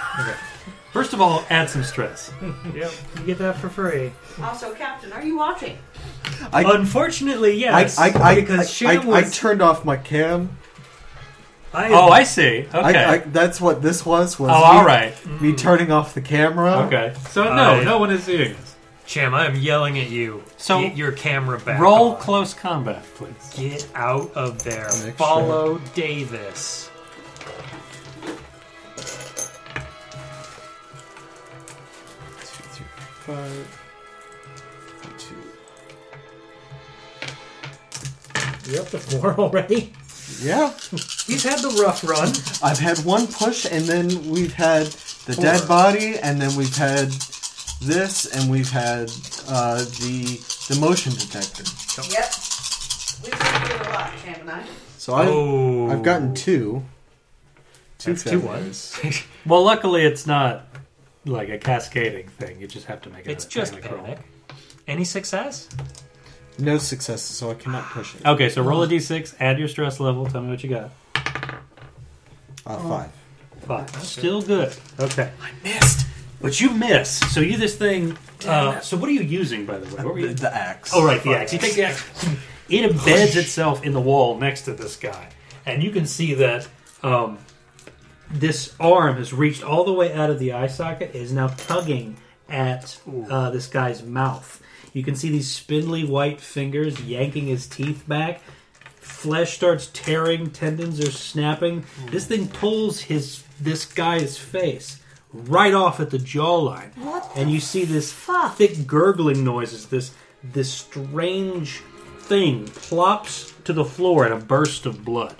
Speaker 1: First of all, add some stress.
Speaker 24: Yep. You get that for free.
Speaker 25: Also, Captain, are you watching?
Speaker 1: Oh,
Speaker 3: Unfortunately,
Speaker 2: I,
Speaker 3: yes.
Speaker 2: I, I,
Speaker 3: because
Speaker 2: I,
Speaker 3: Sham
Speaker 2: I, I
Speaker 3: was.
Speaker 2: turned off my cam.
Speaker 3: I,
Speaker 1: Oh, I see. Okay.
Speaker 2: I, I, that's what this was. was
Speaker 1: oh,
Speaker 2: me,
Speaker 1: all right.
Speaker 12: Mm-hmm.
Speaker 2: Me turning off the camera.
Speaker 1: Okay. So no,
Speaker 3: I-
Speaker 1: no one is seeing us.
Speaker 3: Cham, I am yelling at you.
Speaker 1: So-
Speaker 3: get your camera back.
Speaker 1: Roll
Speaker 3: on.
Speaker 1: close combat, please.
Speaker 3: Get out of there.
Speaker 12: An extra.
Speaker 3: Follow Davis.
Speaker 12: Two, three, five. Two.
Speaker 5: You're up to four already?
Speaker 2: Yeah.
Speaker 3: He's had the rough run.
Speaker 2: I've had one push, and then we've had the dead body, and then we've had this, and we've had uh, the the motion detector.
Speaker 25: Yep. We've been through a lot, Champ and I.
Speaker 2: So I've,
Speaker 3: Oh.
Speaker 2: I've gotten two. Two
Speaker 3: That's two
Speaker 2: failures.
Speaker 1: Well, luckily it's not like a cascading thing. You just have to make it.
Speaker 3: It's just panic. Any success?
Speaker 2: No successes, so I cannot push
Speaker 12: Oh.
Speaker 2: it.
Speaker 1: Uh, Okay, so roll a d6, add your stress level. Tell me what you got.
Speaker 12: Oh.
Speaker 2: Uh, five.
Speaker 12: Five. Still good. Okay. I missed. But you miss. So you this thing. Uh, so what are you using, by the way? What were you?
Speaker 2: The, the axe.
Speaker 12: Oh, right, the axe. You take the axe. It embeds itself in the wall next to this guy, and you can see that um, this arm has reached all the way out of the eye socket. It is now tugging at uh, this guy's mouth. You can see these spindly white fingers yanking his teeth back. Flesh starts tearing, tendons are snapping. This thing pulls his this guy's face right off at the jawline
Speaker 26: What
Speaker 12: and you see this
Speaker 26: fuck?
Speaker 12: thick gurgling noises. This this strange thing plops to the floor in a burst of blood.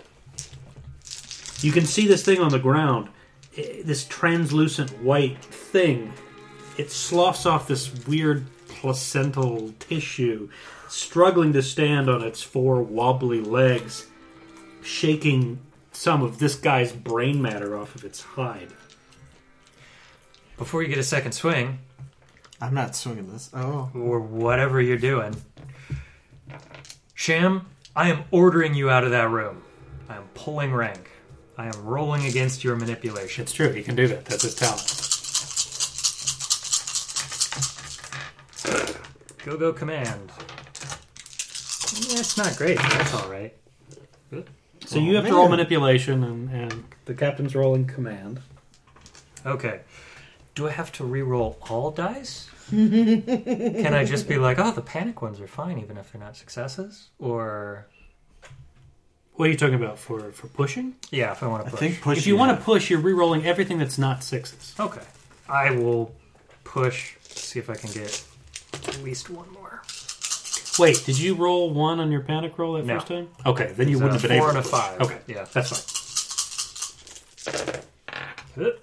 Speaker 12: You can see this thing on the ground. i- This translucent white thing. It sloughs off this weird placental tissue, struggling to stand on its four wobbly legs, shaking some of this guy's brain matter off of its hide.
Speaker 3: Before you get a second swing,
Speaker 2: I'm not swinging this. Oh.
Speaker 3: or whatever you're doing, Sham, I am ordering you out of that room. I am pulling rank. I am rolling against your manipulation.
Speaker 12: It's true. He can do that. That's his talent.
Speaker 3: Go go command. Yeah, it's not great. but That's all right.
Speaker 12: So
Speaker 2: Oh,
Speaker 12: you have to roll manipulation, and, and the captain's rolling command.
Speaker 3: Okay. Do I have to re-roll all dice? Can I just be like, oh, the panic ones are fine, even if they're not successes? Or
Speaker 12: What are you talking about for for pushing?
Speaker 3: yeah, if I want
Speaker 2: I
Speaker 3: to push.
Speaker 2: think push.
Speaker 12: if you want to push, you're re-rolling everything that's not sixes.
Speaker 3: Okay. I will push. See if I can get at least one more.
Speaker 12: Wait, did you roll one on your panic roll that
Speaker 3: No.
Speaker 12: first time? Okay, then you
Speaker 3: It's a
Speaker 12: wouldn't have been able.
Speaker 3: four
Speaker 12: to
Speaker 3: and a
Speaker 12: push.
Speaker 3: five.
Speaker 12: Okay,
Speaker 3: Yeah.
Speaker 12: that's fine.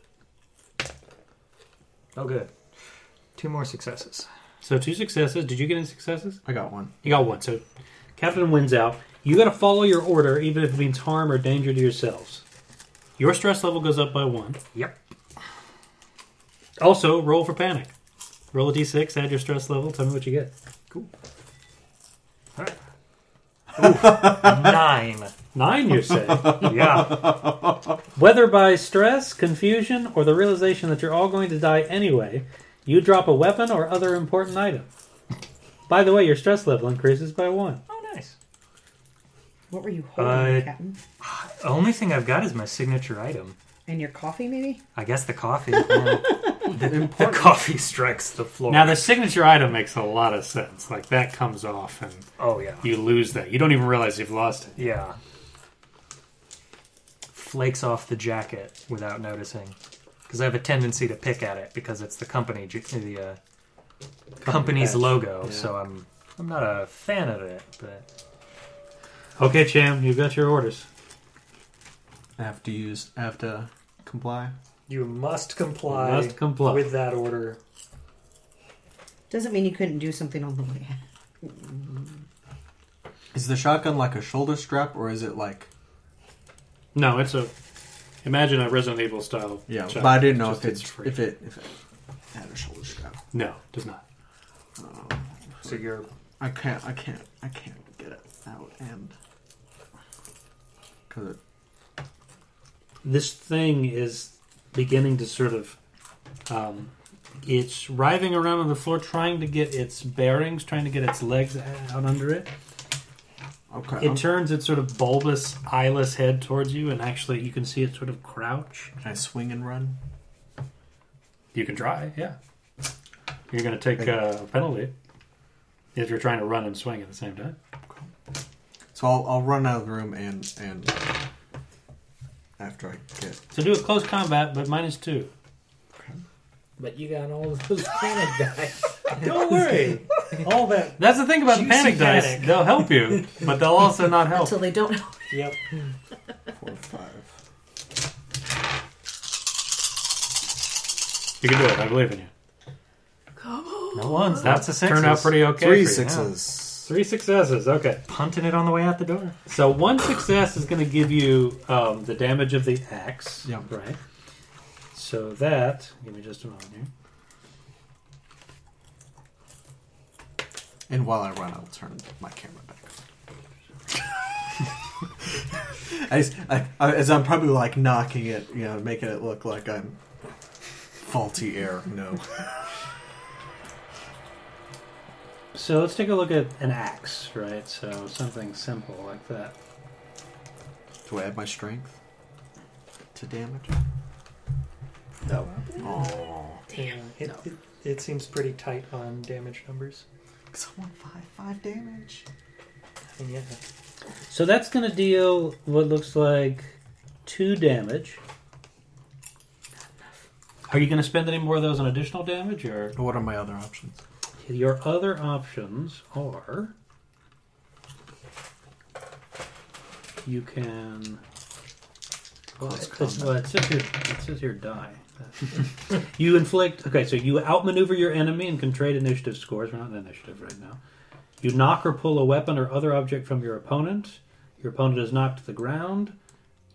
Speaker 3: Oh, good. Two more successes.
Speaker 12: So two successes. Did you get any successes?
Speaker 2: I got one.
Speaker 12: You got one. So captain wins out. You got to follow your order, even if it means harm or danger to yourselves. Your stress level goes up by one.
Speaker 3: Yep.
Speaker 12: Also, roll for panic. Roll a d6, add your stress level. Tell me what you get.
Speaker 3: Nine.
Speaker 12: Nine, you say.
Speaker 3: Yeah.
Speaker 12: Whether by stress, confusion, or the realization that you're all going to die anyway, you drop a weapon or other important item. By the way, your stress level increases by one.
Speaker 3: Oh, nice.
Speaker 4: What were you holding,
Speaker 3: Uh,
Speaker 4: Captain?
Speaker 3: The only thing I've got is my signature item.
Speaker 4: And your coffee, maybe?
Speaker 3: I guess the coffee. Yeah. the, the coffee strikes the floor.
Speaker 12: Now, the signature item makes a lot of sense. Like, that comes off and
Speaker 3: oh yeah.
Speaker 12: you lose that. You don't even realize you've lost it.
Speaker 3: Yeah. Flakes off the jacket without noticing, because I have a tendency to pick at it because it's the company, j- the uh, company's
Speaker 12: patch.
Speaker 3: logo.
Speaker 12: Yeah.
Speaker 3: So I'm I'm not a fan of it, but
Speaker 12: Okay, Cham, you've got your orders.
Speaker 2: I have to use. I have to comply.
Speaker 3: you must comply.
Speaker 12: Must comply. with
Speaker 3: that order.
Speaker 4: Doesn't mean you couldn't do something on the way.
Speaker 2: Is the shotgun like a shoulder strap or is it like?
Speaker 12: No, it's a. Imagine a Resident Evil style.
Speaker 2: Yeah,
Speaker 12: shot.
Speaker 2: but I didn't know
Speaker 12: Just
Speaker 2: if it's
Speaker 12: free.
Speaker 2: if it if it had a shoulder strap. Um,
Speaker 12: No, it does not.
Speaker 3: So you're
Speaker 2: I can't. I can't. I can't get it out and because it
Speaker 12: this thing is beginning to sort of um, it's writhing around on the floor trying to get its bearings trying to get its legs out under it
Speaker 2: okay.
Speaker 12: it
Speaker 2: I'm-
Speaker 12: turns its sort of bulbous eyeless head towards you and actually you can see it sort of crouch
Speaker 2: Can I swing and run?
Speaker 12: you can try yeah you're going to take uh, a penalty if you're trying to run and swing at the same time
Speaker 2: So I'll, I'll run out of the room and and after I get
Speaker 12: so do a close combat but minus two
Speaker 5: But you got all those panic dice.
Speaker 12: don't worry
Speaker 5: All that.
Speaker 12: that's the thing about the panic dice
Speaker 5: panic.
Speaker 12: they'll help you but they'll also not help
Speaker 4: Until Oh. they don't know.
Speaker 5: Yep.
Speaker 2: four or five.
Speaker 12: you can do it i believe in you
Speaker 3: no ones. That's a six.
Speaker 12: turned out pretty okay for
Speaker 2: Three
Speaker 12: you.
Speaker 2: sixes.
Speaker 12: Three successes. Okay.
Speaker 3: punting it on the way out the door.
Speaker 12: So one success is going to give you um, the damage of the axe.
Speaker 2: Yeah.
Speaker 12: Right. So that. Give me just a moment here.
Speaker 2: And while I run, I'll turn my camera back. as, I, I- as I'm probably like knocking it, you know, making it look like I'm faulty air. No.
Speaker 12: So let's take a look at an axe, right? So something simple like that.
Speaker 2: Do I add my strength to damage?
Speaker 12: No.
Speaker 2: Oh,
Speaker 3: It, it, it seems pretty tight on damage numbers.
Speaker 2: because I want five five damage.
Speaker 3: And yeah,
Speaker 12: So that's going to deal what looks like two damage. Are you going to spend any more of those on additional damage, or
Speaker 2: What are my other options?
Speaker 12: your other options are you can. Well,
Speaker 2: Close
Speaker 12: it, well, it says here, it says here die. you inflict. Okay, so you outmaneuver your enemy and can trade initiative scores. We're not in initiative right now. You knock or pull a weapon or other object from your opponent. Your opponent is knocked to the ground.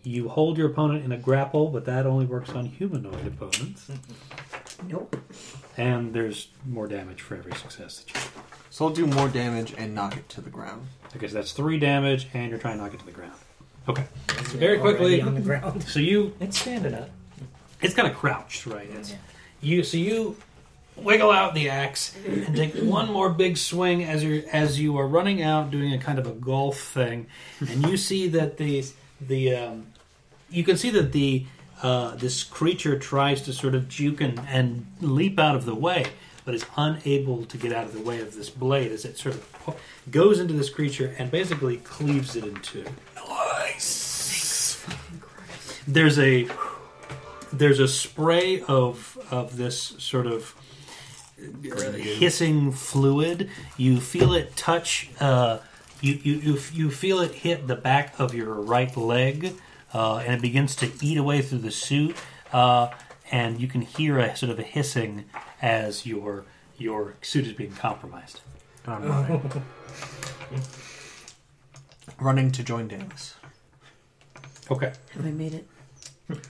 Speaker 12: You hold your opponent in a grapple, but that only works on humanoid opponents.
Speaker 4: Nope.
Speaker 12: And there's more damage for every success that you.
Speaker 2: So I'll do more damage and knock it to the ground.
Speaker 12: Okay, so that's three damage, and you're trying to knock it to the ground. Okay, so very
Speaker 27: Already
Speaker 12: quickly.
Speaker 27: on the ground.
Speaker 12: So you
Speaker 3: it's standing up.
Speaker 12: it's kind of crouched, right? It's, You so you wiggle out the axe and take one more big swing as you as you are running out, doing a kind of a golf thing, and you see that the the um, you can see that the uh, this creature tries to sort of juke and, and leap out of the way, but is unable to get out of the way of this blade as it sort of po- goes into this creature and basically cleaves it in two. There's a there's a spray of of this sort of uh, hissing fluid. You feel it touch. Uh, you, you you f- you feel it hit the back of your right leg, uh, and it begins to eat away through the suit. Uh, and you can hear a sort of a hissing as your your suit is being compromised.
Speaker 2: And I'm running. running to join Davis.
Speaker 12: Okay,
Speaker 4: Have I made it?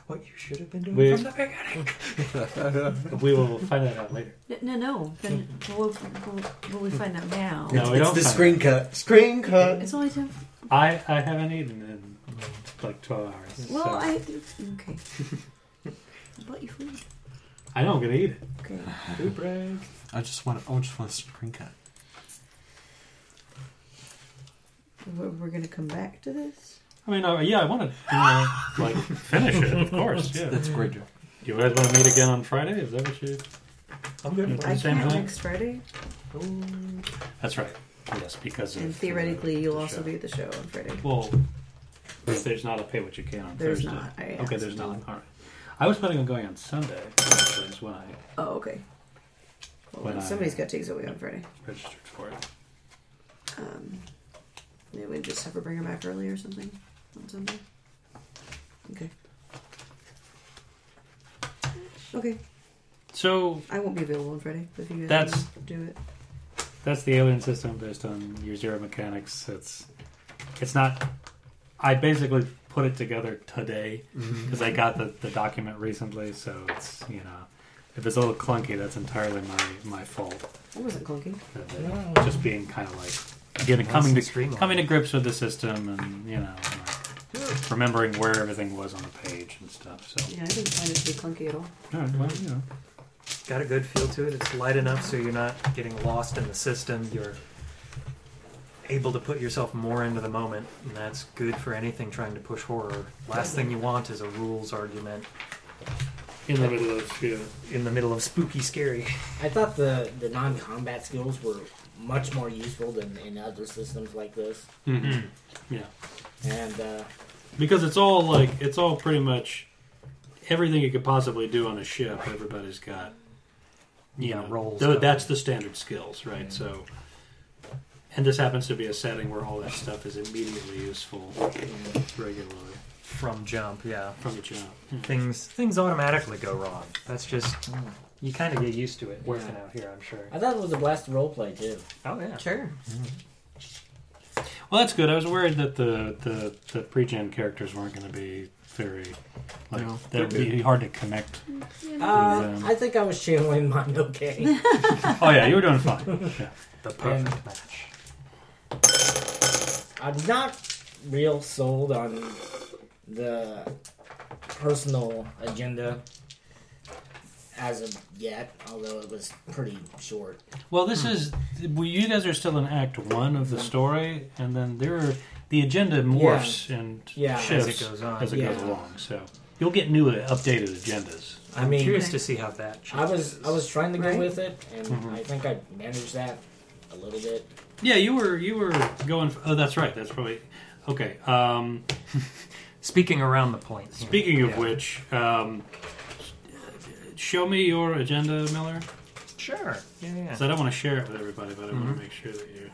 Speaker 3: What you should have been doing
Speaker 12: We-
Speaker 3: from the beginning.
Speaker 12: we will find that out later.
Speaker 4: No, no. no. Then will, will, will we find out now?
Speaker 12: No, we don't.
Speaker 2: the
Speaker 12: find
Speaker 2: screen cut. Screen cut.
Speaker 4: It's only ten.
Speaker 12: out. I I haven't eaten in like twelve hours.
Speaker 4: Well,
Speaker 12: so
Speaker 4: I okay. I bought you food.
Speaker 12: I know I'm gonna eat it.
Speaker 4: Okay.
Speaker 3: Food break.
Speaker 2: I just want. I just want a screen cut.
Speaker 4: We're, we're gonna come back to this.
Speaker 12: I mean, uh, yeah, I want to like finish it, of course. Yeah.
Speaker 2: That's a great job.
Speaker 12: Do you guys want to meet again on Friday? Is that what you?
Speaker 3: I'm good.
Speaker 12: It's
Speaker 4: I
Speaker 12: the same
Speaker 4: can't
Speaker 12: thing?
Speaker 4: next Friday,
Speaker 12: That's right. Yes, because of,
Speaker 4: and theoretically, you'll
Speaker 12: the
Speaker 4: also
Speaker 12: show.
Speaker 4: be at the show on Friday.
Speaker 12: Well, if there's not a pay what you can on
Speaker 4: There's
Speaker 12: Thursday.
Speaker 4: not, I
Speaker 12: okay,
Speaker 4: asked.
Speaker 12: there's not. All right. I was planning on going on Sunday, actually, is when I
Speaker 4: Oh, okay. Well,
Speaker 12: When
Speaker 4: then
Speaker 12: I-
Speaker 4: somebody's got to take Zoe on Friday.
Speaker 12: registered for it.
Speaker 4: Um, maybe we just have her bring her back early or something on Sunday. Okay. Okay,
Speaker 12: So
Speaker 4: I won't be available on Friday but if you guys
Speaker 12: That's-
Speaker 4: wanna do it.
Speaker 12: that's the alien system based on your zero mechanics. It's it's not. I basically put it together today
Speaker 4: Mm-hmm.
Speaker 12: because I got the, the document recently, so it's you know if it's a little clunky, that's entirely my my fault.
Speaker 4: That wasn't clunky.
Speaker 12: of it, just being kind of like getting coming to
Speaker 3: streamlined.
Speaker 12: coming to grips with the system and you know like, remembering where everything was on the page and stuff. So
Speaker 4: Yeah, I didn't find it to be clunky at all.
Speaker 12: all right, well, you know,
Speaker 3: Got a good feel to it. It's light enough so you're not getting lost in the system. You're able to put yourself more into the moment, and that's good for anything trying to push horror. Last thing you want is a rules argument
Speaker 12: in the middle of yeah.
Speaker 3: in the middle of spooky, scary.
Speaker 5: I thought the, the non combat skills were much more useful than in other systems like this.
Speaker 12: yeah,
Speaker 5: And uh,
Speaker 12: because it's all like it's all pretty much everything you could possibly do on a ship. Everybody's got you
Speaker 3: Yeah,
Speaker 12: know
Speaker 3: roles
Speaker 12: tho-
Speaker 3: up.
Speaker 12: that's the standard skills, right? So. And this happens to be a setting where all that stuff is immediately useful regularly
Speaker 3: From jump, yeah.
Speaker 12: from the jump.
Speaker 3: Things things automatically go wrong. That's just you kind of get used to it working out here, I'm sure.
Speaker 5: I thought it was a blast to roleplay, too.
Speaker 3: Oh yeah.
Speaker 4: Sure.
Speaker 12: Well, that's good. I was worried that the the, the pre-gen characters weren't going to be very like
Speaker 2: No.
Speaker 12: that would be hard to connect.
Speaker 5: Uh,
Speaker 12: um,
Speaker 5: I think I was channeling mine okay.
Speaker 12: oh yeah, you were doing fine. Yeah.
Speaker 3: The perfect match.
Speaker 5: I'm not real sold on the personal agenda as of yet, although it was pretty short.
Speaker 1: Well, this is well, you guys are still in Act One of the story, and then there are, the agenda morphs and
Speaker 5: Yeah, as
Speaker 1: shifts
Speaker 3: it goes on.
Speaker 1: as it
Speaker 5: Yeah.
Speaker 1: goes along. So you'll get new uh, updated agendas.
Speaker 5: I
Speaker 3: I'm
Speaker 5: mean-
Speaker 3: curious to see how that.
Speaker 5: I was I was trying to go
Speaker 4: Right.
Speaker 5: with it, and I think I managed that a little bit.
Speaker 1: Yeah, you were you were going. For, oh, that's right. That's probably okay. Um,
Speaker 8: Speaking around the point. here.
Speaker 1: speaking of
Speaker 3: Yeah.
Speaker 1: which, um, show me your agenda, Miller.
Speaker 3: Sure. Yeah, yeah.
Speaker 1: 'Cause I don't want to share it with everybody, but I want to make sure that you.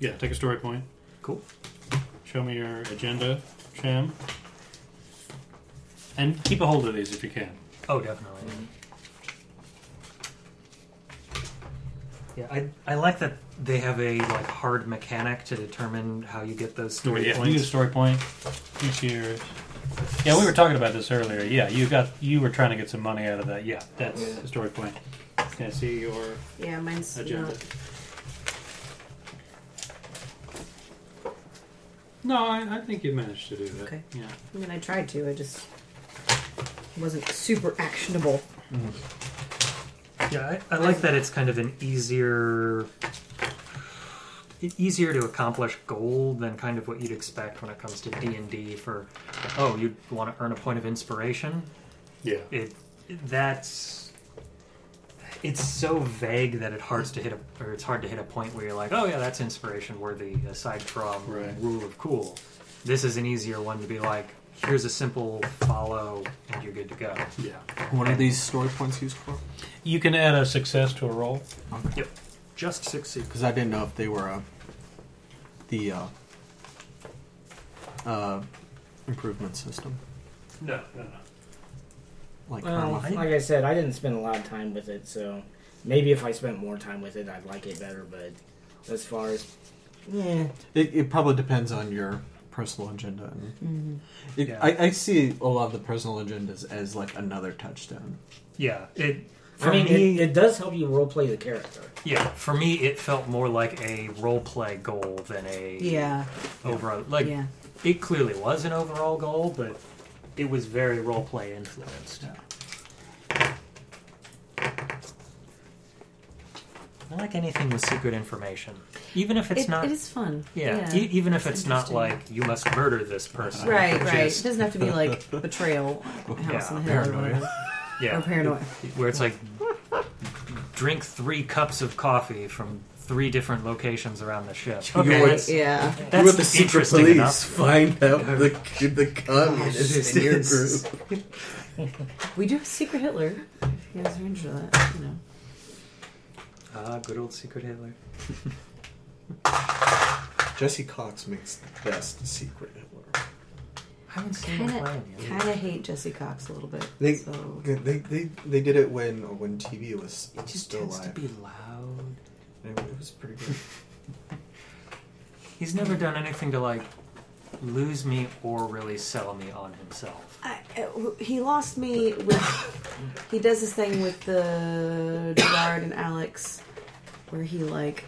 Speaker 1: Yeah, take a story point.
Speaker 3: Cool.
Speaker 1: Show me your agenda, Sham. And keep a hold of these if you can.
Speaker 8: Oh, definitely.
Speaker 3: Yeah, I, I like that they have a like hard mechanic to determine how you get those story
Speaker 1: yeah, you
Speaker 3: points.
Speaker 1: get a story point. Each year. Yeah, we were talking about this earlier. Yeah, you got you were trying to get some money out of that. Yeah, that's a story point. Can I see your
Speaker 4: Yeah, mine's
Speaker 1: agenda?
Speaker 4: not-
Speaker 1: No, I, I think you managed to do that.
Speaker 4: Okay.
Speaker 1: Yeah.
Speaker 4: I mean, I tried to. I just wasn't super actionable.
Speaker 3: Yeah, I, I like that it's kind of an easier easier to accomplish goal than kind of what you'd expect when it comes to D&D for oh, you want to earn a point of inspiration.
Speaker 1: Yeah.
Speaker 3: It that's it's so vague that it hard to hit a or it's hard to hit a point where you're like, "Oh yeah, that's inspiration worthy aside from
Speaker 1: Right.
Speaker 3: rule of cool." This is an easier one to be like, "Here's a simple follow and you're good to go."
Speaker 1: Yeah.
Speaker 2: What are these story points used for?
Speaker 1: You can add a success to a roll.
Speaker 3: Yep. Just succeed.
Speaker 2: Because I didn't know if they were uh, the uh, uh, improvement system.
Speaker 1: No, no, no.
Speaker 2: Like
Speaker 5: Well,
Speaker 2: karma.
Speaker 5: like I said, I didn't spend a lot of time with it, so maybe if I spent more time with it, I'd like it better. But as far as eh. yeah,
Speaker 2: It, it probably depends on your personal agenda. And
Speaker 3: Mm-hmm.
Speaker 2: it, I, I see a lot of the personal agendas as like another touchstone.
Speaker 3: Yeah. It
Speaker 5: I
Speaker 3: for
Speaker 5: mean,
Speaker 3: me,
Speaker 5: it, it does help you roleplay the character.
Speaker 3: Yeah, for me, it felt more like a role play goal than a
Speaker 4: Yeah,
Speaker 3: overall. Like
Speaker 4: yeah.
Speaker 3: it clearly was an overall goal, but it was very role play influenced. I like anything with secret information, even if it's
Speaker 4: It-
Speaker 3: not.
Speaker 4: It is fun.
Speaker 3: yeah, e- even if it's not
Speaker 4: interesting.
Speaker 3: like you must murder this person.
Speaker 4: Right,
Speaker 3: which
Speaker 4: right.
Speaker 3: is-
Speaker 4: It doesn't have to be like betrayal, house on the hill, or
Speaker 2: paranoia.
Speaker 4: whatever.
Speaker 3: yeah,
Speaker 4: Or paranoia.
Speaker 3: where it's like drink three cups of coffee from three different locations around the ship.
Speaker 2: Okay,
Speaker 4: Right,
Speaker 2: that's-
Speaker 4: yeah.
Speaker 3: That's
Speaker 7: with the secret
Speaker 3: interesting
Speaker 7: police.
Speaker 3: enough.
Speaker 7: Find out the the communists in your
Speaker 3: Yes.
Speaker 7: group.
Speaker 4: We do have Secret Hitler. You guys are into that, you know.
Speaker 3: Ah, good old secret Hitler.
Speaker 7: Jesse Cox makes the best secret Hitler.
Speaker 3: I haven't seen
Speaker 4: Kind
Speaker 3: the plan
Speaker 4: of,
Speaker 3: yet.
Speaker 4: kind of hate Jesse Cox a little bit.
Speaker 7: They,
Speaker 4: so
Speaker 7: they, they, they did it when when TV was
Speaker 3: It just
Speaker 7: still
Speaker 3: tends to
Speaker 7: alive.
Speaker 3: be loud.
Speaker 7: It, it was pretty good.
Speaker 3: He's never done anything to like lose me or really sell me on himself.
Speaker 4: I, I- he lost me with. He does this thing with the Gerard and Alex, where he like.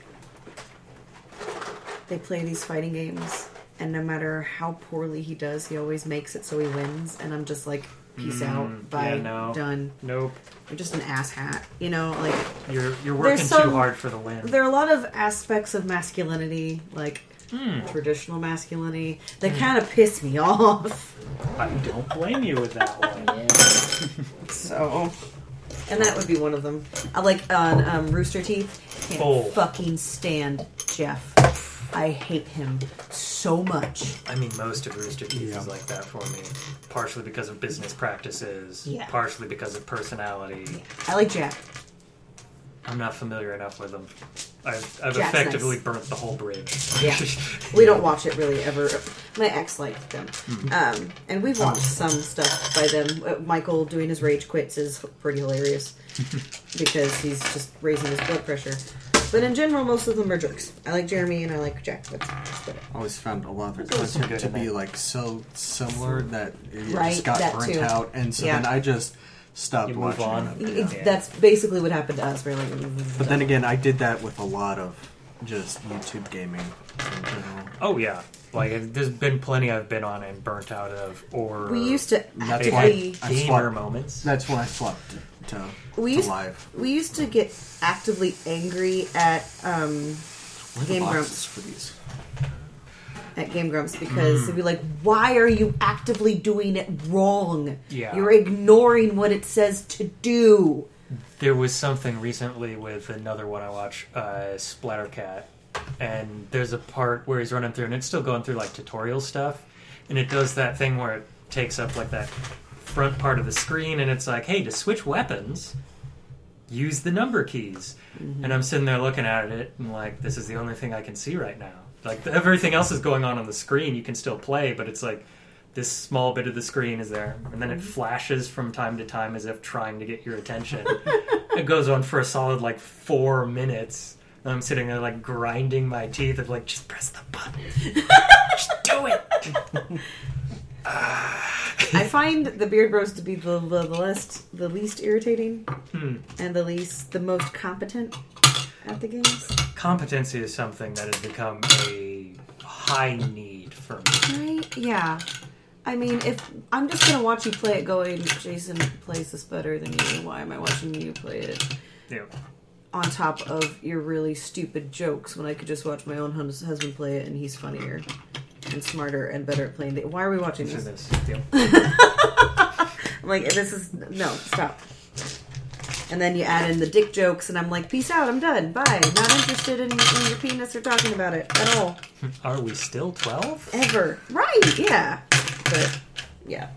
Speaker 4: They play these fighting games, and no matter how poorly he does, he always makes it so he wins. And I'm just like, peace out, bye,
Speaker 3: Mm, yeah, no.
Speaker 4: done.
Speaker 3: Nope,
Speaker 4: You're just an ass hat, you know. Like
Speaker 3: you're you're working
Speaker 4: some-
Speaker 3: too hard for the win.
Speaker 4: there are a lot of aspects of masculinity, like
Speaker 3: Hmm.
Speaker 4: traditional masculinity, that kind of piss me off.
Speaker 3: I don't blame you with that one.
Speaker 4: So, and that would be one of them. I like on um, Rooster Teeth. Can't
Speaker 3: Oh.
Speaker 4: fucking stand Jeff. I hate him so much.
Speaker 3: I mean, most of Rooster Teeth is like that for me, partially because of business practices,
Speaker 4: Yeah.
Speaker 3: partially because of personality.
Speaker 4: I like Jack.
Speaker 3: I'm not familiar enough with them. I've, I've
Speaker 4: Jack's
Speaker 3: effectively
Speaker 4: nice.
Speaker 3: burnt the whole bridge.
Speaker 4: Yeah. We don't watch it really ever. My ex liked them, um, and we've watched some stuff by them. Uh, Michael doing his rage quits is pretty hilarious because he's just raising his blood pressure. But in general, most of them are jerks. I like Jeremy and I like Jack. That's, that's about it.
Speaker 2: I always found a lot of the
Speaker 3: There's some
Speaker 2: content to
Speaker 3: good in
Speaker 2: be
Speaker 3: it.
Speaker 2: like so similar that it
Speaker 4: Right,
Speaker 2: just got
Speaker 4: that
Speaker 2: burnt
Speaker 4: too.
Speaker 2: out, and so
Speaker 4: Yeah.
Speaker 2: then I just stopped
Speaker 3: You move
Speaker 2: watching.
Speaker 3: on.
Speaker 2: it.
Speaker 4: It's- That's basically what happened to us. We're like,
Speaker 2: But then again, I did that with a lot of just YouTube gaming in general.
Speaker 3: Oh yeah, like there's been plenty I've been on and burnt out of, or
Speaker 4: We used to
Speaker 2: That's
Speaker 3: big
Speaker 2: why
Speaker 4: actively
Speaker 2: I
Speaker 3: gamer
Speaker 2: swapped-
Speaker 3: moments.
Speaker 2: That's why I swapped to, to,
Speaker 4: we
Speaker 2: to
Speaker 4: used
Speaker 2: live.
Speaker 4: we used to get actively angry at um,
Speaker 2: Where are the
Speaker 4: Game
Speaker 2: boxes
Speaker 4: Grumps.
Speaker 2: for these?
Speaker 4: at Game Grumps
Speaker 3: Mm.
Speaker 4: because they'd be like, "Why are you actively doing it wrong?
Speaker 3: Yeah.
Speaker 4: You're ignoring what it says to do."
Speaker 3: There was something recently with another one I watch, uh, Splattercat, and there's a part where he's running through, and it's still going through like tutorial stuff, and it does that thing where it takes up like that front part of the screen, and it's like, hey, to switch weapons, use the number keys, and I'm sitting there looking at it, and like, this is the only thing I can see right now. Like everything else is going on on the screen, you can still play, but it's like this small bit of the screen is there, and then it flashes from time to time as if trying to get your attention. it goes on for a solid like four minutes. And I'm sitting there like grinding my teeth of like just press the button, just do it.
Speaker 4: I find the Beard Bros to be the, the, the least the least irritating
Speaker 3: Hmm.
Speaker 4: and the least the most competent at the games.
Speaker 3: Competency is something that has become a high need for me.
Speaker 4: Right? Yeah. I mean, if I'm just gonna watch you play it, going, Jason plays this better than you. Why am I watching you play it?
Speaker 3: Yeah.
Speaker 4: On top of your really stupid jokes, when I could just watch my own hus- husband play it, and he's funnier and smarter and better at playing. The- Why are we watching
Speaker 3: To
Speaker 4: this?
Speaker 3: this. Yeah.
Speaker 4: I'm like, this is no stop. And then you add in the dick jokes, and I'm like, peace out, I'm done, bye. Not interested in, in your penis or talking about it at all,
Speaker 3: Are we still twelve?
Speaker 4: ever. Right? Yeah. But yeah,